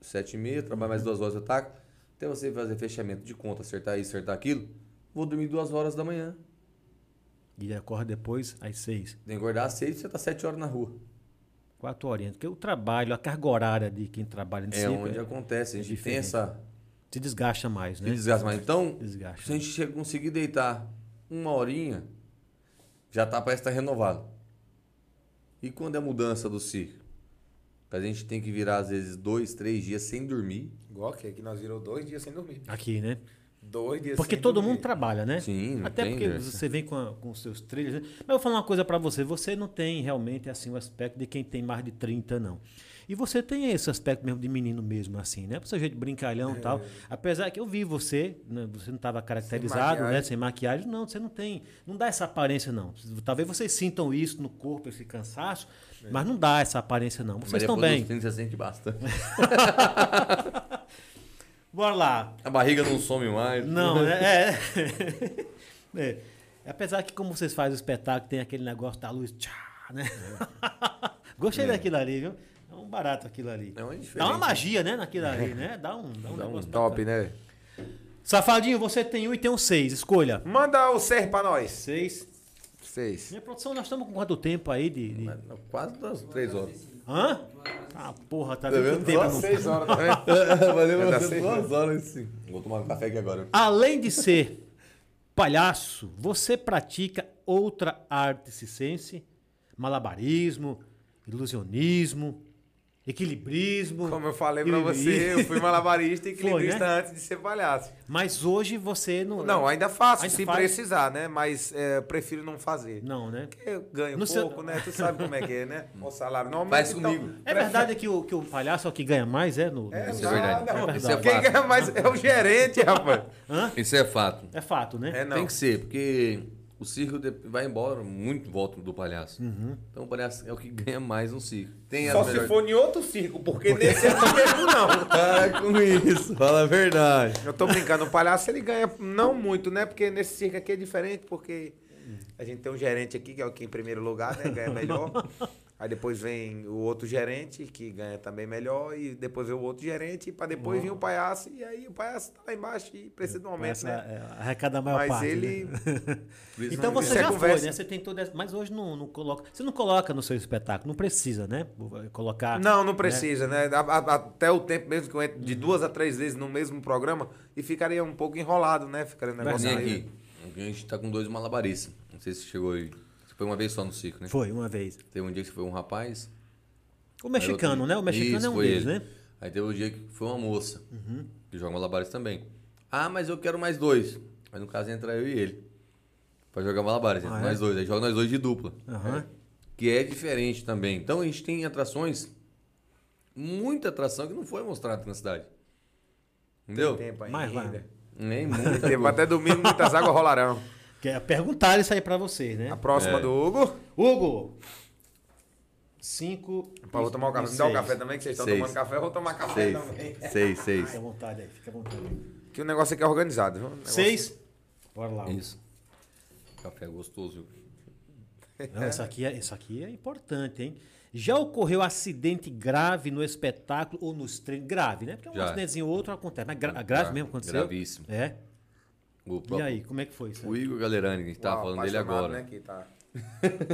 Speaker 3: sete e meia, trabalho
Speaker 1: Uhum.
Speaker 3: mais duas horas de ataque, até você fazer fechamento de conta, acertar isso, acertar aquilo, vou dormir duas horas da manhã.
Speaker 1: E acorda depois às 6,
Speaker 3: Tem que acordar às seis, você tá sete horas na rua.
Speaker 1: 4 horinhas. Porque o trabalho, a carga horária de quem trabalha no
Speaker 3: É
Speaker 1: circo,
Speaker 3: onde
Speaker 1: é- né?
Speaker 3: acontece, a gente tem
Speaker 1: diferente.
Speaker 3: essa
Speaker 1: se desgasta mais, né?
Speaker 3: se desgasta. Mas então,
Speaker 1: Desgasta.
Speaker 3: se a gente chega- conseguir deitar uma horinha, já tá, parece que tá renovado. E quando é a mudança do ciclo? A gente tem que virar às vezes dois, três dias sem dormir.
Speaker 2: Igual que aqui nós virou dois dias sem dormir.
Speaker 1: Aqui, né?
Speaker 2: Dois dias
Speaker 1: Porque
Speaker 2: sem
Speaker 1: todo
Speaker 2: dormir.
Speaker 1: mundo trabalha, né?
Speaker 3: Sim, não
Speaker 1: Até
Speaker 3: tem
Speaker 1: porque
Speaker 3: dessa.
Speaker 1: você vem com, a- com os seus trilhos. né? Mas eu vou falar uma coisa pra você. Você não tem realmente assim o aspecto de quem tem mais de 30, não. E você tem esse aspecto mesmo de menino mesmo, assim, né? Pro seu jeito brincalhão e tal. Apesar que eu vi você, né? você não estava caracterizado, né?
Speaker 2: maquiagem.
Speaker 1: Sem maquiagem. Não, você não tem. Não dá essa aparência, não. Talvez vocês sintam isso no corpo, esse cansaço, mas não dá essa aparência, não.
Speaker 3: Mas
Speaker 1: Vocês estão
Speaker 3: depois
Speaker 1: bem.
Speaker 3: dos 30 você sente bastante.
Speaker 1: Bora lá.
Speaker 3: A barriga não some mais.
Speaker 1: Não, né? é. é. Apesar que como vocês fazem o espetáculo, tem aquele negócio da luz, tchá, né? Gostei daquilo ali, viu? É um barato aquilo ali.
Speaker 3: É uma
Speaker 1: Dá
Speaker 3: diferença.
Speaker 1: uma magia, né, naquilo ali, né? Dá um, dá um
Speaker 3: Dá um
Speaker 1: negócio
Speaker 2: Top,
Speaker 1: bacana.
Speaker 2: né?
Speaker 1: Safadinho, você tem um e tem um seis, escolha.
Speaker 2: Manda o ser pra nós.
Speaker 1: Seis.
Speaker 2: Seis.
Speaker 1: Minha produção, nós estamos com quanto tempo aí de... de-
Speaker 3: Mas, não, é. Quase das 3 horas.
Speaker 1: Hã? Ah, porra, tá
Speaker 3: Tá
Speaker 1: vendo
Speaker 3: vendo?
Speaker 1: que tempo
Speaker 3: Só
Speaker 1: não...
Speaker 2: Seis horas, tá
Speaker 3: né?
Speaker 2: vendo?
Speaker 3: Valeu,
Speaker 2: Vai dar seis horas.
Speaker 3: horas sim. Vou tomar um café aqui agora.
Speaker 1: Além de ser palhaço, você pratica outra arte circense? Malabarismo, ilusionismo, equilibrismo.
Speaker 2: Como eu falei pra
Speaker 1: e-
Speaker 2: você, eu fui malabarista e
Speaker 1: Foi, né?
Speaker 2: equilibrista antes de ser palhaço.
Speaker 1: Mas hoje você não. é.
Speaker 2: Não, é- ainda faço,
Speaker 1: né? Ainda
Speaker 2: se
Speaker 1: faz?
Speaker 2: precisar, né? Mas é, prefiro não fazer.
Speaker 1: Não, né?
Speaker 2: Eu ganho
Speaker 1: No seu-
Speaker 2: pouco, né? Tu sabe como é que é, né? O salário não
Speaker 3: Faz
Speaker 2: aumenta, então.
Speaker 3: comigo.
Speaker 1: É verdade que o, que o palhaço é o que ganha mais, é? No,
Speaker 2: É,
Speaker 1: no-
Speaker 3: Isso é verdade.
Speaker 2: nada,
Speaker 3: É
Speaker 2: mano.
Speaker 3: verdade.
Speaker 2: Quem ganha mais é o gerente, rapaz.
Speaker 1: Hã?
Speaker 3: Isso é fato.
Speaker 1: É fato, né?
Speaker 2: É, não.
Speaker 3: Tem que ser, porque o circo de- vai embora muito em volta do palhaço. Então o palhaço é o que ganha mais no circo. Tem
Speaker 2: Só
Speaker 3: as
Speaker 2: se
Speaker 3: melhores-
Speaker 2: for em outro circo, porque nesse eu não mesmo, não.
Speaker 3: Para com isso, fala a verdade.
Speaker 2: Eu tô brincando, o palhaço ele ganha não muito, né? Porque nesse circo aqui é diferente, porque a gente tem um gerente aqui, que é o que em primeiro lugar, né? Ganha melhor. Aí depois vem o outro gerente, que ganha também melhor, e depois vem o outro gerente, pra depois vir o palhaço, e aí o palhaço tá lá embaixo e precisa de um aumento,
Speaker 1: Essa
Speaker 2: né?
Speaker 1: é, arrecada a maior
Speaker 2: Mas
Speaker 1: parte.
Speaker 2: ele.
Speaker 1: né?
Speaker 3: Por isso
Speaker 1: Então
Speaker 3: não-
Speaker 1: você
Speaker 2: Isso é
Speaker 1: já foi,
Speaker 2: conversa.
Speaker 1: né? Você tem toda essa... Mas hoje não, não coloca. Você não coloca no seu espetáculo, não precisa, né? Colocar.
Speaker 2: Não, não precisa, né? A- a- Até o tempo mesmo que eu entro de duas a três vezes no mesmo programa e ficaria um pouco enrolado, né? Ficaria um negócio
Speaker 3: Nem
Speaker 2: meio-
Speaker 3: aqui. A gente tá com dois malabaristas. Não sei se chegou aí. Você foi uma vez só no circo, né?
Speaker 1: Foi, uma vez.
Speaker 3: Teve um dia que foi um rapaz.
Speaker 1: O mexicano, né? O mexicano é um
Speaker 3: foi
Speaker 1: deles,
Speaker 3: ele.
Speaker 1: né? Uhum.
Speaker 3: Aí teve um dia que foi uma moça, que joga malabares também. Ah, mas eu quero mais dois. Aí no caso entra eu e ele. Pra jogar malabares, entra
Speaker 1: Ah, é?
Speaker 3: nós dois. Aí joga nós dois de dupla.
Speaker 1: Aham.
Speaker 3: né? Que é diferente também. Então a gente tem atrações, muita atração que não foi mostrada na cidade. Entendeu?
Speaker 2: Tem tempo ainda.
Speaker 1: Mas vai.
Speaker 3: Nem muita
Speaker 2: Tem tempo,
Speaker 3: coisa.
Speaker 2: até domingo muitas águas rolarão.
Speaker 1: Quer perguntar é, isso aí pra vocês, né?
Speaker 2: A próxima
Speaker 3: É.
Speaker 2: do Hugo.
Speaker 1: Hugo! cinco
Speaker 2: Pra eu tomar o
Speaker 1: e-
Speaker 2: café.
Speaker 1: e
Speaker 2: Me dá o
Speaker 1: seis.
Speaker 2: café também, que vocês estão
Speaker 3: Seis.
Speaker 2: tomando café. Eu vou tomar café também.
Speaker 3: Seis, seis, seis.
Speaker 1: Fica à vontade aí, fica à vontade.
Speaker 2: Que o negócio aqui é organizado. viu? O negócio-
Speaker 1: Seis. Bora lá. Hugo.
Speaker 3: Isso. Café gostoso.
Speaker 1: Não, isso, aqui é, isso aqui é importante, hein? Já ocorreu acidente grave no espetáculo ou nos treinos? Grave, né? Porque um
Speaker 3: Já.
Speaker 1: acidentezinho ou outro acontece. Mas gra- grave
Speaker 3: Gra-
Speaker 1: mesmo aconteceu?
Speaker 3: Gravíssimo.
Speaker 1: É.
Speaker 3: O
Speaker 1: E
Speaker 3: próprio-
Speaker 1: aí, como é que foi isso?
Speaker 3: O Igor Galerani, que a gente tava
Speaker 2: Uau,
Speaker 3: Tá falando dele
Speaker 2: apaixonado,
Speaker 3: agora.
Speaker 2: né, que tá.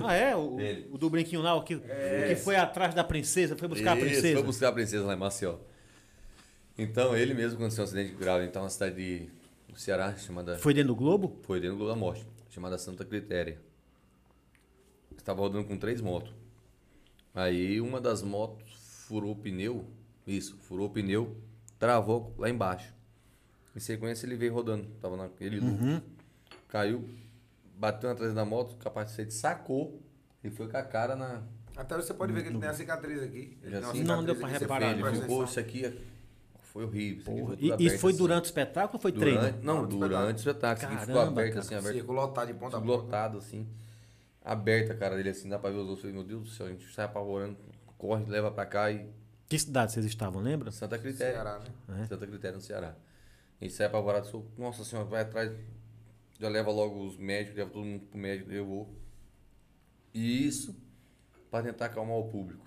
Speaker 1: Ah, é? O,
Speaker 3: Ele. É.
Speaker 1: o do brinquinho lá, o que, o que foi atrás da princesa, foi buscar a
Speaker 3: Isso,
Speaker 1: princesa?
Speaker 3: Foi buscar a princesa lá em Maceió. Então, ele mesmo aconteceu um acidente grave. Então, uma cidade de do Ceará chamada.
Speaker 1: Foi dentro do Globo?
Speaker 3: Foi dentro do Globo da Morte, chamada Santa Critéria. Estava rodando com três motos. Aí, uma das motos furou o pneu. Isso, furou o pneu, travou lá embaixo. Em sequência, ele veio rodando. Tava naquele loop.
Speaker 1: Uhum.
Speaker 3: Caiu, bateu atrás da moto, o capacete sacou e foi com a cara na,
Speaker 2: Até você pode ver que ele tem a cicatriz aqui. Ele
Speaker 3: Já
Speaker 2: tem uma
Speaker 3: assim?
Speaker 2: cicatriz
Speaker 1: Não deu pra
Speaker 2: aqui, você
Speaker 1: reparar, né?
Speaker 2: vê,
Speaker 1: não.
Speaker 3: Ele
Speaker 2: presta
Speaker 3: ficou
Speaker 2: atenção.
Speaker 3: isso aqui. Foi horrível. Isso aqui ficou tudo
Speaker 1: E, e
Speaker 3: aberto,
Speaker 1: foi
Speaker 3: assim.
Speaker 1: durante o espetáculo ou foi
Speaker 3: durante,
Speaker 1: treino?
Speaker 3: Não, durante o espetáculo. Isso aqui ficou
Speaker 1: Caramba, cara.
Speaker 3: aberto,
Speaker 1: tá
Speaker 3: assim, aberto.
Speaker 2: Circo lotado de ponta a ponta.
Speaker 3: Lotado, assim. Aberta a cara dele, assim, dá pra ver os outros. Eu falei, Meu Deus do céu, a gente sai apavorando, corre, leva pra cá e.
Speaker 1: Que cidade vocês estavam, lembra?
Speaker 3: Santa Critéria.
Speaker 2: Ceará, né?
Speaker 1: É?
Speaker 3: Santa Critéria, no Ceará. A gente sai apavorado, sou, nossa senhora, vai atrás, já leva logo os médicos, leva todo mundo pro médico, eu vou. E isso pra tentar acalmar o público.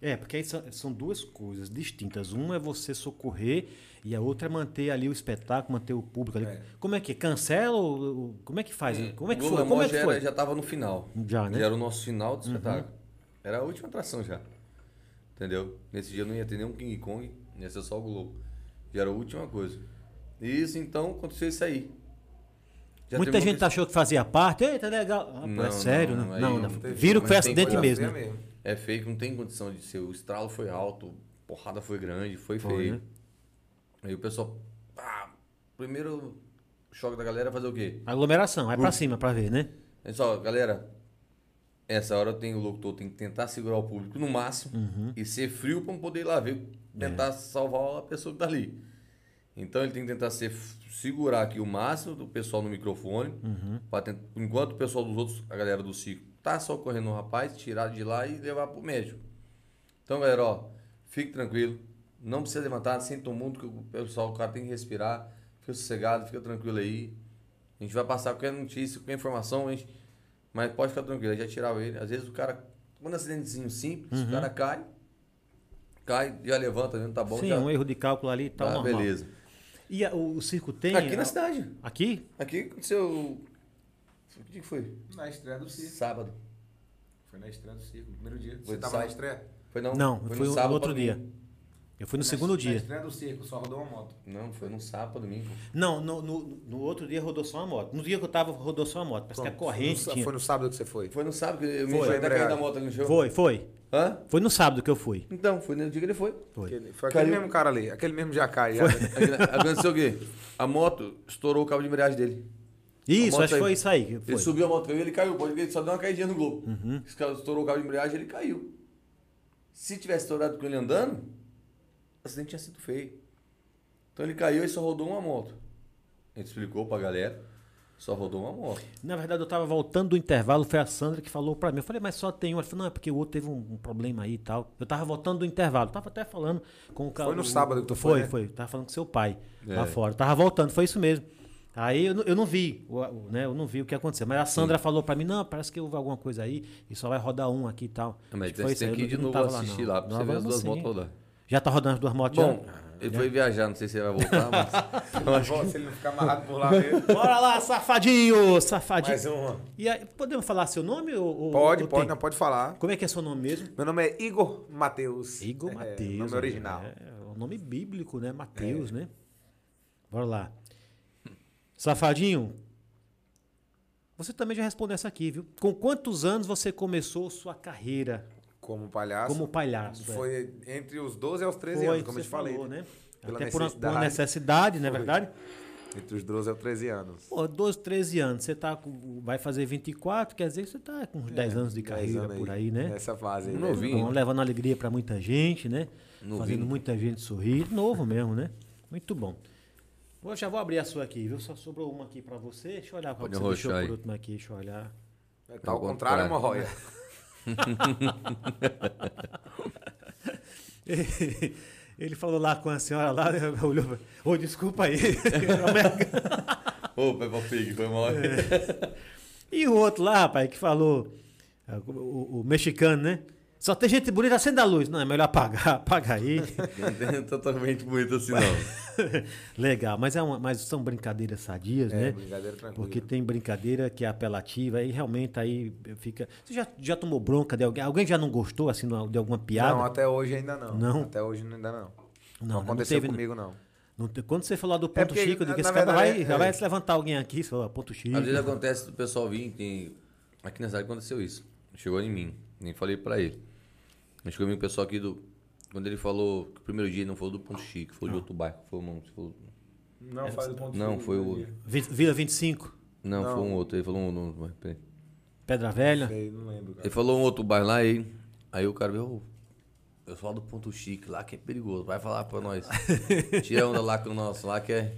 Speaker 1: É, porque aí são, são duas coisas distintas. Uma é você socorrer e a outra é manter ali o espetáculo, manter o público ali.
Speaker 2: É.
Speaker 1: Como é que é? Cancela ou ou- como é que faz? Como é que
Speaker 3: O
Speaker 1: foi?
Speaker 3: Globo
Speaker 1: Como é
Speaker 3: Amor
Speaker 1: que
Speaker 3: já,
Speaker 1: foi?
Speaker 3: Era, já tava no final.
Speaker 1: Já, né?
Speaker 3: era o nosso final do espetáculo. Era a última atração já. Entendeu? Nesse dia não ia ter nenhum King Kong, ia ser só o Globo. Já era a última coisa. E isso então aconteceu isso aí. Já
Speaker 1: Muita
Speaker 3: teve
Speaker 1: gente
Speaker 3: uma pessoa-
Speaker 1: achou que fazia parte. Eita, legal. Ah, pô, é
Speaker 3: Não,
Speaker 1: sério,
Speaker 3: não,
Speaker 1: né?
Speaker 3: aí
Speaker 1: Não,
Speaker 3: não
Speaker 1: não.
Speaker 3: teve,
Speaker 1: Viram que foi
Speaker 3: mas tem
Speaker 1: acidente
Speaker 3: coisa
Speaker 1: mesmo.
Speaker 2: feia
Speaker 1: né?
Speaker 3: É feio que não tem condição de ser. O estralo foi alto, porrada foi grande, foi,
Speaker 1: Foi,
Speaker 3: feio.
Speaker 1: né?
Speaker 3: Aí o pessoal. pá, ah, primeiro choque da galera é fazer o quê?
Speaker 1: Aglomeração, é pra cima pra ver, né?
Speaker 3: É só, galera, essa hora tem o locutor tem que tentar segurar o público no máximo e ser frio para poder ir lá ver, tentar salvar a pessoa que tá ali. Então ele tem que tentar ser, segurar aqui o máximo do pessoal no microfone,
Speaker 1: Uhum.
Speaker 3: pra tent- enquanto o pessoal dos outros, a galera do circo, tá só correndo o rapaz, tirar de lá e levar pro médico. Então, galera, ó, fique tranquilo. Não precisa levantar, sinta o mundo, que o pessoal, o cara tem que respirar. Fica sossegado, fica tranquilo aí. A gente vai passar qualquer notícia, qualquer informação, a gente... mas pode ficar tranquilo, a gente já tirava ele. Às vezes o cara, quando é um acidentezinho simples,
Speaker 1: Uhum.
Speaker 3: o cara cai, cai, já levanta, né? tá bom,
Speaker 1: Sim,
Speaker 3: já.
Speaker 1: um erro de cálculo ali e tal,
Speaker 3: tá,
Speaker 1: normal.
Speaker 3: beleza.
Speaker 1: E a- o, o circo tem...
Speaker 3: Aqui
Speaker 1: a-
Speaker 3: na cidade.
Speaker 1: Aqui?
Speaker 3: Aqui aconteceu. O que que foi?
Speaker 2: Na estreia do circo.
Speaker 3: Sábado.
Speaker 2: Foi na estreia do circo, primeiro dia.
Speaker 3: Foi
Speaker 2: Você tava
Speaker 3: sábado.
Speaker 2: na estreia?
Speaker 3: Foi não?
Speaker 1: Não, foi
Speaker 3: no
Speaker 1: no
Speaker 3: sábado
Speaker 1: outro
Speaker 3: pra
Speaker 1: dia.
Speaker 3: domingo.
Speaker 1: Eu fui no
Speaker 2: Na-
Speaker 1: segundo
Speaker 2: Na
Speaker 1: dia.
Speaker 2: estreia do circo, só rodou uma moto.
Speaker 3: Não, foi no sábado pra domingo.
Speaker 1: Não, no, no, no outro dia rodou só uma moto. No dia que eu tava, rodou só uma moto. Parece que a corrente
Speaker 2: foi no,
Speaker 1: tinha.
Speaker 2: foi no sábado que você foi?
Speaker 3: Foi no sábado que eu me
Speaker 1: Foi.
Speaker 3: enjoei até caí
Speaker 2: Embreagem.
Speaker 3: da moto ali no show.
Speaker 1: Foi, foi.
Speaker 3: Hã?
Speaker 1: Foi no sábado que eu fui.
Speaker 3: Então, foi no dia que ele foi.
Speaker 1: Foi.
Speaker 2: Aquele, foi
Speaker 3: Caiu.
Speaker 2: aquele mesmo cara ali, aquele mesmo jacai. Já, né?
Speaker 3: Aqui na- Aconteceu o quê? A moto estourou o cabo de embreagem dele.
Speaker 1: Isso,
Speaker 3: moto
Speaker 1: acho que
Speaker 3: aí.
Speaker 1: foi isso aí. que
Speaker 3: Ele
Speaker 1: Foi.
Speaker 3: subiu a moto, caiu, ele caiu. Pode ver, ele só deu uma caidinha no globo. Esse cara estourou o cabo de embreagem, ele caiu. Se tivesse estourado com ele andando, o acidente tinha sido feio. Então ele caiu e só rodou uma moto. A gente explicou pra galera, só rodou uma moto.
Speaker 1: Na verdade, eu tava voltando do intervalo, foi a Sandra que falou pra mim. Eu falei, mas só tem um. Ela falou, não, é porque o outro teve um, um problema aí e tal. Eu tava voltando do intervalo. Tava até falando com o cara.
Speaker 2: Foi no sábado que tu
Speaker 1: foi,
Speaker 2: foi,
Speaker 1: Foi,
Speaker 2: né?
Speaker 1: Eu Tava falando com seu pai lá
Speaker 3: É.
Speaker 1: fora. Eu tava voltando, foi isso mesmo. Aí eu, não- eu não vi, o- o- né? Eu não vi o que aconteceu. Mas a Sandra falou pra mim, não, parece que houve alguma coisa aí e só vai rodar um aqui e tal.
Speaker 3: Ah, Mas
Speaker 1: Acho que foi
Speaker 3: tem
Speaker 1: aí,
Speaker 3: que
Speaker 1: eu
Speaker 3: ir de
Speaker 1: não
Speaker 3: novo
Speaker 1: tava não.
Speaker 3: assistir lá pra
Speaker 1: Nós
Speaker 3: você ver
Speaker 1: vamos
Speaker 3: as duas
Speaker 1: sim.
Speaker 3: motos rodar.
Speaker 1: Já tá rodando as duas motos
Speaker 3: Bom,
Speaker 1: já?
Speaker 3: ele foi viajar, não sei se ele vai voltar, mas. eu acho que-
Speaker 2: Se ele não ficar amarrado por lá mesmo.
Speaker 1: Bora lá, safadinho! Safadinho!
Speaker 2: Mais uma.
Speaker 1: E aí, podemos falar seu nome? Ou, ou-
Speaker 2: Pode,
Speaker 1: ou
Speaker 2: pode,
Speaker 1: tem-
Speaker 2: não, pode falar.
Speaker 1: Como é que é seu nome mesmo?
Speaker 2: Meu nome é Igor Matheus.
Speaker 1: Igor
Speaker 2: É,
Speaker 1: Mateus.
Speaker 2: Nome
Speaker 1: né?
Speaker 2: original. É.
Speaker 1: É, é um nome bíblico, né? Mateus, né? Bora lá. Safadinho, você também já respondeu essa aqui, viu? Com quantos anos você começou sua carreira
Speaker 2: Como palhaço.
Speaker 1: como palhaço? é?
Speaker 2: Foi entre os 12 aos 13
Speaker 1: Foi,
Speaker 2: anos, como
Speaker 1: você
Speaker 2: eu te falei.
Speaker 1: falou, né?
Speaker 2: Pela
Speaker 1: Até por uma, por uma
Speaker 2: necessidade.
Speaker 1: necessidade, não é
Speaker 2: Foi.
Speaker 1: verdade?
Speaker 2: Entre os 12 aos 13 anos.
Speaker 1: Pô, 12, 13 anos, você tá com, vai fazer 24, quer dizer que você tá com uns 10 anos de
Speaker 2: 10
Speaker 1: carreira
Speaker 2: É, anos É,
Speaker 1: por aí, né?
Speaker 2: Nessa fase aí.
Speaker 3: Um novinho.
Speaker 1: Bom, levando alegria para muita gente, né?
Speaker 3: Novinho.
Speaker 1: Fazendo muita gente sorrir. Novo mesmo, né? Muito bom. Eu já vou abrir a sua aqui, viu? Só sobrou uma aqui para você. Deixa eu olhar para
Speaker 3: Pode
Speaker 1: você. Deixa eu
Speaker 3: arrochar
Speaker 1: por
Speaker 3: aí.
Speaker 1: último aqui, deixa eu olhar.
Speaker 2: É, tá ao
Speaker 3: Pelo
Speaker 2: contrário, é
Speaker 3: contrário.
Speaker 2: hemorroia.
Speaker 1: Ele falou lá com a senhora lá, né? olhou. pra- Ô, desculpa aí.
Speaker 3: Ô, Peppa Pig, foi mal.
Speaker 1: É. e o outro lá, rapaz, que falou, ah, o, o- o mexicano, né? Só tem gente bonita, acenda a luz. Não, é melhor apagar, apaga aí.
Speaker 3: Não tem totalmente muito assim, não.
Speaker 1: Legal, mas, é uma- mas são brincadeiras sadias,
Speaker 2: É,
Speaker 1: né?
Speaker 2: brincadeira tranquila.
Speaker 1: Porque tem brincadeira que é apelativa e realmente aí fica. Você já, já tomou bronca de alguém? Alguém já não gostou assim numa- de alguma piada?
Speaker 2: Não, até hoje ainda não.
Speaker 1: Não?
Speaker 2: Até hoje ainda não.
Speaker 1: Não,
Speaker 2: Não
Speaker 1: né?
Speaker 2: aconteceu
Speaker 1: teve,
Speaker 2: comigo, não.
Speaker 1: não te- quando você falou do
Speaker 2: É
Speaker 1: ponto
Speaker 2: porque,
Speaker 1: chico, eu digo,
Speaker 2: na-
Speaker 1: esse
Speaker 2: na
Speaker 1: cara vai,
Speaker 2: verdade, é-
Speaker 1: já vai
Speaker 2: é.
Speaker 1: se levantar alguém aqui, você fala, ponto chico.
Speaker 3: Às vezes acontece do pessoal vir, tem... aqui na cidade aconteceu isso. Chegou em mim, nem falei pra ele. Mas chegou em mim o pessoal aqui do. Quando ele falou que o primeiro dia ele não falou do Ponto Chico, foi de outro bairro. Foi um, foi...
Speaker 2: Não faz o ponto né?
Speaker 3: Não, foi o.
Speaker 1: Vi- Vila 25,
Speaker 3: Não,
Speaker 2: Não.
Speaker 3: foi um outro. Ele falou um outro bairro. peraí.
Speaker 1: Pedra Velha.
Speaker 2: Não lembro, cara.
Speaker 3: Ele falou um outro bairro lá e. Aí o cara veio. "Ô, Eu falo do Ponto Chique lá que é perigoso. Vai falar pra nós. Tira onda lá com o nosso lá que é.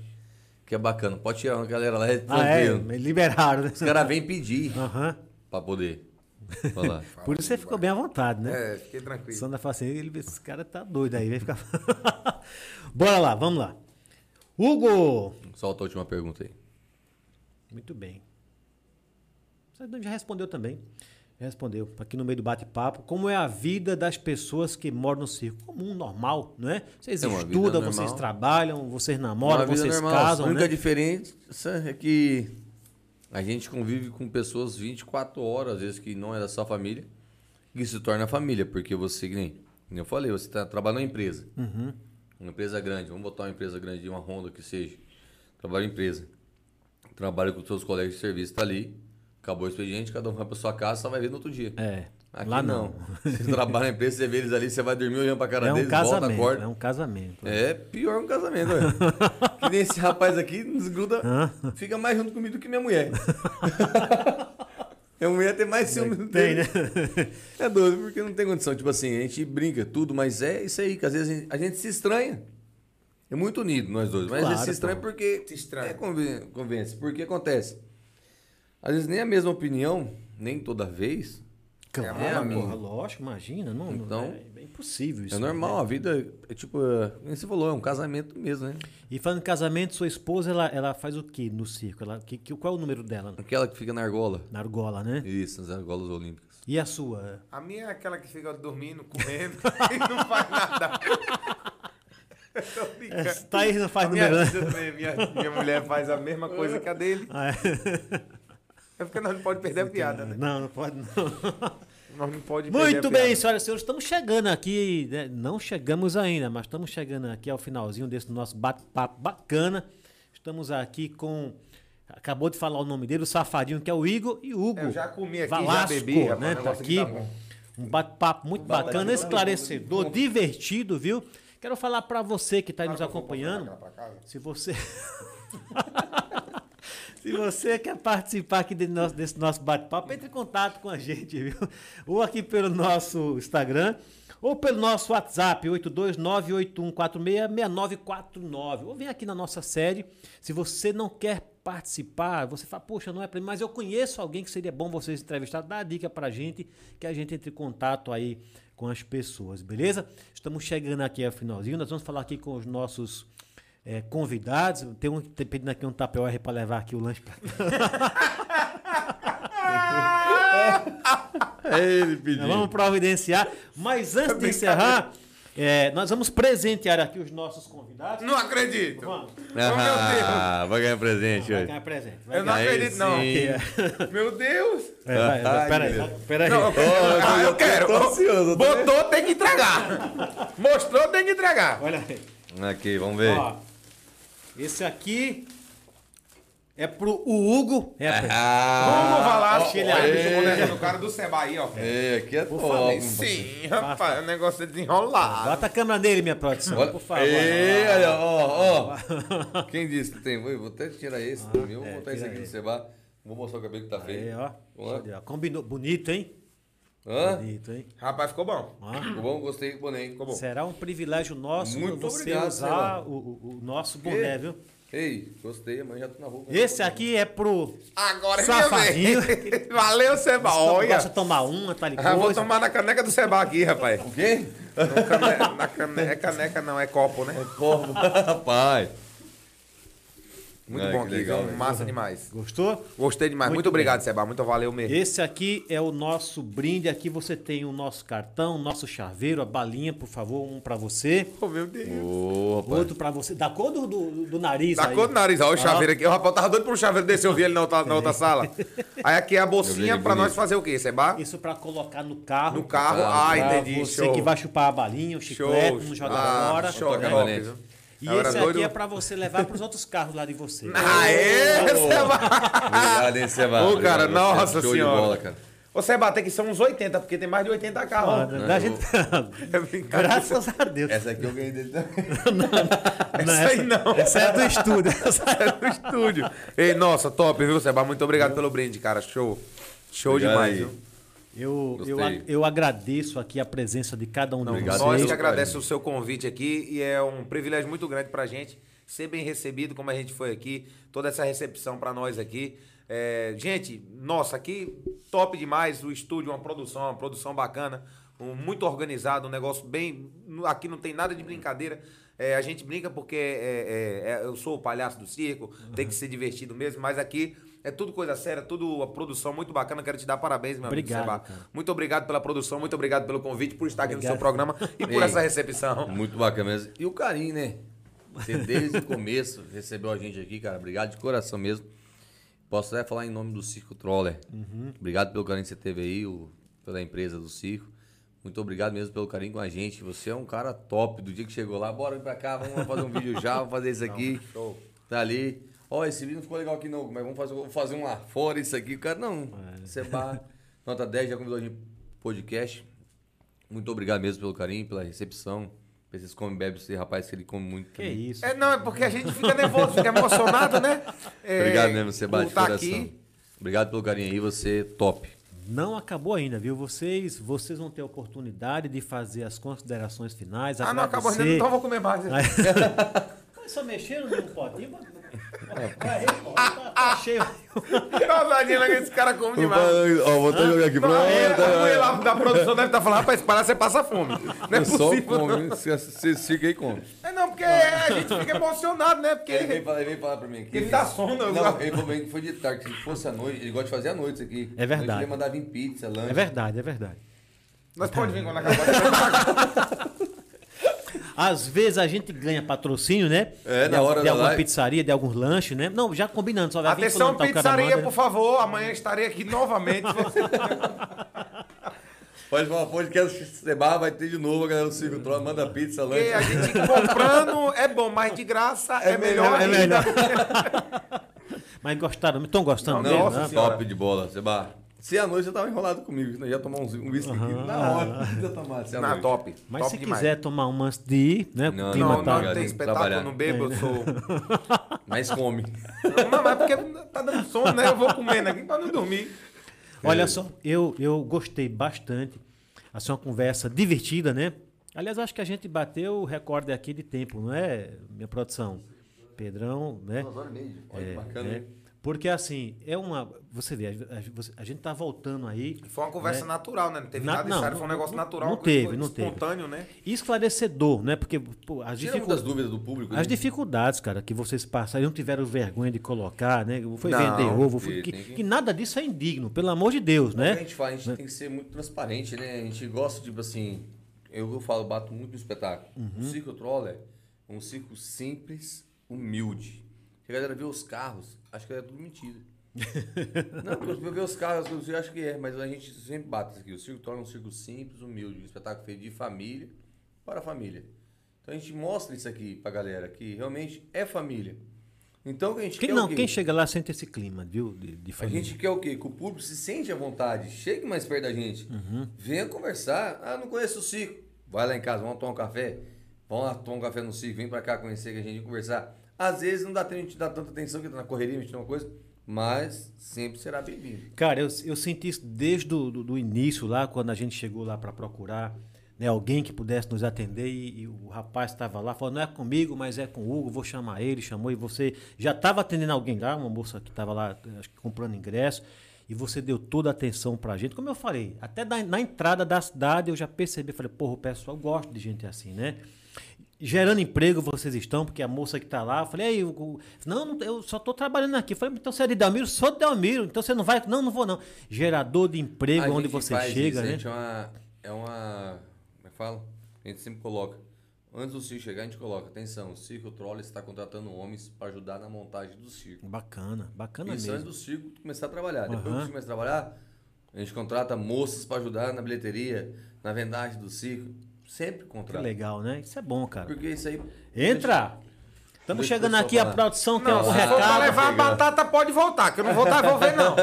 Speaker 3: Que é bacana. Pode tirar onda, galera lá. É
Speaker 1: Ah, é, Ah.
Speaker 3: tranquilo.
Speaker 1: liberaram, né?
Speaker 3: Os caras vêm pedir
Speaker 1: Aham.
Speaker 3: pra poder falar.
Speaker 1: Por isso você ficou bem à vontade, né?
Speaker 2: É, fiquei tranquilo.
Speaker 1: Sandra fala assim, ele, esse cara tá doido aí, vai ficar. Bora lá, vamos lá. Hugo!
Speaker 3: Solta a última pergunta aí.
Speaker 1: Muito bem. Você já respondeu também. Já respondeu. Aqui no meio do bate-papo. Como é a vida das pessoas que moram no circo? Comum, normal, não é? Vocês
Speaker 3: É uma vida
Speaker 1: estudam,
Speaker 3: normal.
Speaker 1: vocês trabalham, vocês
Speaker 3: Uma
Speaker 1: namoram,
Speaker 3: vida
Speaker 1: vocês
Speaker 3: normal.
Speaker 1: casam,
Speaker 3: A única
Speaker 1: né?
Speaker 3: diferença é que a gente convive com pessoas 24 horas, às vezes que não é da sua família, que se torna família, porque você, que nem que nem eu falei, você tá, trabalha numa empresa.
Speaker 1: Uhum.
Speaker 3: Uma empresa grande, vamos botar uma empresa grande, uma Honda que seja. Trabalha em empresa. Trabalha com seus colegas de serviço, tá ali. Acabou o expediente, cada um vai pra sua casa, só vai ver no outro dia.
Speaker 1: É.
Speaker 3: Aqui
Speaker 1: Lá
Speaker 3: não. Você trabalha na empresa, você vê eles ali, você vai dormir olhando pra cara
Speaker 1: É um
Speaker 3: deles, volta,
Speaker 1: casamento.
Speaker 3: acorda.
Speaker 1: É um casamento.
Speaker 3: É pior um casamento, velho. que nem esse rapaz aqui desgruda, fica mais junto comigo do que minha mulher. minha mulher tem mais ciúme do
Speaker 1: Tem,
Speaker 3: dele.
Speaker 1: né?
Speaker 3: É doido, porque não tem condição. Tipo assim, a gente brinca tudo, mas é isso aí, que às vezes a gente, a gente se estranha. É muito unido nós dois, mas a
Speaker 1: Claro,
Speaker 3: gente se estranha
Speaker 1: pô.
Speaker 3: porque.
Speaker 2: Se estranha.
Speaker 3: É conven- convence. Porque acontece. Às vezes nem a mesma opinião, nem toda vez.
Speaker 1: Claro,
Speaker 3: É, amigo.
Speaker 1: porra, lógico, imagina. Não, não-
Speaker 3: Então,
Speaker 1: é, é impossível isso.
Speaker 3: É normal, a vida é tipo. é, como Você falou, é um casamento mesmo, né?
Speaker 1: E falando em casamento, sua esposa, ela, ela faz o que no circo? Ela, que, que- qual é o número dela?
Speaker 3: Aquela que fica na argola.
Speaker 1: Na argola, né?
Speaker 3: Isso, as argolas olímpicas.
Speaker 1: E a sua?
Speaker 2: A minha é aquela que fica dormindo, comendo e não faz nada. Tô brincando.
Speaker 1: Essa Thaís não
Speaker 2: A
Speaker 1: faz
Speaker 2: minha,
Speaker 1: número, né?
Speaker 2: minha, minha, minha mulher faz a mesma coisa que a dele.
Speaker 1: Ah, é.
Speaker 2: É porque nós não podemos perder a piada, né?
Speaker 1: Não, não pode não.
Speaker 2: Nós não podemos perder
Speaker 1: Muito
Speaker 2: a
Speaker 1: bem,
Speaker 2: piada.
Speaker 1: senhoras e senhores, estamos chegando aqui, né? não chegamos ainda, mas estamos chegando aqui ao finalzinho desse nosso bate-papo bacana. Estamos aqui com, acabou de falar o nome dele, o safadinho, que é o Igor, e o Hugo.
Speaker 2: Eu já comi aqui, já
Speaker 1: Valasco,
Speaker 2: bebi, rapaz,
Speaker 1: né?
Speaker 2: o
Speaker 1: Tá
Speaker 2: negócio aqui
Speaker 1: aqui.
Speaker 2: tá bom.
Speaker 1: um bate-papo muito bacana, esclarecedor, divertido, viu? Quero falar para você que está aí nos
Speaker 2: Tá
Speaker 1: acompanhando. Se você. Se você quer participar aqui de nosso- desse nosso bate-papo, entre em contato com a gente, viu? Ou aqui pelo nosso Instagram, ou pelo nosso WhatsApp, 829-8146-6949. Ou vem aqui na nossa série. Se você não quer participar, você fala, poxa, não é para mim, mas eu conheço alguém que seria bom vocês entrevistar, dá a dica para gente, que a gente entre em contato aí com as pessoas, beleza? Estamos chegando aqui ao finalzinho, nós vamos falar aqui com os nossos é, convidados. Tem um que tá pedindo aqui um tapioca para levar aqui o lanche pra
Speaker 3: É ele pediu.
Speaker 1: Nós vamos providenciar. Mas antes de encerrar, é, nós vamos presentear aqui os nossos convidados.
Speaker 2: Não acredito!
Speaker 1: Vamos.
Speaker 3: Ah, vai ganhar presente
Speaker 1: Vai
Speaker 3: hoje.
Speaker 1: ganhar presente. Vai
Speaker 2: Eu não
Speaker 1: ganhar.
Speaker 3: Aí
Speaker 2: acredito, não.
Speaker 3: sim.
Speaker 2: Meu Deus!
Speaker 1: É, vai, vai,
Speaker 3: Ai,
Speaker 1: peraí,
Speaker 3: meu
Speaker 1: vai, peraí.
Speaker 2: Não, eu quero.
Speaker 3: eu
Speaker 2: Ah,
Speaker 3: tô-
Speaker 2: eu quero.
Speaker 3: eu tô ansioso, eu tô
Speaker 2: Botou, tem que entregar. Mostrou, tem que entregar.
Speaker 1: Olha aí.
Speaker 3: tá? Aqui, vamos ver.
Speaker 1: Ó, esse aqui é pro o Hugo. É,
Speaker 3: Ah,
Speaker 2: Como vai lá?
Speaker 1: achei ele
Speaker 2: Olha,
Speaker 1: aí.
Speaker 2: bicho, o boneco do um cara do Seba aí, ó.
Speaker 3: é, aqui é
Speaker 2: Falei,
Speaker 3: top.
Speaker 2: Sim, rapaz, o negócio é desenrolado.
Speaker 1: Bota a câmera nele, minha produção,
Speaker 3: Olha, É.
Speaker 1: por favor.
Speaker 3: Ei, olha, ó, ó. Quem disse que tem? Vou vou até tirar esse do meu, vou botar esse
Speaker 1: Ah, é, tira
Speaker 3: aqui
Speaker 1: aí.
Speaker 3: no Seba. Vou mostrar o cabelo que tá
Speaker 1: Aí,
Speaker 3: feio.
Speaker 1: É, ó.
Speaker 3: Ó.
Speaker 1: Olha, Combinou. Bonito, hein?
Speaker 3: Hã?
Speaker 1: Bonito, hein?
Speaker 2: Rapaz, ficou bom.
Speaker 1: Ó.
Speaker 3: Ficou bom, gostei do boné, hein? Ficou bom.
Speaker 1: Será um privilégio nosso
Speaker 3: Muito
Speaker 1: você
Speaker 3: obrigado,
Speaker 1: usar
Speaker 3: Seba.
Speaker 1: o, o- o nosso boné, viu?
Speaker 3: Ei, gostei, amanhã já tô na roupa.
Speaker 1: Esse aqui é pro.
Speaker 2: Agora é
Speaker 1: Safadinho.
Speaker 2: minha vez. Valeu, Seba. Olha.
Speaker 1: Gosta de tomar uma, tá
Speaker 2: Ah,
Speaker 1: ligado?
Speaker 2: vou tomar na caneca do Seba aqui, rapaz.
Speaker 3: O quê?
Speaker 2: Não, cane- na cane- É caneca não, é copo, né?
Speaker 3: Corvo. Rapaz.
Speaker 2: Muito
Speaker 3: Ai,
Speaker 2: bom
Speaker 3: que
Speaker 2: aqui,
Speaker 3: legal,
Speaker 2: viu?
Speaker 3: né?
Speaker 2: Massa demais.
Speaker 1: Gostou?
Speaker 2: Gostei demais. Muito,
Speaker 1: Muito
Speaker 2: obrigado, Seba. Muito valeu mesmo.
Speaker 1: Esse aqui é o nosso brinde. Aqui você tem o nosso cartão, o nosso chaveiro, a balinha, por favor, um pra você.
Speaker 2: Oh, meu Deus.
Speaker 3: Ô, rapaz.
Speaker 1: Outro pra você. Da cor do, do, do nariz.
Speaker 2: Da
Speaker 1: aí.
Speaker 2: cor do nariz,
Speaker 3: Ah.
Speaker 2: ó, o chaveiro aqui. O rapaz tava doido por um chaveiro desse, eu vi ele na outra, na outra sala. Aí aqui é a
Speaker 3: Eu
Speaker 2: bolsinha
Speaker 3: vi,
Speaker 2: pra
Speaker 3: bonito.
Speaker 2: nós fazer o quê, Seba?
Speaker 1: Isso pra colocar no carro.
Speaker 2: No carro.
Speaker 3: Ah,
Speaker 2: Ah,
Speaker 1: Pra
Speaker 2: entendi.
Speaker 1: você
Speaker 2: show.
Speaker 1: que vai chupar a balinha, o
Speaker 2: Show.
Speaker 1: chiclete, não joga
Speaker 2: ah,
Speaker 1: fora.
Speaker 2: Show,
Speaker 3: Toca
Speaker 2: que
Speaker 3: aí,
Speaker 2: top,
Speaker 3: Manete.
Speaker 2: viu?
Speaker 1: E
Speaker 2: Eu era
Speaker 1: esse
Speaker 2: doido-
Speaker 1: aqui é pra você levar pros outros carros lá de você.
Speaker 3: é
Speaker 2: Aê, Seba!
Speaker 3: Obrigado, hein, Seba.
Speaker 2: Ô, cara,
Speaker 3: Obrigado,
Speaker 2: nossa
Speaker 3: você é show
Speaker 2: senhora.
Speaker 3: de bola, cara.
Speaker 2: Ô, Seba, tem que ser uns 80, porque tem mais de 80
Speaker 1: Ah,
Speaker 2: carros.
Speaker 1: da- da gente-
Speaker 2: É brincadeira.
Speaker 1: Graças a Deus.
Speaker 3: Essa aqui eu ganhei dele também.
Speaker 1: Não,
Speaker 2: Essa aí não.
Speaker 1: Essa é do estúdio. Essa
Speaker 2: É do estúdio. Ei, nossa, top, viu, Seba? Muito obrigado pelo brinde, cara. Show. Show
Speaker 3: Obrigado
Speaker 2: demais,
Speaker 3: aí.
Speaker 2: viu?
Speaker 1: Eu, eu,
Speaker 3: Gostei.
Speaker 1: a- eu agradeço aqui a presença de cada um de
Speaker 3: Obrigado.
Speaker 2: Nós
Speaker 1: vocês.
Speaker 2: que
Speaker 3: Deus,
Speaker 2: agradecemos
Speaker 3: cara.
Speaker 2: o seu convite aqui e é um privilégio muito grande pra gente ser bem recebido como a gente foi aqui, toda essa recepção pra nós aqui. É, gente, nossa, aqui top demais o estúdio, uma produção, uma produção bacana, um- muito organizado, um negócio bem. no- Aqui não tem nada de brincadeira. É, a gente brinca porque é- é- é- eu sou o palhaço do circo, tem que ser divertido mesmo, mas aqui é tudo coisa séria, tudo uma produção muito bacana. Quero te dar parabéns, meu
Speaker 1: Obrigado,
Speaker 2: amigo Seba.
Speaker 1: cara.
Speaker 2: Muito obrigado pela produção, muito obrigado pelo convite, por estar aqui no
Speaker 1: Obrigado.
Speaker 2: seu programa e por
Speaker 3: Ei.
Speaker 2: essa recepção.
Speaker 3: Muito bacana mesmo. E o carinho, né? Você desde o começo recebeu a gente aqui, cara. Obrigado de coração mesmo. Posso até falar em nome do Circo Troller. Obrigado pelo carinho que você teve aí, o- pela empresa do circo. Muito obrigado mesmo pelo carinho com a gente. Você é um cara top. Do dia que chegou lá, bora vir pra cá, vamos lá fazer um vídeo já, vamos fazer isso aqui. Tá ali. Ó, esse vídeo não ficou legal aqui não, mas vamos fazer, vou fazer um lá fora, isso aqui. O cara, não, você vai. Nota 10 já convidou a gente podcast. Muito obrigado mesmo pelo carinho, pela recepção. Pra Esses come bebe esse rapaz que ele come muito
Speaker 1: Que
Speaker 3: também.
Speaker 1: isso.
Speaker 2: É, não, é porque a gente fica nervoso, fica emocionado, né? É,
Speaker 3: Obrigado mesmo, você
Speaker 2: por
Speaker 3: bate
Speaker 2: tá
Speaker 3: coração.
Speaker 2: aqui.
Speaker 3: Obrigado pelo carinho aí, você é top.
Speaker 1: Não acabou ainda, viu? Vocês, vocês vão ter a oportunidade de fazer as considerações finais.
Speaker 2: Ah, não então- acabou ainda,
Speaker 1: agradecer.
Speaker 2: então eu vou comer mais.
Speaker 1: Mas Só mexeram num potinho? pô? Aí, pô, tá- tá cheio.
Speaker 2: Cavadinha, Tá né? esse cara come demais.
Speaker 3: Ó, vou até jogar aqui
Speaker 2: Não, a
Speaker 3: né?
Speaker 2: mulher- a mulher lá da produção deve estar falando, rapaz, parar, você passa fome. Não é
Speaker 3: Só
Speaker 2: possível. não.
Speaker 3: come, vocês ficam aí com.
Speaker 2: É não, porque a gente fica emocionado, né?
Speaker 3: Ele vem
Speaker 2: Porque
Speaker 3: falar, ele vem falar pra mim aqui.
Speaker 2: Ele tá dá sono, eu-
Speaker 3: É, Não, ele falou pra mim que foi de tarde, que se fosse à noite, ele gosta de fazer à noite isso aqui.
Speaker 1: É verdade.
Speaker 3: A gente ia mandar vir pizza, lanche.
Speaker 1: É verdade, é verdade.
Speaker 2: nós podemos vir quando acabar.
Speaker 1: Às vezes a gente ganha patrocínio, né?
Speaker 3: É,
Speaker 1: De
Speaker 3: na
Speaker 1: al-
Speaker 3: hora
Speaker 1: De
Speaker 3: da
Speaker 1: alguma
Speaker 3: live.
Speaker 1: pizzaria, de alguns lanches, né? Não, já combinando, só vai vir
Speaker 2: Atenção,
Speaker 1: fulano, tal, o cara
Speaker 2: pizzaria,
Speaker 1: manda,
Speaker 2: por
Speaker 1: né?
Speaker 2: favor. Amanhã estarei aqui novamente.
Speaker 3: Pode falar, pode quer cebar, vai ter de novo, a galera. O Silvio Troll manda pizza, lanche.
Speaker 2: Porque é a gente comprando é bom, mas de graça é, melhor
Speaker 1: é. É
Speaker 2: ainda.
Speaker 1: melhor. Mas gostaram, estão gostando
Speaker 2: Não,
Speaker 1: dele,
Speaker 2: nossa
Speaker 1: né?
Speaker 2: senhora.
Speaker 3: Top de bola, Seba. Se à noite você tava enrolado comigo, né? ia tomar uns- um whisky aqui. Na hora, não precisa tomar. Se à
Speaker 2: Na
Speaker 3: noite.
Speaker 2: top.
Speaker 1: Mas
Speaker 2: top
Speaker 1: se
Speaker 2: demais.
Speaker 1: quiser tomar um antes de ir, né?
Speaker 3: Não,
Speaker 1: o clima
Speaker 2: Não,
Speaker 1: tá.
Speaker 2: não tem espetáculo, eu não bebo, eu sou.
Speaker 3: Mas come.
Speaker 2: Não, mas porque tá dando sono, né? Eu vou comendo aqui pra não dormir.
Speaker 1: Olha só, eu, eu gostei bastante. Assim, uma conversa divertida, né? Aliás, acho que a gente bateu o recorde aqui de tempo, não é, minha produção? Pedrão, né?
Speaker 3: Duas horas e meia. Olha que
Speaker 1: É,
Speaker 3: bacana,
Speaker 1: né?
Speaker 3: hein? você
Speaker 1: Porque assim, é uma. Você vê, a, a- você- a gente tá voltando aí.
Speaker 2: Foi uma conversa
Speaker 1: né?
Speaker 2: natural, né? Não teve
Speaker 1: Na-
Speaker 2: nada
Speaker 1: não,
Speaker 2: sério, foi um
Speaker 1: não-
Speaker 2: negócio
Speaker 1: não-
Speaker 2: natural.
Speaker 1: não
Speaker 2: uma coisa
Speaker 1: teve, não teve.
Speaker 2: Espontâneo, né?
Speaker 1: E esclarecedor, né? Porque pô, as,
Speaker 3: Tira
Speaker 1: dificu-
Speaker 3: muitas dúvidas do público.
Speaker 1: as
Speaker 3: né?
Speaker 1: dificuldades, cara, que vocês passaram, não tiveram vergonha de colocar, né? Foi
Speaker 2: Não,
Speaker 1: vender ovo, foi,
Speaker 3: tem
Speaker 1: que,
Speaker 3: que-
Speaker 1: que nada disso é indigno, pelo amor de Deus,
Speaker 3: É o que
Speaker 1: né?
Speaker 3: A gente fala, a gente tem que ser muito transparente, né? A gente gosta, tipo assim, eu, eu falo, bato muito no espetáculo. O
Speaker 1: Uhum.
Speaker 3: circo Troller é um circo simples, humilde. Se a galera vê os carros, acho que é tudo mentira. Não, porque eu ver os carros, eu acho que é, mas a gente sempre bate isso aqui. O circo Troller é um circo simples, humilde, um espetáculo feito de família para a família. Então a gente mostra isso aqui pra galera, que realmente é família. Então o que a gente
Speaker 1: Quem,
Speaker 3: quer é o
Speaker 1: não,
Speaker 3: quê?
Speaker 1: quem chega lá sente esse clima, viu? De, de
Speaker 3: A
Speaker 1: família.
Speaker 3: gente quer o quê? Que o público se sente à vontade, chegue mais perto da gente.
Speaker 1: Uhum.
Speaker 3: Venha conversar. Ah, não conheço o Cico. Vai lá em casa, vamos tomar um café. Vamos lá tomar um café no Cico, vem pra cá conhecer que a gente vem conversar. Às vezes não dá tempo de dar tanta atenção que tá na correria, mexendo uma coisa, mas sempre será bem-vindo.
Speaker 1: Cara, eu, eu senti isso desde o do, do início lá, quando a gente chegou lá para procurar né, alguém que pudesse nos atender e, e o rapaz estava lá, falou, não é comigo, mas é com o Hugo, vou chamar ele, chamou e você já estava atendendo alguém lá, uma moça que estava lá, acho que comprando ingresso, e você deu toda a atenção pra gente. Como eu falei, até da- na entrada da cidade eu já percebi, falei, porra, o pessoal gosta de gente assim, né? Gerando emprego vocês estão, porque a moça que está lá, eu falei, aí, o- o- não, não, eu só estou trabalhando aqui. Eu falei, então você é de Delmiro? Sou de Delmiro, então você não vai? Não, não vou não. Gerador de emprego,
Speaker 3: A
Speaker 1: onde
Speaker 3: gente
Speaker 1: você
Speaker 3: faz
Speaker 1: chega,
Speaker 3: isso, a
Speaker 1: né?
Speaker 3: gente é uma. É uma. Como é que fala? A gente sempre coloca. Antes do circo chegar, a gente coloca. Atenção, o Circo Troller está contratando homens para ajudar na montagem do circo.
Speaker 1: Bacana, bacana
Speaker 3: Isso é antes
Speaker 1: mesmo.
Speaker 3: do circo começar a trabalhar. Depois que
Speaker 1: Aham.
Speaker 3: você começa a trabalhar, a gente contrata moças para ajudar na bilheteria, na vendagem do circo. Sempre
Speaker 1: Que
Speaker 3: contrata.
Speaker 1: legal, né? Isso é bom, cara.
Speaker 3: Porque isso aí.
Speaker 1: Entra! Estamos
Speaker 3: Deixa o
Speaker 1: chegando
Speaker 3: pessoal
Speaker 1: aqui, a
Speaker 3: falar.
Speaker 1: produção tem
Speaker 2: Não,
Speaker 1: algum
Speaker 2: se for pra
Speaker 1: um recado.
Speaker 2: levar a batata, pode voltar, que eu não vou devolver, não.
Speaker 1: O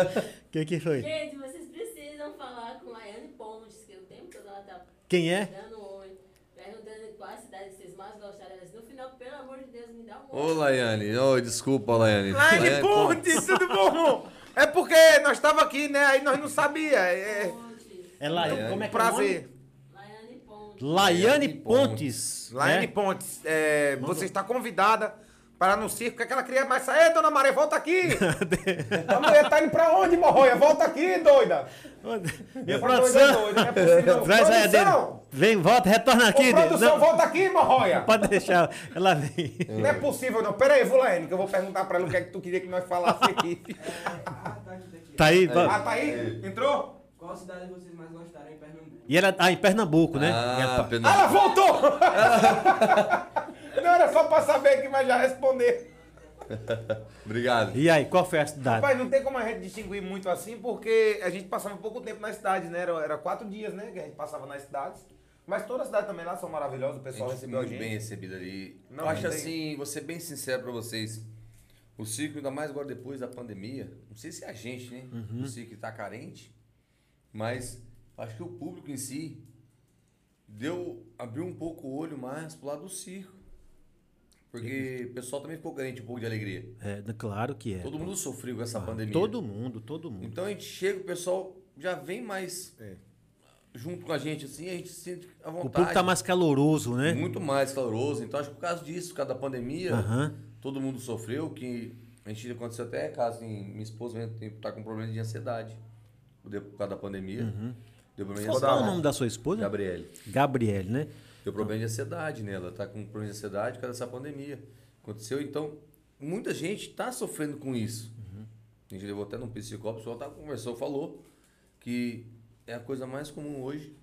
Speaker 1: que, que foi?
Speaker 5: Gente, vocês precisam falar com a Laiane Pontes, que o tempo todo ela tá
Speaker 1: Quem é?
Speaker 5: dando oi, perguntando qual a cidade que vocês mais gostaram. Ela disse, No final, pelo amor de Deus, me dá um
Speaker 3: Ô,
Speaker 5: oi.
Speaker 3: Laiane. Ô, desculpa, Laiane.
Speaker 1: É,
Speaker 2: Laine Pontes, tudo bom? É porque nós estava aqui, né? Aí nós não sabia. É,
Speaker 5: Pontes.
Speaker 1: É Laiane, como é que é o
Speaker 2: prazer.
Speaker 1: nome?
Speaker 5: Laiane
Speaker 1: Laiane Pontes.
Speaker 3: Laiane
Speaker 5: Pontes.
Speaker 2: Laine
Speaker 1: né?
Speaker 2: Pontes, é, você está convidada para no circo, que é aquela criança vai sair, dona Maria, volta aqui! a mulher tá indo pra onde, morroia? Volta aqui, doida!
Speaker 1: Minha
Speaker 2: Essa
Speaker 1: produção.
Speaker 2: doida é doida, não é possível.
Speaker 1: Traz a dele.
Speaker 2: Produção!
Speaker 1: Vem, volta, retorna aqui.
Speaker 2: Ô, produção,
Speaker 1: Não,
Speaker 2: volta aqui, morroia!
Speaker 1: Pode deixar. Ela vem.
Speaker 2: Não é possível, não. Pera aí, vou lá, Henrique, que eu vou perguntar pra ela o que é que tu queria que nós falássemos aqui.
Speaker 4: Ah, tá aqui, tá aqui.
Speaker 1: Tá aí.
Speaker 2: Ah,
Speaker 3: É.
Speaker 1: va-
Speaker 2: tá aí? Entrou?
Speaker 4: Qual cidade vocês mais gostaram em Pernambuco?
Speaker 1: E ela ah, em Pernambuco, né?
Speaker 3: Ah,
Speaker 1: É,
Speaker 2: Ah,
Speaker 3: pena-
Speaker 2: ela voltou! Não, era só pra saber que mas já responder.
Speaker 3: Obrigado.
Speaker 1: E aí, qual foi a cidade?
Speaker 2: Rapaz, não tem como a gente distinguir muito assim, porque a gente passava pouco tempo na cidade, né? Era, era quatro dias, né? Que a gente passava nas cidades. Mas toda a cidade também lá são maravilhosas, o
Speaker 3: A
Speaker 2: pessoal
Speaker 3: gente foi
Speaker 2: recebeu a
Speaker 3: muito
Speaker 2: gente. é
Speaker 3: bem recebido ali.
Speaker 2: Não,
Speaker 3: Eu acho
Speaker 2: não tem.
Speaker 3: assim, vou ser bem sincero pra vocês. O circo, ainda mais agora
Speaker 1: Uhum.
Speaker 3: depois da pandemia, não sei se é a gente, né? O circo tá carente, mas Acho que o público em si deu. abriu um pouco o olho mais pro lado do circo. Porque o pessoal também ficou carente um pouco de alegria.
Speaker 1: É, d- claro que é.
Speaker 3: Todo mundo sofreu com essa
Speaker 1: Ah,
Speaker 3: pandemia.
Speaker 1: Todo mundo, todo mundo.
Speaker 3: Então a gente chega, o pessoal já vem mais
Speaker 2: É.
Speaker 3: junto com a gente, assim, a gente se sente à
Speaker 1: o
Speaker 3: vontade.
Speaker 1: público tá mais caloroso, né?
Speaker 3: Muito mais caloroso. Então acho que por causa disso, por causa da pandemia,
Speaker 1: Aham.
Speaker 3: todo mundo sofreu, que a gente aconteceu até caso em minha esposa está com um problema de ansiedade. Deu por causa da pandemia. Deu problema de
Speaker 1: Uhum. Qual é o nome
Speaker 3: ansiedade.
Speaker 1: da sua esposa?
Speaker 3: Gabriele.
Speaker 1: Gabriele, né?
Speaker 3: Deu problema de ansiedade nela, tá com problema de ansiedade por causa dessa pandemia. Aconteceu, então, muita gente está sofrendo com isso.
Speaker 1: Uhum.
Speaker 3: A gente levou até num psicólogo, o pessoal tá, conversou, falou que é a coisa mais comum hoje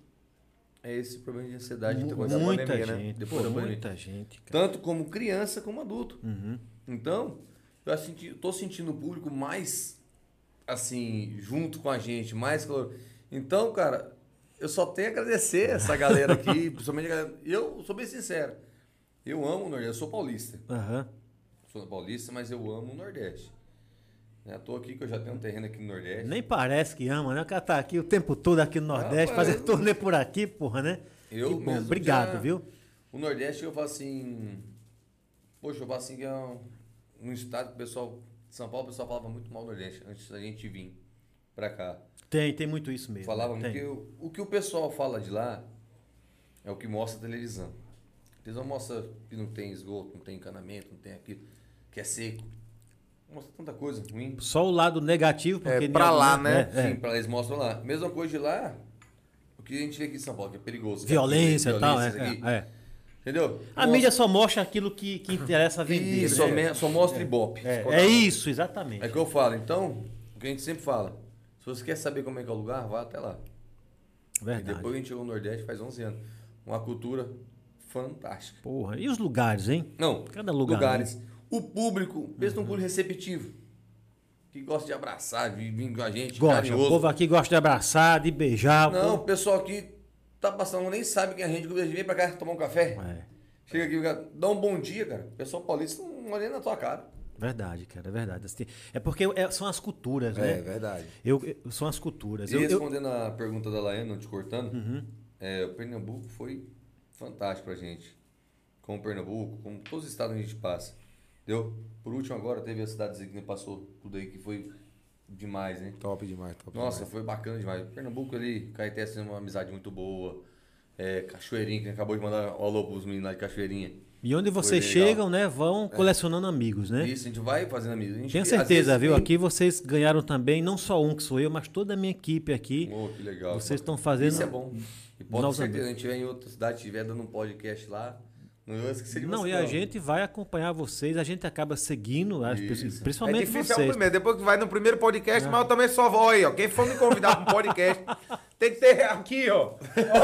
Speaker 3: é esse problema de ansiedade.
Speaker 1: Mu-
Speaker 3: depois da
Speaker 1: muita
Speaker 3: pandemia, né?
Speaker 1: gente,
Speaker 3: Depois
Speaker 1: pô,
Speaker 3: da pandemia.
Speaker 1: muita gente. cara.
Speaker 3: Tanto como criança como adulto. Então, eu senti, eu tô sentindo o público mais assim, junto com a gente, mais calor. Então, cara, eu só tenho a agradecer essa galera aqui, principalmente a galera. Eu sou bem sincero. Eu amo o Nordeste, eu sou paulista.
Speaker 1: Aham.
Speaker 3: Sou paulista, mas eu amo o Nordeste. Né, tô aqui que eu já tenho um terreno aqui no Nordeste.
Speaker 1: Nem parece que ama, né? O cara tá aqui o tempo todo aqui no Nordeste,
Speaker 3: Rapaz,
Speaker 1: fazendo
Speaker 3: eu-
Speaker 1: turnê por aqui, porra, né?
Speaker 3: Eu
Speaker 1: que bom,
Speaker 3: mesmo
Speaker 1: obrigado,
Speaker 3: já-
Speaker 1: viu?
Speaker 3: O Nordeste eu falo assim. Poxa, eu falo assim que é um, um estado que o pessoal. São Paulo o pessoal falava muito mal do Nordeste antes da gente vir pra cá.
Speaker 1: Tem, tem muito isso mesmo.
Speaker 3: Falavam
Speaker 1: tem.
Speaker 3: que o, o que o pessoal fala de lá é o que mostra a televisão. A televisão mostra que não tem esgoto, não tem encanamento, não tem aquilo, que é seco. Mostra tanta coisa ruim.
Speaker 1: Só o lado negativo, porque...
Speaker 2: É, pra lá, né?
Speaker 1: É,
Speaker 3: Sim, pra lá eles mostram lá. Mesma coisa de lá, o que a gente vê aqui em São Paulo, que é perigoso. que é
Speaker 1: Violência e
Speaker 3: aquilo,
Speaker 1: tal, é,
Speaker 3: violência, isso aqui.
Speaker 1: é, é.
Speaker 3: Entendeu?
Speaker 1: A mídia só mostra aquilo que, que interessa vender.
Speaker 3: E
Speaker 1: né?
Speaker 3: só, me- só mostra Ibope.
Speaker 1: É, é isso, exatamente.
Speaker 3: É que eu falo. Então, o que a gente sempre fala. Se você quer saber como é que é o lugar, vá até lá. E
Speaker 1: Verdade.
Speaker 3: depois a gente chegou no Nordeste faz 11 anos. Uma cultura fantástica.
Speaker 1: Porra, e os lugares, hein?
Speaker 3: Não,
Speaker 1: Cada lugar, né? Uhum.
Speaker 3: lugares. O público, pensa num público receptivo. Que gosta de abraçar, de vir com a gente,
Speaker 1: Gosta, o
Speaker 3: carinhoso.
Speaker 1: povo aqui gosta de abraçar, de beijar. o
Speaker 3: Não,
Speaker 1: povo-
Speaker 3: o pessoal aqui tá passando, nem sabe quem é a gente. Quando a gente vem pra cá tomar um café,
Speaker 1: É,
Speaker 3: chega aqui, cara, dá um bom dia, cara. O pessoal paulista não olha nem na tua cara.
Speaker 1: verdade, cara, é verdade. Assim, É porque é- são as culturas,
Speaker 2: É
Speaker 1: né?
Speaker 2: verdade.
Speaker 1: Eu, eu- são as culturas.
Speaker 3: E
Speaker 1: Eu, Uhum. eu-
Speaker 3: respondendo a pergunta da Laiana, não te cortando, é, o Pernambuco foi fantástico pra gente. Como Pernambuco, como todos os estados onde a gente passa. Entendeu? Por último agora teve a cidadezinha que passou tudo aí que foi demais, né?
Speaker 2: Top demais, top
Speaker 3: Nossa,
Speaker 2: demais.
Speaker 3: foi bacana demais. Pernambuco ali, Caeté tem uma amizade muito boa. É, Cachoeirinha, que acabou de mandar o alô pros meninos lá de Cachoeirinha.
Speaker 1: E onde vocês
Speaker 3: legal. É.
Speaker 1: chegam, né? Vão colecionando amigos, né?
Speaker 3: Isso, a gente vai fazendo amigos. A gente-
Speaker 1: Tenho
Speaker 3: às
Speaker 1: certeza,
Speaker 3: vezes,
Speaker 1: viu?
Speaker 3: tem-
Speaker 1: Aqui vocês ganharam também, não só um que sou eu, mas toda a minha equipe aqui.
Speaker 3: Oh, que legal.
Speaker 1: Vocês
Speaker 3: Bacana.
Speaker 1: estão fazendo-
Speaker 3: Isso é bom. E pode
Speaker 1: Novos
Speaker 3: ter
Speaker 1: amigos.
Speaker 3: certeza, a gente tiver em outra cidade, tiver dando um podcast lá, um não eu esqueci de
Speaker 1: Não,
Speaker 3: você,
Speaker 1: e a gente vai acompanhar vocês, a gente acaba seguindo as pessoas,
Speaker 3: Isso.
Speaker 1: principalmente
Speaker 2: é difícil é o
Speaker 1: vocês.
Speaker 2: primeiro. Depois que vai no primeiro podcast, mas eu também só vou aí, ó. Quem for me convidar para um podcast, tem que ter aqui, ó. Ó,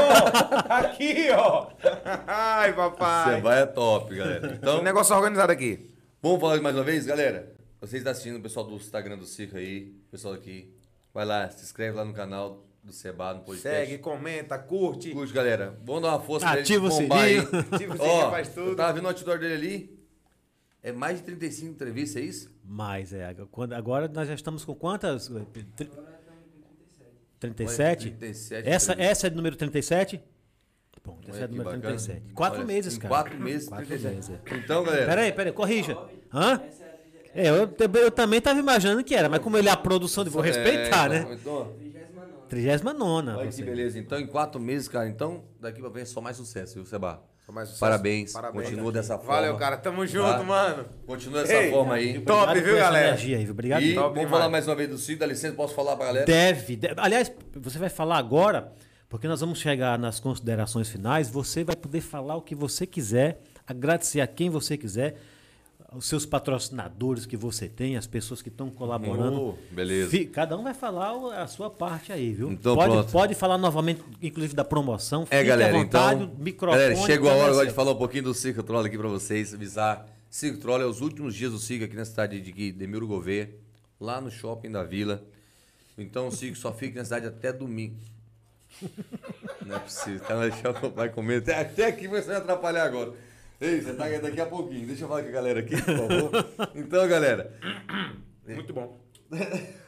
Speaker 2: aqui, ó. Ai, papai.
Speaker 3: Você vai é top, galera. Então,
Speaker 2: Um negócio organizado aqui.
Speaker 3: vamos falar mais uma vez, galera? Vocês estão assistindo o pessoal do Instagram do Circo aí, o pessoal aqui. Vai lá, se inscreve lá no canal do Seba, no podcast.
Speaker 2: Segue, comenta, curte.
Speaker 3: Curte, galera. Vamos dar uma força pra ele
Speaker 1: Ativa o
Speaker 3: bombar aí.
Speaker 1: sininho.
Speaker 2: Ativa o sininho,
Speaker 3: Ó,
Speaker 2: faz tudo.
Speaker 3: Eu tava vendo o outdoor dele ali. É mais de 35 entrevistas, é isso?
Speaker 1: Mas é, quando, agora nós já estamos com quantas? Tri-
Speaker 4: Agora estamos com
Speaker 1: 37?
Speaker 4: 37.
Speaker 3: 37
Speaker 1: Essa,
Speaker 3: entrevistas.
Speaker 1: essa é do número 37? Bom, essa
Speaker 3: Olha
Speaker 1: é do
Speaker 3: que
Speaker 1: número
Speaker 3: bacana.
Speaker 1: 37. Quatro
Speaker 3: Olha,
Speaker 1: meses,
Speaker 3: em
Speaker 1: cara.
Speaker 3: Quatro meses,
Speaker 1: Quatro
Speaker 3: 37.
Speaker 1: meses, é.
Speaker 3: Então, galera.
Speaker 1: Peraí, peraí, corrija.
Speaker 4: Nove.
Speaker 1: Hã?
Speaker 4: Essa é a trinta-
Speaker 1: É, eu, também- eu também estava imaginando que era, mas como ele é a produção, eu vou respeitar,
Speaker 3: É,
Speaker 1: né?
Speaker 3: Então,
Speaker 4: 39ª.
Speaker 1: 39.
Speaker 3: olha que
Speaker 1: você. tá
Speaker 3: beleza. Então, em quatro meses, cara, então, daqui pra frente só mais sucesso, viu, Seba?
Speaker 2: Só mais sucesso.
Speaker 3: Parabéns.
Speaker 2: Parabéns.
Speaker 3: Continua dessa forma.
Speaker 2: Valeu, cara. Tamo junto,
Speaker 3: Tá?
Speaker 2: mano.
Speaker 3: Continua dessa
Speaker 2: Ei,
Speaker 3: forma aí.
Speaker 2: Top,
Speaker 1: Obrigado
Speaker 2: viu,
Speaker 1: por essa
Speaker 2: galera?
Speaker 1: energia aí, obrigado.
Speaker 3: E
Speaker 1: mesmo.
Speaker 2: Top
Speaker 3: vamos
Speaker 2: demais.
Speaker 3: falar mais uma vez do Cid, dá licença, posso falar pra galera?
Speaker 1: Deve, deve. Aliás, você vai falar agora, porque nós vamos chegar nas considerações finais. Você vai poder falar o que você quiser, agradecer a quem você quiser, os seus patrocinadores que você tem, as pessoas que estão colaborando.
Speaker 3: Oh, beleza.
Speaker 1: Fi- Cada um vai falar o- a sua parte aí, viu?
Speaker 3: Então,
Speaker 1: pode,
Speaker 3: pronto.
Speaker 1: pode falar novamente, inclusive da promoção.
Speaker 3: É, galera,
Speaker 1: à vontade,
Speaker 3: então.
Speaker 1: o microfone.
Speaker 3: galera, chegou a
Speaker 1: tá
Speaker 3: hora
Speaker 1: na
Speaker 3: agora de
Speaker 1: certa.
Speaker 3: falar um pouquinho do Circo Troll aqui pra vocês, avisar. Circo Troll é os últimos dias do Circo aqui na cidade de Gui- Demiro Gouveia, lá no shopping da vila. Então o Circo só fica na cidade até domingo. Não é possível, tá no shopping, vai comer. Até, até aqui você vai atrapalhar agora. Ei, você tá daqui a pouquinho. Deixa eu falar com a galera aqui, por favor. Então, galera.
Speaker 2: Muito bom.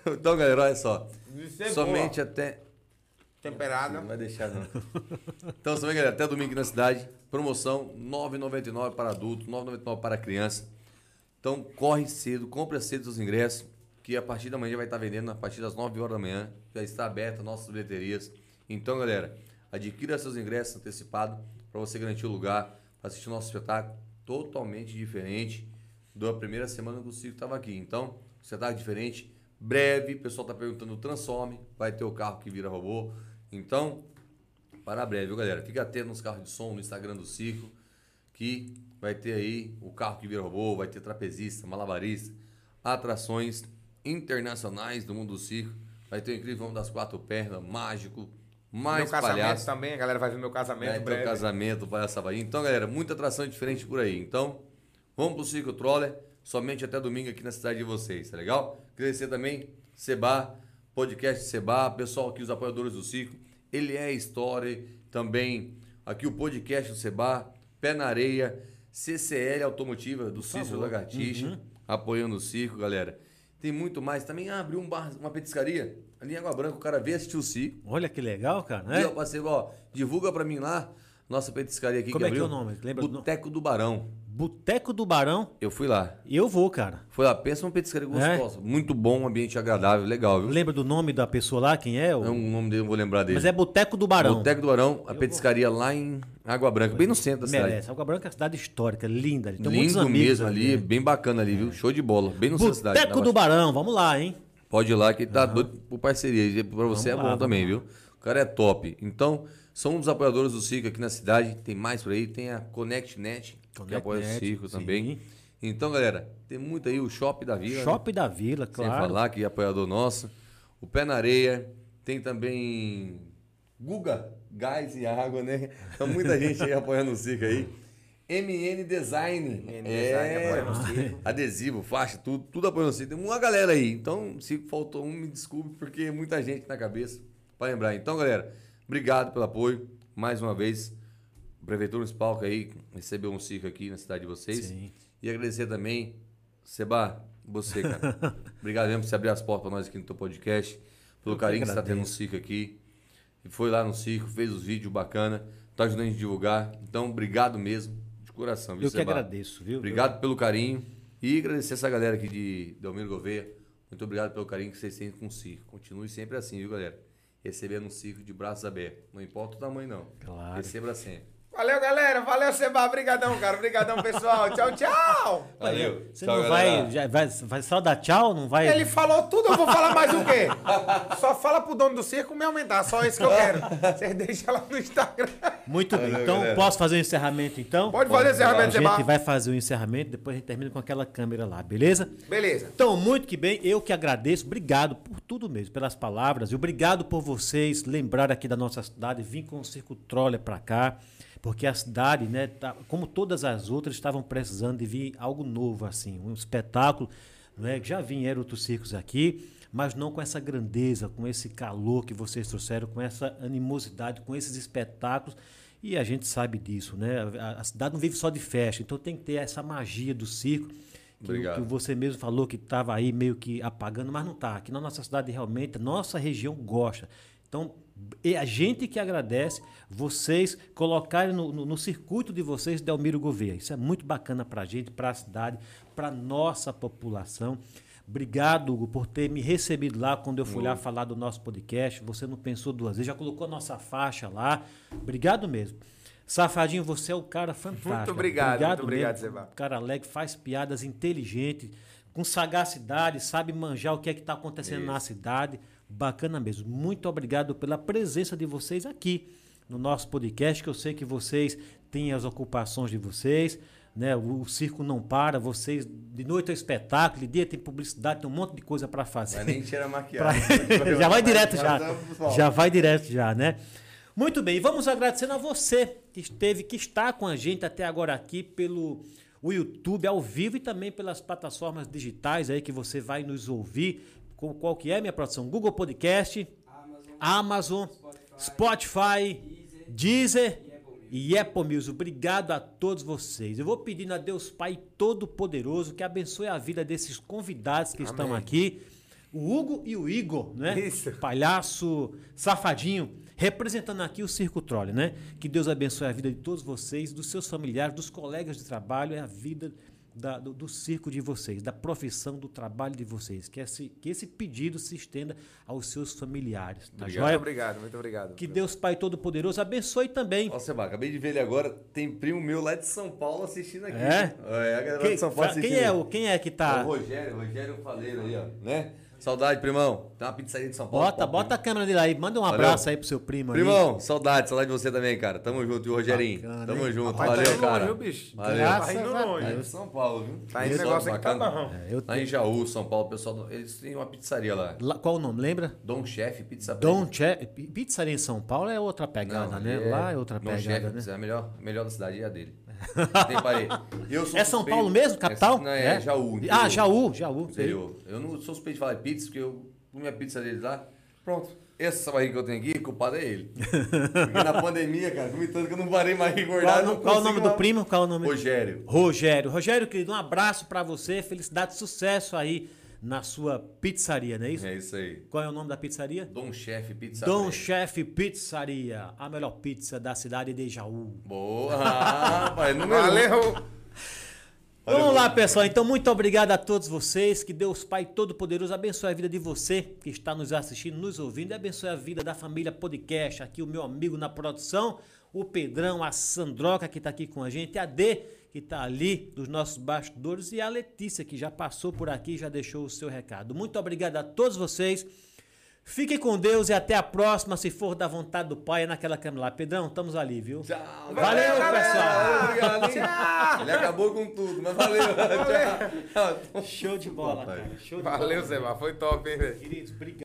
Speaker 3: Então, galera, olha só.
Speaker 2: Isso é
Speaker 3: Somente até
Speaker 2: Temperada.
Speaker 3: Ah,
Speaker 2: né?
Speaker 3: Não vai deixar, não. então, você vê, galera, até domingo aqui na cidade. Promoção: R$ 9,99 para adulto, R$ 9,99 para criança. Então, corre cedo, compra cedo seus ingressos, que a partir da manhã já vai estar vendendo, a partir das 9 horas da manhã. Já está aberta nossas bilheterias. Então, galera, adquira seus ingressos antecipados para você garantir o lugar, para assistir o nosso espetáculo totalmente diferente da primeira semana que o Ciro estava aqui. Então, espetáculo diferente, breve. O pessoal está perguntando: transforme, vai ter o carro que vira robô. Então, para breve, viu, galera? Fica atento nos carros de som, no Instagram do Ciclo, que vai ter aí o carro que vira robô, vai ter trapezista, malabarista, atrações internacionais do mundo do circo. Vai ter o incrível Homem das Quatro Pernas, mágico, mais
Speaker 2: meu casamento
Speaker 3: palhaço.
Speaker 2: também, a galera vai ver meu casamento
Speaker 3: É,
Speaker 2: em
Speaker 3: então,
Speaker 2: breve.
Speaker 3: casamento, palhaço Havaí. Então, galera, muita atração diferente por aí. Então, vamos pro Circo Troller, somente até domingo aqui na cidade de vocês, tá legal? Agradecer também, Seba, podcast Seba, pessoal aqui, os apoiadores do Circo. Ele é Story, também aqui o podcast do Seba, Pé na Areia, CCL Automotiva do Cício Lagartixa,
Speaker 2: Uhum.
Speaker 3: apoiando o Circo, galera. Tem muito mais. Também ah, abriu um bar, uma petiscaria ali em Água Branca, o cara veio assistir o Circo.
Speaker 1: Olha que legal, cara,
Speaker 3: Viu,
Speaker 1: né?
Speaker 3: parceiro, ó, divulga pra mim lá nossa petiscaria aqui
Speaker 1: Como é
Speaker 3: que
Speaker 1: que é
Speaker 3: abriu.
Speaker 1: o nome? Lembra do nome?
Speaker 3: Boteco do Barão.
Speaker 1: Boteco do Barão,
Speaker 3: Eu fui lá.
Speaker 1: eu vou, cara.
Speaker 3: Foi lá, pensa numa
Speaker 1: É?
Speaker 3: petiscaria gostosa. Muito bom, um ambiente agradável, legal, viu?
Speaker 1: Lembra do nome da pessoa lá, quem é?
Speaker 3: É um nome dele, não vou lembrar dele.
Speaker 1: Mas é Boteco do Barão.
Speaker 3: Boteco do Barão, a petiscaria lá em Água Branca, bem no centro da cidade.
Speaker 1: Merece. Água Branca é uma cidade histórica, linda. Tem muitos
Speaker 3: Lindo
Speaker 1: amigos né?
Speaker 3: mesmo ali, bem bacana ali, viu? Show de bola, bem no centro da é cidade.
Speaker 1: Boteco
Speaker 3: na
Speaker 1: do Barão, vamos lá, hein?
Speaker 3: Pode ir lá que ele tá doido por parceria. E Pra você
Speaker 1: Vamos lá,
Speaker 3: é bom
Speaker 1: vamos
Speaker 3: também, viu? O cara é top. Então, são um dos apoiadores do Circo aqui na cidade. Tem mais por aí. Tem a ConnectNet, que é
Speaker 1: ConnectNet,
Speaker 3: apoia o Circo
Speaker 1: sim.
Speaker 3: também. Então, galera, tem muito aí o Shop da Vila. né?
Speaker 1: Shopping da Vila,
Speaker 3: Sem
Speaker 1: claro.
Speaker 3: falar que é apoiador nosso. O Pé na Areia. Tem também Guga, Gás e Água, né? Então, muita gente aí apoiando o Circo aí. MN Design.
Speaker 2: MN Design
Speaker 3: é,
Speaker 2: apoiando o Circo.
Speaker 3: adesivo, faixa, tudo, tudo apoiando o Tem uma galera aí. Então, se faltou um, me desculpe, porque é muita gente na cabeça para lembrar. Então, galera, obrigado pelo apoio. Mais uma vez, a Prefeitura Municipal que aí recebeu um circo aqui na cidade de vocês.
Speaker 1: Sim.
Speaker 3: E agradecer também, Seba, você, cara. obrigado mesmo por você abrir as portas para nós aqui no teu podcast. Pelo
Speaker 1: Eu que
Speaker 3: carinho que você está tendo no
Speaker 1: agradeço.
Speaker 3: circo aqui. E foi lá no circo, fez os vídeos bacana, tá ajudando a gente a divulgar. Então, obrigado mesmo, de coração. Viu,
Speaker 1: Eu que
Speaker 3: Seba?
Speaker 1: agradeço, viu?
Speaker 3: Obrigado pelo carinho e agradecer essa galera aqui de Delmiro Gouveia. Muito obrigado pelo carinho que vocês têm com o circo. Continue sempre assim, viu, galera? Recebendo um circo de braços abertos. Não importa o tamanho, não.
Speaker 1: Claro.
Speaker 3: Receba sempre.
Speaker 2: Valeu, galera. Valeu, Seba. Obrigadão, cara. Obrigadão, pessoal. Tchau, tchau.
Speaker 3: Valeu.
Speaker 1: Você
Speaker 3: Tchau,
Speaker 1: não
Speaker 3: galera.
Speaker 1: vai, já- vai, vai só dar tchau? Não vai.
Speaker 2: Ele falou tudo, eu vou falar mais o quê? Só fala pro dono do circo me aumentar, só isso que eu quero. Vocês deixam lá no Instagram.
Speaker 1: Muito bem.
Speaker 3: Valeu,
Speaker 1: então,
Speaker 3: galera.
Speaker 1: posso fazer o encerramento então?
Speaker 2: Pode fazer esse
Speaker 1: A
Speaker 2: ferramenta,
Speaker 1: gente
Speaker 2: Seba.
Speaker 1: vai fazer o encerramento, depois a gente termina com aquela câmera lá, beleza?
Speaker 2: Beleza.
Speaker 1: Então, muito que bem, eu que agradeço, obrigado por tudo mesmo, pelas palavras, e obrigado por vocês lembrar aqui da nossa cidade, vim com o Circo Troller para cá, porque a cidade, né, tá- como todas as outras, estavam precisando de vir algo novo, assim, um espetáculo, né, já vieram outros circos aqui, mas não com essa grandeza, com esse calor que vocês trouxeram, com essa animosidade, com esses espetáculos, e a gente sabe disso, né, a, a cidade não vive só de festa, então tem que ter essa magia do circo, que, o-
Speaker 3: Obrigado.
Speaker 1: que o você mesmo falou que estava aí meio que apagando, mas não está. Aqui na nossa cidade realmente, a nossa região gosta. Então, é a gente que agradece vocês colocarem no, no- no circuito de vocês Delmiro Gouveia. Isso é muito bacana para a gente, para a cidade, para nossa população. Obrigado, Hugo, por ter me recebido lá quando eu fui lá falar do nosso podcast. Você não pensou duas vezes, já colocou a nossa faixa lá. Obrigado mesmo. Safadinho, você é o cara fantástico.
Speaker 2: obrigado, muito obrigado,
Speaker 1: mesmo.
Speaker 2: Zeba.
Speaker 1: O cara alegre, faz piadas inteligentes, com sagacidade, sabe manjar o que é que está acontecendo na cidade. Bacana mesmo. Muito obrigado pela presença de vocês aqui no nosso podcast, que eu sei que vocês têm as ocupações de vocês, né? O, o circo não para, vocês de noite é espetáculo, de dia tem publicidade, tem um monte de coisa para fazer.
Speaker 3: Mas é nem tira a
Speaker 1: Pra-
Speaker 3: maquiagem.
Speaker 1: já vai direto já. Já vai direto já, né? Muito bem, vamos agradecendo a você que esteve, que está com a gente até agora aqui pelo o YouTube ao vivo e também pelas plataformas digitais aí que você vai nos ouvir. Com qual que é, minha produção? Google Podcast,
Speaker 4: Amazon,
Speaker 1: Amazon, Spotify, Deezer e Apple Music. Obrigado a todos vocês. Eu vou pedindo a Deus Pai Todo-Poderoso que abençoe a vida desses convidados que estão aqui. O Hugo e o Igor, né?
Speaker 2: Isso.
Speaker 1: Palhaço safadinho. representando aqui o Circo Trole, né? Que Deus abençoe a vida de todos vocês, dos seus familiares, dos colegas de trabalho, é a vida da- do, do circo de vocês, da profissão, do trabalho de vocês. Que esse, que esse pedido se estenda aos seus familiares. Tá
Speaker 2: Muito
Speaker 1: joia?
Speaker 2: obrigado, muito obrigado.
Speaker 1: Que Deus Pai Todo-Poderoso abençoe também.
Speaker 3: Ó, Seba, acabei de ver ele agora. Tem primo meu lá de São Paulo assistindo aqui.
Speaker 1: É?
Speaker 3: É, a galera
Speaker 1: Quem,
Speaker 3: de São Paulo
Speaker 1: fa-
Speaker 3: assistindo.
Speaker 1: quem é
Speaker 3: aí.
Speaker 1: o quem é que
Speaker 3: É
Speaker 1: tá?
Speaker 3: O Rogério, Rogério Faleiro aí, ó. Né? Saudade, primão. Tem uma pizzaria de São Paulo.
Speaker 1: Bota,
Speaker 3: Pau,
Speaker 1: bota a câmera dele aí, manda um
Speaker 3: Valeu.
Speaker 1: abraço aí pro seu primo aí.
Speaker 3: Primão, saudade, saudade de você também, cara. Tamo junto, viu, Rogerinho?
Speaker 1: Bacana,
Speaker 3: Tamo
Speaker 1: hein?
Speaker 3: junto,
Speaker 2: Rapaz, tá
Speaker 3: valeu,
Speaker 2: indo longe,
Speaker 3: cara.
Speaker 2: viu, bicho?
Speaker 3: Valeu.
Speaker 1: Graças
Speaker 2: Tá indo
Speaker 1: a
Speaker 2: longe.
Speaker 3: Tá indo São Paulo, viu?
Speaker 2: Tá indo
Speaker 3: Pessoal
Speaker 2: negócio aqui, tá
Speaker 3: bacana.
Speaker 2: barrão.
Speaker 1: É, eu
Speaker 3: Lá em Jaú, São Paulo, o pessoal, do- eles têm uma pizzaria lá.
Speaker 1: Lá- qual o nome, lembra?
Speaker 3: Dom Chef Pizza
Speaker 1: Dom Che... Pi- Pizzaria em São Paulo é outra
Speaker 3: Não,
Speaker 1: pegada,
Speaker 3: ali
Speaker 1: né? Lá é outra
Speaker 3: Dom Chef
Speaker 1: pegada, né?
Speaker 3: Pizza, É a melhor, melhor da cidade é a dele. Tem parede. Eu sou
Speaker 1: É São
Speaker 3: suspeito-
Speaker 1: Paulo mesmo, capital?
Speaker 3: É, não, é, Jaú.
Speaker 1: Ah,
Speaker 3: interior.
Speaker 1: Jaú, Jaú.
Speaker 3: Interior. Eu não sou suspeito de falar de pizza, porque eu comi a pizza dele lá. Pronto. Essa barriga que eu tenho aqui, culpado é ele. Porque na pandemia, cara, comi tanto que eu não parei mais de engordar.
Speaker 1: Qual,
Speaker 3: eu não
Speaker 1: qual o
Speaker 3: consigo
Speaker 1: nome
Speaker 3: mais.
Speaker 1: do primo? Qual o nome?
Speaker 3: Rogério.
Speaker 1: Rogério. Rogério, querido, um abraço pra você, felicidade, sucesso aí na sua pizzaria, não é isso?
Speaker 3: É isso aí.
Speaker 1: Qual é o nome da pizzaria?
Speaker 3: Dom Chef Pizza.
Speaker 1: Dom
Speaker 3: Break.
Speaker 1: Chef Pizzaria, a melhor pizza da cidade de Jaú.
Speaker 3: Boa, rapaz. Número um.
Speaker 2: Valeu!
Speaker 1: Vamos lá, pessoal. Então, muito obrigado a todos vocês. Que Deus Pai Todo-Poderoso abençoe a vida de você que está nos assistindo, nos ouvindo e abençoe a vida da família Podcast. Aqui o meu amigo na produção, o Pedrão, a Sandroca que está aqui com a gente, a D que está ali dos nossos bastidores e a Letícia que já passou por aqui e já deixou o seu recado. Muito obrigado a todos vocês. Fiquem com Deus e até a próxima, se for da vontade do Pai, é naquela câmera lá. Pedrão, estamos ali, viu?
Speaker 3: Tchau.
Speaker 1: Valeu, pessoal.
Speaker 3: Obrigado, hein? Ele acabou com tudo, mas valeu. Tchau.
Speaker 1: Show de bola, cara. Show de bola.
Speaker 2: Valeu, Zeba, foi top, hein, velho?
Speaker 1: Queridos, obrigado.